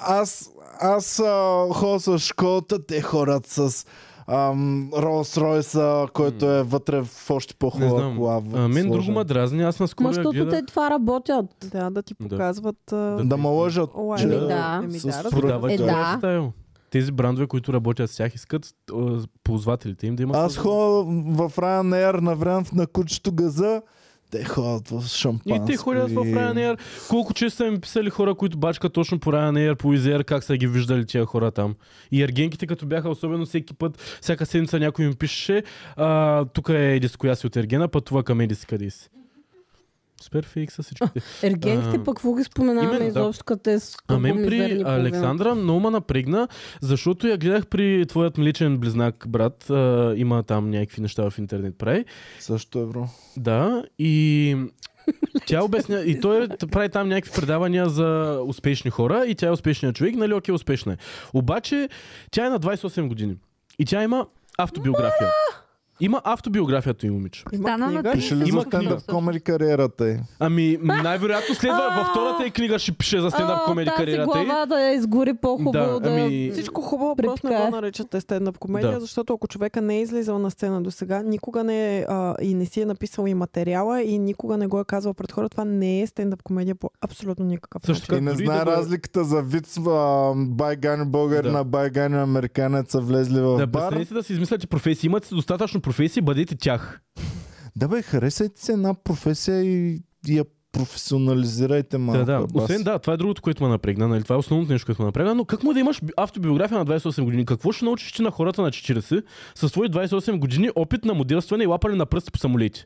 аз, аз а, ходя с школата, те хорат с ам, Ролс Ройса, който е вътре в още Не по-хубава знам. кола. А, мен сложен. друго ме дразни, аз наскоро Ма, я е защото гледах. те това работят. да, да ти Да. показват... Да. Да ме лъжат. Лай, че Еми да. Еми с да, разбира Продават продават Е, е, газ. да. стайл. Тези брандове, които работят с тях, искат а, ползвателите им да имат... Аз ходя в Ryanair на време на кучето газа, те ходят в И шампанско. те ходят в и- Ryanair. Колко често са ми писали хора, които бачкат точно по Ryanair, по Изер, как са ги виждали тия хора там. И ергенките, като бяха, особено всеки път, всяка седмица някой им пише, а, тук е Едис, коя си от Ергена, пътува към Едис, къде си. Супер фейк са всичките. Ергенките А, пък какво ги споменаваме именно, да. изобщо, като те с А мен при мизерни половина. Александра много ме напрегна, защото я гледах при твоят мличен близнак, брат. А, има там някакви неща в интернет прави. Също евро. Да, и тя обясня, и той т- прави там някакви предавания за успешни хора и тя е успешният човек, нали, окей, успешна е. Обаче, тя е на 28 години и тя има автобиография. Има автобиографията и момиче. Има Стана на книга? 30 Пише ли за Има стендъп книга. комери кариерата й? Ами, най-вероятно следва, А! във втората и книга ще пише за стендап А, комеди тази кариерата й. глава да я изгори по-хубаво. Да, да я- ами... Всичко хубаво, просто не Препикае. го наричате стендъп комедия, Да. да. защото ако човека не е излизал на сцена до сега, никога не е а, и не си е написал и материала и никога не го е казвал пред хора, това не е стендъп комедия по абсолютно никакъв Също И Как не дори знае да го е- разликата за вид с а, байгани българи Да. на байгани американец са влезли в Да, бар. престанете да си измисляте професии. Имате достатъчно професии, бъдете тях. Да бе, харесайте се една професия и, и я професионализирайте малко. Да, да. бас. Освен да, това е другото, което ме напрегна. Нали? Това е основното нещо, което ме напрегна. Но как му да имаш би- автобиография на 28 години? Какво ще научиш ти на хората на 40 със свои 28 години опит на моделстване и лапане на пръсти по самолети?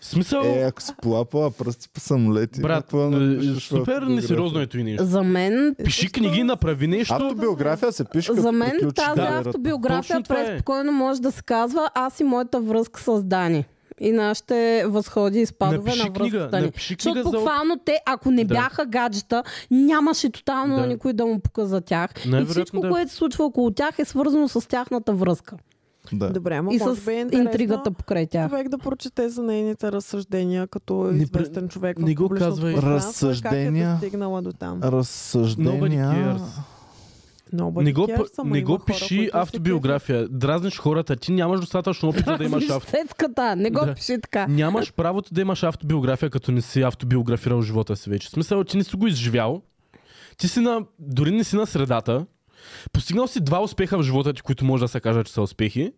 В смисъл, Е, ако си полапала пръсти по самолети. брат, какво да е, напишеш в супер автобиография? несериозно е това нещо. За мен Пиши книги, направи нещо. Автобиография се пише като За мен приключи тази кариерата. автобиография Точно това е. преспокойно може да се казва аз и моята връзка с Дани. И нашите възходи и спадове Напиши на книга, връзката ни. напиши книга Защото за... буквално те, ако не Да. бяха гаджета, нямаше тотално Да. никой да му пука за тях. И Най-вероятно всичко, да. което се случва около тях е свързано с тяхната връзка. Да. Добре, ама и може с би е интересно интригата покрай тях. човек да прочете за нейните разсъждения като Не пр- известен човек. в не го публичното казвай. пространство и Разсъждения. Как е достигнала до там. Е, Nobody Разсъждения. cares. Nobody Не го, cares, ама не има го хора, които пиши се автобиография. Дразниш хората. Ти нямаш достатъчно опит за да имаш авто. Сецката, не го Да. пиши така. Нямаш правото да имаш автобиография, като не си автобиографирал живота си вече. В смисъл, че не си го изживял. Ти си на... Дори не си на средата. Постигнал си два успеха в живота ти, които може да се кажа, че са успехи.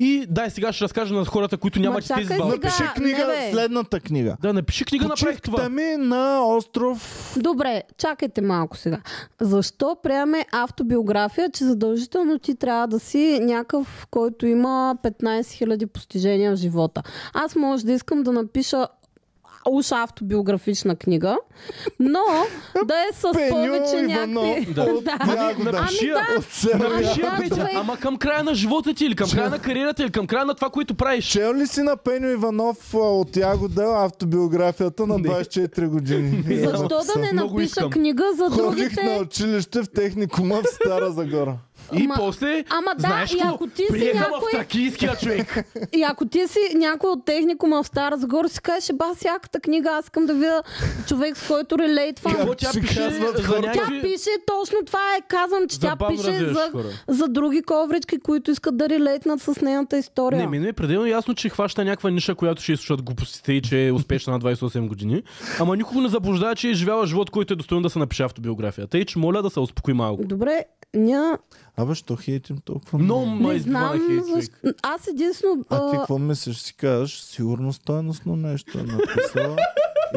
И дай сега ще разкажа на хората, които нямат чакай тези два. сега. Напиши Да, книга, не, бе. следната книга. Да, напиши книга, направих Почивката това. ми е на остров Добре, чакайте малко сега. Защо приеме автобиография, че задължително ти трябва да си някакъв, който има 15 000 постижения в живота? Аз може да искам да напиша уж автобиографична книга, но да е с Пеню повече Иванов Ами някакви... от Ягода. Напиши я. От Северна Напиши я, Ами, Петя. да. Ама към края на живота ти или към края на кариерата или към края на това, което правиш. Чел ли си на Пеню Иванов а, от Ягода автобиографията на Не. 24 години? Ами, И Защо да не Много напиша искам. книга за Ходих на другите? училище в техникума в Стара Загора. И Ама- после, ама да, знаеш и какво? ако ти си Приеха някой- в тракийския човек. И ако ти си някой от техникума в Стара Загора, си кажеш, ба, всяката книга, аз искам да видя човек, с който релейтвам. Какво тя си пише казват за хората? Тя някакви... пише точно това е, казвам, че За тя бавно пише развиващи за, хора. за други коврички, които искат да релейтнат с нейната история. Не, ми е пределно ясно, че хваща някаква ниша, която ще изслушат глупостите и че е успешна на 28 години. Ама никога не заблуждава, че е живяла живот, който е достоен да се напише автобиография. Тъй, че моля да се успокои малко. Добре, ня... Абе, що хейтим толкова? Много не ма избива на знам, хейт, защо. човек. Аз единствено... А ти а, какво мислиш? Си кажеш, сигурно стойностно нещо е написала.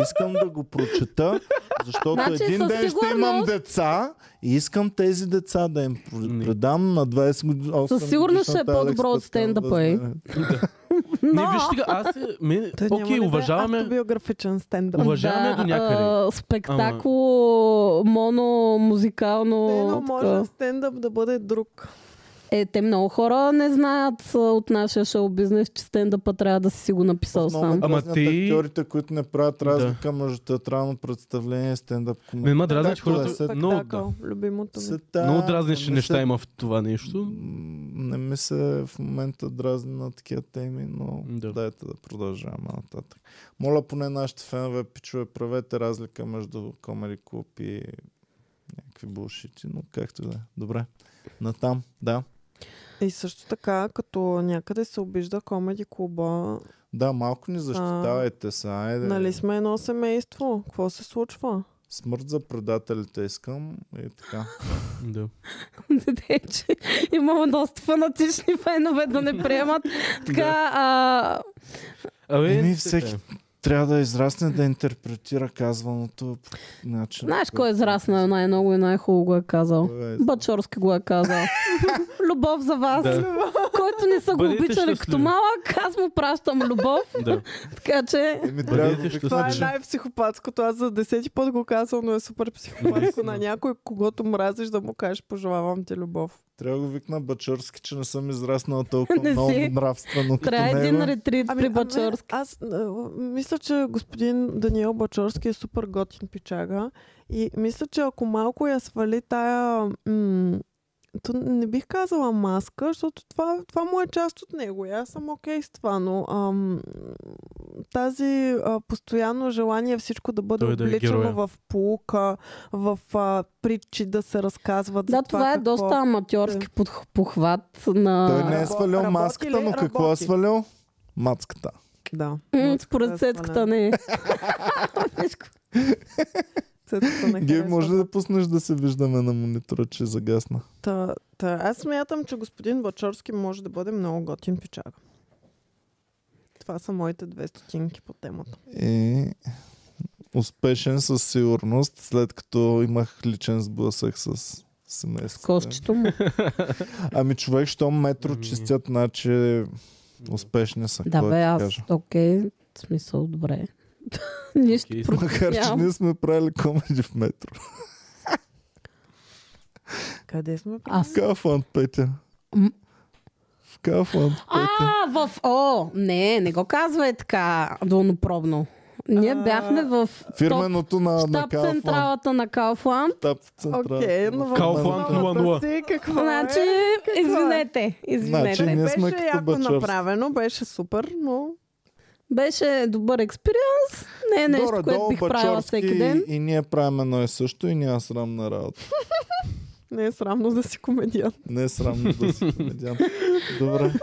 Искам да го прочета, защото Значи, един със ден ще имам сигурност- деца и искам тези деца да им пр- Не. предам на 20 години. Със сигурност ще е по-добро от стендъпа, е. Не, виж сега, аз... е- Мен... Той няма ли Окей, да е уважаваме... Автобиографичен стендъп. Уважаваме Уважаване е до някъде. А, спектакул, моно, Все музикално. едно така. може стендъп да бъде друг. Е, те много хора не знаят а, от нашия шоу бизнес, че стендъпа трябва да си си го написал сам. Ама Ама ти... ти- актьорите, които не правят разлика между театрално представление и стендъп Ме комедия. ма дразниш Както е, значи хората. се- Много, да. Спектакъл, любимото ми. се- да, Много не дразнещи ми неща се- има в това нещо. м, Не ми се в момента дразни на такива теми, но да. Да. дайте да продължаваме нататък. Моля поне нашите фенове, пичове, правете разлика между Комери Клуб и някакви булшити, но както и да е. Добре. Натам, да. И също така, като някъде се обижда комеди клуба, Да, малко ни защитавайте се. Айде. нали сме едно семейство? Какво се случва? Смърт за предателите искам и така. Да. Те, че имаме доста фанатични фенове да не приемат. Така, а, Абе, Еми, е, всеки трябва да израсне да интерпретира казваното по начин. знаеш по- кой е израснал най-много и най-хубаво го е казал? Кой е израснал? Бачорски го е казал. любов за вас. Да, Който не са го Бъдете обичали щастливи. като малък, аз му пращам любов. да. Така че, Еми, Бъдете трябва да щастливи. викнем Това е Значи- най-психопатското. Аз за десети път го казвам, но е супер психопатско на някой, когато мразиш да му кажеш пожелавам ти любов. Трябва да го викна Бачърски, че не съм израснал толкова Не много си. нравствено като трябва един него. ретрит при Бачорски. Ами, аз а, мисля, че господин Даниел Бачорски е супер готин пичага и мисля, че ако малко я свали тая... М- то не бих казала маска, защото това, това му е част от него. И аз съм окей с това, но ам, тази а, постоянно желание всичко да бъде Той да е обличано героя. в полука, в а, притчи да се разказват за Да, това е какво... доста аматьорски подх- похват Той не на... е Рабо- свалил работи маската, ли? но какво е Работи. свалил? Мацката. Да. М, Мацката е Според сетката свалена. не е. Цецката не Ги харесва може ли да пуснеш да се виждаме на монитора, че е загасна. Та, та, аз смятам, че господин Бачорски може да бъде много готин пичага. Това са моите две стотинки по темата. И успешен със сигурност, след като имах личен сблъсък с С семейството. кошчето му. Ами човек, щом метро Ами. чистят, значи успешни са. Да какво бе, ти аз, кажа. окей, в смисъл, добре. Нищо Окей, против Макар, че нямам. ние сме правили комеди в метро. Къде сме? В Аз. Кафланд, Петя. М. В Кафланд, Петя. А, в... О, не, не го казвай така долнопробно. Ние А, бяхме в топ- Фирменото на, на штаб Кафланд. централата на Кауфланд. Штаб централ. Окей, но в Kaufland основата 00. си Какво Значи, е? Какво е? извинете, извинете. Значи, ние сме Беше като яко Бачовски. направено, беше супер, но Беше добър експириенс. Не е нещо, Горе-долу което бих правила Бачовски всеки ден. И, и ние правим едно и също и няма срамна работа. не е срамно да си комедиан. Не е срамно да си комедиан. Добре.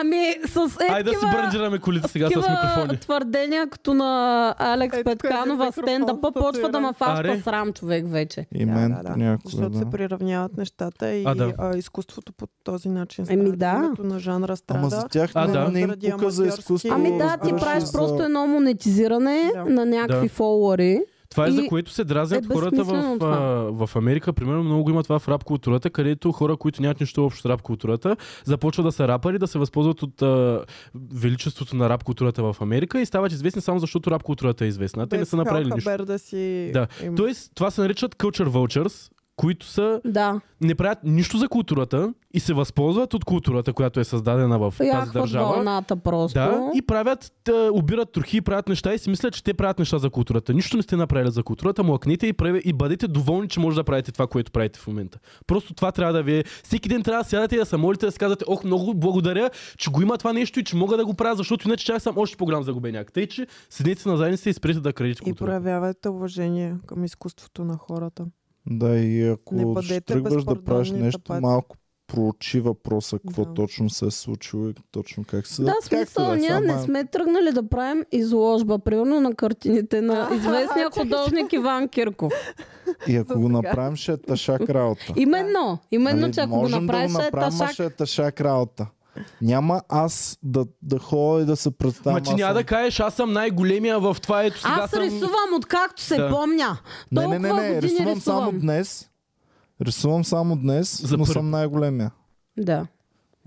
Ами, с е, Айде да си такива- брънджираме колите сега с такива микрофони. твърдения, като на Алекс Ето, Петканова къде е стендъпа, микрофон, почва да ме Аре. фаща срам човек вече. И мен да, да, да. понякога, Защото да. се приравняват нещата и А, а, да. да. а, изкуството по този начин Еми, страда, да. името на жанра страда. Ама за тях А, не, да. не им Заради пука за аматьорски- изкуство. Ами да, ти разбираш правиш ли, за- просто едно монетизиране Да. на някакви Да. фолуари. Това е за И което се дразнят е хората в, безсмислено това. а, в Америка. Примерно много го има това в рап културата, където хора, които нямат нищо общо с рап културата, започват да са рапъри, да се възползват от а, величеството на рап културата в Америка и стават известни само защото рап културата е известна. А Те не Без са направили нищо. халхабер Да си Да. е им- Тоест, това се наричат culture vultures, които са, Да. не правят нищо за културата и се възползват от културата, която е създадена в тази Яхват държава. вълната просто. Да, и правят, да, обират трохи, правят неща и си мислят, че те правят неща за културата. Нищо не сте направили за културата, млъкнете и, праве, и бъдете доволни, че може да правите това, което правите в момента. Просто това трябва да ви е. Всеки ден трябва да сядате и да се молите, да си казвате, ох, много благодаря, че го има това нещо и че мога да го правя, защото иначе чак съм още по-голям загубеняк. Тъй, че седнете на задница и спрете да крадете И културата. проявявайте уважение към изкуството на хората. Да, и Не ако ще бъдете тръгваш да правиш безпардонни нещо, тапаци. малко проучи въпроса, какво Да. точно се е случило и точно как се... Да, както смисъл, да е, ние само не е- сме тръгнали да правим изложба, примерно на картините на известния художник Иван Кирков. И ако за го сега. направим, ще е ташак работа. Именно, именно, Нали, че ако го можем направиш, да ще е направим, ама ташак. ще е ташак работа. Няма аз да, да ходя и да се представя. Ма че няма да кажеш, аз съм най-големия в това, ето сега Аз съм... рисувам откакто се Да. помня. не, не, не, толкова не, години рисувам, само рисувам. днес. Рисувам само днес, За но първи- съм най-големия. Да.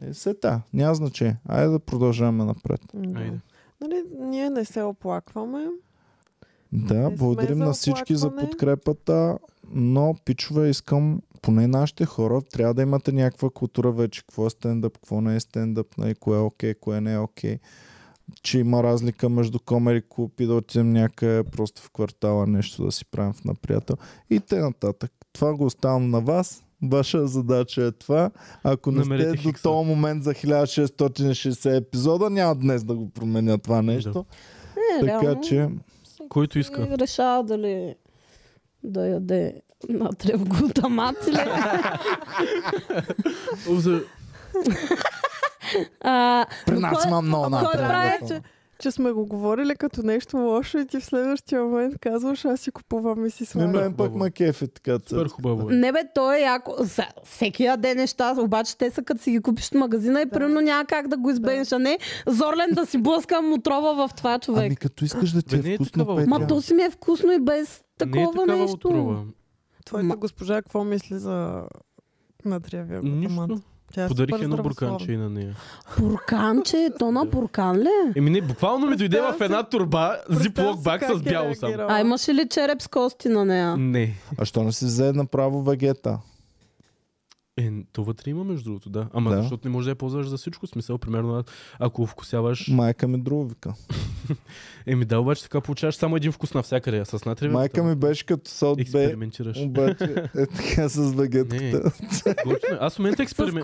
Е, сета, няма значение. Айде да продължаваме напред. Да. Айде. Нали, ние не се оплакваме. Да, Не благодарим сме за на всички за оплакване. подкрепата, но пичове искам, поне нашите хора, трябва да имате някаква култура вече, какво е стендъп, какво не е стендъп, нали, кое е окей, кое не е окей. Че има разлика между комери клуб и да отидем някъде просто в квартала нещо да си правим в наприятел. И те нататък. Това го оставям на вас. Ваша задача е това. Ако не Намерете сте до Хикса. този момент за 1660 епизода, няма днес да го променя това нещо. Не, така реално, че... Който иска. и решава дали да яде натре в глутамат или... А, При но нас кой- има много ама кой натре. прави, готово. е че- Че сме го говорили като нещо лошо и ти в следващия момент казваш, аз си купувам и си Не, слагам. мен пък хубаво. ма кефи така. цъц. Супер хубаво е. Не бе, то е яко. За- Всеки яде неща, обаче те са като си ги купиш от магазина и примерно няма как да го избегнеш, а не Зорлен да си блъскам отрова в това човек. Ами като искаш да ти Бе, не е е вкусно, такава Петя. Ма то си ми е вкусно и без Не е такова такава нещо. отрова. Твоята Ма- госпожа какво мисли за натрявия глутамат? Нищо. Тя е Подарих супер едно здравословна. бурканче и на нея. Бурканче, то на буркан ли? е? Еми не, буквално ми дойде в Представям една турба, Представям зиплок си бак как с е бяло само. реагирала. А имаше ли череп с кости на нея? Не. А що не си взе направо вегета? Е, то вътре има между другото, да. Ама Да. защото не можеш да я ползваш за всичко. В Смисъл, примерно, а- ако вкусяваш... Майка ми друго вика. Еми да, обаче така получаваш само един вкус навсякъде. а С натривен. Майка ми беше като сот бе, Експериментираш. обаче е така с вегетката. Готино е. Аз в момента С експеримен...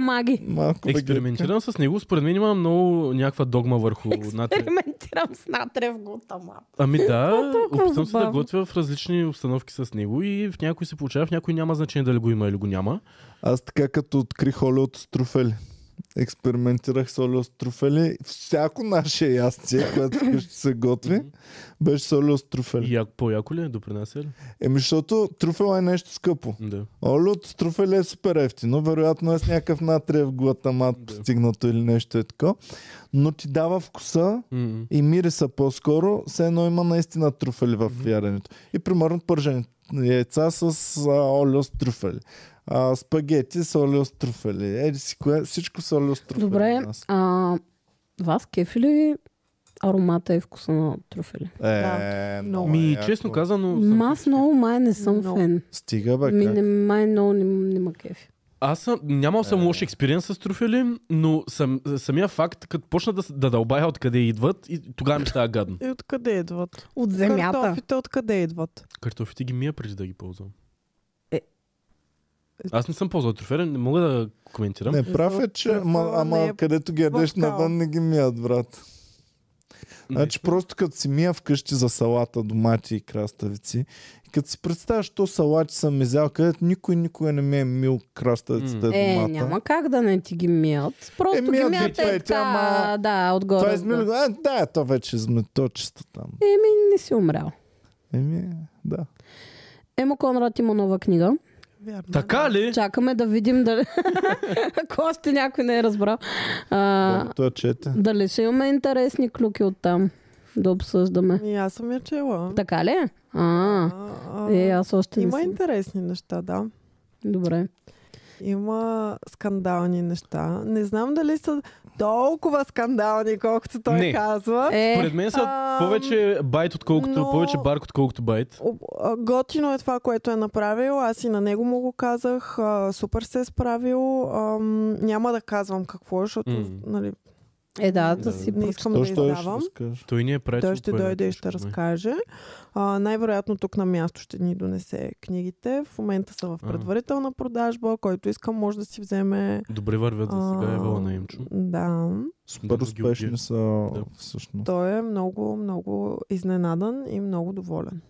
маги. Малко вегетка. експериментирам с него. Според мен имам много някаква догма върху натри. Експериментирам с натрев глутамат. Ами е да, толкова опитвам се да забавно? готвя в различни обстановки с него и в някой се получава, в някой няма значение дали го има или го няма. Аз така като открих олиото с труфели. експериментирах с олио с труфели. Всяко наше ястие, което вкъщи се готви, беше с олио с труфели. И як- по-яко ли е? Допринася ли? Еми, защото труфел е нещо скъпо. Да. Олиото с труфели е супер ефтино. Вероятно е с някакъв натрев глатамат Да. постигнато или нещо е така. Но ти дава вкуса М. и мириса по-скоро, все едно има наистина труфели в яденето. И примерно пържени яйца с а, олио с труфели. А, спагети с олио с труфели. Еди си, кое, всичко с олио с труфели. Добре, у нас. а, вас кефи ли аромата и вкуса на трюфели? Е, много Ми, е честно яко. казано, съм- Ма Аз много май не съм Много. фен. Стига бе, Ми, как? не, май много не, не ма кефи. аз съм, нямал съм Е. лош експириенс с труфели, но съм, самия факт, като почна да, с- да дълбая откъде идват, и тогава ми става гадно. И откъде идват? От земята. Картофите откъде идват? Картофите ги мия преди да ги ползвам. Е. Аз не съм ползвал трофея, не мога да коментирам. Не, прав е, че Трюфела ама, ама не е където ги ядеш кала. навън не ги мият, брат. Значи просто като си мия вкъщи за салата, домати и краставици, и като си представяш, то салати съм изял, където никой никога не ми е мил краставицата М. и Е, домата. няма как да не ти ги мият. Просто Е, мият ги ами, ги мият е петя, така, ама- да, отгоре. Това е да. измили... А, да, то вече измето чисто там. Е. Еми, не си умрял. Еми, да. Емо Конрад има нова книга. Вярно. Така ли? Чакаме да видим дали... Ако още някой не е разбрал. А, Докато я е чете. дали ще имаме интересни клюки от там да обсъждаме. Ми, Ами аз съм я чела. Така ли? е? А, А, а, е, аз още не Има съм. интересни неща, да. Добре. Има скандални неща. Не знам дали са толкова скандални, колкото той Не. казва. Е, Поред мен са Ам, повече байт, отколкото, но- повече барк, отколкото байт. Об- а, Готино е това, което е направил. Аз и на него му го казах. а, Супер се е справил. Ам, Няма да казвам какво, защото М. нали, е да, да да, си не искам То да ще ще издавам. разкажа. Той ни е пратил. Той ще по едно дойде и ще нещо, не. разкаже. А, най-вероятно тук на място ще ни донесе книгите. В момента са в А. предварителна продажба. Който иска, може да си вземе. Добре вървят за сега, а, е вала на Имчо. Да. Супер Да, ги успешни убие. са Да. всъщност. Той е много, много изненадан и много доволен.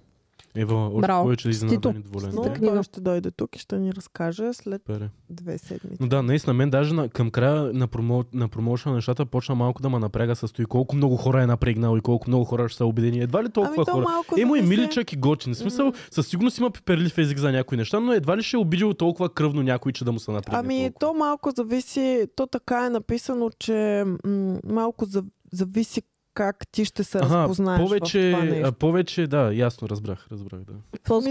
Ева, още Браво. повече Честито. изненадан и доволен. Но Да. Да. той ще дойде тук и ще ни разкаже след Супер е. две седмици. Но да, наистина, мен даже на, към края на, промо, на промоушена нещата почна малко да ме напряга с той колко много хора е напрегнал и колко много хора ще са убедени. Едва ли толкова ами то хора. малко Емо и зависи- миличък и готин. В смисъл, със сигурност има пиперлив език за някои неща, но едва ли ще е обидил толкова кръвно някой, че да му се напрегне Ами толкова. то малко зависи, то така е написано, че м- малко за- зависи как ти ще се разпознаеш повече, в това нещо. а, повече, да, ясно, разбрах, разбрах, да. по-скоро,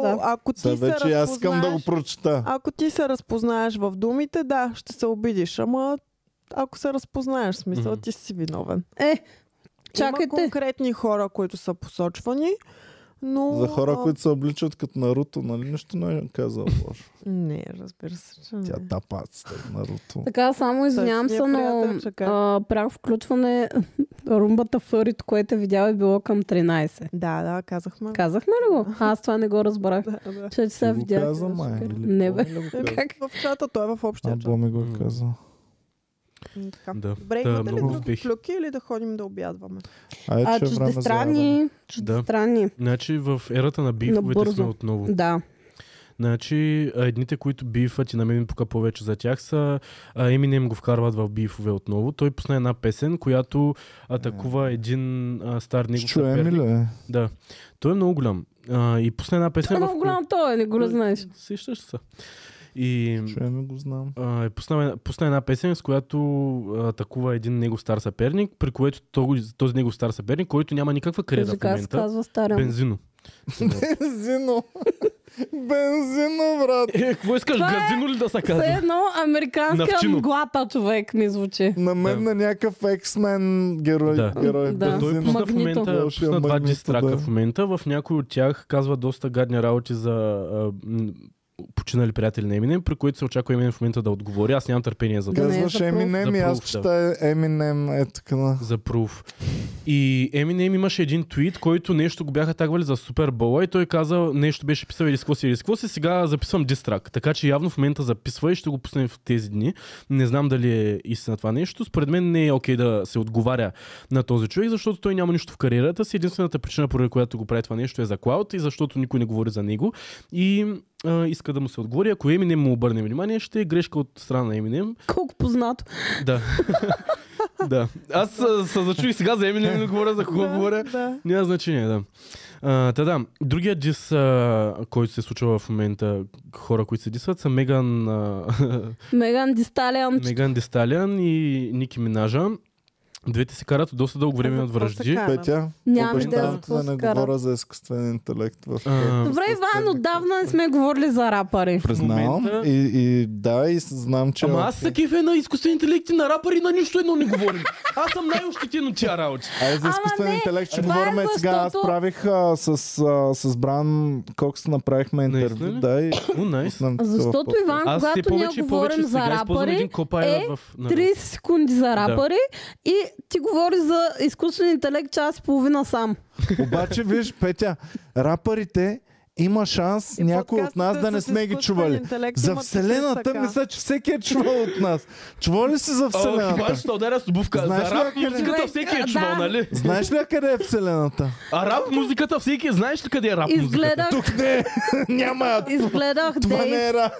Мисъл, да. ако ти Сега се вече аз искам да го разпознаеш, прочета. ако ти се разпознаеш в думите, да, ще се обидиш, ама ако се разпознаеш, в смисъл, Мгм. ти си виновен. Е, Има чакайте. конкретни хора, които са посочвани, но... За хора, а, които се обличат като Наруто, нали нищо не е казал лошо. Не, разбира се, че не. Тя тапацата е Наруто. Така, само извинявам си е се, но приятел, чакай. а, пряко включване румбата Фърит, което е видял е било към 13. Да, да, казахме. Казахме ли го? Аз това не го разбрах. Да, да. Че Ти сега го видях. каза, май. Супер. или Не кой бе. ли го каза? Как? В чата, той е в общия А, чат. Боми го М. е казал. М, така. Да. Добре, Та, имате ли много други успехи. клюки или да ходим да обядваме? Айде, А, че е време за ядене. чуждестранни. Чуждестранни. Значи в ерата на бифовете Набързо. сме отново. Да. Значи а, едните, които бифат и на мен ми пука повече за тях са а, Eminem го вкарват в бифове отново. Той пусна една песен, която атакува един а, стар Ще негов чуем съперник. ли? бе? Да. Той е много голям. А, и пусна една песен, Той е в много голям той, е, не го ли знаеш. Сещаш се. И Чуем ли го знам. а, е пусна, пусна една песен, с която а, атакува един негов стар съперник, при което този, този негов стар съперник, който няма никаква кариера Кажи в как се момента. казва стария. му. Бензино. Бензино. Бензино, брат. Е, какво искаш? Това е- Газино ли да се Все казва? едно американска Навчино. мглата човек ми звучи. На мен Да. на някакъв X-Men герой. Да. герой Да. Той Бензино. пусна в Магнито. момента Лошия пусна два магнито, да. дистрака в момента. В някои от тях казва доста гадни работи за а, м, починали приятели на Еминем, при които се очаква Еминем в момента да отговори. Аз нямам търпение за това. Да не е Казваш за пръв. Eminem и За аз пръв, да. чета Eminem. Е така на... за пруф. И Eminem имаше един твит, който нещо го бяха тагвали за Супербола и той каза нещо беше писал или сквоси, или сквоси, сега записвам дистрак. Така че явно в момента записва и ще го пуснем в тези дни. Не знам дали е истина това нещо. Според мен не е окей да се отговаря на този човек, защото той няма нищо в кариерата си. Единствената причина, поради която го прави това нещо е за Клауд и защото никой не говори за него. И а, иска да му се отговори. Ако Еминем му обърне внимание, ще е грешка от страна на Еминем. Колко познато. Да. да. Аз а, се зачуих сега за Еминем, не говоря за кого говоря. Да. Няма значение, да. А, та да, другия дис, а, който се случва в момента, хора, които се дисват, са Меган, а, Меган Дисталиан. Меган Десталиан и Ники Минажа. Двете се карат от доста дълго време за от какво се връжди. карат? Петя, Нямам идея за обещавам ти какво да се не кара. говоря за изкуствен интелект в А, Добре, Иван, отдавна не сме говорили за рапари. Признавам. момента- И, и да, и с- знам, че... Ама е аз окей. са кефе на изкуствен интелект и на рапър и на нищо едно не говорим. Аз съм най-ощетен от тя работа. Ай, за Ама изкуствен не, интелект ще това е говорим сега. Аз защото- правих а, с, а, с Бран Кокс, направихме интервю. Наистина ли? Да, и... О, найс. пуснам А такова Защото, под- Иван, Аз все когато ние повече и повече говорим за сега използвам рапари, един копайлот е в... на- 30 секунди за рапари и ти говори за изкуствен интелект час и половина сам. Обаче, виж, Петя, рапарите има шанс И някой от нас подкастите да не с сме ги изкуствен чували. интелект За имат Вселената така. мисля, че всеки е чувал от нас. Чувал ли си за О, това Вселената? ще те ударя с обувка. Знаеш За ли рап къде- музиката всеки е Да. чувал, нали? Знаеш ли къде е Вселената? А рап музиката всеки е... Знаеш ли къде е рап музиката? Изгледах, Тук не е. Няма. я. изгледах Това Дейв. не е ра.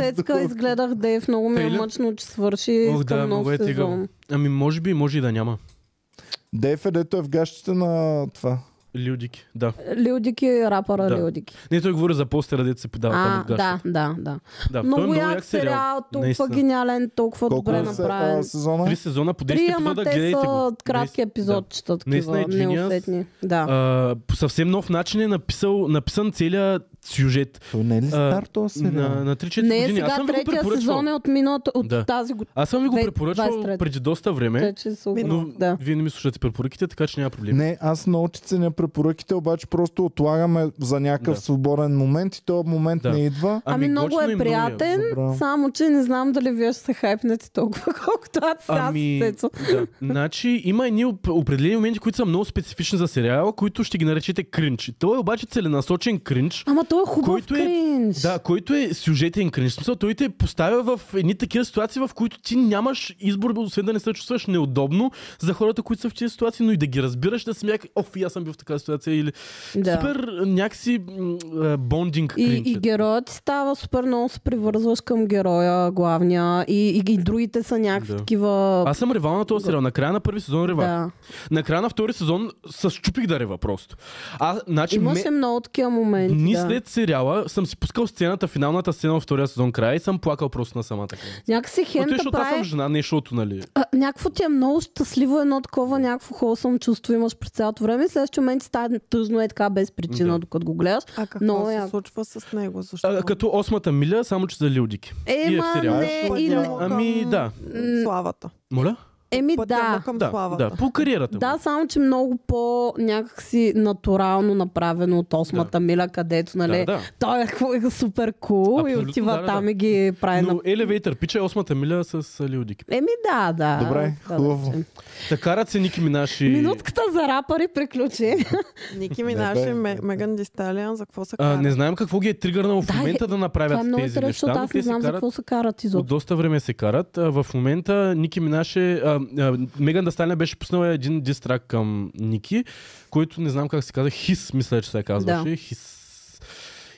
Цецка, изгледах Дейв. Много ми е Тейлър? мъчно, че свърши. Ох, да, Искам нов много е тегаво. сезон. Ами може би, може и да няма. Дейв е дето е в гащите на това. Людики, да. Лилдики е рапъра Да. Лилдики. Не, той говори за постера, дето се подава там А, от гащите. да, да, да. Да, той е Много як сериал, толкова Наистина. гениален, толкова Колко добре е се- а, направен. сезона? Три сезона по 10 Три, ама епизода, те гледайте са го. от кратки Наистина, епизодчета, Наистина е такива Genius. неусетни. Да. Да. А, по съвсем нов начин е написал, написан целият сюжет. То не е ли стар този сериал? На, на 3-4 Не, е години. Аз сега съм ви го третия препоръчвал. сезон е от миналото, от Да. Е? тази година. Аз съм ви го Две- препоръчвал 23. преди доста време, Вече са но го- Да. вие не ми слушате препоръките, така че няма проблем. Не, аз много ти ценя препоръките, обаче просто отлагаме за някакъв Да. свободен момент и този момент Да. не идва. Ами, много готино е и много приятен, Добро. само че не знам дали вие ще се хайпнете толкова, колкото аз сега с Ами, Цецо. да. Значи, има едни оп- определени моменти, които са много специфични за сериала, които ще ги наречете кринч. И Той е обаче целенасочен кринч. Ама той е хубав Който е- кринж. Да, който е сюжетен кринч. В Смисъл, той те поставя в едни такива ситуации, в които ти нямаш избор, освен да не се чувстваш неудобно за хората, които са в тези ситуации, но и да ги разбираш, да смяк, оф, и аз съм бил в такава ситуация или Да. супер някакси м, а, бондинг И, кринч. е. и героят ти става супер много се привързваш към героя главния и, и, и другите са някакви Да. такива... Аз съм ревал на този сериал. На края на първи сезон рева. да. На края на втори сезон се щупих да рева просто. А, значи, ме- Имаше много такива моменти. Ни да. след сериала съм си пускал сцената, финалната сцена във втория сезон края и съм плакал просто на самата края. Някакси Но той, хем да защото аз съм прави... жена, не защото, нали? А, някакво ти е много щастливо едно такова, някакво холсъм чувство имаш през цялото време и следващия момент ти става тъжно е така без причина, Да. докато го гледаш. А какво Много се яко. случва с него? Защо? А, като осмата миля, само че за Лилдики. И е Ема, сериал. не, Пътя и не. му към Ами, да. Славата. Моля? Еми Пътя му да. към Да, славата. да, по кариерата. Да, му. само че много по някакси натурално направено от осмата миля, където, нали, да, да. той е ху- супер кул и Абсолютно, отива да, да, там да. и ги прави на... Но Елевейтър пича е осмата миля с а, Лилдики. Еми да, да. Добре, да хубаво. речем. Та карат се Ники Минаши. Минутката за рапъри приключи. Ники Минаш бе, и Ме- не. Меган Дисталиан за какво се А, кара? не знаем какво ги е тригърнало в Да, момента да Това е направят много тези интересно, неща, защото но аз не те се знам за карат какво се карат От изобщо. доста време се карат. А, в момента Ники Минаше... А, а, Меган Дасталина беше пуснала един дистрак към Ники, който не знам как се казва. Хис, мисля, че се казваше. Да. Хис.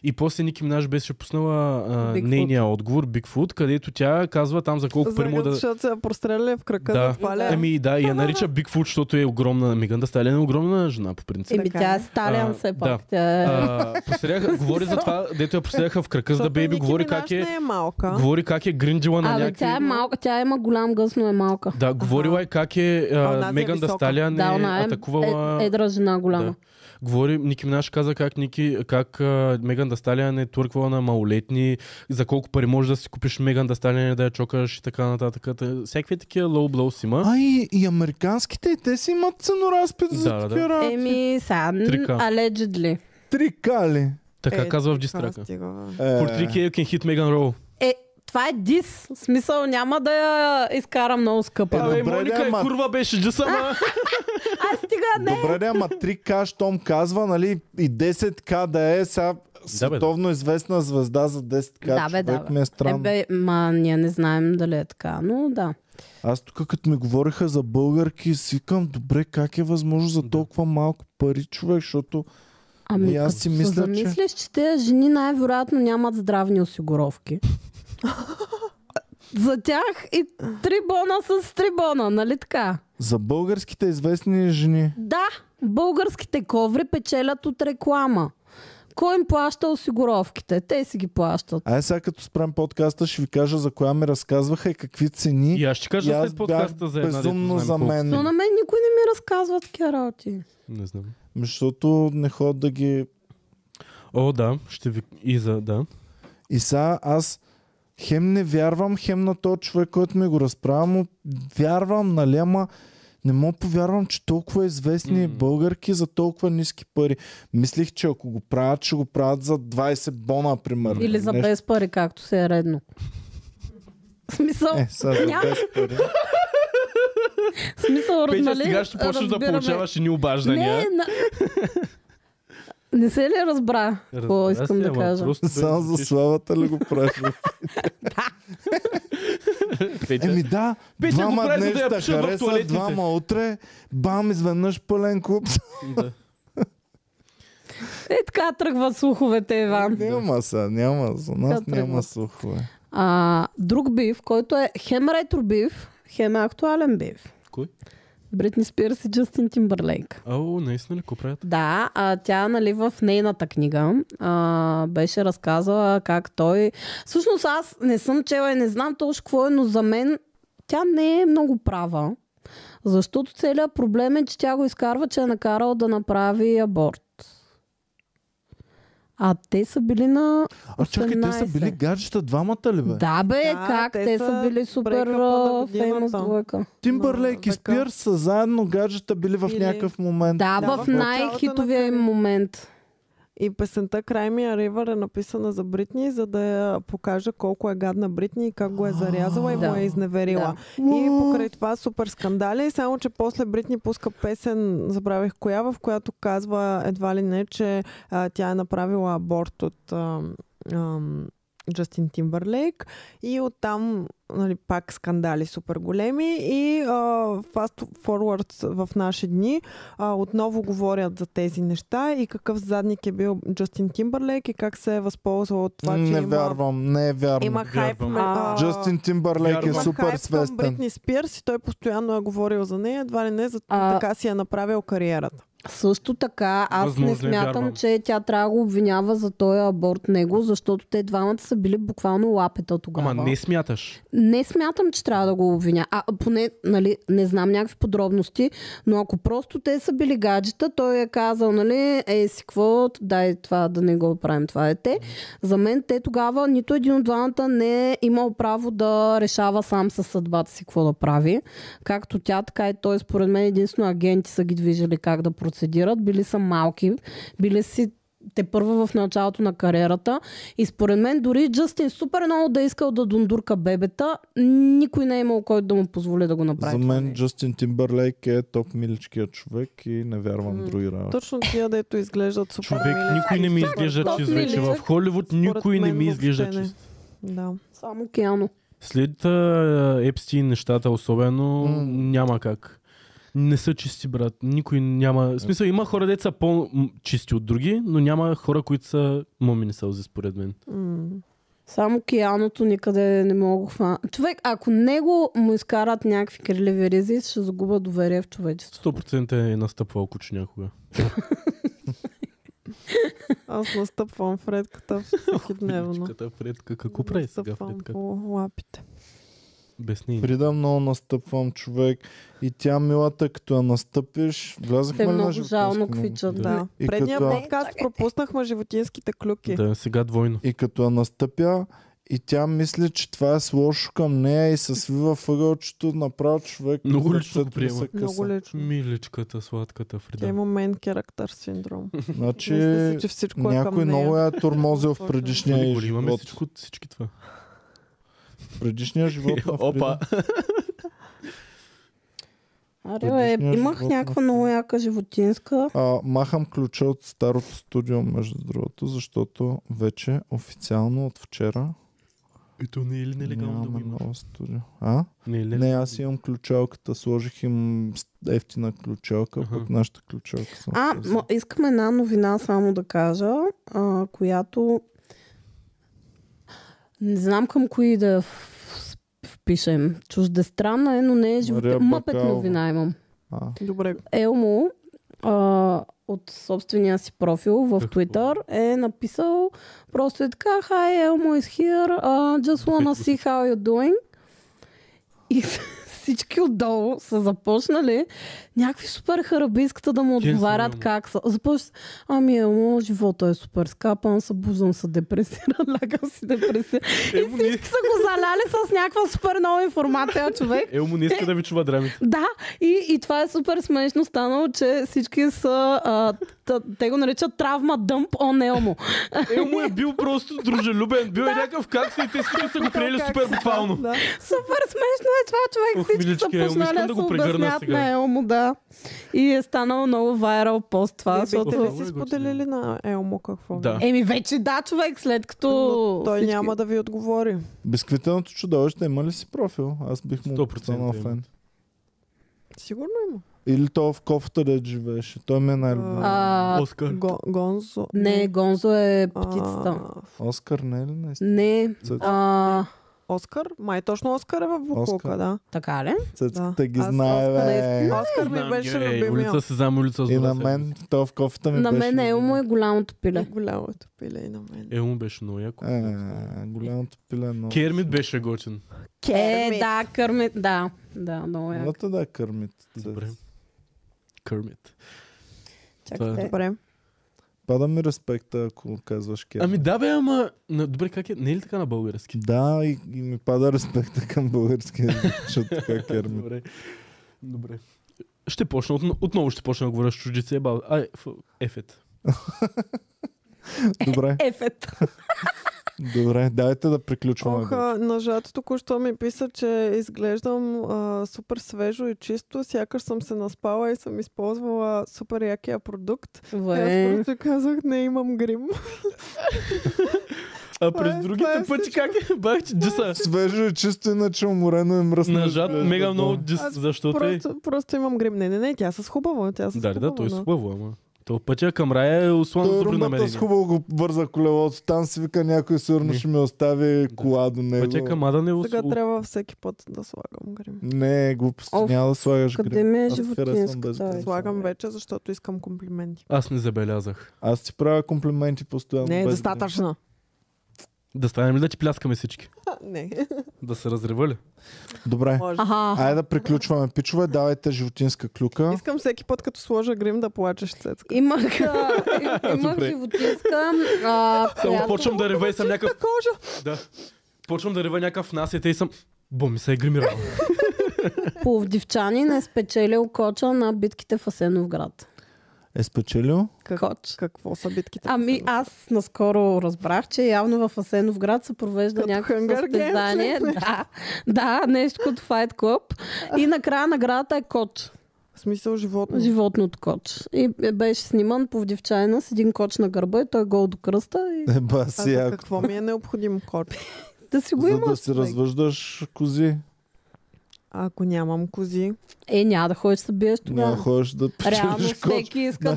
И после Ники Минаж беше пуснала а, Bigfoot. нейния отговор, Бигфут, където тя казва там за колко пари За, мога да... Защото се простреля в крака Да. Ами, за това ли? е? Еми да, и я нарича Бигфут, защото е огромна. Меган Дасталина е огромна жена, по принцип. Еми Така тя е. е А, сталиан все да. пак. Тя е... А, посряха, говори за това, дето я посряха в крака за Защото бейби, Ники говори Минаж как е, не е малка. говори как е гриндила на Абе, някакви... тя е малка, тя има голям гъс, но е малка. Да, говорила е как е А а, онази е Меган висока. Дасталия не Да, она е е атакувала... е- едра жена голяма. да. Говори, Ники Минаш каза как, Ники, как а, Меган Дасталия не е твърквала на малолетни, за колко пари можеш да си купиш Меган Дасталия, да я чокаш и така нататък. Та- Всякакви такива low blows има. А и, и американските, и те си имат ценоразпит за Да, да, такива работи. Еми, сега, Трика. allegedly. Три кали. Така Е, казва в А, дистрака. стига, бе. Е, For 3K you can hit Megan Roll. Е, това е дис. В смисъл няма да я изкара много скъпа. Е, Абе, добре, Моника да, е ма- курва беше джиса, ама... А, стига, не. Добре, да, ама 3К, щом казва, нали, и 10К да е сега световно известна звезда за 10К. Да, бе, да, човек, бе. Ми е странно. Е, бе, ма, ние не знаем дали е така, но да. Аз тук, като ми говориха за българки, си викам, добре, как е възможно за толкова малко пари, човек, защото Ами, И аз като си се мисля, че- замислиш, че тези жени най-вероятно нямат здравни осигуровки. За тях и три бона с три бона, нали така? За българските известни жени. Да, българските коври печелят от реклама. Кой им плаща осигуровките? Те си ги плащат. Ай сега като спрем подкаста ще ви кажа за коя ми разказваха и какви цени. И аз ще кажа И аз след подкаста бях за една безумно дето за знам колко. мен. Но на мен никой не ми разказва такива работи. Не знам. Защото не ходя да ги... О, да, ще ви... И за, да. И сега аз хем не вярвам, хем на този човек, който ми го разправя, му вярвам, нали, ама не мога повярвам, че толкова известни М. българки за толкова ниски пари. Мислих, че ако го правят, ще го правят за 20 бона, примерно. Или за Нещо- без пари, както се е редно. В смисъл, Е, сега за Няма. 10 пари. в смисъл, Петя, нали, сега ще почнеш да разбираме. получаваш и ни Не, обаждания. на... не се ли разбра? Какво Разбира искам се, да ама кажа? просто Само за звучиш- славата ли го правиш? Петя, Еми да, Петя го двама прави, за днес да я да пишат в хареса, тоалетните. двама утре, бам, изведнъж пълен клуб. да. Е, така тръгват слуховете, Иван. няма са, няма, за нас Да, тръгва. няма слухове. А, друг бив, който е хем ретро бив, хем е актуален бив. Кой? Бритни Спирс и Джастин Тимбърлейк. Ау, наистина ли го правят? Да, а тя нали в нейната книга а, беше разказала как той... Всъщност аз не съм чела и не знам точно какво е, но за мен тя не е много права. Защото целият проблем е, че тя го изкарва, че е накарал да направи аборт. А те са били на А чакай, те са 18. били гаджета двамата ли бе? Да бе, Да, как? Те, те са са били супер брейкъпа на а, годината. феймъс двойка. Тимбърлейк и Ама, така. Спирс са заедно гаджета били в Били. някакъв момент. Да, Да, в в най-хитовия им началото на момент. И песента Край ми Ривър е написана за Бритни, за да я покажа колко е гадна Бритни и как го е зарязала и Да. му е изневерила. И покрай това супер скандали, само че после Бритни пуска песен, забравих коя, в която казва едва ли не, че а, тя е направила аборт от ам, ам, Джастин Тимбърлейк и оттам нали, пак скандали супер големи и а, fast forward в наши дни а, отново говорят за тези неща и какъв задник е бил Джастин Тимбърлейк и как се е възползвал от това, че Не Значи има, вярвам, не е вярно. има хайп. Вярвам. ме- а, Джастин Тимбърлейк е Вярвам. има супер хайп към свестен. Бритни Спирс и той постоянно е говорил за нея, едва ли не, за А- така си е направил кариерата. Също така, аз не Възможно е, смятам, вярвам. че тя трябва да го обвинява за този аборт него, защото те двамата са били буквално лапета тогава. Ама не смяташ. не смятам, че трябва да го обвиня. А поне, нали, не знам някакви подробности, но ако просто те са били гаджета, той е казал, нали, е си какво, дай това да не го правим това дете. За мен те тогава нито един от двамата не е имал право да решава сам със съдбата си какво да прави. Както тя, така и той, според мен, единствено агенти са ги движили как да процедират. Били са малки, били си те първа в началото на кариерата. И според мен дори Джастин супер много да е искал да дундурка бебета, никой не е имал който да му позволи да го направи. За това нали? мен нещо. Джастин Тимбърлейк е топ миличкия човек и не вярвам М, други работи. Точно тия, дето изглеждат супер Човек, мили. никой не ми Според изглежда мен чист вече. В миличък, Холивуд Ами, според никой не мен ми въобще изглежда не. чист. Да. Само Киано. След а, Епстин нещата особено М. няма как. Не са чисти, брат. Никой няма... В смисъл, има хора, деца са по-чисти от други, но няма хора, които са момини сълзи, според мен. М. Само Кияното никъде не мога да хвана. Човек, ако него му изкарат някакви криливи ризи, ще загуба доверие в човечеството. 100% е настъпвал куче някога. Аз настъпвам в редката всеки дневно. Пичката, Фредка, какво прави сега Настъпвам Фредка? по лапите. Без нея. Фрида много настъпвам човек и тя милата, като я настъпиш, влязахме Те ли на много животинско жално мнение? квичат. Да. Да. И Предния като- подкаст пропуснахме животинските клюки. Да, сега двойно. И като я настъпя, и тя мисли, че това е с лошо към нея и се свива въгълчето, направо човек. Много за лично път го приема. ми се къса. Много лично. Миличката, сладката Тя Фрида. има мен характер синдром. Значи, Мисля си, че всичко е някой към много нея. я е тормозил в Точно. предишния Ние й го ли Нали, имаме живот. всичко, всички това. В Предишния живот на Фрида. Опа! Аре, бе, Предишният имах живот на някаква много яка животинска. А, махам ключа от старото студио, между другото, защото вече официално от вчера И то не е ли нелегално да го Нямаме имаш? много студио. А? Не е ли? Не, аз имам ключалката, сложих им с- ефтина ключалка, Аха. пък нашата ключалка съм. А, сложил. м- искам една новина само да кажа, а, която не знам към кои да в- впишем. Чуждестранна е, но не е живота. Мария Мъпет Бакалова. новина имам. А, Добре. Елмо а, от собствения си профил в Какво? Twitter е написал просто е така Hi Elmo is here, uh, just wanna see how you're doing. И всички отдолу са започнали някакви супер харабийската да му Честно, отговарят Елмо. как са. Започва с, ами Елмо, живота е супер скапан, събуждам се депресиран, лягам си депресиран. Елмо не, Всички са го заляли с някаква супер нова информация, човек. Елмо не иска да ви чува драмите. Да, и, и това е супер смешно станало, че всички са... А, та, те го наричат травма дъмп он елмо. Елмо е бил просто дружелюбен. Бил е някакъв как и те всички са го приели супер буквално. Да. Супер смешно е това, човек. Ох, Всички са милички, Елмо, почнали искам да, да се го прегърна обяснят сега. на елмо, да. И е станал много вайрал пост това, Това, защото... бихте Много е ли готино. си споделили на Елмо какво? Да. Еми вече да, човек, след като... Но той всички- няма да ви отговори. Бисквитеното чудовище има ли си профил? Аз бих му 100% станал имат. фен. Сигурно е има. Или то в кофта да живееше. Той ми е най-любим. А, Оскар. Го, Гонзо. не, Гонзо е а, птицата. Оскар не е ли наистина? Не, Цъц- а, Оскар? Май точно Оскар е в Оскар. Буклука, да. така ли? Цецката ги Аз знае, Оскар бе. Оскар ми беше любимия. е, Улица Сезам, улица И Зора. на мен, то в кофта ми На беше мен Елмо е любим. голямото И пиле. голямото пиле и на мен. Елмо беше много яко. Е, голямото пиле е много. Кермит беше готин. Е, Кермит. да, кърмит, да. Да, много яко. Мата да е кърмит. Цец. Добре. Кермит. Това е. Чакайте. Добре. Пада ми респекта, ако казваш кермит. Ами да бе, ама... на- Добре, как е? Не е ли така на български? Да, и, и ми пада респекта към българския език, защото така кермит. Добре. Добре. Ще почна, отно- отново ще почна да говоря с чуждици. Еба, ай, ф- ефет. Добре, Ефет. добре, дайте да приключваме. Ох, бе. а, ножата току-що ми писа, че изглеждам а, супер свежо и чисто. Сякаш съм се наспала и съм използвала супер якия продукт. И Аз Добре. просто казах, не имам грим. А Това е- през другите това е пъти как е? Бах, че джиса. Свежо и чисто, иначе уморено и мръсно. Нажат изглежда, мега да. много джис, Аз защото е... Просто, просто имам грим. Не, не, не, тя е с хубава. Тя с Да, да, хубава, той е но- хубаво, ама. То пътя към рая е услан с Той добри румбата с намерения. хубаво го върза колелото. Там си вика някой сигурно Не. ще ми остави кола до него. Пътя към Адан е Сега услан. трябва всеки път да слагам грим. Не, глупости, Оф, няма да слагаш Къде грим. ми е Аз харесвам без животинската? грим. Слагам вече, защото искам комплименти. Аз не забелязах. Аз ти правя комплименти постоянно. Не е без достатъчно. Да станем ли да ти пляскаме всички? Не. Да се разрева ли? грим. Добре, Може. Аха. айде да приключваме. Пичове, давайте животинска клюка. Искам всеки път, като сложа грим, да плачеш цецка. Имах, а, им- имах Добре. животинска, а, Само която... почвам да рева и съм някакъв... кожа. Да. Почвам да рева някакъв насет и съм... Бо, ми се е гримирал. Пловдивчанин е спечелил коча на битките в Асеновград. Е спечелил? Как, Коч. какво са битките? Ами аз наскоро разбрах, че явно в Асеновград се провежда Като някакво Hunger Games състезание. ли? Да, да, нещо като Fight Club. И накрая наградата е коч. В смисъл животно. Животното коч. И беше сниман повдивчанина с един коч на гърба и той е гол до кръста. И Е, ба, А си, за ако- какво ми е необходим кот? да си го За има. да си развъждаш кози. А Ако нямам кози, Е, няма да ходиш да се биеш Няма да тогава. ходиш да Реално печелиш коч. всеки иска да...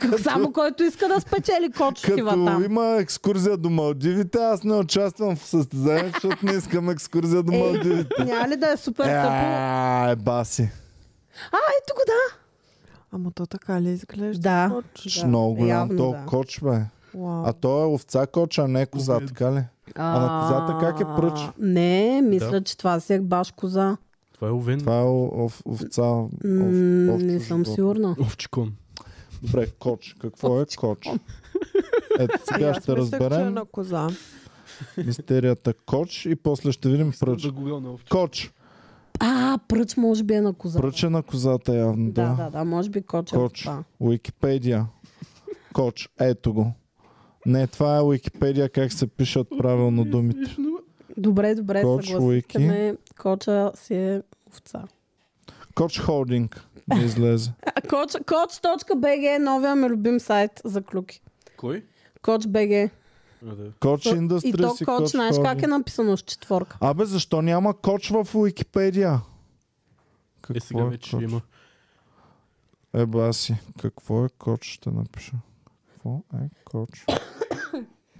Значи, Само който иска да спечели кочетива Като там. има екскурзия до Малдивите, аз не участвам в състезанието, защото не искам екскурзия до Е, Малдивите. Няма ли да е супер тъпо? Е, е, баси. Ето го да. ама то така ли изглежда? Да. Кот? Ш, Много голям явно то да. коч, бе. Уау. А то е овца коч, а не коза, Обидно. така ли? А на козата как е пръч? Не, мисля, че това си е баш коза. Това е овен. Това е о- ов, овца. Ов, М, овче не съм животно. сигурна. Овчикон. Добре, коч. Какво е коч? Ето сега ще Аз мислех, че е разберем на коза. мистерията коч и после ще видим пръч. Да гугъл на овче. Коч. А, пръч може би е на коза. Пръча на козата явно, Да, да. да, да, може би коча. е Коч. Уикипедия. Коч. Ето го. Не, това е Уикипедия, как се пишат правилно думите. Добре, добре, Коч, съгласихте уики. ме. Коча си е овца. Коч Холдинг ми излезе. А, Коч, coach.bg е новия ми любим сайт за клюки. Кой? Coach.bg. А, да. Коч И индустрия то си коч, знаеш ходи. как е написано с четворка. Абе, защо няма коч в Уикипедия? Е, сега Какво вече коч? има. Е, баси, какво е коч, ще напиша. Какво е коч?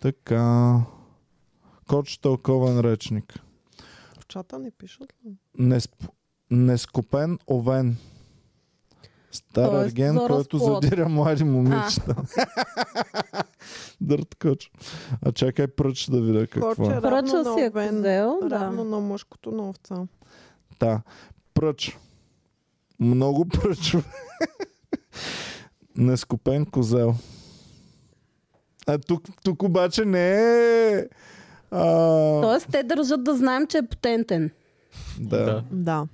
така. Коч тълковен речник. В чата не пишат ли? Несп... Нескопен овен. Стар Тоест, ерген, за който разплод. задира млади момичета. Дърт коч. А чакай пръч да видя какво Корче е. е равно Поръчал си на е обен, козел, равно да. на мъжкото на овца. Да. Пръч. Много пръчове. Нескопен козел. А тук, тук обаче не е... А, Тоест те държат да знаем, че е потентен. да, Да, Да.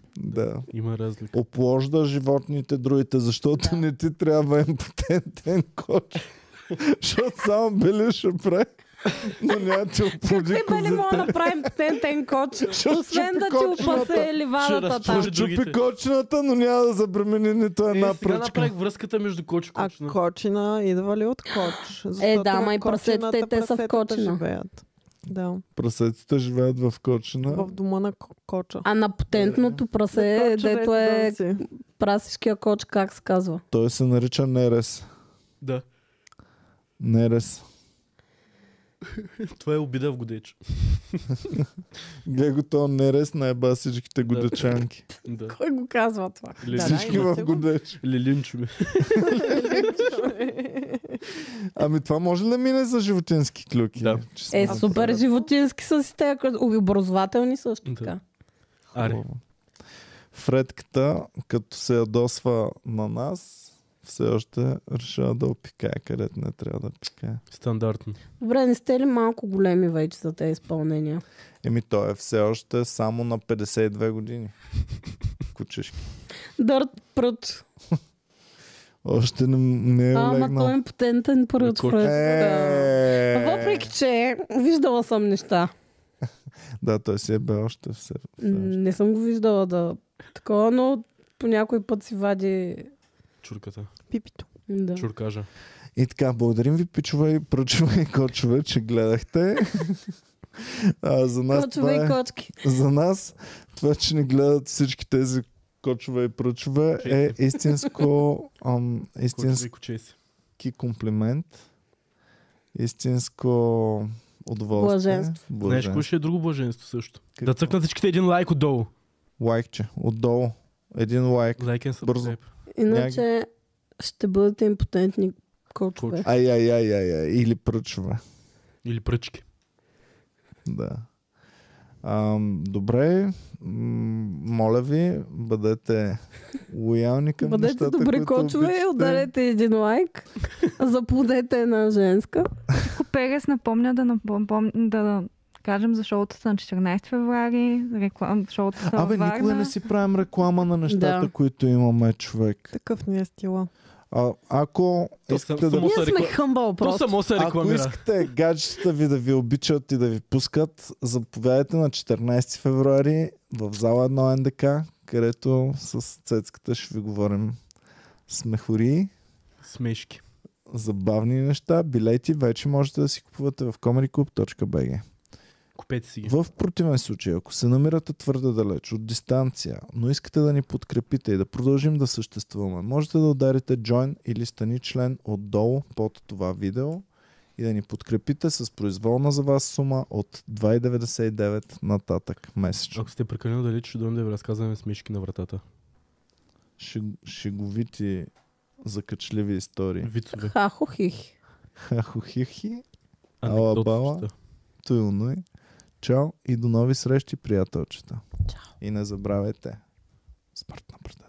да. има разлика. Опложда животните другите, защото Да. не ти трябва импотентен коч. Защото само били ще прави, но няма ти оплоди Ти бе ли мога да козите. направим потентен коч, Ще освен да щупи ти кочната. опасе ливадата разтвори там. Ще Чупи другите. кочната, но няма да забремени нито една е, сега пръчка. направих връзката между коч и А кочна. кочина идва ли от коч? Защото Е, да, ма и в кочината прасетите, те са в прасетата кочина. Живеят. Да, Прасетите живеят в кочина. в дома на ко- коча. А на потентното прасе, Коча, дето е да си. прасишкия коч, как се казва. Той се нарича Нерес. Да. Нерес. Това е обида в годеч. Гледай го то Нерес наеба всичките годечанки. Да. Кой го казва това? Да, Всички има в си го. годеч. Лилинчове. Ами това може ли да мине за животински клюки? Да. Че Е, сме супер животински са си те, е образователни също Да. така. Аре. Хубаво. Фредката, като се ядосва на нас, все още решава да опикае, където не трябва да пикае. Стандартно. Добре, не сте ли малко големи вече за тези изпълнения? Еми той е все още само на 52 години. Кучешки. Дърт прът. Още не, не е Ама той легнал. е потентен прът. Рекорд. Фред, да. Е, Въпреки, че виждала съм неща. Да, той си е бе още все. М, все още. Не съм го виждала да такова, но по някой път си вади... Чурката. Пипито. Да. Чуркажа. И така, благодарим ви, пичове и прочове и кочове, че гледахте. А, за нас Кочове това и е... кочки. За нас това, че ни гледат всички тези кочове и пръчове е истинско, ам, Кочове и истински коче си. комплимент, истинско удоволствие. Блаженство. Знаеш, Блаженство. кое ще е друго блаженство също? Какво? Да цъкнат всичките един лайк отдолу. Лайкче, отдолу. Един лайк. Лайкен Бързо. subscribe. Иначе ще бъдете импотентни кочове. Кочове. Ай, ай, ай, ай, ай. Или пръчове. Или пръчки. Да. Ам, добре, м, моля ви, бъдете лоялни към Бъдете нещата, добри които кочове, обичате. ударете един лайк, заплодете една женска. Ако Перес напомня да, напомня, да кажем за шоутата на 14 февруари, реклам, шоутата Абе, във Варна. никога не си правим реклама на нещата, Да. които имаме, човек. Такъв ни е стила. А, ако То искате сам- да... само Ние се сме рекла- хъмбъл То просто. само се Ако рекламира. искате гаджетата ви да ви обичат и да ви пускат, заповядайте на 14 февруари в зала 1 НДК, където с Цецката ще ви говорим смехори, Смешки. забавни неща, билети вече можете да си купувате в comedyclub.bg. Купете си ги. В противен случай, ако се намирате твърде далеч от дистанция, но искате да ни подкрепите и да продължим да съществуваме, можете да ударите join или стани член отдолу под това видео и да ни подкрепите с произволна за вас сума от 2,99 нататък месечно. Ако сте прекалено далеч, ще дойдем да ви разказваме смешки на вратата. Ши- Шеговити закачливи истории. Вицове. Хахохих. Хахохихи, Ала бала. Анекдотчета. туилной. Чао и до нови срещи, приятелчета. Чао. И не забравяйте. Смърт напред.